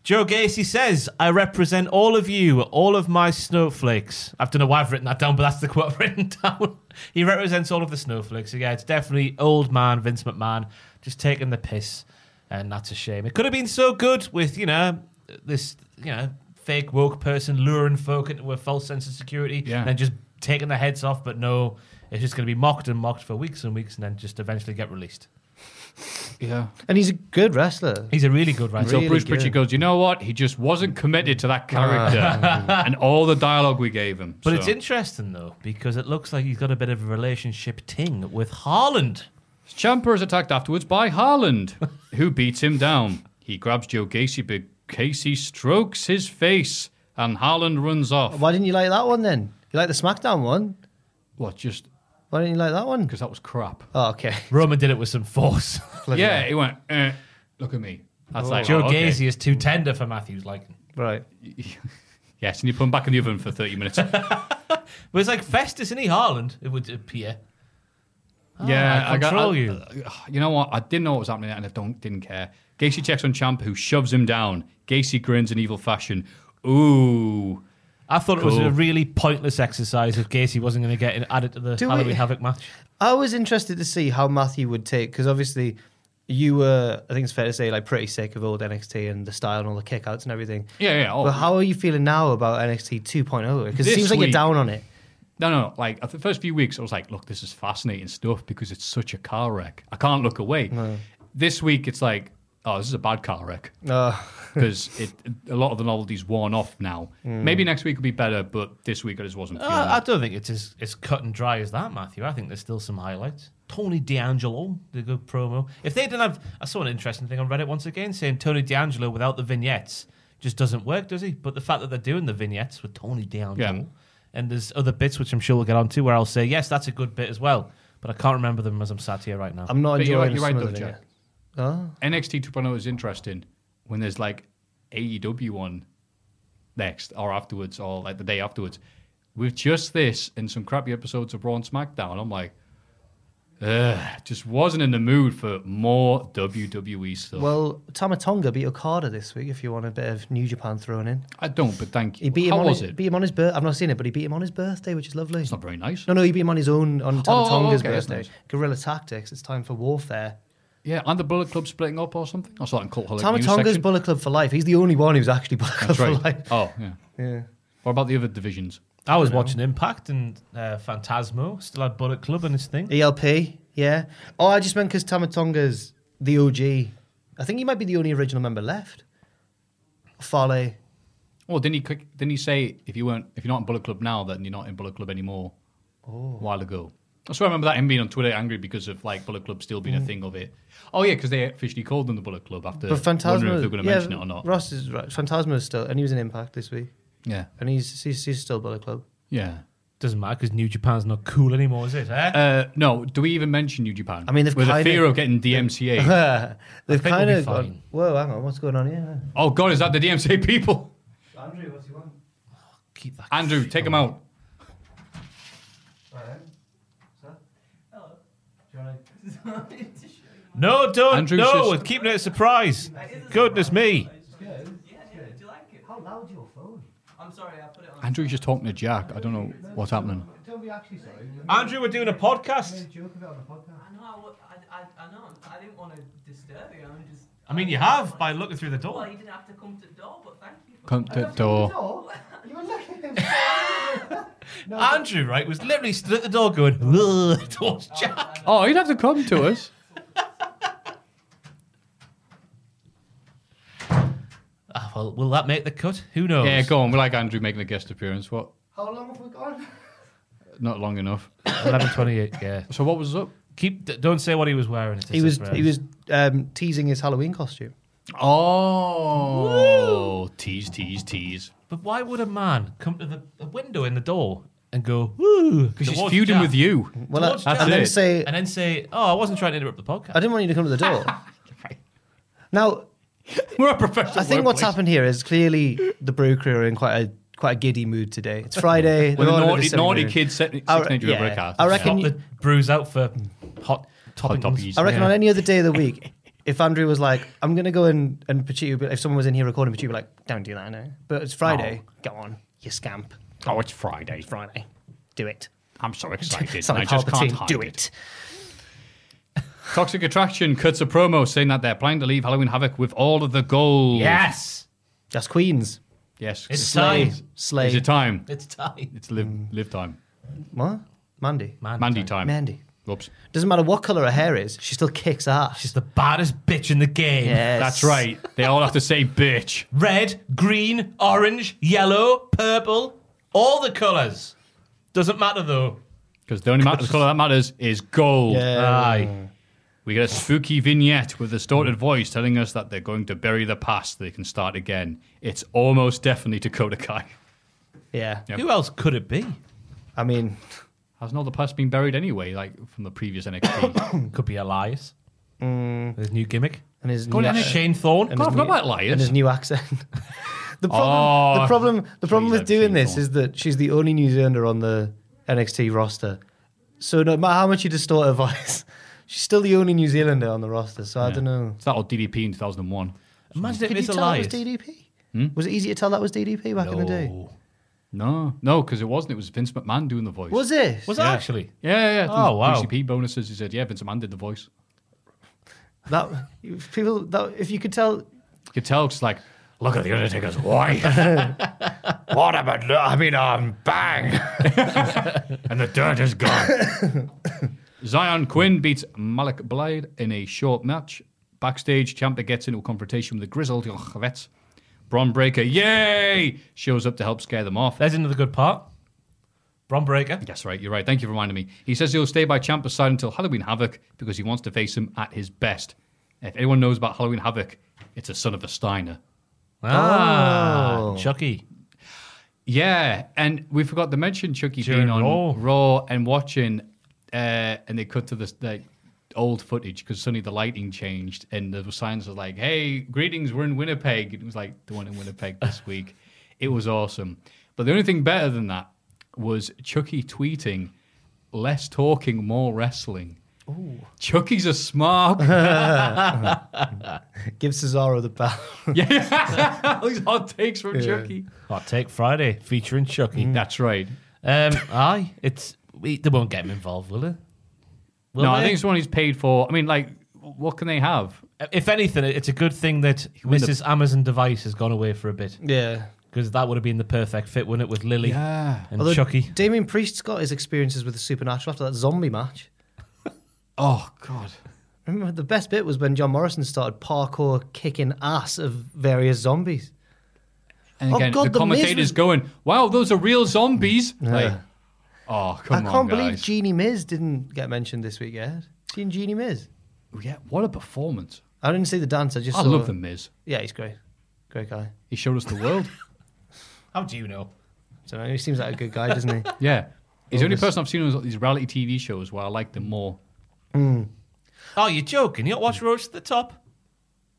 [SPEAKER 6] Joe Gacy says, I represent all of you, all of my snowflakes. I don't know why I've written that down, but that's the quote I've written down. he represents all of the snowflakes. So yeah, it's definitely old man Vince McMahon just taking the piss, and that's a shame. It could have been so good with, you know, this, you know, fake woke person luring folk into a false sense of security
[SPEAKER 4] Yeah.
[SPEAKER 6] and then just taking their heads off, but no, it's just going to be mocked and mocked for weeks and weeks and then just eventually get released.
[SPEAKER 4] yeah.
[SPEAKER 5] And he's a good wrestler.
[SPEAKER 6] He's a really good writer.
[SPEAKER 4] Until
[SPEAKER 5] Really
[SPEAKER 4] Bruce
[SPEAKER 5] good.
[SPEAKER 4] Pritchard goes, you know what? He just wasn't committed to that character and all the dialogue we gave him.
[SPEAKER 6] But
[SPEAKER 4] So,
[SPEAKER 6] it's interesting, though, because it looks like he's got a bit of a relationship ting with Haaland.
[SPEAKER 4] Ciampa is attacked afterwards by Harland, who beats him down. He grabs Joe Gacy, but Casey strokes his face, and Harland runs off.
[SPEAKER 5] Why didn't you like that one then? You like the SmackDown one?
[SPEAKER 4] What? Just
[SPEAKER 5] Why didn't you like that one?
[SPEAKER 4] because that was crap.
[SPEAKER 5] Oh, okay.
[SPEAKER 6] Roman did it with some force.
[SPEAKER 4] yeah, he went. Eh, look at me. That's like
[SPEAKER 6] Oh, Joe
[SPEAKER 4] oh, okay.
[SPEAKER 6] Gacy is too tender for Matthew's liking.
[SPEAKER 5] Right.
[SPEAKER 4] Yes, and you put him back in the oven for thirty minutes.
[SPEAKER 6] But it's like Festus, isn't he, Haaland? It would appear.
[SPEAKER 4] yeah,
[SPEAKER 6] I control you.
[SPEAKER 4] you know what? I didn't know what was happening, and I don't didn't care. Gacy checks on Champ, who shoves him down. Gacy grins in evil fashion. Ooh,
[SPEAKER 6] I thought it was
[SPEAKER 4] Cool.
[SPEAKER 6] a really pointless exercise if Gacy wasn't going to get in- added to the
[SPEAKER 5] Do
[SPEAKER 6] Halloween
[SPEAKER 5] we-
[SPEAKER 6] Havoc match.
[SPEAKER 5] I was interested to see how Matthew would take because obviously you were, I think it's fair to say, like pretty sick of old NXT and the style and all the kickouts and everything.
[SPEAKER 4] yeah, yeah. Oh,
[SPEAKER 5] But how are you feeling now about NXT 2.0? Because oh? it
[SPEAKER 4] This
[SPEAKER 5] seems like you're
[SPEAKER 4] week-
[SPEAKER 5] down on it.
[SPEAKER 4] no, no, no. Like the first few weeks, I was like, look, this is fascinating stuff because it's such a car wreck. I can't look away. This week, it's like, oh, this is a bad car wreck.
[SPEAKER 5] Uh,
[SPEAKER 4] because it a lot of the novelty's worn off now. Maybe next week will be better, but this week I just wasn't. Feeling
[SPEAKER 6] Uh, I
[SPEAKER 4] it.
[SPEAKER 6] don't think it's as, as cut and dry as that, Matthew. I think there's still some highlights. Tony D'Angelo, the good promo. If they didn't have, I saw an interesting thing on Reddit once again saying Tony D'Angelo without the vignettes just doesn't work, does he? But the fact that they're doing the vignettes with Tony D'Angelo,
[SPEAKER 4] Yeah.
[SPEAKER 6] and there's other bits which I'm sure we'll get onto where I'll say yes, that's a good bit as well. But I can't remember them as I'm sat here right now.
[SPEAKER 5] I'm not
[SPEAKER 4] But you're right,
[SPEAKER 5] enjoying
[SPEAKER 4] you're
[SPEAKER 5] some
[SPEAKER 4] right
[SPEAKER 5] of
[SPEAKER 4] though,
[SPEAKER 5] it.
[SPEAKER 4] Jack.
[SPEAKER 5] Oh,
[SPEAKER 4] NXT 2.0 is interesting when there's like AEW one next or afterwards or like the day afterwards with just this and some crappy episodes of Raw and SmackDown. I'm like, ugh, just wasn't in the mood for more WWE stuff.
[SPEAKER 5] well, Tamatonga beat Okada this week. If you want a bit of New Japan thrown in,
[SPEAKER 4] I don't, but thank you.
[SPEAKER 5] he beat him
[SPEAKER 4] How
[SPEAKER 5] on
[SPEAKER 4] was
[SPEAKER 5] his,
[SPEAKER 4] it?
[SPEAKER 5] beat him on his birth. I've not seen it, but he beat him on his birthday, which is lovely.
[SPEAKER 4] It's not very nice.
[SPEAKER 5] no, no, he beat him on his own on Tamatonga's
[SPEAKER 4] okay, that's
[SPEAKER 5] birthday.
[SPEAKER 4] nice.
[SPEAKER 5] Guerrilla tactics. It's time for warfare.
[SPEAKER 4] Yeah, and the Bullet Club splitting up or something. I saw that in Cult Holic News
[SPEAKER 5] Tamatonga's
[SPEAKER 4] section.
[SPEAKER 5] Bullet Club for life. He's the only one who's actually Bullet Club
[SPEAKER 4] That's
[SPEAKER 5] for
[SPEAKER 4] right.
[SPEAKER 5] life.
[SPEAKER 4] Oh, yeah.
[SPEAKER 5] Yeah.
[SPEAKER 4] What about the other divisions?
[SPEAKER 6] I was watching Impact and uh, Phantasmo still had Bullet
[SPEAKER 5] E
[SPEAKER 6] Club in his thing.
[SPEAKER 5] ELP, yeah. Oh, I just meant because Tamatonga's the OG I think he might be the only original member left. Farley.
[SPEAKER 4] Well, didn't he quick, didn't he say if you weren't if you're not in Bullet Club now, then you're not in Bullet Club anymore?
[SPEAKER 5] Oh.
[SPEAKER 4] A while ago. I swear I remember that him being on Twitter angry because of like Bullet Club still being a
[SPEAKER 5] Mm.
[SPEAKER 4] thing of it. Oh yeah, because they officially called them the Bullet Club after
[SPEAKER 5] But Phantasma,
[SPEAKER 4] wondering if they were going to
[SPEAKER 5] yeah,
[SPEAKER 4] mention it or not.
[SPEAKER 5] Ross is right. Phantasma is still, and he was in Impact this week.
[SPEAKER 4] Yeah.
[SPEAKER 5] and he's he's, he's still Bullet Club.
[SPEAKER 4] Yeah.
[SPEAKER 6] Doesn't matter because New Japan's not cool anymore, is it? Eh?
[SPEAKER 4] Uh, no, do we even mention New Japan?
[SPEAKER 5] I mean, they've
[SPEAKER 4] with a
[SPEAKER 5] kinda-
[SPEAKER 4] fear of getting DMCA.
[SPEAKER 5] They've
[SPEAKER 6] think we'll
[SPEAKER 5] kind
[SPEAKER 6] be
[SPEAKER 5] of
[SPEAKER 6] fine.
[SPEAKER 5] gone. Whoa, hang on, what's going on here?
[SPEAKER 4] oh God, is that the DMCA people?
[SPEAKER 5] Andrew, what's he want?
[SPEAKER 6] Keep that.
[SPEAKER 4] Andrew, take them out.
[SPEAKER 6] No, don't.
[SPEAKER 4] Andrew's
[SPEAKER 6] no,
[SPEAKER 4] just-
[SPEAKER 6] keeping it a surprise. Goodness me.
[SPEAKER 8] How loud's your phone? I'm sorry, I put it on.
[SPEAKER 4] Andrew's just talking to Jack. I don't know what's happening.
[SPEAKER 8] Don't be actually sorry.
[SPEAKER 6] Andrew, we're doing a podcast.
[SPEAKER 8] joke about it on the podcast.
[SPEAKER 11] I know, I, wa- I, I, I know, I didn't want to disturb you. I'm just.
[SPEAKER 6] I mean, you have by looking through the
[SPEAKER 11] Well,
[SPEAKER 6] door.
[SPEAKER 11] you didn't have to come to the door, but thank you.
[SPEAKER 4] Come to door.
[SPEAKER 8] You were looking
[SPEAKER 6] Andrew, right, was literally stood at the door going, "Ugh," towards Jack.
[SPEAKER 4] Oh, you'd have to come to us.
[SPEAKER 6] Ah, well, will that make the cut? Who knows?
[SPEAKER 4] Yeah, go on. We like Andrew making a guest appearance. What?
[SPEAKER 8] How long have we gone?
[SPEAKER 4] Not long enough.
[SPEAKER 6] 11:28. Yeah.
[SPEAKER 4] So what was up?
[SPEAKER 6] Keep. d- Don't say what he was wearing. It's a
[SPEAKER 5] He was
[SPEAKER 6] surprise.
[SPEAKER 5] he was um, teasing his Halloween costume.
[SPEAKER 4] Oh, tease, tease, tease.
[SPEAKER 6] But why would a man come to the a window in the door and go, "Woo"?
[SPEAKER 4] Because he's
[SPEAKER 6] towards
[SPEAKER 4] feuding
[SPEAKER 6] Jack?
[SPEAKER 4] with you.
[SPEAKER 5] Well, I,
[SPEAKER 6] Towards
[SPEAKER 4] That's
[SPEAKER 6] Jack.
[SPEAKER 5] and then
[SPEAKER 4] it.
[SPEAKER 5] say
[SPEAKER 6] and then say, "Oh, I wasn't trying to interrupt the podcast."
[SPEAKER 5] I didn't want you to come to the door. Now,
[SPEAKER 4] We're a professional.
[SPEAKER 5] I think what's
[SPEAKER 4] workplace.
[SPEAKER 5] happened here is clearly the brew crew are in quite a quite a giddy mood today. It's Friday.
[SPEAKER 4] When
[SPEAKER 5] they're all
[SPEAKER 4] the naughty,
[SPEAKER 5] in silly
[SPEAKER 4] naughty
[SPEAKER 5] mood.
[SPEAKER 4] kid set, six
[SPEAKER 5] I re-
[SPEAKER 4] nature
[SPEAKER 5] yeah.
[SPEAKER 4] over a car.
[SPEAKER 5] I
[SPEAKER 6] Pop
[SPEAKER 5] reckon- Can you-
[SPEAKER 6] the brews out for hot toppings.
[SPEAKER 4] toppies.
[SPEAKER 5] I reckon
[SPEAKER 6] Yeah.
[SPEAKER 5] on any other day of the week, if Andrew was like, "I'm gonna go and and Pachuca," would be- if someone was in here recording Pachuca, would be like, "Don't do that, no." But it's Friday. Go on, you scamp.
[SPEAKER 4] Oh, it's Friday.
[SPEAKER 5] Friday, do it.
[SPEAKER 4] I'm so excited.
[SPEAKER 5] Sorry,
[SPEAKER 4] I just can't
[SPEAKER 5] Palpatine,
[SPEAKER 4] hide
[SPEAKER 5] do
[SPEAKER 4] it.
[SPEAKER 5] it.
[SPEAKER 4] Toxic Attraction cuts a promo saying that they're planning to leave Halloween Havoc with all of the gold.
[SPEAKER 6] Yes,
[SPEAKER 5] That's Queens.
[SPEAKER 4] Yes.
[SPEAKER 6] It's
[SPEAKER 5] Slay,
[SPEAKER 6] time.
[SPEAKER 4] Is
[SPEAKER 5] slay. Mm.
[SPEAKER 4] it time?
[SPEAKER 6] it's time.
[SPEAKER 4] It's live, live time.
[SPEAKER 5] What? Mandy.
[SPEAKER 6] Man,
[SPEAKER 4] Mandy time.
[SPEAKER 5] Mandy.
[SPEAKER 4] Oops.
[SPEAKER 5] Doesn't matter what color her hair is, she still kicks ass.
[SPEAKER 6] She's the baddest bitch in the game.
[SPEAKER 5] Yes.
[SPEAKER 4] That's right. They all have to say bitch.
[SPEAKER 6] Red, green, orange, yellow, purple, all the colours. Doesn't matter though.
[SPEAKER 4] Because the only matter, the colour that matters is gold.
[SPEAKER 6] Aye.
[SPEAKER 4] We get a spooky vignette with a distorted voice telling us that they're going to bury the past so they can start again. It's almost definitely Dakota Kai.
[SPEAKER 5] Yeah.
[SPEAKER 4] Yep.
[SPEAKER 6] Who else could it be?
[SPEAKER 5] I mean,
[SPEAKER 4] Hasn't all the past been buried anyway, like from the previous NXT?
[SPEAKER 6] Hmm, Could be Elias. His new gimmick.
[SPEAKER 5] and his
[SPEAKER 6] Go
[SPEAKER 5] new,
[SPEAKER 6] on, Shane Thorne.
[SPEAKER 4] God, I forgot about
[SPEAKER 5] and
[SPEAKER 4] Elias.
[SPEAKER 5] his new accent. the
[SPEAKER 6] Ah,
[SPEAKER 5] problem,
[SPEAKER 4] Oh.
[SPEAKER 5] the problem, the problem
[SPEAKER 4] Jeez,
[SPEAKER 5] with
[SPEAKER 4] I've
[SPEAKER 5] doing
[SPEAKER 4] seen
[SPEAKER 5] this
[SPEAKER 4] Dawn.
[SPEAKER 5] is that she's the only New Zealander on the NXT roster. So no matter how much you distort her voice, she's still the only New Zealander on the roster. So I don't know.
[SPEAKER 4] It's that old DDP in 2001.
[SPEAKER 6] Imagine if
[SPEAKER 5] Could
[SPEAKER 6] it's
[SPEAKER 5] you tell
[SPEAKER 6] Elias.
[SPEAKER 5] that was DDP? Was it easy to tell that was DDP back in the day?
[SPEAKER 6] No.
[SPEAKER 4] No, no, because it wasn't. It was Vince McMahon doing the voice.
[SPEAKER 5] Was it?
[SPEAKER 6] Was it actually?
[SPEAKER 4] Yeah, yeah. yeah.
[SPEAKER 6] Oh, wow.
[SPEAKER 4] PCP bonuses. He said, yeah, Vince McMahon did the voice.
[SPEAKER 5] that people that if you could tell
[SPEAKER 4] You could tell, just like, look at the Undertaker's wife. what about, I mean, um, bang. and the dirt is gone. Zion Quinn beats Malik Blade in a short match. Backstage, Champa gets into a confrontation with the grizzled young vets. Bron Breaker, yay! Shows up to help scare them off.
[SPEAKER 6] There's another good part. Bron Breaker.
[SPEAKER 4] That's right, you're right. Thank you for reminding me. He says he'll stay by Champa's side until Halloween Havoc because he wants to face him at his best. If anyone knows about Halloween Havoc, it's a son of a Steiner.
[SPEAKER 6] Ah,
[SPEAKER 5] Oh.
[SPEAKER 6] Chucky.
[SPEAKER 4] Yeah, and we forgot to mention Chucky
[SPEAKER 6] During
[SPEAKER 4] being on
[SPEAKER 6] Raw.
[SPEAKER 4] Raw, and watching, uh, and they cut to this like old footage because suddenly the lighting changed and the signs were like, "Hey, greetings, we're in Winnipeg." It was like the one in Winnipeg this week. It was awesome, but the only thing better than that was Chucky tweeting, "Less talking, more wrestling." Chucky's a smart.
[SPEAKER 5] give Cesaro the bell.
[SPEAKER 4] yeah, these hot takes from Chucky.
[SPEAKER 6] Hot Take Friday featuring Chucky.
[SPEAKER 4] That's right.
[SPEAKER 6] Um, aye, it's we, they won't get him involved, will they? Will
[SPEAKER 4] no, I
[SPEAKER 6] they?
[SPEAKER 4] think it's one he's paid for. I mean, like, what can they have?
[SPEAKER 6] if anything, it's a good thing that
[SPEAKER 4] win the-
[SPEAKER 6] Mrs. Amazon device has gone away for a bit
[SPEAKER 5] yeah.
[SPEAKER 6] because that would have been the perfect fit, wouldn't it, with Lily
[SPEAKER 4] Yeah.
[SPEAKER 6] and
[SPEAKER 5] Although
[SPEAKER 6] Chucky?
[SPEAKER 5] Damien Priest's got his experiences with the supernatural after that zombie match.
[SPEAKER 4] Oh God.
[SPEAKER 5] Remember, the best bit was when John Morrison started parkour kicking ass of various zombies.
[SPEAKER 4] And
[SPEAKER 5] Oh,
[SPEAKER 4] again,
[SPEAKER 5] God,
[SPEAKER 4] the
[SPEAKER 5] the Miz
[SPEAKER 4] commentator's
[SPEAKER 5] was-
[SPEAKER 4] going, "Wow, those are real zombies!" Like, oh, come
[SPEAKER 5] I
[SPEAKER 4] on,
[SPEAKER 5] can't believe
[SPEAKER 4] guys.
[SPEAKER 5] Jeannie Miz didn't get mentioned this week, Ed. Seen Jeannie Miz?
[SPEAKER 4] Yeah, what a performance!
[SPEAKER 5] I didn't see the dance. I just
[SPEAKER 4] I
[SPEAKER 5] saw
[SPEAKER 4] love the Miz.
[SPEAKER 5] Yeah, he's great. Great guy.
[SPEAKER 4] He showed us the world.
[SPEAKER 6] How do you know?
[SPEAKER 5] So he seems like a good guy, doesn't he?
[SPEAKER 4] yeah, he's the only
[SPEAKER 5] Elvis.
[SPEAKER 4] person I've seen on these reality TV shows where I like them more.
[SPEAKER 6] Oh, you're joking. You don't watch Roach to the Top?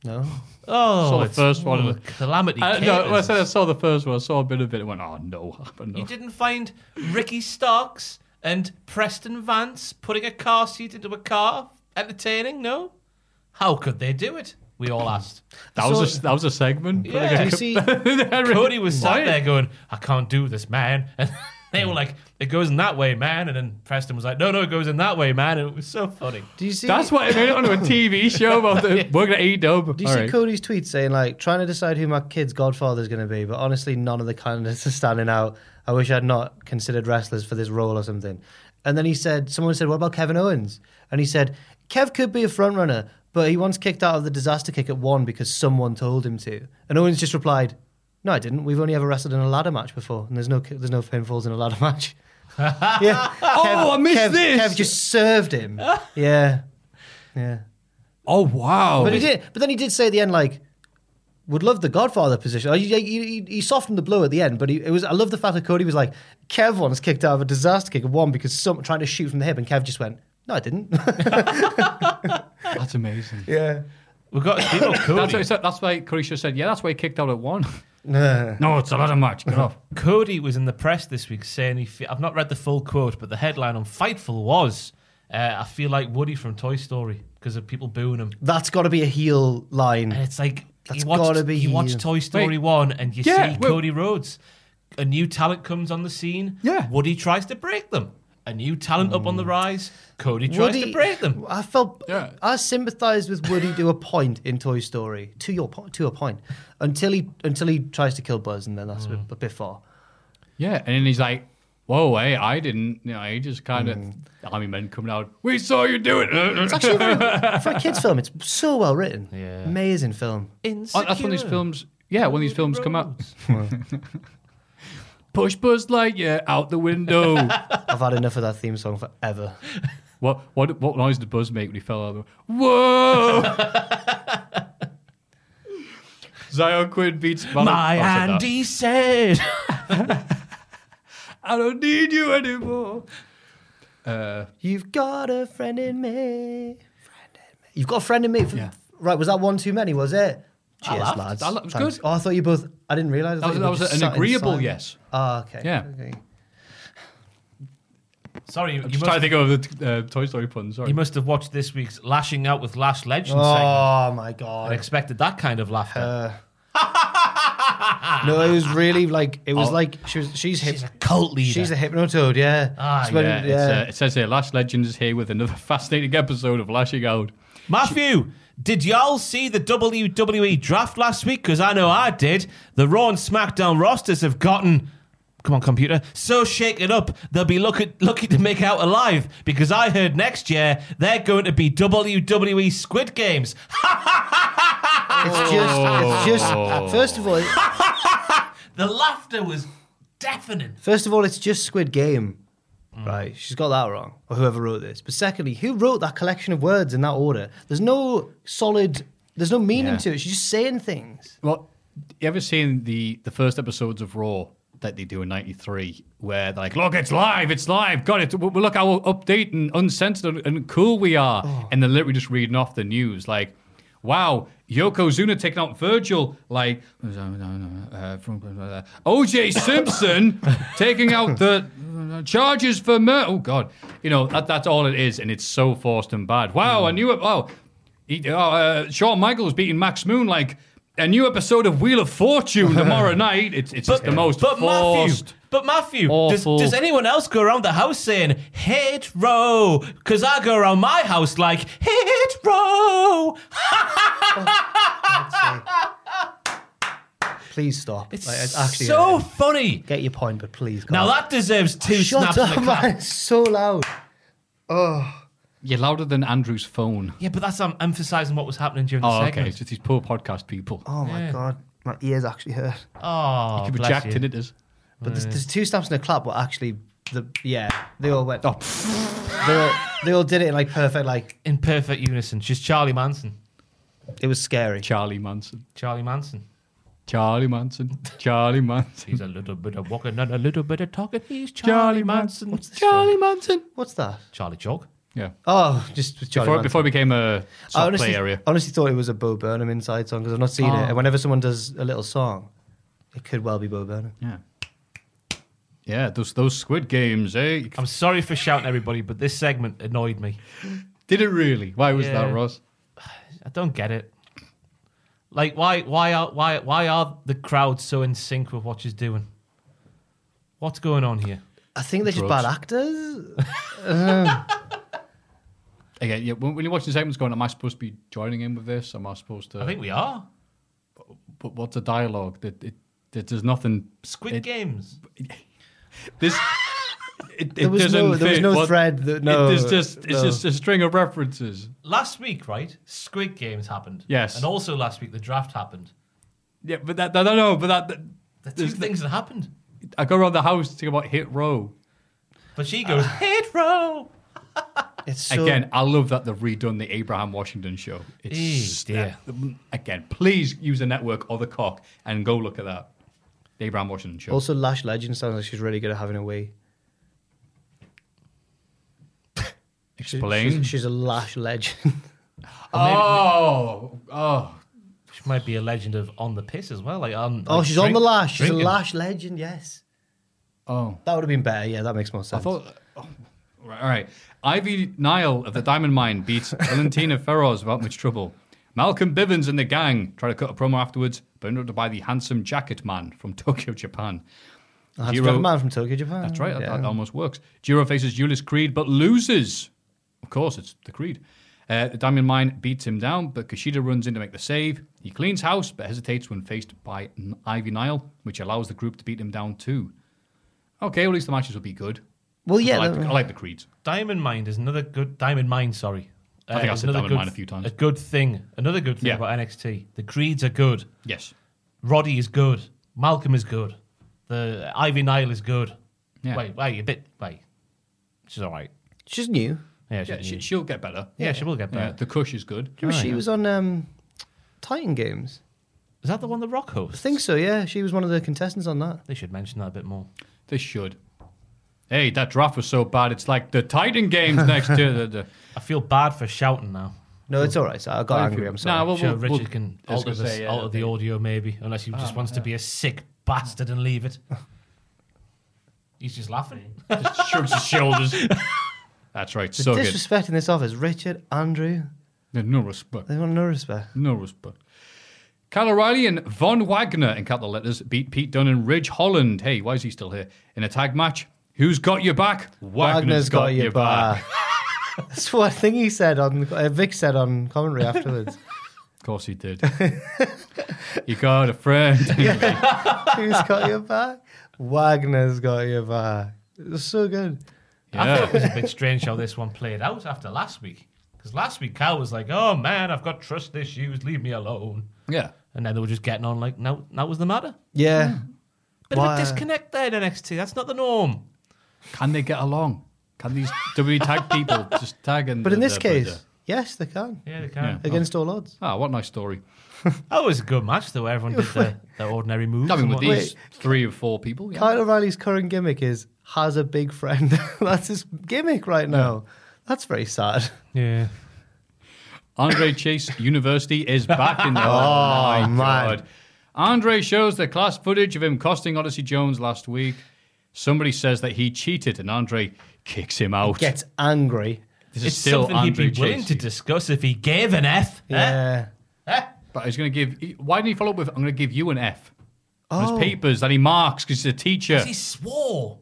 [SPEAKER 5] No.
[SPEAKER 6] Oh,
[SPEAKER 4] saw the
[SPEAKER 6] it's-
[SPEAKER 4] first one.
[SPEAKER 6] ooh, Calamity
[SPEAKER 4] I, Uh, no,
[SPEAKER 6] Capers.
[SPEAKER 4] I said I saw the first one. I saw a bit of it. and went, "Oh no, I don't know."
[SPEAKER 6] You didn't find Ricky Starks and Preston Vance putting a car seat into a car entertaining? No? How could they do it? We all asked.
[SPEAKER 4] That was
[SPEAKER 6] So-
[SPEAKER 4] a, that was a segment.
[SPEAKER 6] Yeah. Do you
[SPEAKER 5] see-
[SPEAKER 6] Cody was sat
[SPEAKER 4] Why?
[SPEAKER 6] there going, I can't do this, man. And they were like, it goes in that way, man. And then Preston was like, no, no, it goes in that way, man. And it was so funny.
[SPEAKER 5] Do you see?
[SPEAKER 4] That's what I made it onto a TV show about the working at AEW.
[SPEAKER 5] Do you see Cody's tweet saying like trying to decide who my kid's godfather is going to be, but honestly, none of the candidates are standing out. I wish I'd not considered wrestlers for this role or something. And then he said, someone said, "What about Kevin Owens?" And he said, "Kev could be a front runner, but he once kicked out of the disaster kick at one because someone told him to." And Owens just replied, "No, I didn't. We've only ever wrestled in a ladder match before, and there's no there's no pinfalls in a ladder match." yeah.
[SPEAKER 4] Oh, I missed
[SPEAKER 5] Kev,
[SPEAKER 4] this.
[SPEAKER 5] Kev just served him. yeah, yeah.
[SPEAKER 4] Oh wow!
[SPEAKER 5] But he did. But then he did say at the end, like, would love the Godfather position. Oh, He, he- he- he softened the blow at the end, but he, it was. I love the fact that Cody was like, Kev once kicked out of a disaster kick and won because some trying to shoot from the hip, and Kev just went, "No, I didn't."
[SPEAKER 4] That's amazing.
[SPEAKER 5] yeah.
[SPEAKER 6] We've got to speak of
[SPEAKER 4] That's, why
[SPEAKER 6] Cody.
[SPEAKER 4] he said, that's why Cody should have said, "Yeah, that's why he kicked out at one."
[SPEAKER 5] No.
[SPEAKER 4] no, it's a lot of match. Get off.
[SPEAKER 6] Cody was in the press this week saying, he fe- I've not read the full quote, but the headline on Fightful was, uh, I feel like Woody from Toy Story because of people booing him.
[SPEAKER 5] That's got to be a heel
[SPEAKER 6] And
[SPEAKER 5] line.
[SPEAKER 6] it's like
[SPEAKER 5] That's
[SPEAKER 6] you watched,
[SPEAKER 5] gotta be
[SPEAKER 6] you watch
[SPEAKER 5] you.
[SPEAKER 6] Toy Story
[SPEAKER 4] Wait.
[SPEAKER 6] one, and you
[SPEAKER 4] Yeah,
[SPEAKER 6] see
[SPEAKER 4] well-
[SPEAKER 6] Cody Rhodes, a new talent comes on the scene.
[SPEAKER 4] Yeah.
[SPEAKER 6] Woody tries to break them. A new talent up
[SPEAKER 5] Mm.
[SPEAKER 6] on the rise. Cody tries to break them.
[SPEAKER 5] I felt.
[SPEAKER 4] Yeah.
[SPEAKER 5] I sympathised with Woody to a point in Toy Story. To your point. To a point. Until he until he tries to kill Buzz, and then that's a,
[SPEAKER 6] Mm.
[SPEAKER 5] bit, a bit far.
[SPEAKER 4] Yeah, and then he's like, "Whoa, hey, I didn't." You know, he just kind of army men coming out. We saw you do it.
[SPEAKER 5] It's actually very, for a kids' film. It's so well written.
[SPEAKER 6] Yeah.
[SPEAKER 5] Amazing film.
[SPEAKER 4] Oh, that's when these
[SPEAKER 6] Insecure.
[SPEAKER 4] films. Yeah, when these films come out.
[SPEAKER 6] Rhodes.
[SPEAKER 4] Push Buzz Lightyear out the window.
[SPEAKER 5] I've had enough of that theme song forever.
[SPEAKER 4] what what what noise did Buzz make when he fell out of the? Whoa! Zion Quinn beats Malak-
[SPEAKER 6] My
[SPEAKER 4] Oh, I said that.
[SPEAKER 6] Andy said.
[SPEAKER 4] I don't need you anymore. Uh,
[SPEAKER 5] You've got a friend in me. Friend in me. You've got a friend in me. From,
[SPEAKER 4] Yeah.
[SPEAKER 5] Right, was that one too many, was it? Cheers,
[SPEAKER 6] laughed.
[SPEAKER 5] lads.
[SPEAKER 4] I la- it was
[SPEAKER 5] Thanks.
[SPEAKER 4] good.
[SPEAKER 5] Oh, I thought you both. I didn't realize.
[SPEAKER 4] that was, that was an agreeable yes.
[SPEAKER 5] Ah, okay.
[SPEAKER 4] Yeah.
[SPEAKER 5] Okay.
[SPEAKER 6] Sorry, you,
[SPEAKER 4] I'm
[SPEAKER 6] you
[SPEAKER 4] just trying
[SPEAKER 6] must,
[SPEAKER 4] to think of the uh, Toy Story pun. Sorry.
[SPEAKER 6] you must have watched this week's Lashing Out with Lash Legend segment
[SPEAKER 5] Oh Uh, my
[SPEAKER 6] and
[SPEAKER 5] god.
[SPEAKER 6] expected that kind of laughter.
[SPEAKER 5] No, it was really like it
[SPEAKER 4] Oh.
[SPEAKER 5] was like she was. She's hip,
[SPEAKER 6] She's a cult leader.
[SPEAKER 5] She's a hypnotoad. Yeah.
[SPEAKER 6] Ah,
[SPEAKER 5] It's when-
[SPEAKER 4] yeah, it's, uh, it says here, Lash Legend is here with another fascinating episode of Lashing Out.
[SPEAKER 6] Matthew, did y'all see the WWE draft last week? Because I know I did. The Raw and SmackDown rosters have gotten. Come on, computer. So shaken up, they'll be lucky, lucky to make out alive. Because I heard next year they're going to be WWE Squid Games.
[SPEAKER 5] It's just. It's
[SPEAKER 4] Oh.
[SPEAKER 5] just. First of all,
[SPEAKER 6] The laughter was deafening.
[SPEAKER 5] First of all, it's just Squid Game. Right, she's got that wrong, or whoever wrote this. But secondly, who wrote that collection of words in that order? There's no solid, there's no meaning
[SPEAKER 4] Yeah.
[SPEAKER 5] to it. She's just saying things.
[SPEAKER 4] Well, you ever seen the, the first episodes of Raw that they do in 93 where they're like, look, it's live, it's live, got it. W- w- Look how update and uncensored and cool we are. And they're literally just reading off the news like, wow, Yokozuna taking out Virgil, like, uh, from- OJ Simpson taking out the uh, charges for murder. Oh, God. You know, that, that's all it is. And it's so forced and bad. Wow, I knew it. Wow. He, uh, uh, Shawn Michaels beating Max Moon like a new episode of Wheel of Fortune tomorrow night. It's it's just the most
[SPEAKER 6] But
[SPEAKER 4] forced.
[SPEAKER 6] Matthew, but Matthew, does,
[SPEAKER 4] awful-
[SPEAKER 6] does anyone else go around the house saying "hit row"? Because I go around my house like "hit row."
[SPEAKER 5] Please stop.
[SPEAKER 6] It's
[SPEAKER 5] Like,
[SPEAKER 6] so
[SPEAKER 5] I
[SPEAKER 6] funny.
[SPEAKER 5] get your point, but please.
[SPEAKER 6] Now
[SPEAKER 5] God.
[SPEAKER 6] that deserves two
[SPEAKER 5] shut
[SPEAKER 6] snaps in
[SPEAKER 5] up,
[SPEAKER 6] the clap.
[SPEAKER 5] man! It's so loud.
[SPEAKER 4] You're louder than Andrew's phone.
[SPEAKER 6] Yeah, but that's I'm emphasizing what was happening during the
[SPEAKER 4] Oh,
[SPEAKER 6] segment.
[SPEAKER 4] okay. It's just these poor podcast people.
[SPEAKER 5] Oh my
[SPEAKER 6] Yeah.
[SPEAKER 5] god, my ears actually hurt.
[SPEAKER 6] Oh,
[SPEAKER 4] you could be
[SPEAKER 6] bless
[SPEAKER 4] jacked
[SPEAKER 6] you.
[SPEAKER 4] in it as.
[SPEAKER 5] But there's, there's two stamps and a clap. Were actually the yeah, they all went. Oh, they all they all did it in like perfect like
[SPEAKER 6] in perfect unison. She's Charlie Manson.
[SPEAKER 5] It was scary.
[SPEAKER 4] Charlie Manson.
[SPEAKER 6] Charlie Manson.
[SPEAKER 4] Charlie Manson. Charlie Manson.
[SPEAKER 6] He's a little bit of walking and a little bit of talking. He's
[SPEAKER 4] Charlie
[SPEAKER 6] Charlie, Manson.
[SPEAKER 4] Charlie Manson.
[SPEAKER 5] What's that?
[SPEAKER 6] Charlie Chalk.
[SPEAKER 4] Yeah.
[SPEAKER 5] Oh, just with Charlie
[SPEAKER 4] Before,
[SPEAKER 5] Manson.
[SPEAKER 4] before it became
[SPEAKER 6] Oh,
[SPEAKER 4] a
[SPEAKER 5] I
[SPEAKER 4] soft
[SPEAKER 5] honestly,
[SPEAKER 4] play area.
[SPEAKER 5] honestly thought it was a Bo Burnham inside song because I've not seen
[SPEAKER 4] Oh.
[SPEAKER 5] it. And whenever someone does a little song, it could well be Bo Burnham.
[SPEAKER 4] Yeah. Yeah, those those Squid Games, eh?
[SPEAKER 6] I'm sorry for shouting everybody, but this segment annoyed me.
[SPEAKER 4] Did it really? Why was
[SPEAKER 6] Yeah.
[SPEAKER 4] that, Ross?
[SPEAKER 6] I don't get it. Like why why are why why are the crowd so in sync with what she's doing? What's going on here?
[SPEAKER 5] I think they're just
[SPEAKER 4] Drugs.
[SPEAKER 5] bad actors.
[SPEAKER 4] Again, yeah, when, when you're watching segments going, am I supposed to be joining in with this? Am I supposed to?
[SPEAKER 6] I think we are.
[SPEAKER 4] But what's a dialogue? That it, that there's nothing.
[SPEAKER 6] Squid
[SPEAKER 4] it-
[SPEAKER 6] Games.
[SPEAKER 4] This. It, it
[SPEAKER 5] There was
[SPEAKER 4] doesn't
[SPEAKER 5] no- there was
[SPEAKER 4] fit
[SPEAKER 5] no
[SPEAKER 4] what-
[SPEAKER 5] thread that- no,
[SPEAKER 4] it is just it's
[SPEAKER 5] no.
[SPEAKER 4] just a string of references.
[SPEAKER 6] Last week, right? Squid Games happened.
[SPEAKER 4] Yes.
[SPEAKER 6] And also last week the draft happened.
[SPEAKER 4] Yeah, but that, no, no, no, but that, that
[SPEAKER 6] The two
[SPEAKER 4] there's the-
[SPEAKER 6] things that happened.
[SPEAKER 4] I go around the house thinking about Hit Row.
[SPEAKER 6] But she
[SPEAKER 4] Uh,
[SPEAKER 6] goes, hit row.
[SPEAKER 5] It's so,
[SPEAKER 4] again, I love that they've redone the Abraham Washington show. It's
[SPEAKER 6] Eh, dear.
[SPEAKER 4] that- again, please use the network or the cock and go look at that. The Abraham Washington show.
[SPEAKER 5] Also, Lash Legend sounds like she's really good at having a wee. She-
[SPEAKER 4] Explain.
[SPEAKER 5] She's, she's a Lash Legend.
[SPEAKER 4] oh, oh,
[SPEAKER 6] She might be a legend of on the piss as well. Like on
[SPEAKER 5] oh,
[SPEAKER 6] like
[SPEAKER 5] she's on
[SPEAKER 6] drink-
[SPEAKER 5] the Lash. She's
[SPEAKER 6] drinking.
[SPEAKER 5] a Lash Legend. Yes,
[SPEAKER 4] oh.
[SPEAKER 5] that would have been better. Yeah, that makes more
[SPEAKER 4] I
[SPEAKER 5] sense.
[SPEAKER 4] thought. oh, right, all right. Ivy Nile of the Diamond Mine beats Valentina Ferroz without much trouble. Malcolm Bivens and the gang try to cut a promo afterwards, but interrupted by the handsome jacket man from Tokyo, Japan.
[SPEAKER 5] I had to
[SPEAKER 4] Jiro-
[SPEAKER 5] drive a man from Tokyo, Japan.
[SPEAKER 4] That's right. that-
[SPEAKER 5] Oh, Yeah.
[SPEAKER 4] That almost works. Jiro faces Julius Creed, but loses. Of course, it's the Creed. Uh, the Diamond Mine beats him down, but Kushida runs in to make the save. He cleans house, but hesitates when faced by N- Ivy Nile, which allows the group to beat him down too. Okay, well, at least the matches will be good.
[SPEAKER 5] Well,
[SPEAKER 4] 'Cause
[SPEAKER 5] yeah,
[SPEAKER 4] I like,
[SPEAKER 5] that-
[SPEAKER 4] the, I like the Creeds.
[SPEAKER 6] Diamond Mind is another good Diamond Mind. Sorry,
[SPEAKER 4] I think I
[SPEAKER 6] is
[SPEAKER 4] said
[SPEAKER 6] another
[SPEAKER 4] Diamond
[SPEAKER 6] good-
[SPEAKER 4] Mine a few times.
[SPEAKER 6] A good thing, another good thing
[SPEAKER 4] Yeah.
[SPEAKER 6] about NXT. The creeds are good.
[SPEAKER 4] Yes.
[SPEAKER 6] Roddy is good. Malcolm is good. The Ivy Nile is good.
[SPEAKER 4] Yeah.
[SPEAKER 6] Wait, wait, a bit. Wait, she's all right.
[SPEAKER 5] she's new.
[SPEAKER 6] Yeah, she's
[SPEAKER 4] Yeah, she,
[SPEAKER 6] new.
[SPEAKER 4] she'll get better.
[SPEAKER 6] yeah, she will get
[SPEAKER 4] Yeah,
[SPEAKER 6] better.
[SPEAKER 4] the Kush is good.
[SPEAKER 5] Do you remember
[SPEAKER 6] Oh,
[SPEAKER 5] she
[SPEAKER 6] yeah.
[SPEAKER 5] was on um, Titan Games.
[SPEAKER 6] Is that the one the Rock
[SPEAKER 5] I
[SPEAKER 6] hosts?
[SPEAKER 5] think so. Yeah, she was one of the contestants on that.
[SPEAKER 6] They should mention that a bit more.
[SPEAKER 4] They should. Hey, that draft was so bad. It's like the Titan games next to the. the
[SPEAKER 6] I feel bad for shouting now.
[SPEAKER 5] No, it's all right. So I got angry. I'm sorry.
[SPEAKER 4] Nah, Ah, we'll-
[SPEAKER 6] sure,
[SPEAKER 4] we'll-
[SPEAKER 6] Richard
[SPEAKER 4] we'll-
[SPEAKER 6] can
[SPEAKER 4] I was
[SPEAKER 6] alter,
[SPEAKER 4] gonna
[SPEAKER 6] this,
[SPEAKER 4] say, yeah,
[SPEAKER 6] alter the
[SPEAKER 4] okay. Oh,
[SPEAKER 6] audio, maybe, unless he just wants to be a sick bastard and leave it. He's just laughing.
[SPEAKER 4] Just shrugs his shoulders. That's right.
[SPEAKER 5] the
[SPEAKER 4] so good.
[SPEAKER 5] disrespect in this office. Richard, Andrew,
[SPEAKER 4] No- No respect.
[SPEAKER 5] they want no respect.
[SPEAKER 4] No respect. Kyle O'Reilly and Von Wagner in capital letters beat Pete Dunne and Ridge Holland. Hey, why is he still here? In a tag match. Who's got your back?
[SPEAKER 5] Wagner's got, your bar. That's what I think he said on uh, Vic said on commentary afterwards.
[SPEAKER 4] Of course he did. you got a friend.
[SPEAKER 5] Who's got your back? Wagner's got your back. It was so good.
[SPEAKER 6] I thought it
[SPEAKER 4] yeah.
[SPEAKER 6] was a bit strange how this one played out after last week. Because last week, Kyle was like, oh man, I've got trust issues, leave me alone.
[SPEAKER 4] yeah.
[SPEAKER 6] And then they were just getting on like, no, that was the matter.
[SPEAKER 5] Yeah.
[SPEAKER 6] Bit
[SPEAKER 5] Why-
[SPEAKER 6] of a disconnect there in NXT. That's not the norm.
[SPEAKER 4] Can they get along? Can these WWE tag people just tag and.
[SPEAKER 5] But in
[SPEAKER 4] the-
[SPEAKER 5] this
[SPEAKER 4] the-
[SPEAKER 5] case, yes, they can.
[SPEAKER 6] Yeah, they can.
[SPEAKER 4] Yeah.
[SPEAKER 5] Against all odds.
[SPEAKER 4] Ah, what a nice story.
[SPEAKER 6] That was a good match, though. Everyone did their, their ordinary moves.
[SPEAKER 4] I mean,
[SPEAKER 6] and
[SPEAKER 4] with
[SPEAKER 6] whatnot.
[SPEAKER 4] these three or four people. Yeah.
[SPEAKER 5] Kyle O'Reilly's current gimmick is has a big friend. That's his gimmick right now. That's very sad.
[SPEAKER 6] Yeah.
[SPEAKER 4] Andre Chase University is back in the. oh, my
[SPEAKER 5] man.
[SPEAKER 4] Andre shows the class footage of him costing Odyssey Jones last week. Somebody says that he cheated, and Andre kicks him out.
[SPEAKER 5] Gets angry.
[SPEAKER 4] this is
[SPEAKER 6] It's
[SPEAKER 4] still
[SPEAKER 6] something
[SPEAKER 4] Andre
[SPEAKER 6] he'd be willing
[SPEAKER 4] Chase.
[SPEAKER 6] to discuss if he gave an F. eh?
[SPEAKER 5] Yeah.
[SPEAKER 4] but he's going to give. Why didn't he follow up with? I'm going to give you an F. On his papers that he marks because he's a teacher.
[SPEAKER 6] He swore.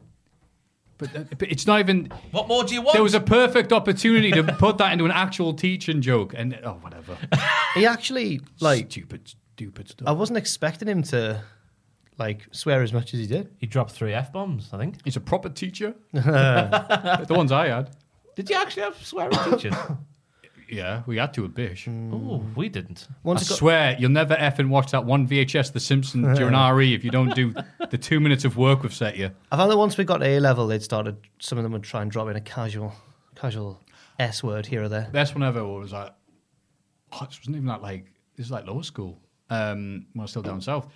[SPEAKER 4] But, uh, but it's not even.
[SPEAKER 6] What more do you want?
[SPEAKER 4] There was a perfect opportunity to put that into an actual teaching joke, and oh, whatever.
[SPEAKER 5] He actually like
[SPEAKER 4] stupid, stupid stuff.
[SPEAKER 5] I wasn't expecting him to like swear as much as he did.
[SPEAKER 6] He dropped three F bombs, I think.
[SPEAKER 4] He's a proper teacher. the ones I had.
[SPEAKER 6] Did you actually have swearing teachers?
[SPEAKER 4] Yeah, we had to a bish.
[SPEAKER 5] Mm.
[SPEAKER 6] Oh, we didn't.
[SPEAKER 4] I swear, you'll never effing watch that one VHS The Simpsons during RE if you don't do the two minutes of work we've set you.
[SPEAKER 5] I found that once we got A level, they'd started. Some of them would try and drop in a casual, casual S word here or there.
[SPEAKER 4] Best one ever was like, oh, this wasn't even that like, this is like lower school. Um, when I was still down south.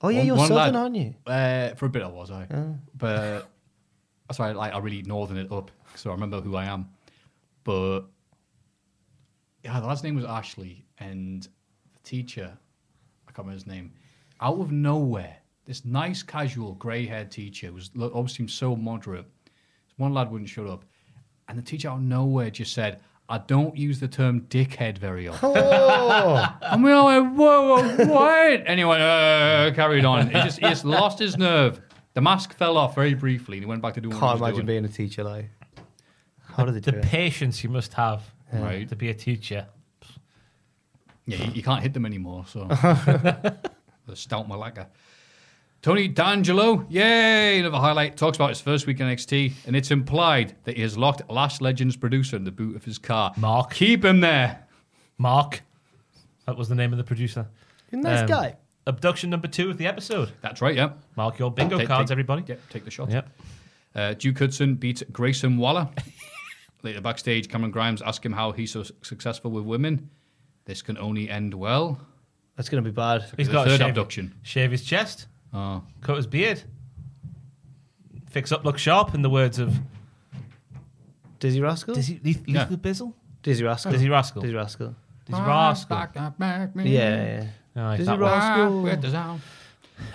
[SPEAKER 5] Oh yeah,
[SPEAKER 4] One-
[SPEAKER 5] you're
[SPEAKER 4] one
[SPEAKER 5] southern,
[SPEAKER 4] lad-
[SPEAKER 5] aren't you?
[SPEAKER 4] Uh, for a bit I was, I.
[SPEAKER 5] Oh.
[SPEAKER 4] But that's why like, I really northern it up, so I remember who I am. But yeah, the lad's name was Ashley, and the teacher, I can't remember his name, out of nowhere, this nice, casual, grey haired teacher was lo- always seemed so moderate. This One lad wouldn't shut up, and the teacher out of nowhere just said, I don't use the term dickhead very often.
[SPEAKER 5] Oh,
[SPEAKER 4] And we all went, whoa, whoa, what? anyway, uh, carried on. He just, he just lost his nerve. The mask fell off very briefly and he went back to doing
[SPEAKER 5] can't
[SPEAKER 4] what he was
[SPEAKER 5] imagine
[SPEAKER 4] doing.
[SPEAKER 5] being a teacher like. How did they
[SPEAKER 6] the
[SPEAKER 5] do it?
[SPEAKER 6] patience you must have
[SPEAKER 4] Right.
[SPEAKER 6] to be a teacher.
[SPEAKER 4] Yeah, you, you can't hit them anymore, so. the stout malacca. Tony D'Angelo, yay! Another highlight talks about his first week in NXT, and it's implied that he has locked Last Legends producer in the boot of his car.
[SPEAKER 6] Mark.
[SPEAKER 4] Keep him there.
[SPEAKER 6] Mark. That was the name of the producer.
[SPEAKER 5] Nice
[SPEAKER 6] Um,
[SPEAKER 5] guy.
[SPEAKER 6] Abduction number two of the episode.
[SPEAKER 4] That's right, yeah.
[SPEAKER 6] Mark your bingo
[SPEAKER 4] Take-
[SPEAKER 6] cards,
[SPEAKER 4] take-
[SPEAKER 6] everybody.
[SPEAKER 4] Yep, take the shot.
[SPEAKER 6] Yep.
[SPEAKER 4] Uh, Duke Hudson beat Grayson Waller. Later backstage, Cameron Grimes asked him how he's so su- successful with women. This can only end well.
[SPEAKER 5] That's gonna be bad.
[SPEAKER 6] He's
[SPEAKER 4] The
[SPEAKER 6] got
[SPEAKER 4] third
[SPEAKER 6] shave,
[SPEAKER 4] abduction.
[SPEAKER 6] Shave his chest,
[SPEAKER 4] Oh,
[SPEAKER 6] cut his beard, fix up, look sharp. In the words of
[SPEAKER 5] Dizzy Rascal.
[SPEAKER 6] Dizzy Leth-
[SPEAKER 4] Yeah.
[SPEAKER 6] Lethal Bizzle,
[SPEAKER 5] Dizzy Rascal.
[SPEAKER 6] Dizzy Rascal,
[SPEAKER 5] Dizzy Rascal.
[SPEAKER 6] Dizzy Rascal.
[SPEAKER 5] Yeah, yeah.
[SPEAKER 6] Aye,
[SPEAKER 5] Dizzy
[SPEAKER 6] that one.
[SPEAKER 5] Rascal.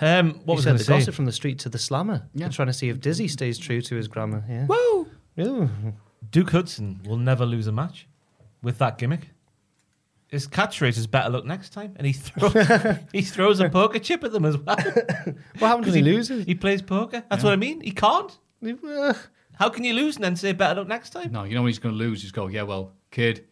[SPEAKER 6] Um, what was
[SPEAKER 5] He
[SPEAKER 6] I
[SPEAKER 5] said
[SPEAKER 6] going
[SPEAKER 5] the
[SPEAKER 6] to say?
[SPEAKER 5] gossip from the street to the slammer.
[SPEAKER 4] Yeah.
[SPEAKER 5] They're trying to see if Dizzy stays true to his grammar. Yeah.
[SPEAKER 6] Woo!
[SPEAKER 5] Ooh.
[SPEAKER 6] Duke Hudson will never lose a match with that gimmick. His catchphrase is "Better luck next time," and he throws he throws a poker chip at them as well.
[SPEAKER 5] What happened if he loses?
[SPEAKER 6] He plays poker. That's what I mean. He can't.
[SPEAKER 5] Uh,
[SPEAKER 6] How can you lose and then say "Better luck next time"?
[SPEAKER 4] No, you know when he's going to lose? He's go, yeah, well, kid,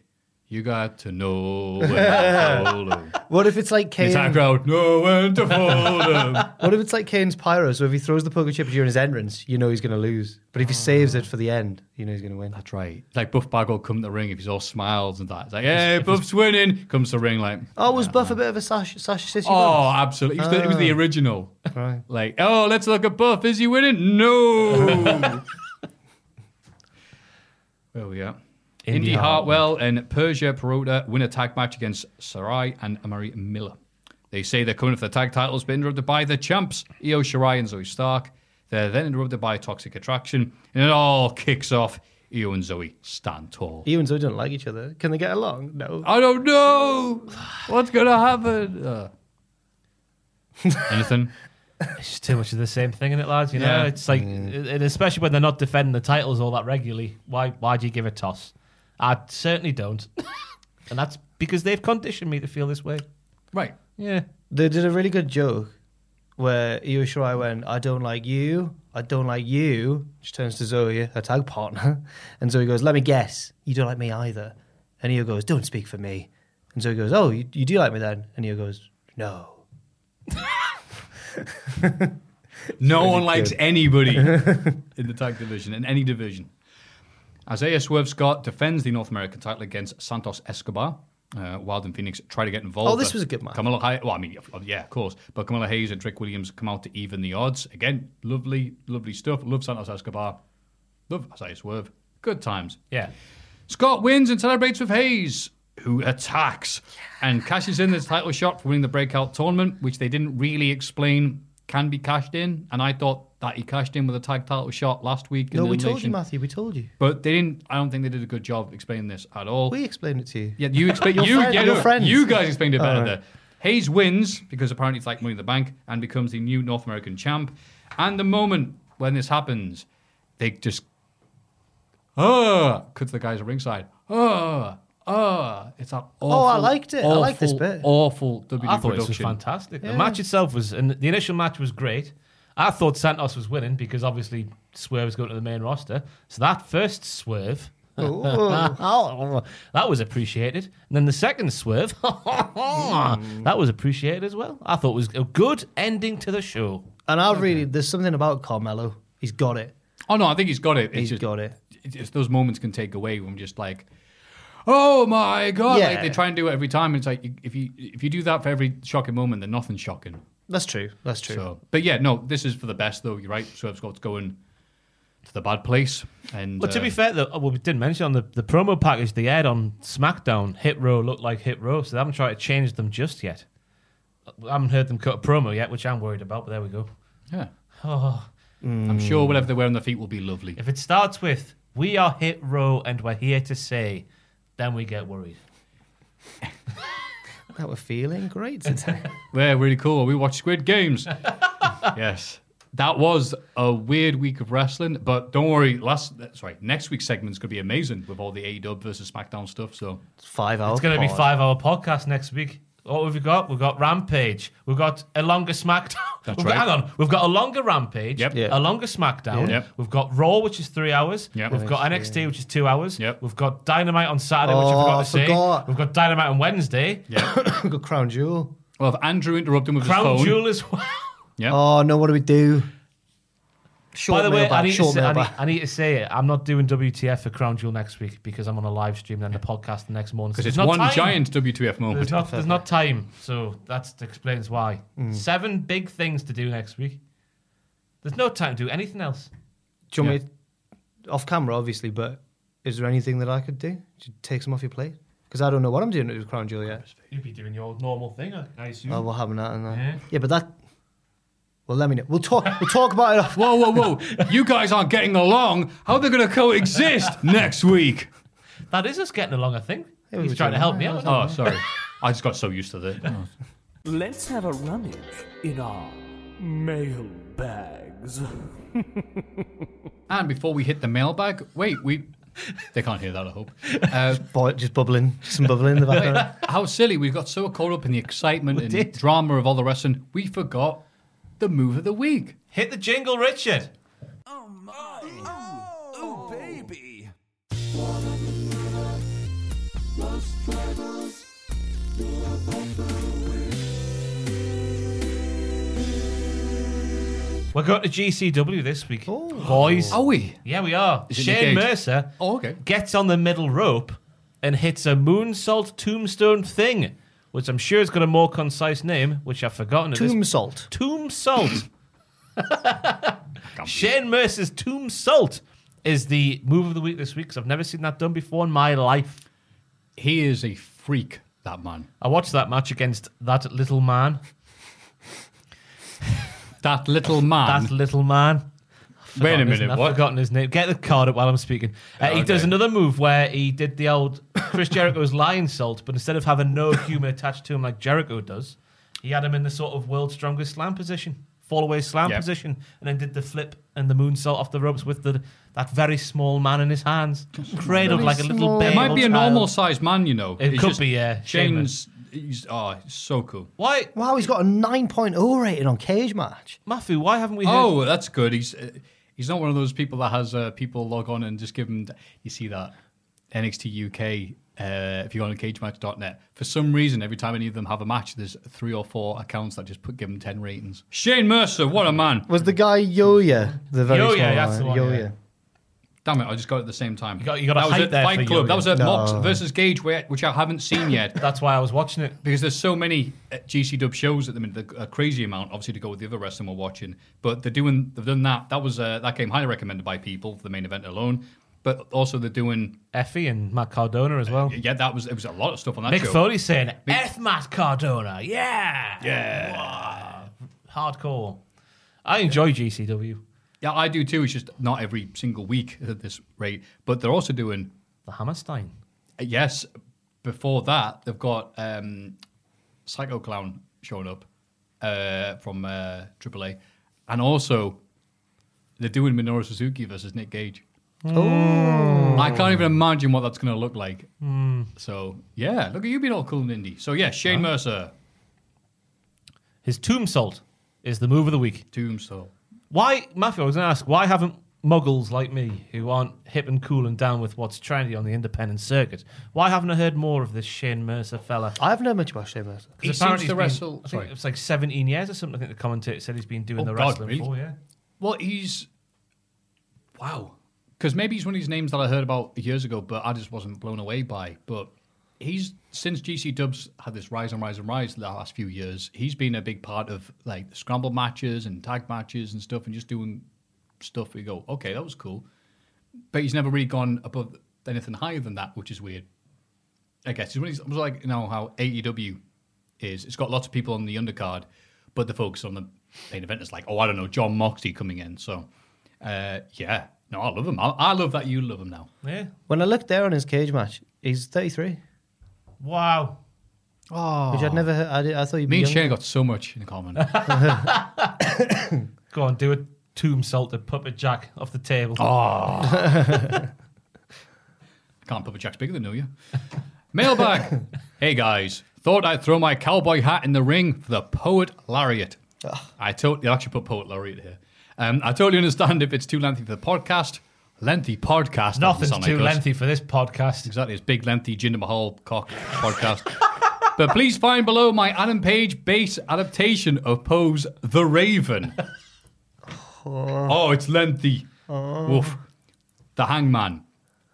[SPEAKER 4] you got to know when to fold 'em."
[SPEAKER 5] What if it's like
[SPEAKER 4] The
[SPEAKER 5] Kane?
[SPEAKER 4] entire crowd, know when to fold 'em."
[SPEAKER 5] What if it's like Kane's pyro? So if he throws the poker chip during his entrance, you know he's going to lose. But if he saves it for the end, you know he's going to win.
[SPEAKER 4] That's right. It's like Buff Bagwell come to the ring if he's all smiles and that. It's like, hey, Buff's winning. Comes to the ring like,
[SPEAKER 5] Oh, was Buff a bit of a Sasha, Sasha Sissy?
[SPEAKER 4] Oh, absolutely. It was, the, it was the original.
[SPEAKER 5] Buff? Right.
[SPEAKER 4] Like, oh, let's look at Buff. Is he winning? No. oh, yeah. Indy,
[SPEAKER 6] Indy
[SPEAKER 4] Hartwell and Persia Perota win a tag match against Sarai and Amari Miller. They say they're coming for the tag titles, but interrupted by the champs, Io Shirai and Zoe Stark. They're then interrupted by Toxic Attraction, and it all kicks off. Io and Zoe stand tall.
[SPEAKER 5] Even though they don't like each other, can they get along? No.
[SPEAKER 4] I don't know what's going to happen. Uh, anything?
[SPEAKER 6] It's just too much of the same thing in it, lads. You know,
[SPEAKER 4] Yeah.
[SPEAKER 6] it's like,
[SPEAKER 5] Mm.
[SPEAKER 6] and especially when they're not defending the titles all that regularly. Why? Why do you give a toss? I certainly don't, and that's because they've conditioned me to feel this way.
[SPEAKER 4] Right.
[SPEAKER 6] Yeah,
[SPEAKER 5] They did a really good joke where Io Shirai went, I don't like you, I don't like you. She turns to Zoe, her tag partner, and Zoe goes, Let me guess, you don't like me either. And Io goes, Don't speak for me. And Zoe goes, Oh, you, you do like me then? And Io goes, No.
[SPEAKER 4] No
[SPEAKER 5] really
[SPEAKER 4] one likes
[SPEAKER 5] good.
[SPEAKER 4] anybody in the tag division, in any division. Isaiah Swerve Scott defends the North American title against Santos Escobar. Uh, Wild and Phoenix try to get involved.
[SPEAKER 5] Oh, this
[SPEAKER 4] but
[SPEAKER 5] was a good match.
[SPEAKER 4] Camilla Hayes, well, I mean, of- of- yeah, of course. But Camilla Hayes and Trick Williams come out to even the odds. Again, lovely, lovely stuff. Love Santos Escobar. Love Isaiah Swerve. Good times.
[SPEAKER 6] yeah.
[SPEAKER 4] Scott wins and celebrates with Hayes, who attacks and cashes in this title shot for winning the breakout tournament, which they didn't really explain can be cashed in. And I thought that he cashed in with a tag title shot last week. in
[SPEAKER 5] No,
[SPEAKER 4] the
[SPEAKER 5] we told you,
[SPEAKER 4] elimination.
[SPEAKER 5] Matthew, we told you.
[SPEAKER 4] But they didn't. I don't think they did a good job explaining this at all.
[SPEAKER 5] We explained it to you.
[SPEAKER 4] yeah, you explain. you,
[SPEAKER 5] friend-
[SPEAKER 4] yeah,
[SPEAKER 5] your
[SPEAKER 4] no,
[SPEAKER 5] friends.
[SPEAKER 4] you guys explained it better
[SPEAKER 5] All right.
[SPEAKER 4] there. Hayes wins because apparently it's like Money in the Bank and becomes the new North American champ. And the moment when this happens, they just ah cuts the guys at ringside. Ah ah, it's that awful.
[SPEAKER 5] Oh, I liked it. I like this
[SPEAKER 4] awful,
[SPEAKER 5] bit.
[SPEAKER 4] Awful WWE
[SPEAKER 6] I thought it was
[SPEAKER 4] production.
[SPEAKER 6] fantastic. The match itself was, and the initial match was great. I thought Santos was winning because obviously Swerve's going to the main roster. So that first swerve, Oh, that was appreciated. And then the second swerve, that was appreciated as well. I thought it was a good ending to the show.
[SPEAKER 5] And I really, there's something about Carmelo. He's got it.
[SPEAKER 4] Oh no, I think he's got it. It's
[SPEAKER 5] He's
[SPEAKER 4] just-
[SPEAKER 5] got it.
[SPEAKER 4] it's just those moments can take away when I'm just like, oh my god, like
[SPEAKER 5] Yeah.
[SPEAKER 4] they try and do it every time. And it's like you- if you if you do that for every shocking moment, then nothing's shocking.
[SPEAKER 5] That's true. That's true.
[SPEAKER 4] So, but yeah, no, this is for the best though. You're right. Swerve Scott's going to the bad place, and
[SPEAKER 6] Well, to be
[SPEAKER 4] uh,
[SPEAKER 6] fair, though, oh, well, we didn't mention on the, the promo package they aired on SmackDown, Hit Row looked like Hit Row, so they haven't tried to change them just yet. I haven't heard them cut a promo yet, which I'm worried about, but there we go.
[SPEAKER 4] Yeah.
[SPEAKER 6] Oh.
[SPEAKER 4] I'm sure whatever they wear on their feet will be lovely.
[SPEAKER 6] If it starts with, we are Hit Row and we're here to say, then we get worried.
[SPEAKER 5] That we're feeling great today.
[SPEAKER 4] Yeah, really cool. We watched Squid Games. yes. That was a weird week of wrestling, but don't worry. Last, sorry, next week's segment's gonna be amazing with all the AEW versus SmackDown stuff. So
[SPEAKER 5] five hours.
[SPEAKER 6] It's going to be five hour podcast next week. What have we got? We've got Rampage. We've got a longer SmackDown.
[SPEAKER 4] That's
[SPEAKER 6] We've
[SPEAKER 4] right.
[SPEAKER 6] Got, hang on. We've got a longer Rampage.
[SPEAKER 4] Yep.
[SPEAKER 5] Yeah.
[SPEAKER 6] A longer SmackDown.
[SPEAKER 4] Yeah. Yep.
[SPEAKER 6] We've got Raw, which is three hours.
[SPEAKER 4] Yep.
[SPEAKER 6] We've got NXT, which is two hours.
[SPEAKER 4] Yep.
[SPEAKER 6] We've got Dynamite on Saturday, which
[SPEAKER 5] Oh,
[SPEAKER 6] I forgot
[SPEAKER 5] I
[SPEAKER 6] to say.
[SPEAKER 5] forgot.
[SPEAKER 6] We've got Dynamite on Wednesday.
[SPEAKER 5] Oh, Good crown jewel.
[SPEAKER 4] Well, if Andrew interrupted with
[SPEAKER 6] Crown
[SPEAKER 4] his phone.
[SPEAKER 6] Jewel as well.
[SPEAKER 4] Yeah.
[SPEAKER 5] Oh no, what do we do? Short
[SPEAKER 6] By the way,
[SPEAKER 5] mailbag,
[SPEAKER 6] I need, to
[SPEAKER 5] short
[SPEAKER 6] say, I, need,
[SPEAKER 5] mailbag.
[SPEAKER 6] I need to say it. I'm not doing WTF for Crown Jewel next week because I'm on a live stream and then the podcast the next morning.
[SPEAKER 4] Because
[SPEAKER 6] So
[SPEAKER 4] it's
[SPEAKER 6] there's not
[SPEAKER 4] one
[SPEAKER 6] time.
[SPEAKER 4] giant WTF moment.
[SPEAKER 6] There's not, there's not time, so that explains why.
[SPEAKER 5] Hmm.
[SPEAKER 6] Seven big things to do next week. There's no time to do anything else.
[SPEAKER 5] Do you want
[SPEAKER 4] Yeah.
[SPEAKER 5] me off camera, obviously, but is there anything that I could do? to take some off your plate? Because I don't know what I'm doing with crown jewel yet.
[SPEAKER 6] You'd be doing your normal thing, I I assume.
[SPEAKER 5] Oh, we'll have that and that.
[SPEAKER 6] Yeah.
[SPEAKER 5] Yeah. but that. Well, let me know. We'll talk. We'll talk about it. Off.
[SPEAKER 4] Whoa, whoa, whoa! you guys aren't getting along. How are they gonna coexist next week?
[SPEAKER 6] that is us getting along, I think.
[SPEAKER 5] Yeah, we
[SPEAKER 6] He's
[SPEAKER 5] were
[SPEAKER 6] trying to
[SPEAKER 5] doing
[SPEAKER 6] help
[SPEAKER 5] that.
[SPEAKER 6] me out.
[SPEAKER 4] Oh, sorry. I just got so used to it.
[SPEAKER 3] Let's have a rummage in our mail bags.
[SPEAKER 4] And before we hit the mailbag, wait, we. They can't hear that, I hope. Uh,
[SPEAKER 5] Boy, just bubbling, just some bubbling in the background.
[SPEAKER 4] How silly. We got so caught up in the excitement and drama of all the wrestling, we forgot the move of the week.
[SPEAKER 6] Hit the jingle, Richard. We're going to GCW this week, boys.
[SPEAKER 4] Are we?
[SPEAKER 6] Yeah, we are.
[SPEAKER 4] Oh. Is it
[SPEAKER 6] Shane
[SPEAKER 4] Nick Gage?
[SPEAKER 6] Mercer
[SPEAKER 4] Oh, okay.
[SPEAKER 6] gets on the middle rope and hits a moonsault tombstone thing, which I'm sure has got a more concise name, which I've forgotten. at this
[SPEAKER 5] Tomb salt.
[SPEAKER 6] Tomb Salt. Shane Mercer's Tomb Salt is the move of the week this week because I've never seen that done before in my life.
[SPEAKER 4] He is a freak, that man.
[SPEAKER 6] I watched that match against that little man.
[SPEAKER 4] That
[SPEAKER 6] That
[SPEAKER 4] little man.
[SPEAKER 6] little man. I've
[SPEAKER 4] Wait a
[SPEAKER 6] forgotten his-
[SPEAKER 4] minute,
[SPEAKER 6] I've
[SPEAKER 4] what?
[SPEAKER 6] forgotten his name. Get the card up while I'm speaking. Uh, He does
[SPEAKER 4] Okay.
[SPEAKER 6] another move where he did the old Chris Jericho's lion salt, but instead of having no human attached to him like Jericho does, he had him in the sort of world's strongest slam position, fall away slam
[SPEAKER 4] Yep.
[SPEAKER 6] position, and then did the flip and the moonsault off the ropes with the that very small man in his hands, cradled like a little baby.
[SPEAKER 4] it might be a normal sized man, you know.
[SPEAKER 6] um, It
[SPEAKER 4] It's
[SPEAKER 6] could
[SPEAKER 4] just-
[SPEAKER 6] be, yeah.
[SPEAKER 4] Shane's. He's, oh, he's so cool.
[SPEAKER 6] Why,
[SPEAKER 5] Wow, he's got a 9.0 rating on Cage Match.
[SPEAKER 6] Matthew? Why haven't we? Heard
[SPEAKER 4] Oh, that's good. He's uh, he's not one of those people that has uh, people log on and just give him. You see that NXT UK. Uh, if you go on cagematch.net, for some reason, every time any of them have a match, there's three or four accounts that just put give them ten ratings. Shane Mercer, what a man!
[SPEAKER 5] Was the guy Yoya the very
[SPEAKER 6] Yo-Yo,
[SPEAKER 5] small
[SPEAKER 6] that's the
[SPEAKER 5] one?
[SPEAKER 6] one,
[SPEAKER 5] Yo-Yo.
[SPEAKER 6] yeah.
[SPEAKER 4] Damn it, I just got it at the same time.
[SPEAKER 6] got- you got a
[SPEAKER 4] that was
[SPEAKER 6] hype
[SPEAKER 4] at
[SPEAKER 6] there
[SPEAKER 4] Fight
[SPEAKER 6] for
[SPEAKER 4] Club.
[SPEAKER 6] Yo-Yo.
[SPEAKER 4] That was at
[SPEAKER 5] No.
[SPEAKER 4] Mox versus Gage, where- which I haven't seen yet.
[SPEAKER 6] That's why I was watching it.
[SPEAKER 4] because there's so many uh, GC Dub shows at the minute, a crazy amount, obviously, to go with the other wrestling we're watching. But they're doing, they've done that. That was uh, that came highly recommended by people for the main event alone. But also they're doing,
[SPEAKER 6] Effie and Matt Cardona as well.
[SPEAKER 4] yeah, that was it was a lot of stuff on that
[SPEAKER 6] Mick
[SPEAKER 4] show.
[SPEAKER 6] Foley's saying, F Matt Cardona, yeah! Yeah. Hardcore. I enjoy GCW.
[SPEAKER 4] Yeah, I do too. It's just not every single week at this rate. But they're also doing,
[SPEAKER 6] The Hammerstein.
[SPEAKER 4] uh, yes, before that they've got um, Psycho Clown showing up uh, from uh, AAA, and also they're doing Minoru Suzuki versus Nick Gage. I can't even imagine what that's going to look like. So yeah, look at you being all cool and indie. So yeah, Shane Mercer,
[SPEAKER 6] His Tomb Salt is the move of the week.
[SPEAKER 4] Tombstone.
[SPEAKER 6] Why, Matthew, I was going to ask, why haven't muggles like me, who aren't hip and cool and down with what's trendy on the independent circuit, why haven't I heard more of this Shane Mercer fella?
[SPEAKER 5] I have no much about Shane Mercer.
[SPEAKER 4] He seems
[SPEAKER 6] apparently
[SPEAKER 4] to
[SPEAKER 6] he's
[SPEAKER 4] wrestle-
[SPEAKER 6] Been, I
[SPEAKER 4] sorry.
[SPEAKER 6] think it's like 17 years or something. I think the commentator said he's been doing
[SPEAKER 4] Oh,
[SPEAKER 6] the
[SPEAKER 4] God,
[SPEAKER 6] wrestling
[SPEAKER 4] really?
[SPEAKER 6] for, yeah.
[SPEAKER 4] Well, he's wow. because maybe he's one of these names that I heard about years ago, but I just wasn't blown away by. But he's since GC Dubs had this rise and rise and rise the last few years, he's been a big part of like scramble matches and tag matches and stuff, and just doing stuff. We go, okay, that was cool, but he's never really gone above anything higher than that, which is weird. I guess it's one of these- almost like you know how AEW is. It's got lots of people on the undercard, but the focus on the main event is like, oh, I don't know, John Moxley coming in. So, uh, yeah, no, I love him. I, I love that you love him now.
[SPEAKER 6] Yeah.
[SPEAKER 5] When I looked there on his cage match, he's 33,
[SPEAKER 6] Wow.
[SPEAKER 4] Oh,
[SPEAKER 5] which I'd never heard. I, did- I thought he'd
[SPEAKER 4] Me
[SPEAKER 5] be
[SPEAKER 4] and
[SPEAKER 5] younger.
[SPEAKER 4] Shane got so much in common.
[SPEAKER 6] Go on, do a tomb salted puppet jack off the table.
[SPEAKER 4] Oh. Can't put a jack's bigger than you, you. Mailbag. hey guys, thought I'd throw my cowboy hat in the ring for the poet laureate. I totally I'll actually put poet laureate here. Um, I totally understand if it's too lengthy for the podcast. Lengthy podcast.
[SPEAKER 6] Nothing's
[SPEAKER 4] doesn't sound
[SPEAKER 6] too
[SPEAKER 4] like us.
[SPEAKER 6] lengthy for this podcast.
[SPEAKER 4] Exactly, it's big lengthy Jinder Mahal cock podcast. but please find below my Adam Page bass adaptation of Poe's The Raven. Oh, it's lengthy. Woof. The Hangman,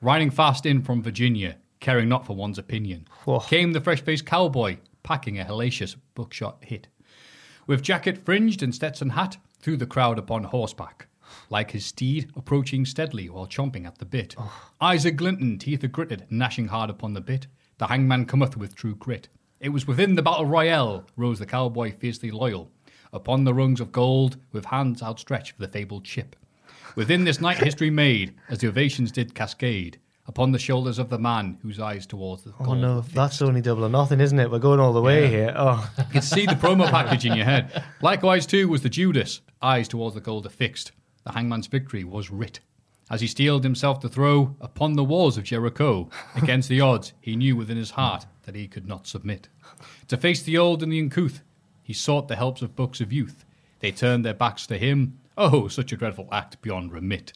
[SPEAKER 4] riding fast in from Virginia, caring not for one's opinion, came the fresh faced cowboy, packing a hellacious buckshot hit. With jacket fringed and Stetson hat, through the crowd upon horseback, like his steed approaching steadily while chomping at the bit. Eyes are glinting, teeth are gritted, gnashing hard upon the bit. The hangman cometh with true grit. It was within the battle royale rose the cowboy fiercely loyal, upon the rungs of gold, with hands outstretched for the fabled chip. Within this night history made, as the ovations did cascade, upon the shoulders of the man whose eyes towards the
[SPEAKER 5] Oh no, that's only double or nothing, isn't it? We're going all the way here. Oh,
[SPEAKER 4] you can see the promo package in your head. Likewise, too, was the Judas, eyes towards the gold affixed. The hangman's victory was writ. As he steeled himself to throw upon the walls of Jericho, against the odds, he knew within his heart that he could not submit. To face the old and the uncouth, he sought the helps of books of youth. They turned their backs to him. Oh, such a dreadful act beyond remit.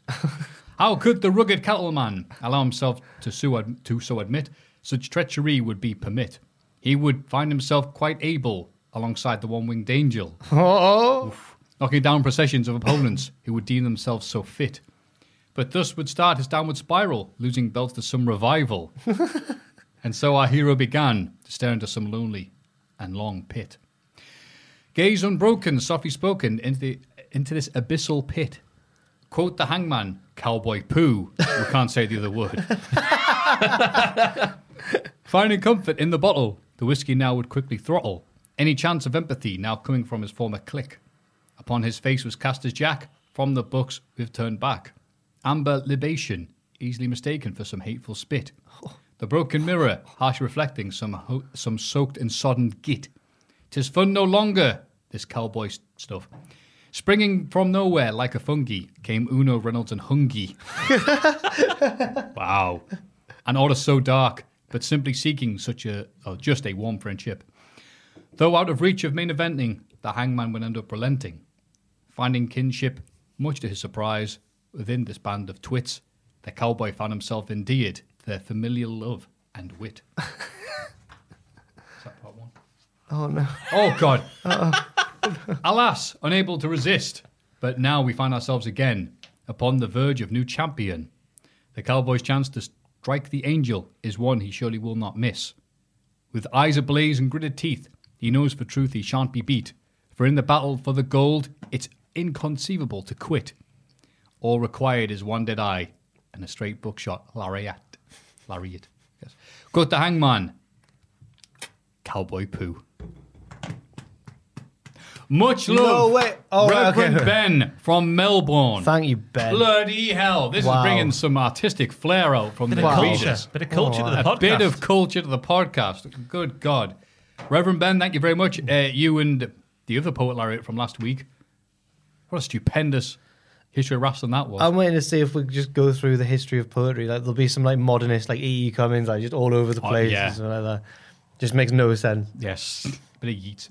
[SPEAKER 4] How could the rugged cattleman allow himself to so, ad- to so admit such treachery would be permit? He would find himself quite able alongside the one winged angel, Oof. knocking down processions of opponents who would deem themselves so fit. But thus would start his downward spiral, losing belts to some revival. and so our hero began to stare into some lonely and long pit. Gaze unbroken, softly spoken, into, the, into this abyssal pit. Quote the hangman, cowboy poo. We can't say the other word. Finding comfort in the bottle, the whiskey now would quickly throttle. Any chance of empathy now coming from his former clique. Upon his face was cast as Jack, from the books with turned back. Amber libation, easily mistaken for some hateful spit. The broken mirror, harsh reflecting some, ho- some soaked and sodden git. Tis fun no longer, this cowboy s- stuff. Springing from nowhere like a fungi came Uno, Reynolds, and Hungy. wow. An order so dark, but simply seeking such a, or just a warm friendship. Though out of reach of main eventing, the hangman would end up relenting, finding kinship, much to his surprise, within this band of twits. The cowboy found himself endeared to their familial love and wit. Is that part one?
[SPEAKER 5] oh no.
[SPEAKER 4] Oh God! Alas, unable to resist. But now we find ourselves again upon the verge of new champion. The cowboy's chance to strike the angel is one he surely will not miss. With eyes ablaze and gritted teeth, he knows for truth he shan't be beat. For in the battle for the gold, it's inconceivable to quit. All required is one dead eye and a straight buckshot lariat. Lariat. Yes. Cut the hangman. Cowboy poo. Much
[SPEAKER 5] No,
[SPEAKER 4] love,
[SPEAKER 5] wait. Oh, right, okay.
[SPEAKER 4] Reverend Ben from Melbourne.
[SPEAKER 5] Thank you, Ben.
[SPEAKER 4] Bloody hell! This
[SPEAKER 5] Wow.
[SPEAKER 4] is bringing some artistic flair out from
[SPEAKER 6] Bit
[SPEAKER 4] the
[SPEAKER 6] of culture.
[SPEAKER 4] readers.
[SPEAKER 6] Bit of culture to
[SPEAKER 4] a
[SPEAKER 6] the
[SPEAKER 4] bit
[SPEAKER 6] podcast.
[SPEAKER 4] of culture to the podcast. Good God, Reverend Ben, thank you very much. Uh, you and the other poet laureate from last week. What a stupendous history of wrestling that was.
[SPEAKER 5] I'm waiting to see if we could just go through the history of poetry. Like there'll be some like modernist, like E. E. Cummings, like just all over the
[SPEAKER 4] Oh,
[SPEAKER 5] place
[SPEAKER 4] yeah.
[SPEAKER 5] and stuff like that. Just makes no sense.
[SPEAKER 4] yes, bit of yeet.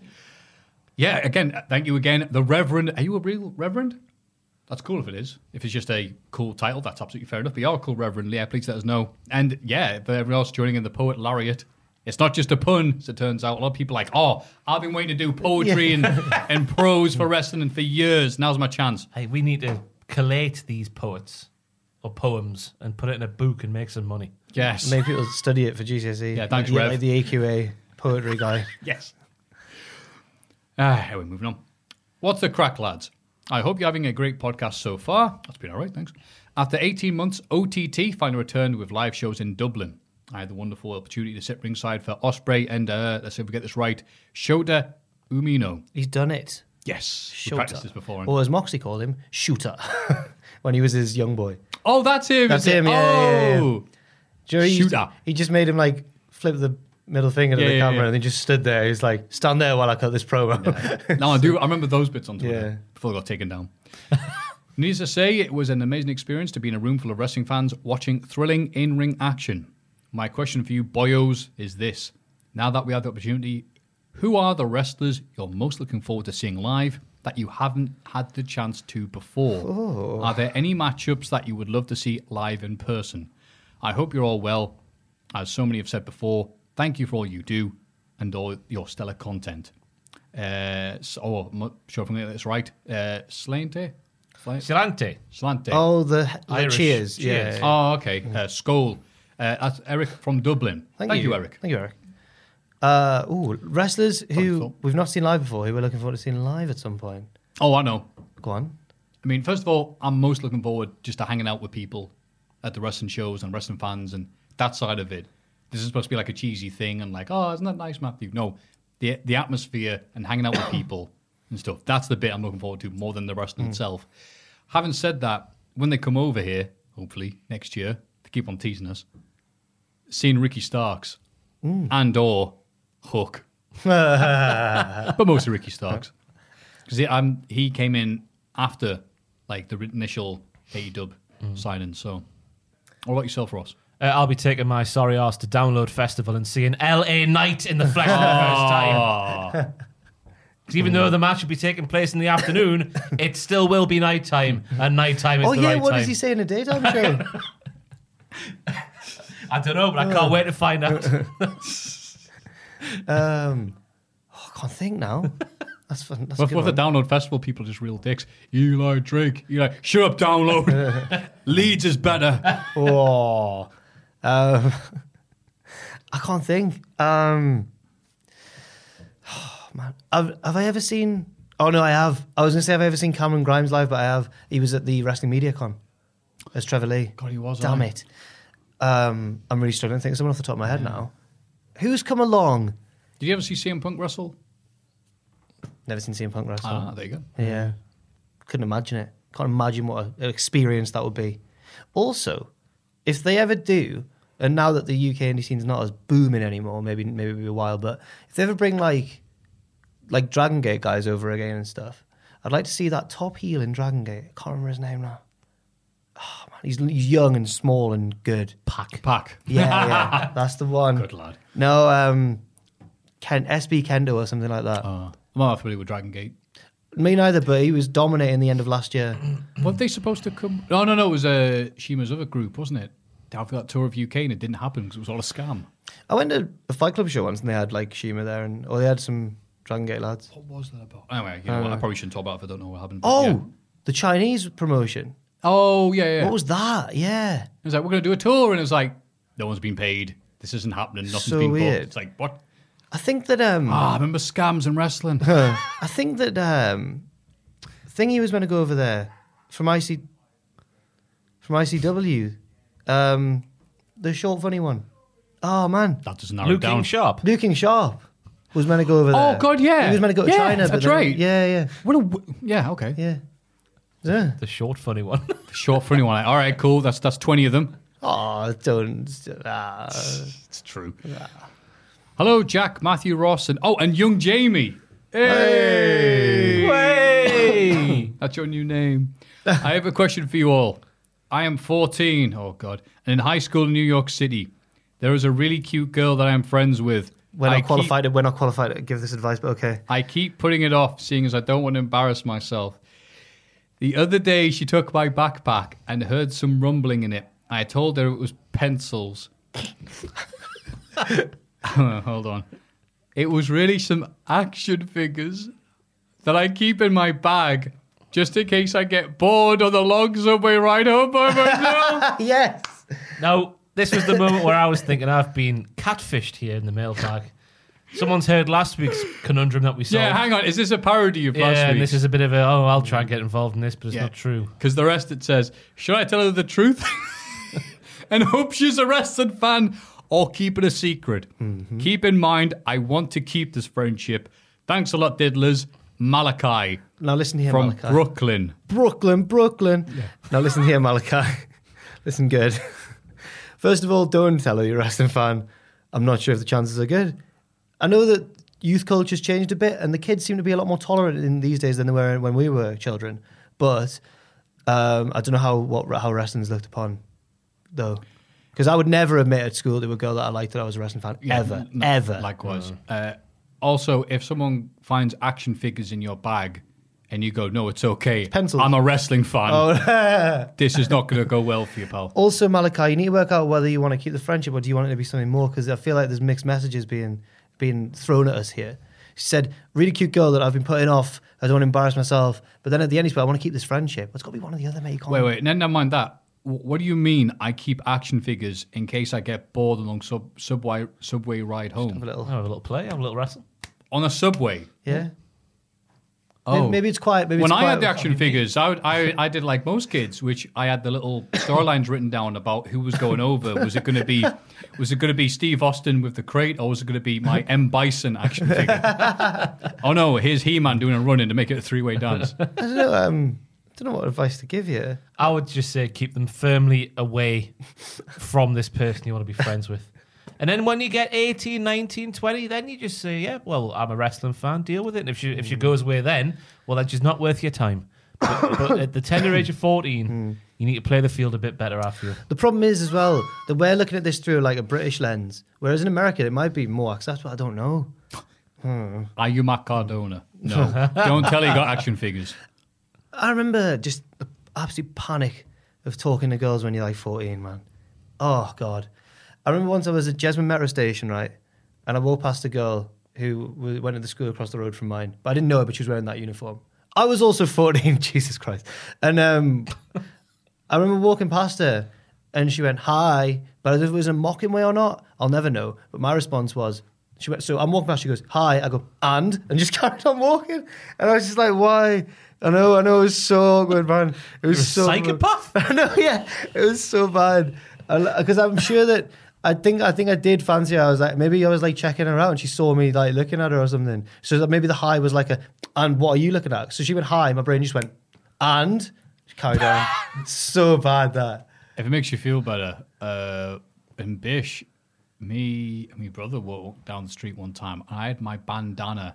[SPEAKER 4] Yeah, again, uh, thank you again, the Reverend. Are you a real Reverend? That's cool if it is. If it's just a cool title, that's absolutely fair enough. But you are cool, Reverend. Yeah, please let us know. And yeah, for everyone else joining in the Poet Laureate, it's not just a pun, as it turns out. A lot of people are like, oh, I've been waiting to do poetry and, and prose for wrestling for years. Now's my chance.
[SPEAKER 6] Hey, we need to collate these poets or poems and put it in a book and make some money.
[SPEAKER 4] Yes.
[SPEAKER 5] Make people study E. it for GCSE.
[SPEAKER 4] Yeah, thanks,
[SPEAKER 5] like,
[SPEAKER 4] Rev.
[SPEAKER 5] like the AQA poetry guy.
[SPEAKER 4] Yes. Ah, we're moving on. What's the crack, lads? I hope you're having a great podcast so far. That's been all right, thanks. After 18 months, OTT finally returned with live shows in Dublin. I had the wonderful opportunity to sit ringside for Osprey and, uh, let's see if we get this right, Shota Umino.
[SPEAKER 5] He's done it.
[SPEAKER 4] Yes. we
[SPEAKER 5] Shooter.
[SPEAKER 4] practiced this before.
[SPEAKER 5] Or as Moxie called him, Shooter, when he was his young boy.
[SPEAKER 4] Oh, that's him.
[SPEAKER 5] That's
[SPEAKER 4] is it?
[SPEAKER 5] him, yeah, yeah, yeah, yeah.
[SPEAKER 4] Oh.
[SPEAKER 5] Do you know he used-
[SPEAKER 4] Shooter.
[SPEAKER 5] He just made him like flip the middle finger to
[SPEAKER 4] Yeah,
[SPEAKER 5] the
[SPEAKER 4] yeah,
[SPEAKER 5] camera
[SPEAKER 4] yeah.
[SPEAKER 5] and then just stood there. He was like, stand there while I cut this promo.
[SPEAKER 4] No, I do. I remember those bits on Twitter before they got taken down. Needless to say, it was an amazing experience to be in a room full of wrestling fans watching thrilling in ring action. My question for you, boyos, is this. Now that we have the opportunity, who are the wrestlers you're most looking forward to seeing live that you haven't had the chance to before? Are there any matchups that you would love to see live in person? I hope you're all well. As so many have said before, thank you for all you do and all your stellar content. Uh, so, oh, I'm not sure if I'm getting this right. Uh, Slante? Sla-
[SPEAKER 6] Silante.
[SPEAKER 4] Slante.
[SPEAKER 5] Oh, the, the
[SPEAKER 6] Irish
[SPEAKER 5] cheers.
[SPEAKER 6] cheers.
[SPEAKER 5] Yeah.
[SPEAKER 4] Oh, okay. Uh, Skull. Uh, that's Eric from Dublin. Thank, you. Eric.
[SPEAKER 5] Thank you, Eric. Uh, ooh, wrestlers who
[SPEAKER 4] thought.
[SPEAKER 5] we've not seen live before, who we're looking forward to seeing live at some point.
[SPEAKER 4] Oh, I know.
[SPEAKER 5] Go on.
[SPEAKER 4] I mean, first of all, I'm most looking forward just to hanging out with people at the wrestling shows and wrestling fans and that side of it. This is supposed to be like a cheesy thing and like, oh, isn't that nice, Matthew? No, the the atmosphere and hanging out with people and stuff. That's the bit I'm looking forward to more than the wrestling itself. Having said that, when they come over here, hopefully next year, they keep on teasing us. Seeing Ricky Starks and or Hook, but mostly Ricky Starks because he, um, he came in after like the initial AEW dub
[SPEAKER 5] Mm.
[SPEAKER 4] signing. So, what about yourself, Ross?
[SPEAKER 6] Uh, I'll be taking my sorry ass to Download Festival and seeing LA Knight in the flesh for the first
[SPEAKER 5] Oh. Ah.
[SPEAKER 6] time. 'Cause even though the match will be taking place in the afternoon, it still will be nighttime, and nighttime is
[SPEAKER 5] oh,
[SPEAKER 6] the
[SPEAKER 5] yeah.
[SPEAKER 6] right
[SPEAKER 5] What
[SPEAKER 6] time.
[SPEAKER 5] does he say in a daytime show?
[SPEAKER 6] I don't know, but I
[SPEAKER 5] Oh.
[SPEAKER 6] can't wait to find out.
[SPEAKER 5] um, oh, I can't think now. That's fun. That's a
[SPEAKER 4] What
[SPEAKER 5] good
[SPEAKER 4] what if the
[SPEAKER 5] one.
[SPEAKER 4] download festival people are just real dicks? Eli Drake, Eli, shut up, download. Leeds is better.
[SPEAKER 5] oh, um, I can't think. Um, man, have, have I ever seen? Oh no, I have. I was gonna say have I ever seen Cameron Grimes live, but I have. He was at the Wrestling Media Con as Trevor Lee.
[SPEAKER 4] God, he was.
[SPEAKER 5] Damn
[SPEAKER 4] aye.
[SPEAKER 5] it. Um, I'm really struggling to think of someone off the top of my head now. Who's come along?
[SPEAKER 4] Did you ever see CM Punk wrestle?
[SPEAKER 5] Never seen CM Punk wrestle.
[SPEAKER 4] Ah, there you go.
[SPEAKER 5] Yeah. Couldn't imagine it. Can't imagine what a- an experience that would be. Also, if they ever do, and now that the UK indie scene's not as booming anymore, maybe maybe it'll be a while, but if they ever bring like like Dragon Gate guys over again and stuff, I'd like to see that top heel in Dragon Gate. I can't remember his name now. Oh man, he's, he's young and small and good.
[SPEAKER 6] Pack. Pack.
[SPEAKER 5] Yeah, yeah. That's the one.
[SPEAKER 4] Good lad.
[SPEAKER 5] No, um Ken SB Kendo or something like that.
[SPEAKER 4] Uh, I'm not familiar with Dragon Gate.
[SPEAKER 5] Me neither, but he was dominating the end of last year.
[SPEAKER 4] Weren't they supposed to come? No, no, no. It was uh, Shima's other group, wasn't it? They have that tour of UK and it didn't happen because it was all a scam.
[SPEAKER 5] I went to a Fight Club show once and they had like Shima there and or they had some Dragon Gate lads.
[SPEAKER 4] What was that about? Anyway, you know what, I probably shouldn't talk about it if I don't know what happened. but
[SPEAKER 5] Oh,
[SPEAKER 4] yeah.
[SPEAKER 5] the Chinese promotion.
[SPEAKER 4] Oh yeah, yeah.
[SPEAKER 5] What was that? Yeah.
[SPEAKER 4] It was like, we're going to do a tour. And it was like, no one's been paid. This isn't happening. Nothing's
[SPEAKER 5] So
[SPEAKER 4] been
[SPEAKER 5] weird.
[SPEAKER 4] booked. It's like, what?
[SPEAKER 5] I think that um
[SPEAKER 4] Ah, I remember scams and wrestling.
[SPEAKER 5] I think that um thingy was meant to go over there from IC from ICW. Um the short funny one. Oh man.
[SPEAKER 4] that doesn't narrow it
[SPEAKER 6] Luke
[SPEAKER 4] down.
[SPEAKER 6] King Sharp.
[SPEAKER 5] Luke King Sharp was meant to go over there.
[SPEAKER 4] Oh, God, yeah.
[SPEAKER 5] He was meant to go to
[SPEAKER 4] Yeah,
[SPEAKER 5] China. but
[SPEAKER 4] that's
[SPEAKER 5] then-
[SPEAKER 4] right.
[SPEAKER 5] Yeah, yeah,
[SPEAKER 4] What a w- yeah, okay.
[SPEAKER 5] yeah. Yeah.
[SPEAKER 6] The short, funny one.
[SPEAKER 4] Short for anyone. Like, All right, cool. That's that's 20 of them.
[SPEAKER 5] Oh, don't. ah.
[SPEAKER 4] It's true. Hello, Jack, Matthew Ross, and oh, and young Jamie. Hey! That's your new name. I have a question for you all. I am 14, oh God, and in high school in New York City. There is a really cute girl that I am friends with.
[SPEAKER 5] We're
[SPEAKER 4] I
[SPEAKER 5] not
[SPEAKER 4] keep-
[SPEAKER 5] qualified. We're not qualified to give this advice, but okay.
[SPEAKER 4] I keep putting it off, seeing as I don't want to embarrass myself. The other day, she took my backpack and heard some rumbling in it. I told her it was pencils. Hold on. It was really some action figures that I keep in my bag just in case I get bored on the long subway ride home by myself.
[SPEAKER 5] yes.
[SPEAKER 6] Now, this was the moment where I was thinking I've been catfished here in the mailbag. Someone's heard last week's conundrum that we saw.
[SPEAKER 4] Yeah, hang on. Is this a parody of
[SPEAKER 6] yeah,
[SPEAKER 4] last
[SPEAKER 6] and
[SPEAKER 4] week?
[SPEAKER 6] this is a bit of a, oh, I'll try and get involved in this, but it's
[SPEAKER 4] Yeah.
[SPEAKER 6] not true.
[SPEAKER 4] Because the rest it says, should I tell her the truth? and hope she's a wrestling fan or keep it a secret.
[SPEAKER 5] Mm-hmm.
[SPEAKER 4] Keep in mind, I want to keep this friendship. Thanks a lot, diddlers. Malachi
[SPEAKER 5] Now listen here,
[SPEAKER 4] from
[SPEAKER 5] Malachi.
[SPEAKER 4] Brooklyn.
[SPEAKER 5] Brooklyn, Brooklyn. Now listen here, Malachi. listen good. First of all, don't tell her you're a wrestling fan. I'm not sure if the chances are good. I know that youth culture's changed a bit, and the kids seem to be a lot more tolerant in these days than they were when we were children. But um, I don't know how what how wrestling's looked upon, though. Because I would never admit at school to a girl that I liked that I was a wrestling fan
[SPEAKER 4] Yeah,
[SPEAKER 5] ever,
[SPEAKER 4] no,
[SPEAKER 5] ever. Mm.
[SPEAKER 4] Likewise. Uh, also, if someone finds action figures in your bag and you go, no, it's okay.
[SPEAKER 5] pencils.
[SPEAKER 4] I'm a wrestling fan.
[SPEAKER 5] Oh,
[SPEAKER 4] This is not going to go well for you, pal.
[SPEAKER 5] Also, Malachi, you need to work out whether you want to keep the friendship or do you want it to be something more? Because I feel like there's mixed messages being being thrown at us here. She said, "Really cute girl that I've been putting off. I don't want to embarrass myself." But then at the end, she said, "I want to keep this friendship." It's got to be one or the other, mate. You can't-
[SPEAKER 4] Wait, wait. No, never mind that. W- What do you mean? I keep action figures in case I get bored along sub- subway subway ride
[SPEAKER 5] Have a
[SPEAKER 4] home
[SPEAKER 5] little,
[SPEAKER 6] Have a little play, have a little wrestle.
[SPEAKER 4] on a subway.
[SPEAKER 5] yeah.
[SPEAKER 4] Oh.
[SPEAKER 5] Maybe, maybe it's quiet. Maybe
[SPEAKER 4] when
[SPEAKER 5] it's
[SPEAKER 4] I
[SPEAKER 5] quiet.
[SPEAKER 4] had the action figures, I, would, I I did like most kids, which I had the little storylines written down about who was going over. Was it going to be was it going to be Steve Austin with the crate, or was it going to be my M Bison action figure? oh no, here's He Man doing a run in to make it a three way dance.
[SPEAKER 5] I don't know. Um, I don't know what advice to give you.
[SPEAKER 6] I would just say keep them firmly away from this person you want to be friends with. And then when you get 18, 19, 20, then you just say, yeah, well, I'm a wrestling fan, deal with it. And if she, if she goes away then, well, then she's not worth your time. But, but at the tender age of 14, you need to play the field a bit better, I feel.
[SPEAKER 5] The problem is as well that we're looking at this through like a British lens, whereas in America it might be more acceptable. I don't know.
[SPEAKER 4] Are you Matt Cardona? No, don't tell he got action figures.
[SPEAKER 5] I remember just the absolute panic of talking to girls when you're like 14, man. Oh, God. I remember once I was at Jesmond Metro Station, right? And I walked past a girl who w- went to the school across the road from mine, but I didn't know her, but she was wearing that uniform. I was also 14, Jesus Christ. And um, I remember walking past her and she went, Hi. But if it was in a mocking way or not, I'll never know. But my response was, she went, so I'm walking past, she goes, Hi. I go, And? And just carried on walking. And I was just like, Why? I know, I know, it was so awkward, man. It was
[SPEAKER 6] You're a
[SPEAKER 5] so.
[SPEAKER 6] psychopath.
[SPEAKER 5] I know, yeah. It was so bad. Because I'm sure that. I think I think I did fancy her. I was like, maybe I was like checking her out and she saw me like looking at her or something. So that maybe the high was like a, and what are you looking at? So she went high. My brain just went, and she carried on. so bad that.
[SPEAKER 4] If it makes you feel better, uh, in Bish, me and my brother walked down the street one time, and I had my bandana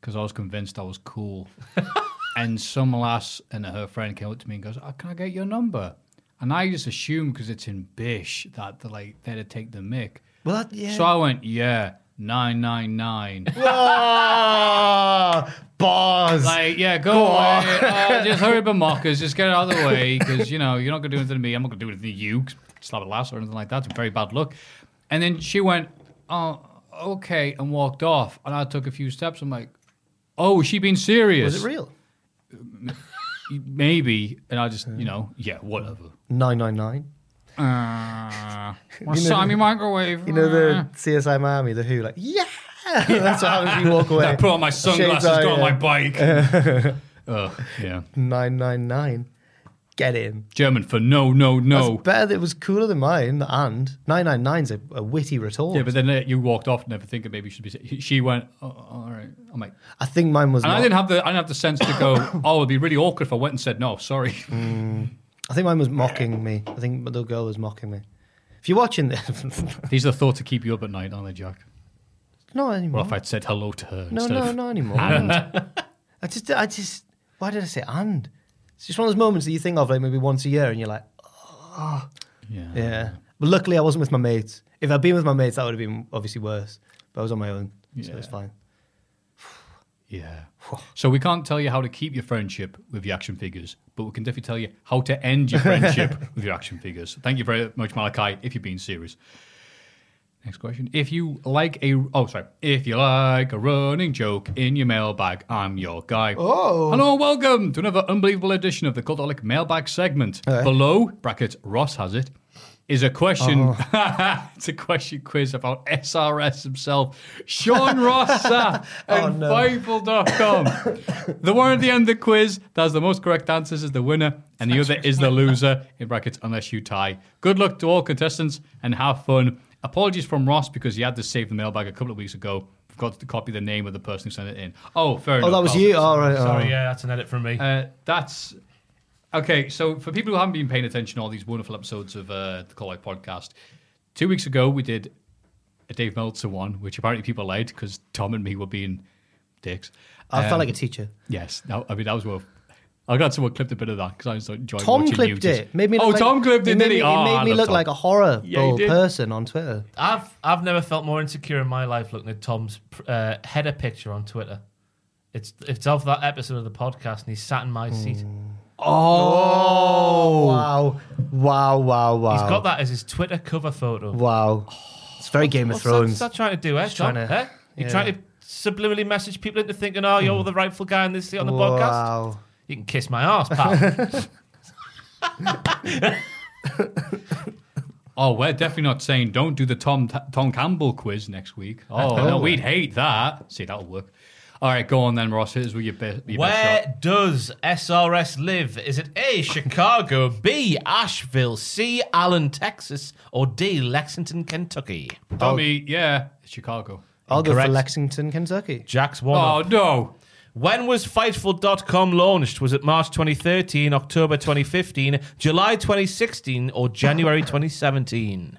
[SPEAKER 4] because I was convinced I was cool. and some lass and her friend came up to me and goes, oh, "Can I get your number?" And I just assumed because it's in Bish that they're like there to take the mic.
[SPEAKER 5] Well, that, yeah.
[SPEAKER 4] So I went, "Yeah, nine nine nine.
[SPEAKER 5] Ah, bars.
[SPEAKER 4] Like, yeah, go, away. Uh, just hurry up and mock us. Just get out of the way because, you know, you're not going to do anything to me. I'm not going to do anything to you, slap a lass or anything like that. It's a very bad look. And then she went, oh, okay, and walked off. And I took a few steps. I'm like, oh, is she being serious?
[SPEAKER 5] was it real?
[SPEAKER 4] Maybe. And I just, you know, yeah, whatever.
[SPEAKER 5] Nine nine nine.
[SPEAKER 4] Uh,
[SPEAKER 5] know
[SPEAKER 4] you
[SPEAKER 5] the-
[SPEAKER 4] microwave.
[SPEAKER 5] You know the
[SPEAKER 4] Uh.
[SPEAKER 5] CSI Miami, the Who, like yeah. That's what happens when you walk away.
[SPEAKER 4] I put on my
[SPEAKER 5] Shades uh,
[SPEAKER 4] sunglasses,
[SPEAKER 5] are,
[SPEAKER 4] got on
[SPEAKER 5] yeah.
[SPEAKER 4] my bike. Ugh, yeah.
[SPEAKER 5] Nine nine nine. Get in.
[SPEAKER 4] German for no, no, no.
[SPEAKER 5] That's better. It was cooler than mine. the And nine nine nine's a, a witty retort.
[SPEAKER 4] Yeah, but then uh, you walked off, never thinking maybe you should be. She went, oh, all right. I'm like,
[SPEAKER 5] I think mine was.
[SPEAKER 4] and
[SPEAKER 5] Not,
[SPEAKER 4] I
[SPEAKER 5] I,
[SPEAKER 4] didn't have the I didn't have the sense to go. oh, it'd be really awkward if I went and said no. Sorry.
[SPEAKER 5] think mine was mocking me. I think the girl was mocking me. If you're watching this,
[SPEAKER 4] These are the thoughts that keep you up at night, aren't they, Jack?
[SPEAKER 5] not
[SPEAKER 4] Or
[SPEAKER 5] anymore.
[SPEAKER 4] if I'd said hello to her.
[SPEAKER 5] No,
[SPEAKER 4] instead
[SPEAKER 5] no,
[SPEAKER 4] of,
[SPEAKER 5] not anymore. I just, I just, why did I say and? It's just one of those moments that you think of like maybe once a year, and you're like,
[SPEAKER 4] Yeah.
[SPEAKER 5] yeah. But luckily, I wasn't with my mates. If I'd been with my mates, that would have been obviously worse. But I was on my own, so it's
[SPEAKER 4] Yeah.
[SPEAKER 5] fine.
[SPEAKER 4] Yeah. So we can't tell you how to keep your friendship with your action figures, but we can definitely tell you how to end your friendship with your action figures. Thank you very much, Malachi, if you're being serious. Next question. If you like a oh sorry, if you like a running joke in your mailbag, I'm your guy.
[SPEAKER 5] Oh.
[SPEAKER 4] hello, and welcome to another unbelievable edition of the Cultolic Mailbag segment.
[SPEAKER 5] Alright.
[SPEAKER 4] Below brackets Ross has it is a question.
[SPEAKER 5] Oh.
[SPEAKER 4] it's a question quiz about SRS himself, Sean Ross Sapp,
[SPEAKER 5] Oh,
[SPEAKER 4] and
[SPEAKER 5] no.
[SPEAKER 4] Fightful.com. the one at the end of the quiz that has the most correct answers is the winner, and the other is the loser, in brackets, unless you tie. Good luck to all contestants and have fun. Apologies from Ross because he had to save the mailbag a couple of weeks ago. Forgot to copy the name of the person who sent it in. Oh, fair enough.
[SPEAKER 5] Oh, that was
[SPEAKER 4] pal.
[SPEAKER 5] you? All right.
[SPEAKER 6] Sorry,
[SPEAKER 5] oh.
[SPEAKER 6] yeah, that's an edit from me.
[SPEAKER 4] Uh, that's okay. So for people who haven't been paying attention, to all these wonderful episodes of uh, the Call Out podcast. Two weeks ago, we did a Dave Meltzer one, which apparently people liked because Tom and me were being dicks.
[SPEAKER 5] I felt
[SPEAKER 4] Um,
[SPEAKER 5] like a teacher.
[SPEAKER 4] Yes, no, I mean that was worth. I'm glad someone clipped a bit of that because I was enjoying
[SPEAKER 5] Tom
[SPEAKER 4] watching you
[SPEAKER 5] clipped
[SPEAKER 4] just-
[SPEAKER 5] it. Made me look
[SPEAKER 4] oh,
[SPEAKER 5] like-
[SPEAKER 4] Tom clipped it,
[SPEAKER 5] made
[SPEAKER 4] did
[SPEAKER 5] me-
[SPEAKER 4] he?
[SPEAKER 5] It
[SPEAKER 4] Oh, I
[SPEAKER 5] made me
[SPEAKER 4] love
[SPEAKER 5] look
[SPEAKER 4] Tom.
[SPEAKER 5] like a horrible
[SPEAKER 4] Yeah, he did.
[SPEAKER 5] person on Twitter.
[SPEAKER 6] I've I've never felt more insecure in my life looking at Tom's uh, header picture on Twitter. It's it's of that episode of the podcast, and he's sat in my seat.
[SPEAKER 5] Oh, wow, wow, wow, wow.
[SPEAKER 6] He's got that as his Twitter cover photo.
[SPEAKER 5] Wow, it's very Game of
[SPEAKER 6] What's that,
[SPEAKER 5] Thrones.
[SPEAKER 6] what's that trying to do, eh,
[SPEAKER 5] He's
[SPEAKER 6] Tom?
[SPEAKER 5] trying to-
[SPEAKER 6] eh? You're
[SPEAKER 5] yeah. Hmm.
[SPEAKER 6] trying to subliminally message people into thinking, oh, you're the rightful guy in this seat on the podcast.
[SPEAKER 5] Wow.
[SPEAKER 6] You can kiss my ass, pal.
[SPEAKER 4] Oh, we're definitely not saying don't do the Tom Tom Campbell quiz next week. Oh,
[SPEAKER 6] Oh.
[SPEAKER 4] no, we'd hate that. See, that'll work. All right, go on then, Ross. Hit us with your best. Your best shot.
[SPEAKER 6] Where does SRS live? Is it A, Chicago, B, Asheville, C, Allen, Texas, or D, Lexington, Kentucky?
[SPEAKER 4] Tommy, yeah, it's Chicago.
[SPEAKER 5] I'll go for
[SPEAKER 6] Incorrect.
[SPEAKER 5] Lexington, Kentucky.
[SPEAKER 6] Jack's one.
[SPEAKER 4] Oh
[SPEAKER 6] up.
[SPEAKER 4] no!
[SPEAKER 6] When was Fightful.com launched? Was it March 2013, October 2015, July 2016, or January 2017?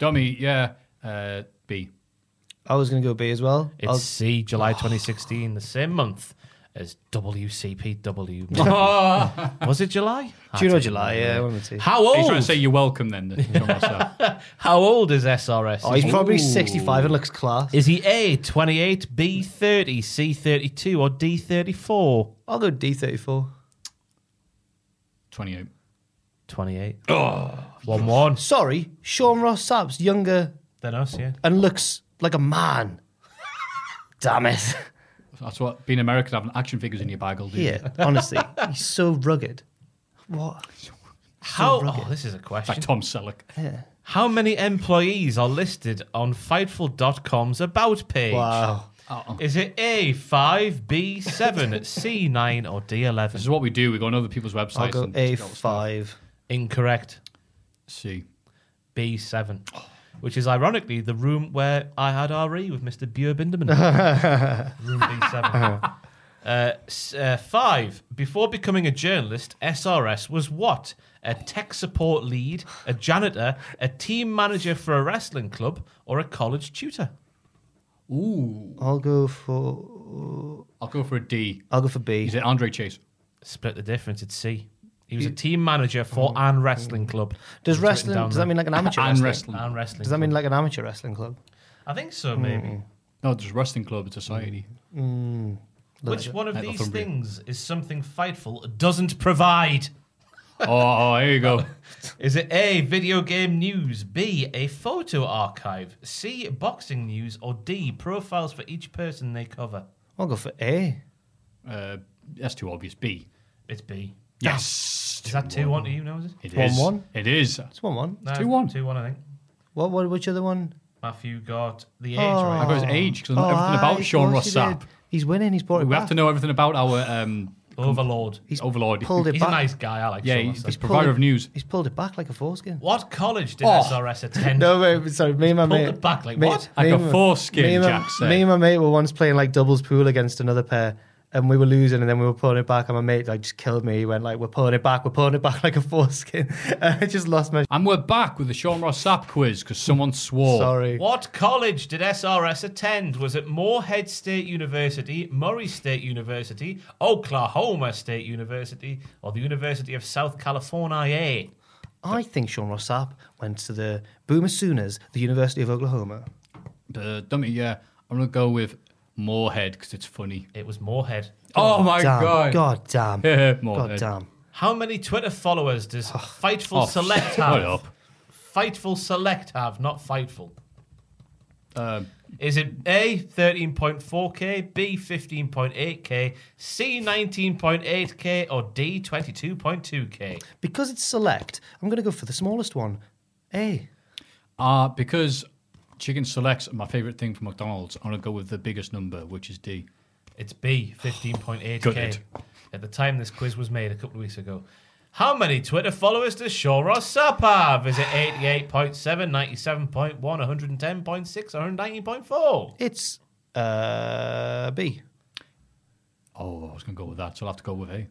[SPEAKER 4] Dummy, yeah. Uh, B.
[SPEAKER 5] I was going to go B as well.
[SPEAKER 6] It's
[SPEAKER 5] I'll-
[SPEAKER 6] C, July 2016, the same month as WCPW. was it July?
[SPEAKER 5] Oh. Do you know
[SPEAKER 6] I don't
[SPEAKER 5] July? Yeah, one of the two.
[SPEAKER 6] How
[SPEAKER 4] He's trying
[SPEAKER 6] old?
[SPEAKER 4] to say you're welcome then. John Ross.
[SPEAKER 6] How old is SRS?
[SPEAKER 5] Oh, he's probably
[SPEAKER 4] Ooh.
[SPEAKER 5] 65 and looks class.
[SPEAKER 6] Is he A, 28, B, 30, C, 32, or D, 34?
[SPEAKER 5] I'll go D34.
[SPEAKER 4] 28.
[SPEAKER 6] 28. Oh, 1 1.
[SPEAKER 5] Sorry, Sean Ross Sapp's younger
[SPEAKER 6] Then us, yeah.
[SPEAKER 5] and looks like a man. Damn it.
[SPEAKER 4] That's what being American, having action figures in your bag will do.
[SPEAKER 5] Yeah, honestly, he's so rugged. What?
[SPEAKER 6] How? Oh, this is a
[SPEAKER 4] Like
[SPEAKER 6] question.
[SPEAKER 4] Tom Selleck.
[SPEAKER 6] How many employees are listed on Fightful.com's About page?
[SPEAKER 5] Wow.
[SPEAKER 6] Is it A, 5, B, 7, C, 9, or D,
[SPEAKER 4] This
[SPEAKER 6] 11?
[SPEAKER 4] is what we do. We go on other people's
[SPEAKER 5] I'll
[SPEAKER 4] websites.
[SPEAKER 5] go
[SPEAKER 4] and
[SPEAKER 5] A5.
[SPEAKER 6] Incorrect.
[SPEAKER 4] C.
[SPEAKER 6] B7, which is ironically the room where I had RE with Mr. Buer Binderman. room B7. Uh, s- uh, five, before becoming a journalist, SRS was what? A tech support lead, a janitor, a team manager for a wrestling club, or a college tutor?
[SPEAKER 4] Ooh.
[SPEAKER 5] I'll go for
[SPEAKER 4] I'll go for a D.
[SPEAKER 5] I'll go for B.
[SPEAKER 4] Is it Andre Chase?
[SPEAKER 6] Split the difference, it's C. He was a team manager for an wrestling club.
[SPEAKER 5] Mm-hmm. Does
[SPEAKER 6] It's written
[SPEAKER 5] wrestling?
[SPEAKER 6] down
[SPEAKER 5] Does that mean like an amateur
[SPEAKER 4] And
[SPEAKER 5] wrestling?
[SPEAKER 4] wrestling.
[SPEAKER 6] an wrestling
[SPEAKER 5] Does that
[SPEAKER 6] club.
[SPEAKER 5] mean Mm-hmm. like an amateur wrestling club?
[SPEAKER 6] I think so, maybe.
[SPEAKER 4] No, there's Wrestling Club and Society.
[SPEAKER 6] Which one of
[SPEAKER 4] Like
[SPEAKER 6] these
[SPEAKER 4] Northumbria.
[SPEAKER 6] things is something Fightful doesn't provide?
[SPEAKER 4] oh, oh, here you go.
[SPEAKER 6] Is it A, video game news, B, a photo archive, C, boxing news, or D, profiles for each person they cover?
[SPEAKER 5] I'll go for A.
[SPEAKER 4] Uh, that's too obvious. B.
[SPEAKER 6] It's B.
[SPEAKER 4] Yes.
[SPEAKER 6] Is that 2 1 to you now? Is it?
[SPEAKER 4] It
[SPEAKER 5] One,
[SPEAKER 4] is.
[SPEAKER 5] one?
[SPEAKER 4] It is.
[SPEAKER 5] It's one one.
[SPEAKER 6] No,
[SPEAKER 4] 2-1.
[SPEAKER 6] 2 1, I think.
[SPEAKER 5] What? What? Which other one?
[SPEAKER 6] Matthew got the age
[SPEAKER 5] Oh.
[SPEAKER 4] I
[SPEAKER 6] right.
[SPEAKER 4] got his age because everything about
[SPEAKER 5] aye,
[SPEAKER 4] Sean
[SPEAKER 5] Oh, of
[SPEAKER 4] Ross
[SPEAKER 5] course he did.
[SPEAKER 4] Sapp.
[SPEAKER 5] He's winning. He's brought it
[SPEAKER 4] We
[SPEAKER 5] back.
[SPEAKER 4] have to know everything about our um,
[SPEAKER 6] Overlord. He's,
[SPEAKER 4] overlord.
[SPEAKER 5] pulled it
[SPEAKER 6] a
[SPEAKER 5] back.
[SPEAKER 6] nice guy, I like
[SPEAKER 4] Yeah,
[SPEAKER 6] Sean
[SPEAKER 4] he's,
[SPEAKER 6] Ross.
[SPEAKER 4] he's provider
[SPEAKER 5] it-
[SPEAKER 4] of news.
[SPEAKER 5] He's pulled it back like a foreskin.
[SPEAKER 6] What college did
[SPEAKER 4] Oh.
[SPEAKER 6] SRS attend?
[SPEAKER 5] No, wait, sorry, me and my
[SPEAKER 6] Pulled
[SPEAKER 5] mate.
[SPEAKER 6] it back like
[SPEAKER 5] me-
[SPEAKER 6] what?
[SPEAKER 4] Like
[SPEAKER 5] me
[SPEAKER 4] a
[SPEAKER 5] and my-
[SPEAKER 4] foreskin,
[SPEAKER 5] me and my-
[SPEAKER 4] Jack said.
[SPEAKER 5] Me and my mate were once playing like doubles pool against another pair, and we were losing, and then we were pulling it back, and my mate like just killed me. He went like, "We're pulling it back. We're pulling it back like a foreskin." I just lost my.
[SPEAKER 4] And we're back with the Sean Ross Sapp quiz because someone swore.
[SPEAKER 5] Sorry.
[SPEAKER 6] What college did SRS attend? Was it Moorhead State University, Murray State University, Oklahoma State University, or the University of South California?
[SPEAKER 5] I think Sean Ross Sapp went to the Boomer Sooners, the University of Oklahoma.
[SPEAKER 4] Uh, dummy, yeah. I'm going to go with Moorhead because it's funny.
[SPEAKER 6] It was Moorhead.
[SPEAKER 4] Oh, my
[SPEAKER 5] damn.
[SPEAKER 4] God.
[SPEAKER 5] God damn.
[SPEAKER 4] Morehead.
[SPEAKER 5] God damn.
[SPEAKER 6] How many Twitter followers does Fightful
[SPEAKER 4] Oh,
[SPEAKER 6] Select
[SPEAKER 4] shut
[SPEAKER 6] have?
[SPEAKER 4] up.
[SPEAKER 6] Fightful Select have, not Fightful.
[SPEAKER 4] Um,
[SPEAKER 6] is it A, 13.4K, B, 15.8K, C, 19.8K, or D, 22.2K?
[SPEAKER 5] Because it's select, I'm going to go for the smallest one. A.
[SPEAKER 4] Uh, because chicken selects are my favorite thing from McDonald's, I'm going to go with the biggest number, which is D.
[SPEAKER 6] It's B, 15.8K.
[SPEAKER 4] Good.
[SPEAKER 6] At the time this quiz was made a couple of weeks ago. How many Twitter followers does Shaw Ross Sapp have? Is it 88.7, 97.1, 110.6, 119.4?
[SPEAKER 5] It's uh, B.
[SPEAKER 4] Oh, I was going to go with that, so I'll have to go with A.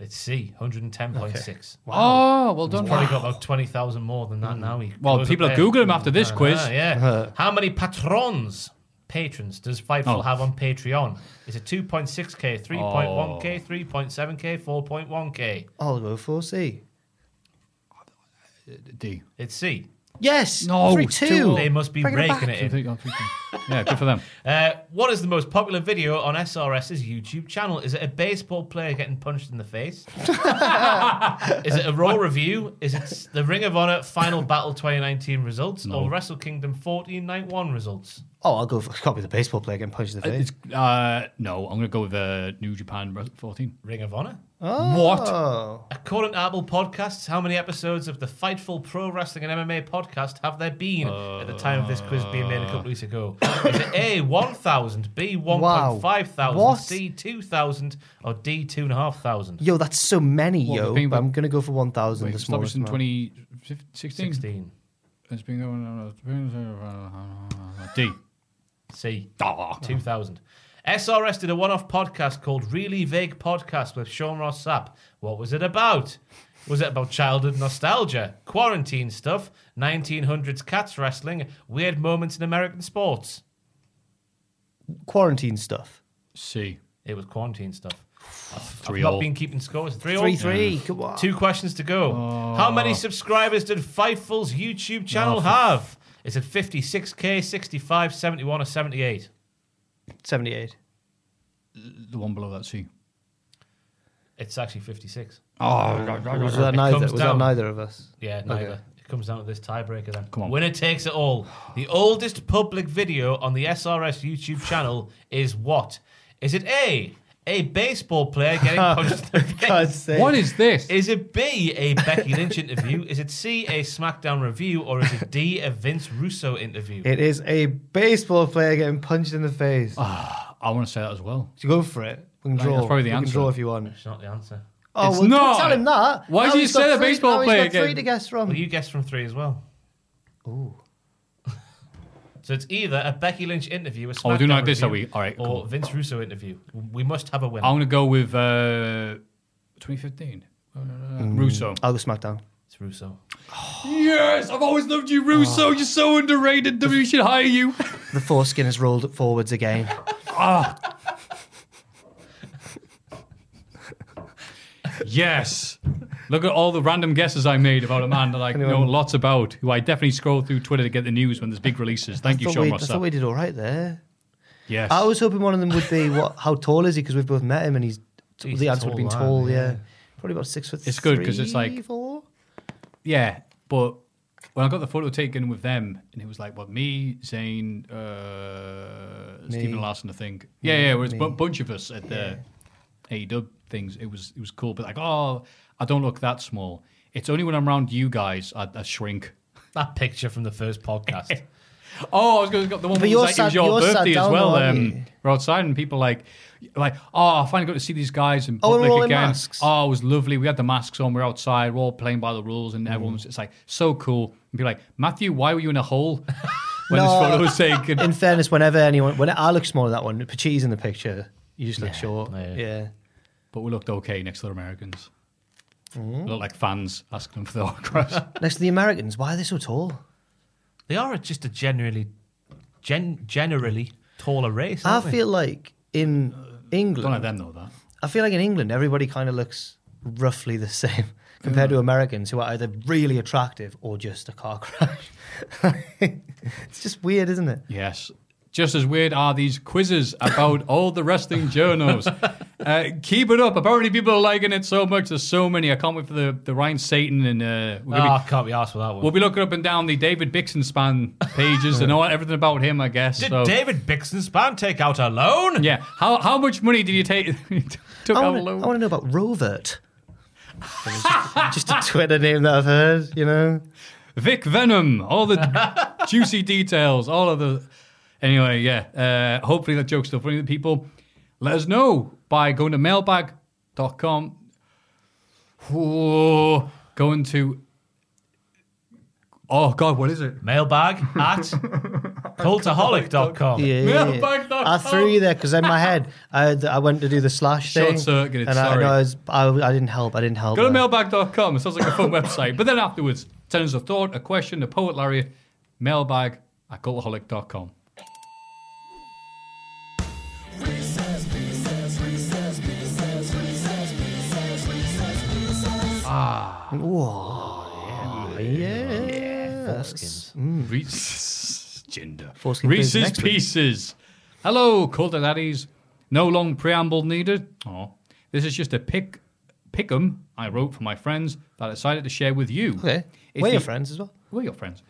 [SPEAKER 6] It's C, 110.6.
[SPEAKER 4] Oh, well done.
[SPEAKER 6] He's probably got about 20,000 more than that now. He
[SPEAKER 4] Mm. Well,
[SPEAKER 6] goes
[SPEAKER 4] people
[SPEAKER 6] up
[SPEAKER 4] are
[SPEAKER 6] there.
[SPEAKER 4] Googling him after this
[SPEAKER 6] I
[SPEAKER 4] quiz.
[SPEAKER 6] know,
[SPEAKER 5] Uh.
[SPEAKER 6] yeah. How many patrons, patrons, does Fightful
[SPEAKER 4] Oh.
[SPEAKER 6] have on Patreon? Is it 2.6K,
[SPEAKER 4] Oh.
[SPEAKER 6] 3.1K, 3.7K, 4.1K?
[SPEAKER 5] I'll go for C.
[SPEAKER 4] D.
[SPEAKER 6] It's C.
[SPEAKER 5] Yes.
[SPEAKER 4] No,
[SPEAKER 5] Three,
[SPEAKER 4] it's
[SPEAKER 5] two.
[SPEAKER 4] too old.
[SPEAKER 6] They must be
[SPEAKER 5] Bringing it
[SPEAKER 6] raking
[SPEAKER 5] back.
[SPEAKER 6] it, in.
[SPEAKER 4] Yeah, good for them.
[SPEAKER 6] Uh, what is the most popular video on SRS's YouTube channel? Is it a baseball player getting punched in the face? is it a Raw review? Is it the Ring of Honor Final Battle 2019 results or Wrestle Kingdom 14 Night 1 results?
[SPEAKER 5] Oh, I'll go for copy the baseball player getting punched in the face.
[SPEAKER 4] It's, uh, no, I'm going to go with uh, New Japan Wrestle- 14.
[SPEAKER 6] Ring of Honor?
[SPEAKER 5] oh.
[SPEAKER 6] According to Apple Podcasts, how many episodes of the Fightful Pro Wrestling and MMA podcast have there been at the time of this quiz being made a couple of weeks ago? Is it A, 1,000, B, 1,500,
[SPEAKER 5] What?
[SPEAKER 6] C, 2,000, or D, 2,500?
[SPEAKER 5] Yo, that's so many,
[SPEAKER 4] What,
[SPEAKER 5] yo.
[SPEAKER 4] the thing
[SPEAKER 5] But
[SPEAKER 4] with-
[SPEAKER 5] I'm going to go for 1,000,
[SPEAKER 4] Wait,
[SPEAKER 5] the
[SPEAKER 4] established in
[SPEAKER 5] smallest amount.
[SPEAKER 4] 2016.
[SPEAKER 6] 16.
[SPEAKER 4] It's been going on. uh, D.
[SPEAKER 6] C.
[SPEAKER 4] Ah.
[SPEAKER 6] 2000. SRS did a one off podcast called Really Vague Podcast with Sean Ross Sapp. What was it about? Was it about childhood nostalgia, quarantine stuff, 1900s cats wrestling, weird moments in American sports?
[SPEAKER 5] Quarantine stuff.
[SPEAKER 4] C.
[SPEAKER 6] It was quarantine stuff.
[SPEAKER 4] Three
[SPEAKER 6] I've not
[SPEAKER 4] all.
[SPEAKER 6] been keeping scores. Three, Oh. all?
[SPEAKER 5] 3 3. Come on.
[SPEAKER 6] Two questions to go. How many subscribers did Fightful's YouTube channel have? Is it 56k, 65, 71, or 78?
[SPEAKER 5] 78.
[SPEAKER 4] The one below that C.
[SPEAKER 6] It's actually 56.
[SPEAKER 4] Oh,
[SPEAKER 5] Was that
[SPEAKER 6] It
[SPEAKER 5] neither,
[SPEAKER 6] comes
[SPEAKER 5] was that
[SPEAKER 6] down.
[SPEAKER 5] neither of us?
[SPEAKER 6] Yeah, neither. It comes down to this tiebreaker then.
[SPEAKER 4] Come on.
[SPEAKER 6] Winner takes it all. The oldest public video on the SRS YouTube channel is what? Is it A, a baseball player getting punched in the
[SPEAKER 5] God's
[SPEAKER 6] face?
[SPEAKER 5] sake.
[SPEAKER 4] What is this?
[SPEAKER 6] Is it B, a Becky Lynch interview? Is it C, a SmackDown review? Or is it D, a Vince Russo interview?
[SPEAKER 5] It is a baseball player getting punched in the face.
[SPEAKER 4] I want to say that as well.
[SPEAKER 5] So go for it. We can
[SPEAKER 4] Like,
[SPEAKER 5] draw.
[SPEAKER 4] Ah. that's probably the
[SPEAKER 5] we
[SPEAKER 4] answer.
[SPEAKER 5] can draw if you want.
[SPEAKER 6] It's not the answer.
[SPEAKER 5] Oh,
[SPEAKER 4] It's
[SPEAKER 5] well,
[SPEAKER 4] not.
[SPEAKER 5] don't tell him that.
[SPEAKER 4] Why
[SPEAKER 5] now
[SPEAKER 4] do you
[SPEAKER 5] he's
[SPEAKER 4] say
[SPEAKER 5] got
[SPEAKER 4] the
[SPEAKER 5] three-
[SPEAKER 4] baseball
[SPEAKER 5] now
[SPEAKER 4] player
[SPEAKER 5] he's got three
[SPEAKER 4] again?
[SPEAKER 5] to guess from.
[SPEAKER 6] Well, you guessed from three as well.
[SPEAKER 5] Ooh.
[SPEAKER 6] So it's either a Becky Lynch interview, a SmackDown
[SPEAKER 4] we're doing like this,
[SPEAKER 6] review,
[SPEAKER 4] are we? All right,
[SPEAKER 6] or
[SPEAKER 4] cool.
[SPEAKER 6] Vince Russo interview. We must have a winner.
[SPEAKER 4] I'm going to go with uh, 2015. Uh,
[SPEAKER 5] Mm.
[SPEAKER 4] Russo.
[SPEAKER 5] I'll go SmackDown.
[SPEAKER 6] It's Russo.
[SPEAKER 4] Yes, I've always loved you, Russo.
[SPEAKER 5] Ah.
[SPEAKER 4] You're so underrated. W should hire you.
[SPEAKER 5] The foreskin has rolled forwards again.
[SPEAKER 4] Yes. Look at all the random guesses I made about a man that I know lots about, who I definitely scroll through Twitter to get the news when there's big releases. Thank you,
[SPEAKER 5] Thought
[SPEAKER 4] Sean
[SPEAKER 5] we- I
[SPEAKER 4] Ross.
[SPEAKER 5] thought we did all right there.
[SPEAKER 4] Yes.
[SPEAKER 5] I was hoping one of them would be what? How tall is he? Because we've both met him, and he's
[SPEAKER 6] He's
[SPEAKER 5] the
[SPEAKER 6] a
[SPEAKER 5] answer would have been
[SPEAKER 6] tall man,
[SPEAKER 5] tall.
[SPEAKER 6] yeah.
[SPEAKER 5] Yeah. probably about six foot.
[SPEAKER 4] It's good 'cause it's
[SPEAKER 5] three,
[SPEAKER 4] like-
[SPEAKER 5] four.
[SPEAKER 4] Yeah, but when I got the photo taken with them, and it was like, what, me, Zane, uh, Stephen Larson, I think. Yeah, yeah, it was a bu- bunch of us at the AEW things. It was it was cool, but like, oh, I don't look that small. It's only when I'm around you guys I, I shrink.
[SPEAKER 6] That picture from the first podcast.
[SPEAKER 4] Oh, I was going to the one
[SPEAKER 5] But
[SPEAKER 4] where it
[SPEAKER 5] you're
[SPEAKER 4] was like it was
[SPEAKER 5] sat-
[SPEAKER 4] your
[SPEAKER 5] you're sat
[SPEAKER 4] birthday as
[SPEAKER 5] down
[SPEAKER 4] well.
[SPEAKER 5] though, aren't
[SPEAKER 4] Um,
[SPEAKER 5] you?
[SPEAKER 4] we're outside and people like, like, oh, I finally got to see these guys in
[SPEAKER 5] Oh, and we're
[SPEAKER 4] public
[SPEAKER 5] all in
[SPEAKER 4] again.
[SPEAKER 5] masks.
[SPEAKER 4] Oh, it was lovely. We had the masks on. We're outside. We're all playing by the rules, and
[SPEAKER 5] Mm.
[SPEAKER 4] everyone's it's like so cool. And be like, Matthew, why were you in a hole when this
[SPEAKER 5] No.
[SPEAKER 4] photo was taken?
[SPEAKER 5] In fairness, whenever anyone, when I look smaller than that one, Pachis in the picture, you just look short.
[SPEAKER 6] yeah.
[SPEAKER 5] Yeah.
[SPEAKER 4] but we looked okay next to the Americans.
[SPEAKER 5] Mm.
[SPEAKER 4] We looked like fans asking them for the autographs.
[SPEAKER 5] Next to the Americans, why are they so tall?
[SPEAKER 6] they are just a generally, gen- generally taller race.
[SPEAKER 5] I
[SPEAKER 6] Aren't
[SPEAKER 5] feel like in
[SPEAKER 4] Don't let
[SPEAKER 5] England,
[SPEAKER 4] them know that.
[SPEAKER 5] I feel like in England, everybody kind of looks roughly the same compared to Americans who are either really attractive or just a car crash. it's just weird, isn't it?
[SPEAKER 4] Yes. Just as weird are these quizzes about all the wrestling journals. Uh, keep it up. Apparently, people are liking it so much. There's so many. I can't wait for the, the Ryan Satan and uh, we're
[SPEAKER 6] Oh,
[SPEAKER 4] gonna
[SPEAKER 6] I can't be asked for that
[SPEAKER 4] be,
[SPEAKER 6] one.
[SPEAKER 4] we'll be looking up and down the David Bixenspan pages and all everything about him. I guess.
[SPEAKER 6] Did
[SPEAKER 4] so.
[SPEAKER 6] David Bixenspan take out a loan?
[SPEAKER 4] Yeah. How how much money did you take? took
[SPEAKER 5] I
[SPEAKER 4] out
[SPEAKER 5] wanna-
[SPEAKER 4] loan?
[SPEAKER 5] I want to know about Rovert. Just a Twitter name that I've heard, you know.
[SPEAKER 4] Vic Venom, all the juicy details, all of the. Anyway, yeah. Uh, hopefully that joke's still funny to people. Let us know by going to mailbag.com. Ooh, going to. Oh, God, what is it?
[SPEAKER 6] Mailbag at cultaholic.com.
[SPEAKER 5] Yeah, yeah, yeah. I threw you there because in my head, I, I went to do the slash
[SPEAKER 4] Short
[SPEAKER 5] thing.
[SPEAKER 4] circuited,
[SPEAKER 5] and I,
[SPEAKER 4] sorry.
[SPEAKER 5] no, I, was, I, I didn't help. I didn't help.
[SPEAKER 4] Go to
[SPEAKER 5] there.
[SPEAKER 4] mailbag.com. It sounds like a fun website. But then afterwards, send us a thought, a question, a poet laureate, mailbag at cultaholic.com. Ah.
[SPEAKER 5] Whoa. Yeah.
[SPEAKER 4] Foreskins. Reese gender.
[SPEAKER 5] Foreskin quiz
[SPEAKER 4] Reese's
[SPEAKER 5] next week.
[SPEAKER 4] Pieces. Hello, Culta Daddies. No long preamble needed. Oh, this is just a pick pick'em I wrote for my friends that I decided to share with you.
[SPEAKER 5] Okay.
[SPEAKER 4] It's
[SPEAKER 5] We're your
[SPEAKER 4] the-
[SPEAKER 5] friends as well.
[SPEAKER 4] We're your friends.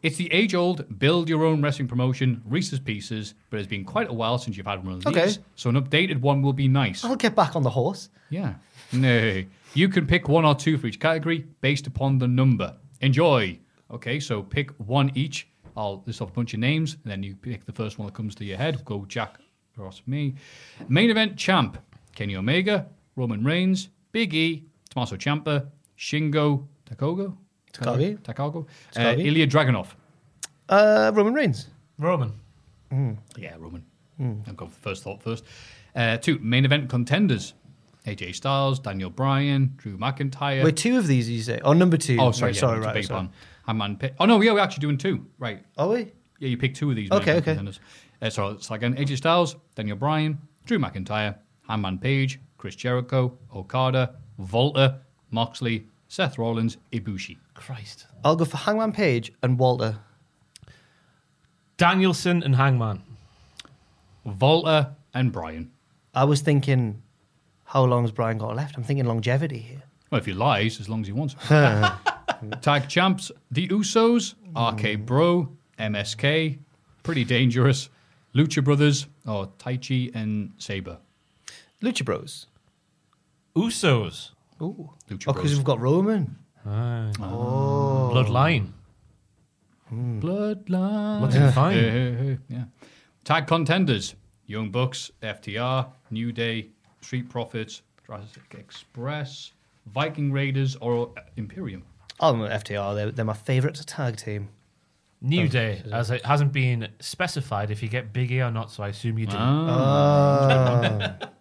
[SPEAKER 4] It's the age-old build-your-own wrestling promotion, Reese's Pieces, but it's been quite a while since you've had one of these,
[SPEAKER 5] Okay. Oh,
[SPEAKER 4] so an updated one will be nice.
[SPEAKER 5] I'll get back on the horse.
[SPEAKER 4] Yeah. No. You can pick one or two for each category based upon the number. Enjoy. Okay, so pick one each. I'll list off a bunch of names, and then you pick the first one that comes to your head. Go Jack Ross, me. Main event champ Kenny Omega, Roman Reigns, Big E, Tommaso Ciampa, Shingo Takogo,
[SPEAKER 5] Takagi.
[SPEAKER 4] Takago, uh,
[SPEAKER 5] Takagi.
[SPEAKER 4] Ilya Dragunov.
[SPEAKER 5] Uh, Roman Reigns.
[SPEAKER 6] Roman.
[SPEAKER 4] Yeah, Roman. I've gone for first thought first. Uh, two main event contenders: AJ Styles, Daniel Bryan, Drew McIntyre.
[SPEAKER 5] Wait, two of these, you say? Or number two.
[SPEAKER 4] Oh, sorry, yeah,
[SPEAKER 5] sorry,
[SPEAKER 4] it's a
[SPEAKER 5] right.
[SPEAKER 4] big
[SPEAKER 5] Sorry.
[SPEAKER 4] one. Hangman Pit. Oh no, yeah, we're actually doing two. Right.
[SPEAKER 5] Are we?
[SPEAKER 4] Yeah, you pick two of these.
[SPEAKER 5] Okay,
[SPEAKER 4] main
[SPEAKER 5] okay.
[SPEAKER 4] contenders. Uh, so it's like an AJ Styles, Daniel Bryan, Drew McIntyre, Hangman Page, Chris Jericho, Okada, Volta, Moxley, Seth Rollins, Ibushi.
[SPEAKER 6] Christ.
[SPEAKER 5] I'll go for Hangman Page and Walter.
[SPEAKER 6] Danielson and Hangman.
[SPEAKER 4] Volta and Bryan.
[SPEAKER 5] I was thinking, how long has Brian got left? I'm thinking longevity here.
[SPEAKER 4] Well, if he lies, as long as he wants. Tag champs: The Usos, RK Bro, MSK, Pretty Dangerous, Lucha Brothers, or Taichi and Saber.
[SPEAKER 5] Lucha Bros.
[SPEAKER 6] Usos.
[SPEAKER 5] Ooh.
[SPEAKER 4] Lucha
[SPEAKER 5] Oh,
[SPEAKER 4] Bros.
[SPEAKER 5] because we've got Roman. Oh.
[SPEAKER 6] Bloodline.
[SPEAKER 4] Bloodline.
[SPEAKER 6] Looking fine.
[SPEAKER 4] Hey, hey, hey, Yeah. Tag contenders: Young Bucks, FTR, New Day, Street Profits, Jurassic Express, Viking Raiders, or uh, Imperium.
[SPEAKER 5] Oh, FTR. They're, they're my favourite tag team.
[SPEAKER 6] New Day, as it hasn't been specified if you get Big E or not, so I assume you do.
[SPEAKER 4] Ah.
[SPEAKER 6] Ah.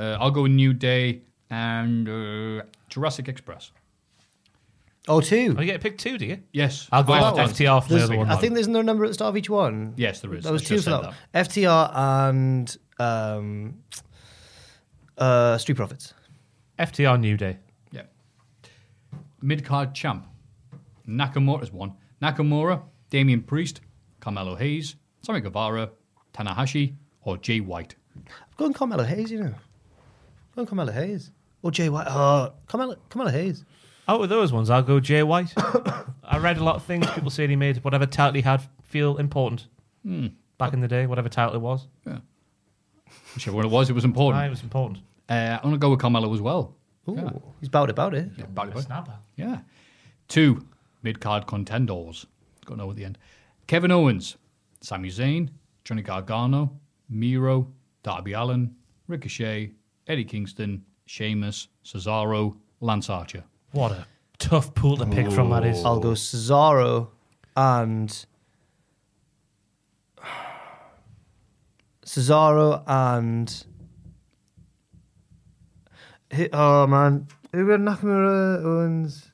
[SPEAKER 4] Uh, I'll go New Day and uh, Jurassic Express.
[SPEAKER 5] Oh, two.
[SPEAKER 6] Oh, you get to pick two, do you?
[SPEAKER 4] Yes,
[SPEAKER 6] I'll go
[SPEAKER 4] Well,
[SPEAKER 6] with
[SPEAKER 4] that one.
[SPEAKER 6] FTR for the
[SPEAKER 5] There's-
[SPEAKER 6] other one.
[SPEAKER 5] I think there's no number at the start of each one.
[SPEAKER 4] Yes, there is.
[SPEAKER 5] That was
[SPEAKER 4] I
[SPEAKER 5] two
[SPEAKER 4] just
[SPEAKER 5] for
[SPEAKER 4] said
[SPEAKER 5] that. one. FTR and um, uh, Street Profits.
[SPEAKER 6] FTR New Day.
[SPEAKER 4] Yeah. Mid card champ. Nakamura's one. Nakamura, Damian Priest, Carmelo Hayes, Sammy Guevara, Tanahashi, or Jay White.
[SPEAKER 5] I've gone Carmelo Hayes, you know. I've gone Carmelo Hayes. Or Jay White. Oh, Carmelo, Carmelo Hayes.
[SPEAKER 6] Out of Oh, those ones, I'll go Jay White. I read a lot of things people said he made whatever title he had feel important back in the day, whatever title it was.
[SPEAKER 4] Whichever one it was, it was
[SPEAKER 6] Aye, it
[SPEAKER 4] important.
[SPEAKER 6] was important.
[SPEAKER 4] Uh, I'm going to go with Carmelo as well.
[SPEAKER 5] Ooh, he's bowed about it.
[SPEAKER 4] Yeah, bad boy.
[SPEAKER 6] Snapper.
[SPEAKER 4] Yeah. Two mid card contenders. Got no at the end. Kevin Owens, Sami Zayn, Johnny Gargano, Miro, Darby Allen, Ricochet, Eddie Kingston, Sheamus, Cesaro, Lance Archer.
[SPEAKER 6] What a tough pool to pick from that is.
[SPEAKER 5] I'll go Cesaro and Cesaro and Hi- oh man, who were Nakamura Owens?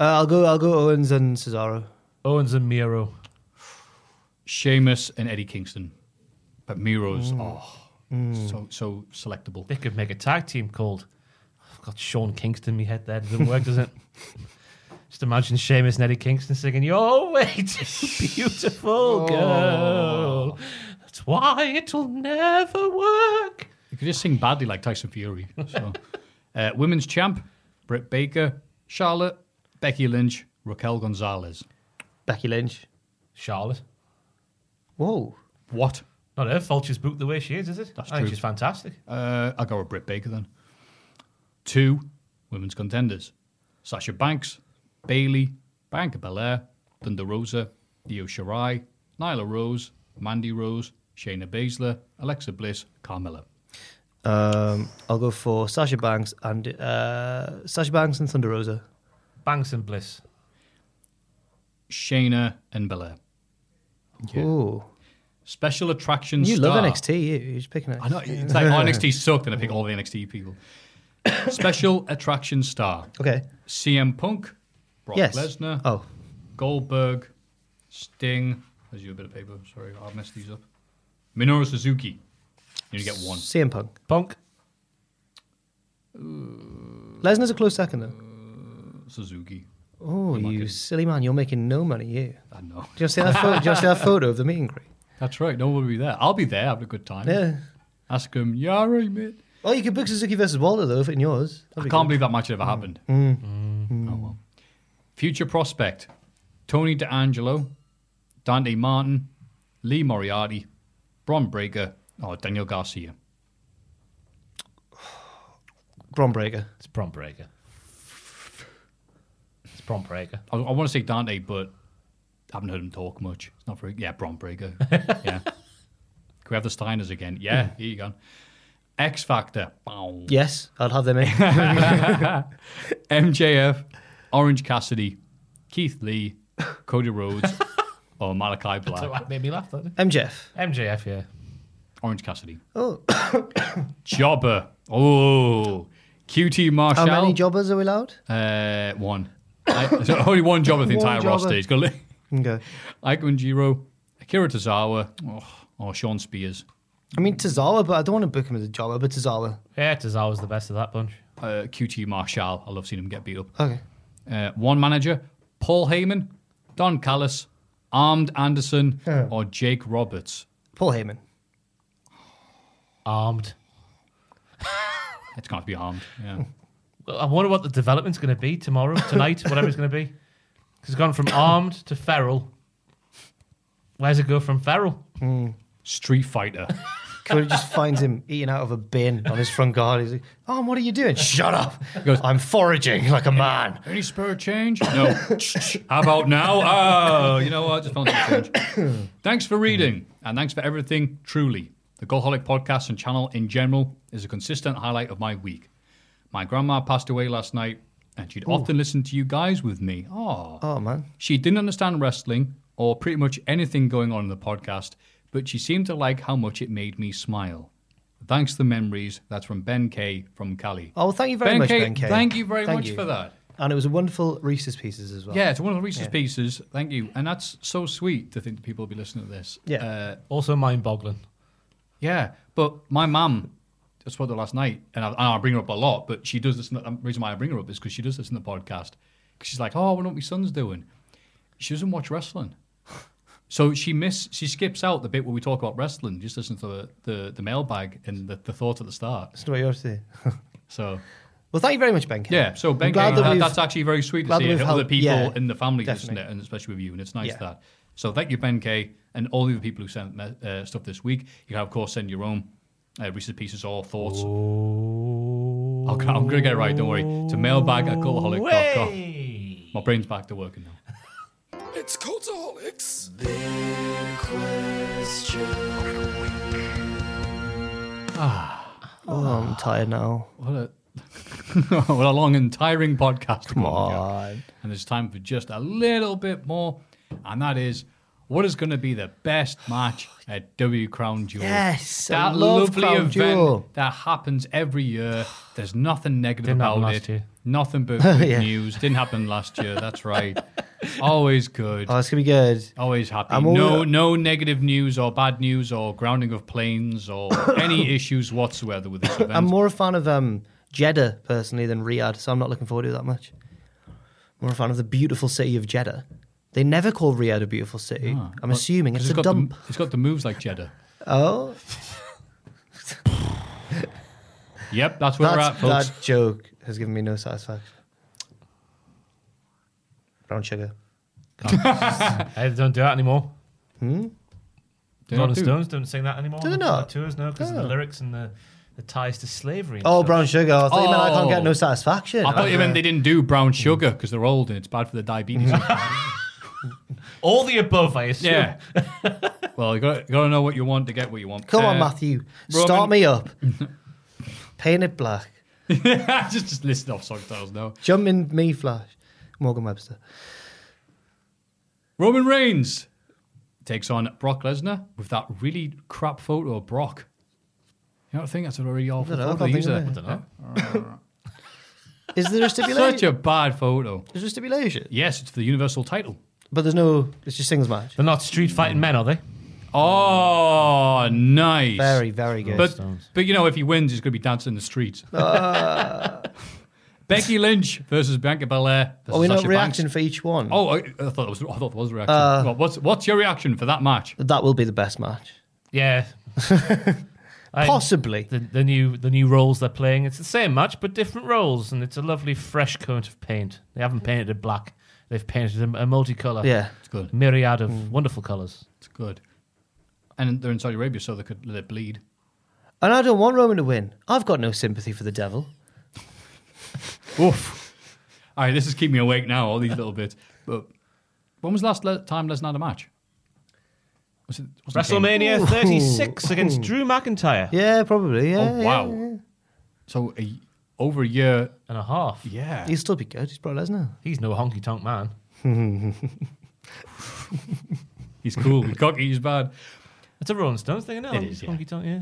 [SPEAKER 5] Uh, I'll go. I'll go Owens and Cesaro.
[SPEAKER 6] Owens and Miro.
[SPEAKER 4] Sheamus and Eddie Kingston. But Miro's oh so so selectable.
[SPEAKER 6] They could make a tag team called. I've got Sean Kingston in my head there. Doesn't work, does it? Just imagine Seamus and Eddie Kingston singing, You're way too beautiful, girl. That's why it'll never work.
[SPEAKER 4] You could can just sing badly like Tyson Fury. So, uh, women's champ, Britt Baker, Charlotte, Becky Lynch, Raquel Gonzalez.
[SPEAKER 5] Becky Lynch.
[SPEAKER 6] Charlotte.
[SPEAKER 5] Whoa.
[SPEAKER 4] What?
[SPEAKER 6] Not her fault she's booked the way she is, is it?
[SPEAKER 4] That's
[SPEAKER 6] I think
[SPEAKER 4] true.
[SPEAKER 6] she's fantastic.
[SPEAKER 4] Uh, I'll go with Britt Baker then. Two women's contenders Sasha Banks, Bailey, Bianca Belair, Thunder Rosa, Io Shirai, Nyla Rose, Mandy Rose, Shayna Baszler, Alexa Bliss, Carmella.
[SPEAKER 5] Um, I'll go for Sasha Banks and uh, Sasha Banks and Thunder Rosa.
[SPEAKER 6] Banks and Bliss.
[SPEAKER 4] Shayna and Belair.
[SPEAKER 5] Ooh.
[SPEAKER 4] Special attraction
[SPEAKER 5] You
[SPEAKER 4] star.
[SPEAKER 5] love NXT. You, you're just picking it.
[SPEAKER 4] I know. It's like, oh, NXT sucked, and I pick all the NXT people. Special attraction star.
[SPEAKER 5] Okay.
[SPEAKER 4] CM Punk, Brock
[SPEAKER 5] Yes.
[SPEAKER 4] Lesnar,
[SPEAKER 5] Oh.
[SPEAKER 4] Goldberg, Sting. There's you a bit of paper. Sorry, I've messed these up. Minoru Suzuki. You only get one.
[SPEAKER 5] CM Punk.
[SPEAKER 6] Punk.
[SPEAKER 5] Lesnar's a close second though.
[SPEAKER 4] Suzuki.
[SPEAKER 5] Oh, you silly man! You're making no money. You.
[SPEAKER 4] I know.
[SPEAKER 5] Do you see that? Photo, do you see that photo of the meet and greet?
[SPEAKER 4] That's right. No one will be there. I'll be there having a good time.
[SPEAKER 5] Yeah.
[SPEAKER 4] Ask him, yeah, all right, mate.
[SPEAKER 5] Oh, you could book Suzuki versus Walter though if in yours.
[SPEAKER 4] I can't believe that match ever happened. Oh, well. Future prospect Tony D'Angelo, Dante Martin, Lee Moriarty, Bron Breaker, or Daniel Garcia.
[SPEAKER 5] Bron Breaker.
[SPEAKER 6] It's Prom Breaker. It's Prom Breaker.
[SPEAKER 4] I, I want to say Dante, but I haven't heard him talk much. It's not very. Yeah, Bron Breaker. yeah. Can we have the Steiners again? Yeah, here you go. X Factor. Bow.
[SPEAKER 5] Yes, I'll have them in.
[SPEAKER 4] MJF, Orange Cassidy, Keith Lee, Cody Rhodes, or Malachi
[SPEAKER 6] So
[SPEAKER 4] Black.
[SPEAKER 6] that made me laugh, that did.
[SPEAKER 5] MJF.
[SPEAKER 6] MJF, yeah.
[SPEAKER 4] Orange Cassidy.
[SPEAKER 5] Oh,
[SPEAKER 4] Jobber. Oh. QT Marshall.
[SPEAKER 5] how many jobbers are we allowed?
[SPEAKER 4] Uh, one. I, there's only one job of the
[SPEAKER 5] One
[SPEAKER 4] entire
[SPEAKER 5] jobber.
[SPEAKER 4] roster. He's got li-
[SPEAKER 5] Okay.
[SPEAKER 4] Ike Jiro, Akira Tozawa, oh, or Sean Spears.
[SPEAKER 5] I mean Tazawa, but I don't want to book him as a jobber. But Tazawa.
[SPEAKER 6] Yeah, Tazawa was the best of that bunch.
[SPEAKER 4] Uh, QT Marshall. I love seeing him get beat up.
[SPEAKER 5] Okay.
[SPEAKER 4] Uh, one manager, Paul Heyman, Don Callis, Armed Anderson, or Jake Roberts.
[SPEAKER 5] Paul Heyman.
[SPEAKER 6] Armed.
[SPEAKER 4] It's got to be armed. Yeah.
[SPEAKER 6] Well, I wonder what the development's going to be tomorrow, tonight, whatever it's going to be. Because it's gone from armed to feral. Where's it go from feral?
[SPEAKER 4] Street Fighter.
[SPEAKER 5] Cody just finds him eating out of a bin on his front garden. He's like, "Oh, what are you doing? Shut up!
[SPEAKER 4] goes-
[SPEAKER 5] I'm foraging like a man."
[SPEAKER 4] Any spare change? No. How about now? Oh, you know what? Just found some change. thanks for reading and thanks for everything, truly. The Goalholic podcast and channel in general is a consistent highlight of my week. My grandma passed away last night and she'd often listen to you guys with me. Oh.
[SPEAKER 5] Oh man,
[SPEAKER 4] She didn't understand wrestling or pretty much anything going on in the podcast, but she seemed to like how much it made me smile. Thanks for the memories. That's from Ben K from Cali.
[SPEAKER 5] Oh, well, thank you very much, Ben K.
[SPEAKER 4] Thank you very
[SPEAKER 5] Thank
[SPEAKER 4] much
[SPEAKER 5] you.
[SPEAKER 4] for that.
[SPEAKER 5] and it was a wonderful Reese's Pieces as well.
[SPEAKER 4] Yeah, it's one of the Reese's pieces. Thank you. And that's so sweet to think that people will be listening to this.
[SPEAKER 5] Yeah.
[SPEAKER 4] Uh,
[SPEAKER 6] Also mind boggling.
[SPEAKER 4] yeah. But my mum, I spoke to her last night, and I, and I bring her up a lot, but she does this. The um, reason why I bring her up is because she does this in the podcast. 'Cause she's like, oh, I wonder what my son's doing. She doesn't watch wrestling. So she miss she skips out the bit where we talk about wrestling, just listen to the, the, the mailbag and the, the thought at the start.
[SPEAKER 5] That's what you have to say.
[SPEAKER 4] So
[SPEAKER 5] Well, thank you very much, Ben K.
[SPEAKER 4] Yeah, so Ben,
[SPEAKER 5] glad
[SPEAKER 4] Kane,
[SPEAKER 5] that
[SPEAKER 4] that
[SPEAKER 5] we've-
[SPEAKER 4] that's actually very sweet to
[SPEAKER 5] glad
[SPEAKER 4] see
[SPEAKER 5] that we've
[SPEAKER 4] other
[SPEAKER 5] helped-
[SPEAKER 4] people
[SPEAKER 5] yeah,
[SPEAKER 4] in the family, isn't
[SPEAKER 5] definitely.
[SPEAKER 4] it? And especially with you, and it's nice
[SPEAKER 5] Yeah.
[SPEAKER 4] that. So thank you, Ben K, and all the other people who sent me- uh, stuff this week. You can of course send your own uh, Reese's pieces or thoughts. I'll, I'm going to get it right. Don't worry. To mailbag at cultaholic.com.
[SPEAKER 6] Hey!
[SPEAKER 4] My brain's back to working now.
[SPEAKER 9] It's Cultaholics.
[SPEAKER 5] Oh, I'm tired now.
[SPEAKER 4] What a what a long and tiring podcast. Come
[SPEAKER 5] on.
[SPEAKER 4] And it's time for just a little bit more, and that is what is going to be the best match at W Crown Jewel.
[SPEAKER 5] Yes, I
[SPEAKER 4] that
[SPEAKER 5] love
[SPEAKER 4] lovely
[SPEAKER 5] Crown
[SPEAKER 4] event
[SPEAKER 5] Jewel.
[SPEAKER 4] that happens every year. There's nothing negative
[SPEAKER 6] Didn't
[SPEAKER 4] about
[SPEAKER 6] happen
[SPEAKER 4] it.
[SPEAKER 6] last year.
[SPEAKER 4] Nothing but good
[SPEAKER 5] Yeah.
[SPEAKER 4] news. Didn't happen last year. That's right. Always good.
[SPEAKER 5] Oh, it's gonna be good.
[SPEAKER 4] Always happy.
[SPEAKER 5] I'm
[SPEAKER 4] no,
[SPEAKER 5] always-
[SPEAKER 4] no negative news or bad news or grounding of planes or any issues whatsoever with this event.
[SPEAKER 5] I'm more a fan of um, Jeddah personally than Riyadh, so I'm not looking forward to it that much. More a fan of the beautiful city of Jeddah. They never call Riyadh a beautiful city.
[SPEAKER 4] Ah,
[SPEAKER 5] I'm assuming
[SPEAKER 4] 'Cause
[SPEAKER 5] it's a
[SPEAKER 4] got the-
[SPEAKER 5] dump.
[SPEAKER 4] it's got the moves like Jeddah.
[SPEAKER 5] Oh.
[SPEAKER 4] Yep, that's where we're
[SPEAKER 5] That's-
[SPEAKER 4] at, folks.
[SPEAKER 5] That joke has given me no satisfaction. Brown sugar.
[SPEAKER 6] I don't do that anymore.
[SPEAKER 5] Hmm?
[SPEAKER 4] They
[SPEAKER 6] Rolling
[SPEAKER 4] don't do-
[SPEAKER 6] Stones don't sing that anymore.
[SPEAKER 5] Do they
[SPEAKER 6] on
[SPEAKER 5] not?
[SPEAKER 6] their Tours, no, because of
[SPEAKER 5] Oh.
[SPEAKER 6] the lyrics and the, the ties to slavery. and
[SPEAKER 5] Oh,
[SPEAKER 6] stuff.
[SPEAKER 5] brown sugar. I thought you meant I can't
[SPEAKER 4] Oh.
[SPEAKER 5] get no satisfaction.
[SPEAKER 4] I thought you
[SPEAKER 5] Uh,
[SPEAKER 4] meant they didn't do brown sugar because they're old and it's bad for the diabetes.
[SPEAKER 5] Mm.
[SPEAKER 6] All the above, I assume.
[SPEAKER 4] yeah. well, you got got to know what you want to get what you want.
[SPEAKER 5] Come on,
[SPEAKER 4] Uh,
[SPEAKER 5] Matthew.
[SPEAKER 4] Roman-
[SPEAKER 5] Start me up. Paint it black.
[SPEAKER 4] just just listen off song titles now.
[SPEAKER 5] Jump in me flash. Morgan Webster.
[SPEAKER 4] Roman Reigns takes on Brock Lesnar with that really crap photo of Brock. You know what I think? That's a really awful
[SPEAKER 5] dunno, I
[SPEAKER 4] photo.
[SPEAKER 5] can't
[SPEAKER 4] They
[SPEAKER 5] think
[SPEAKER 4] use
[SPEAKER 5] of
[SPEAKER 4] it.
[SPEAKER 5] it. Is there a stipulation?
[SPEAKER 4] Such a bad photo.
[SPEAKER 5] Is there a stipulation?
[SPEAKER 4] Yes, it's for the Universal title.
[SPEAKER 5] But there's no. It's just singles match.
[SPEAKER 6] They're not street
[SPEAKER 5] Hmm.
[SPEAKER 6] fighting men, are they?
[SPEAKER 4] Oh, nice.
[SPEAKER 5] Very, very good.
[SPEAKER 4] But, but you know, if he wins, he's going to be dancing in the streets. Becky Lynch versus Bianca Belair.
[SPEAKER 5] Ah. Are
[SPEAKER 4] versus
[SPEAKER 5] we not
[SPEAKER 4] Sasha Banks.
[SPEAKER 5] reacting for each one?
[SPEAKER 4] Oh, I, I thought it was. I thought it was a reaction.
[SPEAKER 5] Uh,
[SPEAKER 4] well, what's what's your reaction for that match?
[SPEAKER 5] That will be the best match.
[SPEAKER 6] Yeah. I-
[SPEAKER 5] Possibly.
[SPEAKER 6] the, the new the new roles they're playing. It's the same match but different roles, and it's a lovely fresh coat of paint. They haven't painted it black; they've painted a, a multicolor,
[SPEAKER 5] Hmm. Yeah. Hmm.
[SPEAKER 4] It's good.
[SPEAKER 6] myriad of wonderful colors.
[SPEAKER 4] It's good. And they're in Saudi Arabia, so they could let it bleed.
[SPEAKER 5] And I don't want Roman to win. I've got no sympathy for the devil.
[SPEAKER 4] Oof. All right, this is keeping me awake now. All these little bits. But when was the last le- time Lesnar had a match? Was it wasn't Kane?
[SPEAKER 6] WrestleMania 36 against Drew McIntyre
[SPEAKER 5] Yeah, probably. Yeah.
[SPEAKER 4] Oh
[SPEAKER 5] yeah,
[SPEAKER 4] wow!
[SPEAKER 5] yeah.
[SPEAKER 4] So a, over a year.
[SPEAKER 6] and a half.
[SPEAKER 4] Yeah.
[SPEAKER 5] He'll still be good. He's Brock Lesnar.
[SPEAKER 6] He's no honky tonk man.
[SPEAKER 4] He's cool. He's cocky. He's bad.
[SPEAKER 6] It's a Rolling Stones thing, isn't it?
[SPEAKER 4] It is, yeah.
[SPEAKER 6] Honky tonk, yeah.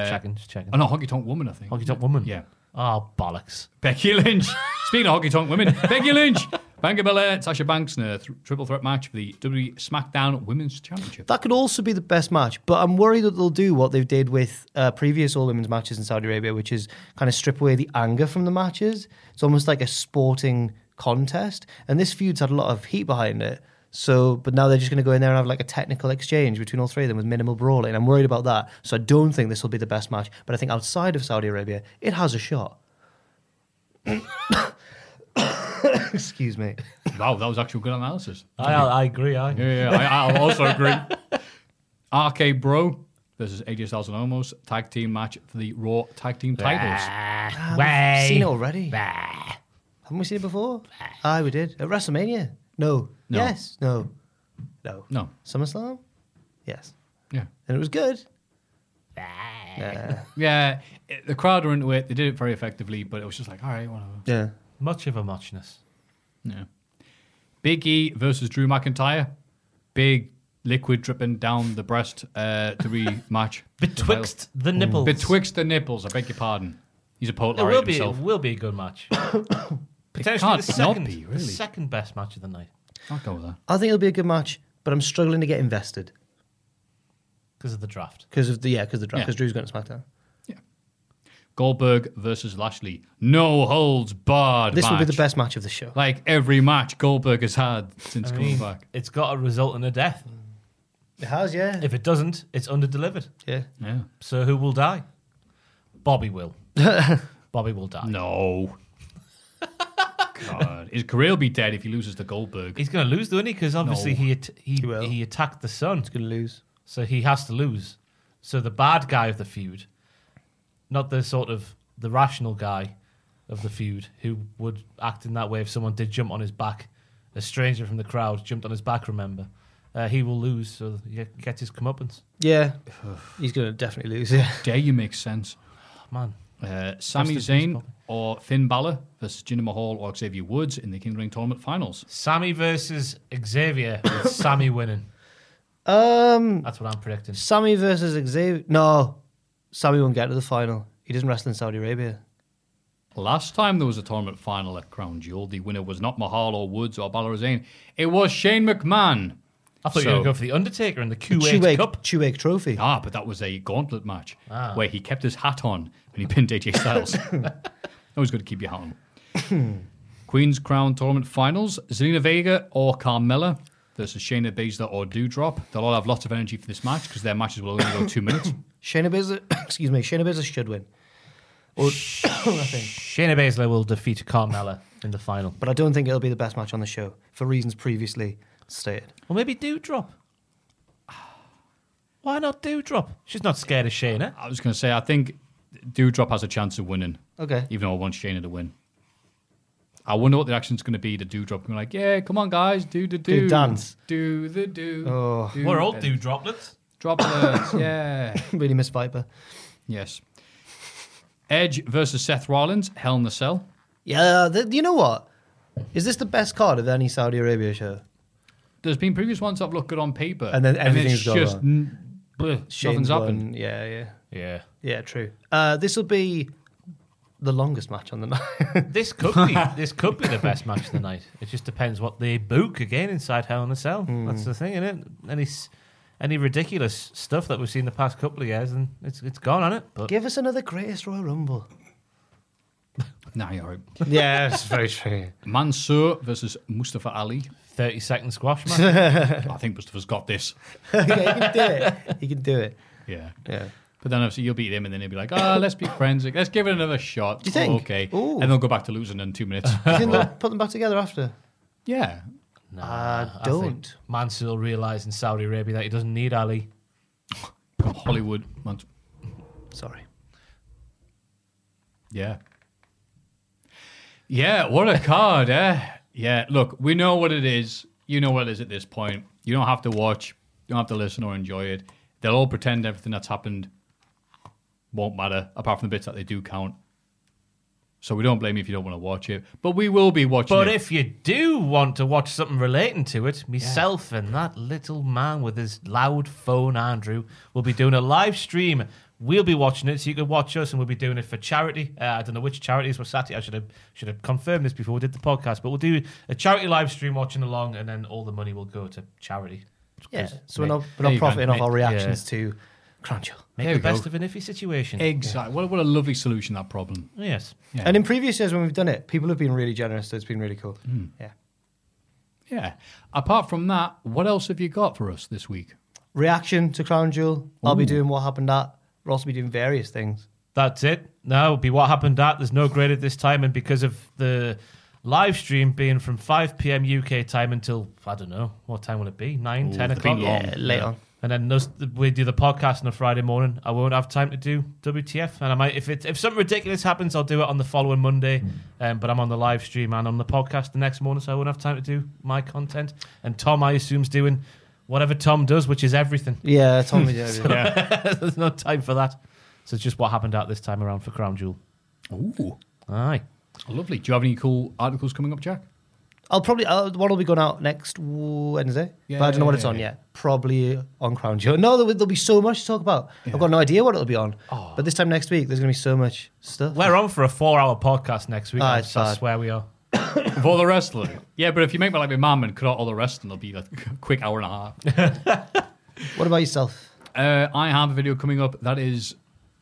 [SPEAKER 6] Just
[SPEAKER 4] Uh,
[SPEAKER 6] checking, just checking.
[SPEAKER 4] oh no, honky tonk woman. I think.
[SPEAKER 6] Honky tonk woman.
[SPEAKER 4] Yeah.
[SPEAKER 6] Oh bollocks.
[SPEAKER 4] Becky Lynch. Speaking of hockey tonk women, Becky Lynch, Bianca Belair, Sasha Banks in a th- triple threat match for the WWE SmackDown Women's Championship.
[SPEAKER 5] That could also be the best match, but I'm worried that they'll do what they've did with uh, previous all women's matches in Saudi Arabia, which is kind of strip away the anger from the matches. It's almost like a sporting contest, and this feud's had a lot of heat behind it. So, but now they're just going to go in there and have like a technical exchange between all three of them with minimal brawling. I'm worried about that, so I don't think this will be the best match. But I think outside of Saudi Arabia, it has a shot. Excuse me.
[SPEAKER 4] Wow, that was actual good analysis.
[SPEAKER 6] I, I agree. I
[SPEAKER 4] Yeah, yeah, I, I'll also agree. RK Bro versus AJ Styles and Omos tag team match for the Raw tag team titles.
[SPEAKER 6] way.
[SPEAKER 5] Seen it already. Haven't we seen it before? Aye, we did. At WrestleMania? No.
[SPEAKER 4] No.
[SPEAKER 5] Yes. No. No.
[SPEAKER 4] No,
[SPEAKER 5] SummerSlam? Yes.
[SPEAKER 4] yeah,
[SPEAKER 5] And it was good.
[SPEAKER 4] yeah. It, the crowd were into it. They did it very effectively, but it was just like, all right, whatever.
[SPEAKER 5] Yeah.
[SPEAKER 6] Much of a muchness.
[SPEAKER 4] Yeah. Big E versus Drew McIntyre. Big liquid dripping down the breast uh, to rematch.
[SPEAKER 6] Betwixt the nipples.
[SPEAKER 4] Betwixt the nipples, I beg your pardon. He's a poet
[SPEAKER 6] It will
[SPEAKER 4] laureate
[SPEAKER 6] be.
[SPEAKER 4] himself.
[SPEAKER 6] It will be a good match. Potentially
[SPEAKER 4] can't
[SPEAKER 6] the
[SPEAKER 4] not
[SPEAKER 6] second,
[SPEAKER 4] be,
[SPEAKER 6] the
[SPEAKER 4] really.
[SPEAKER 6] second best match of the night
[SPEAKER 4] I'll go with that.
[SPEAKER 5] I think it'll be a good match, but I'm struggling to get invested
[SPEAKER 6] because of the draft.
[SPEAKER 5] because of the yeah, because the draft,
[SPEAKER 4] Yeah.
[SPEAKER 5] because Drew's going to SmackDown.
[SPEAKER 4] Goldberg versus Lashley. No holds barred.
[SPEAKER 5] This will be
[SPEAKER 4] match.
[SPEAKER 5] the best match of the show.
[SPEAKER 4] Like every match Goldberg has had since
[SPEAKER 6] I
[SPEAKER 4] coming
[SPEAKER 6] mean,
[SPEAKER 4] back.
[SPEAKER 6] it's got to result in a death.
[SPEAKER 4] Mm.
[SPEAKER 5] It has, yeah.
[SPEAKER 6] If it doesn't, it's underdelivered.
[SPEAKER 5] yeah.
[SPEAKER 4] Yeah.
[SPEAKER 6] So who will die? Bobby will. Bobby will die.
[SPEAKER 4] No. God. His career will be dead if he loses to Goldberg.
[SPEAKER 6] He's going to lose, though, isn't he? Because obviously
[SPEAKER 4] No.
[SPEAKER 6] he, at- he
[SPEAKER 5] will.
[SPEAKER 6] he attacked the sun.
[SPEAKER 5] He's going to lose.
[SPEAKER 6] So he has to lose. So the bad guy of the feud, not the sort of the rational guy of the feud who would act in that way if someone did jump on his back, a stranger from the crowd jumped on his back. Remember, uh, he will lose. So he gets his comeuppance.
[SPEAKER 5] Yeah. He's going to definitely lose, yeah.
[SPEAKER 4] Dare you make sense?
[SPEAKER 6] Oh, man,
[SPEAKER 4] Uh, Sami
[SPEAKER 6] Rest in peace,
[SPEAKER 4] Zayn
[SPEAKER 6] Bobby.
[SPEAKER 4] or Finn Balor versus Jinder Mahal or Xavier Woods in the King of the Ring tournament finals.
[SPEAKER 6] Sammy versus Xavier. With Sammy winning.
[SPEAKER 5] Um,
[SPEAKER 6] That's what I'm predicting.
[SPEAKER 5] Sammy versus Xavier. No. Sammy won't get to the final. He doesn't wrestle in Saudi Arabia.
[SPEAKER 4] Last time there was a tournament final at Crown Jewel, the winner was not Mahal or Woods or Balor or Zayn. It was Shane McMahon.
[SPEAKER 6] I thought you
[SPEAKER 4] So-
[SPEAKER 6] were going to go for the Undertaker and the Kuwait
[SPEAKER 5] Chuwake,
[SPEAKER 6] Cup.
[SPEAKER 5] Chuwake Trophy.
[SPEAKER 4] Ah, but that was a gauntlet match where he kept his hat on when he pinned AJ Styles. Always good to keep your hat on. Queen's Crown Tournament Finals, Zelina Vega or Carmella versus Shayna Baszler or Dewdrop. They'll all have lots of energy for this match because their matches will only go two minutes.
[SPEAKER 5] Shayna Baszler, excuse me, Shayna Baszler should win.
[SPEAKER 6] Or, Shayna Baszler will defeat Carmella in the final.
[SPEAKER 5] But I don't think it'll be the best match on the show for reasons previously stated.
[SPEAKER 6] Well, maybe Dewdrop. Why not Dewdrop? She's not scared of Shayna.
[SPEAKER 4] I was going to say, I think Dewdrop has a chance of winning.
[SPEAKER 5] Okay.
[SPEAKER 4] Even though I want Shayna to win. I wonder what the action's going to be to Dewdrop. Going like, yeah, come on, guys, do the do.
[SPEAKER 5] Do dance.
[SPEAKER 4] Do the do.
[SPEAKER 5] Oh.
[SPEAKER 4] do
[SPEAKER 6] We're all
[SPEAKER 4] the-
[SPEAKER 6] Dewdroplets.
[SPEAKER 4] Droplets, yeah.
[SPEAKER 5] really miss Viper.
[SPEAKER 4] Yes. Edge versus Seth Rollins, Hell in a Cell.
[SPEAKER 5] Yeah, th- you know what? Is this the best card of any Saudi Arabia show?
[SPEAKER 4] There's been previous ones I've looked good on paper.
[SPEAKER 5] And then everything's
[SPEAKER 4] it's
[SPEAKER 5] gone
[SPEAKER 4] just
[SPEAKER 5] wrong.
[SPEAKER 4] n- bleh, nothing's
[SPEAKER 5] Shane's
[SPEAKER 4] happened.
[SPEAKER 5] won. Yeah, yeah,
[SPEAKER 6] Yeah.
[SPEAKER 5] yeah. True. Uh, this will be the longest match on the night.
[SPEAKER 6] This could be this could be the best match of the night. It just depends what they book again inside Hell in a Cell.
[SPEAKER 5] Hmm.
[SPEAKER 6] That's the thing, isn't it? Any s- any ridiculous stuff that we've seen the past couple of years, and it's it's gone, hasn't it? But
[SPEAKER 5] Give us another greatest Royal Rumble.
[SPEAKER 4] Nah, you're right.
[SPEAKER 5] yeah, it's very true.
[SPEAKER 4] Mansoor versus Mustafa Ali.
[SPEAKER 6] thirty second squash match.
[SPEAKER 4] I think Mustafa's got this.
[SPEAKER 5] yeah, he can do it. He can do it.
[SPEAKER 4] Yeah.
[SPEAKER 5] Yeah.
[SPEAKER 4] But then obviously you'll beat him, and then he'll be like, "Ah, let's be friends. Like, Let's give it another shot."
[SPEAKER 5] Do you think?
[SPEAKER 4] Oh, okay.
[SPEAKER 5] Ooh.
[SPEAKER 4] And they'll go back to losing in two minutes.
[SPEAKER 5] You think they'll put them back together after?
[SPEAKER 4] yeah.
[SPEAKER 5] uh,
[SPEAKER 6] I think
[SPEAKER 5] don't.
[SPEAKER 6] Mansell realised in Saudi Arabia that he doesn't need Ali.
[SPEAKER 4] Hollywood. man-
[SPEAKER 5] Sorry.
[SPEAKER 4] Yeah. Yeah. What a card, eh? Yeah. Look, we know what it is. You know what it is at this point. You don't have to watch. You don't have to listen or enjoy it. They'll all pretend everything that's happened won't matter, apart from the bits that they do count. So we don't blame you if you don't want to watch it, but we will be watching.
[SPEAKER 6] But
[SPEAKER 4] it.
[SPEAKER 6] if you do want to watch something relating to it, myself and that little man with his loud phone, Andrew, will be doing a live stream. We'll be watching it, so you can watch us, and we'll be doing it for charity. Uh, I don't know which charities we're sat at. I should have should have confirmed this before we did the podcast, but we'll do a charity live stream watching along, and then all the money will go to charity.
[SPEAKER 5] Yeah.
[SPEAKER 6] 'Cause
[SPEAKER 5] So we're
[SPEAKER 6] make-
[SPEAKER 5] not, we're
[SPEAKER 4] There
[SPEAKER 5] not
[SPEAKER 4] you go.
[SPEAKER 5] profiting off
[SPEAKER 4] Ma-
[SPEAKER 5] our reactions to Crunchyroll.
[SPEAKER 6] Make
[SPEAKER 4] There
[SPEAKER 6] the
[SPEAKER 4] we go.
[SPEAKER 6] best of an iffy situation.
[SPEAKER 4] Exactly. What, what a lovely solution that problem.
[SPEAKER 6] Yes.
[SPEAKER 4] Yeah.
[SPEAKER 5] And in previous years when we've done it, people have been really generous, so it's been really cool.
[SPEAKER 4] Hmm.
[SPEAKER 5] Yeah.
[SPEAKER 4] yeah. Apart from that, what else have you got for us this week?
[SPEAKER 5] Reaction to Crown Jewel. I'll be doing what happened at. We'll also be doing various things.
[SPEAKER 6] That's it. Now it'll be what happened at. There's no graded this time, and because of the live stream being from 5 p.m. UK time until I don't know what time will it be? Nine,
[SPEAKER 4] Ooh,
[SPEAKER 6] ten
[SPEAKER 4] they've
[SPEAKER 6] o'clock.
[SPEAKER 4] been long.
[SPEAKER 5] Yeah, late on.
[SPEAKER 6] And then those, we do the podcast on a Friday morning. I won't have time to do WTF, and I might if it if something ridiculous happens, I'll do it on the following Monday. Um, but I'm on the live stream and on the podcast the next morning, so I won't have time to do my content. And Tom, I assume, is doing whatever Tom does, which is everything.
[SPEAKER 5] Yeah, Tommy. yeah.
[SPEAKER 6] There's no time for that. So it's just what happened out this time around for Crown Jewel.
[SPEAKER 4] Ooh,
[SPEAKER 6] Aye.
[SPEAKER 4] lovely. Do you have any cool articles coming up, Jack?
[SPEAKER 5] I'll probably I'll, one will be going out next Wednesday, but I don't know what it's on yet. Probably on Crown Jewel. No, there'll, there'll be so much to talk about. I've got no idea what it'll be on. But this time next week, there's going to be so much stuff.
[SPEAKER 6] We're on for a four hour podcast next week.
[SPEAKER 5] Ah,
[SPEAKER 6] I
[SPEAKER 5] it's bad.
[SPEAKER 6] swear we are.
[SPEAKER 4] Of all the wrestling. yeah, but if you make me like my mum and cut out all the wrestling, it'll be like a quick hour and a half.
[SPEAKER 5] What about yourself?
[SPEAKER 4] Uh, I have a video coming up that is,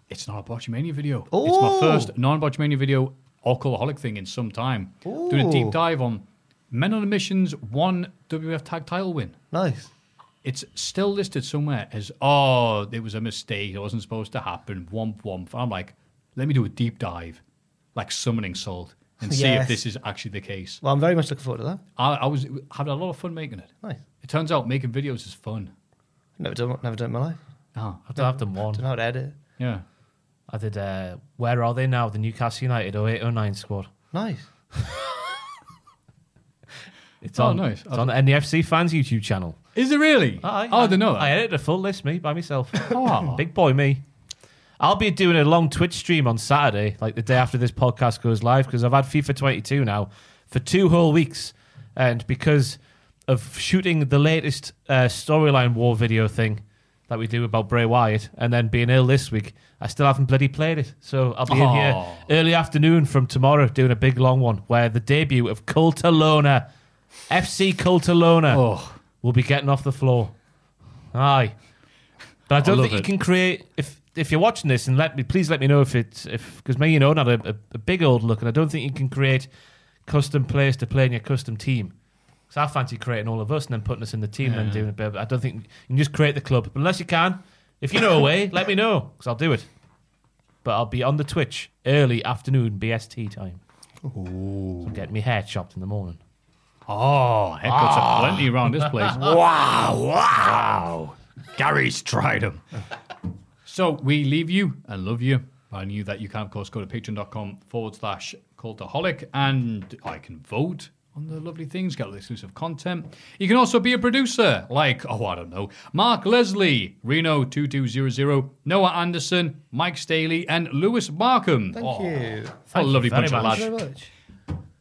[SPEAKER 4] it's not a Botchmania video. It's my
[SPEAKER 5] Ooh.
[SPEAKER 4] first non Botchmania video or Cultaholic thing in some time. Doing a
[SPEAKER 5] Ooh.
[SPEAKER 4] deep dive on Men on a Mission's one WF tag title win.
[SPEAKER 5] Nice.
[SPEAKER 4] it's still listed somewhere as oh it was a mistake it wasn't supposed to happen womp womp i'm like let me do a deep dive like summoning salt and see
[SPEAKER 5] Yes.
[SPEAKER 4] if this is actually the case
[SPEAKER 5] Well, I'm very much looking forward to that.
[SPEAKER 4] I, I was having a lot of fun making it
[SPEAKER 5] Nice.
[SPEAKER 4] it turns out making videos is fun
[SPEAKER 5] Never done, never done it in my life.
[SPEAKER 4] oh
[SPEAKER 6] I've, I've done
[SPEAKER 5] Don't
[SPEAKER 6] one.
[SPEAKER 5] know how to edit.
[SPEAKER 4] yeah
[SPEAKER 6] I did, uh, where are they now? The Newcastle United 0809 squad.
[SPEAKER 5] Nice.
[SPEAKER 6] It's
[SPEAKER 4] Oh,
[SPEAKER 6] on,
[SPEAKER 4] nice.
[SPEAKER 6] It's on the NEFC fans YouTube channel.
[SPEAKER 4] is it really oh i don't know that.
[SPEAKER 6] I edited a full list, me, by myself.
[SPEAKER 4] Oh.
[SPEAKER 6] Big boy, me. I'll be doing a long Twitch stream on Saturday, like the day after this podcast goes live, because I've had FIFA 22 now for two whole weeks. And because of shooting the latest uh, storyline war video thing that we do about Bray Wyatt and then being ill this week, I still haven't bloody played it. So I'll be in here
[SPEAKER 4] Oh.
[SPEAKER 6] early afternoon from tomorrow doing a big long one where the debut of Cultalona, FC Cultalona,
[SPEAKER 4] Oh.
[SPEAKER 6] will be getting off the floor. Aye. But I don't
[SPEAKER 4] love
[SPEAKER 6] think you
[SPEAKER 4] it.
[SPEAKER 6] can create if if you're watching this and let me please let me know if it's if because me you know not a, a, a big old look and I don't think you can create custom players to play in your custom team. Because I fancy creating all of us and then putting us in the team and then doing a bit. Of, I don't think you can just create the club but unless you can. If you know a way, let me know because I'll do it. but I'll be on the Twitch early afternoon BST time.
[SPEAKER 4] Ooh.
[SPEAKER 6] So get me hair chopped in the morning.
[SPEAKER 4] Oh, haircuts
[SPEAKER 6] Ah.
[SPEAKER 4] are plenty around this place.
[SPEAKER 6] Wow,
[SPEAKER 4] wow. Gary's tried them. so we leave you and love you. I knew that you can, of course, go to patreon.com forward slash cultaholic and I can vote on the lovely things, get all the exclusive content. You can also be a producer, like, oh, I don't know, Mark Leslie, Reno2200, Noah Anderson, Mike Staley, and Lewis Markham.
[SPEAKER 5] Thank
[SPEAKER 4] Oh,
[SPEAKER 5] you.
[SPEAKER 4] What a lovely bunch of
[SPEAKER 5] Thank
[SPEAKER 4] lads.
[SPEAKER 5] you very much.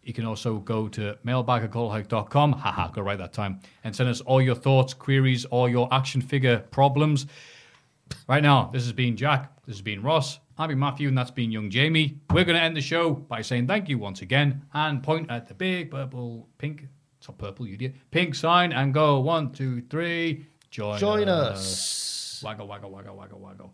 [SPEAKER 4] You can also go to mailbag@callhike.com. Haha, go right that time. And send us all your thoughts, queries, or your action figure problems. Right now, this has been Jack. This has been Ross. I've been Matthew, and that's been Young Jamie. We're going to end the show by saying thank you once again and point at the big purple, pink, it's not purple, you idiot, pink sign and go one, two, three. Join,
[SPEAKER 5] Join
[SPEAKER 4] us. Waggle, waggle, waggle, waggle, waggle.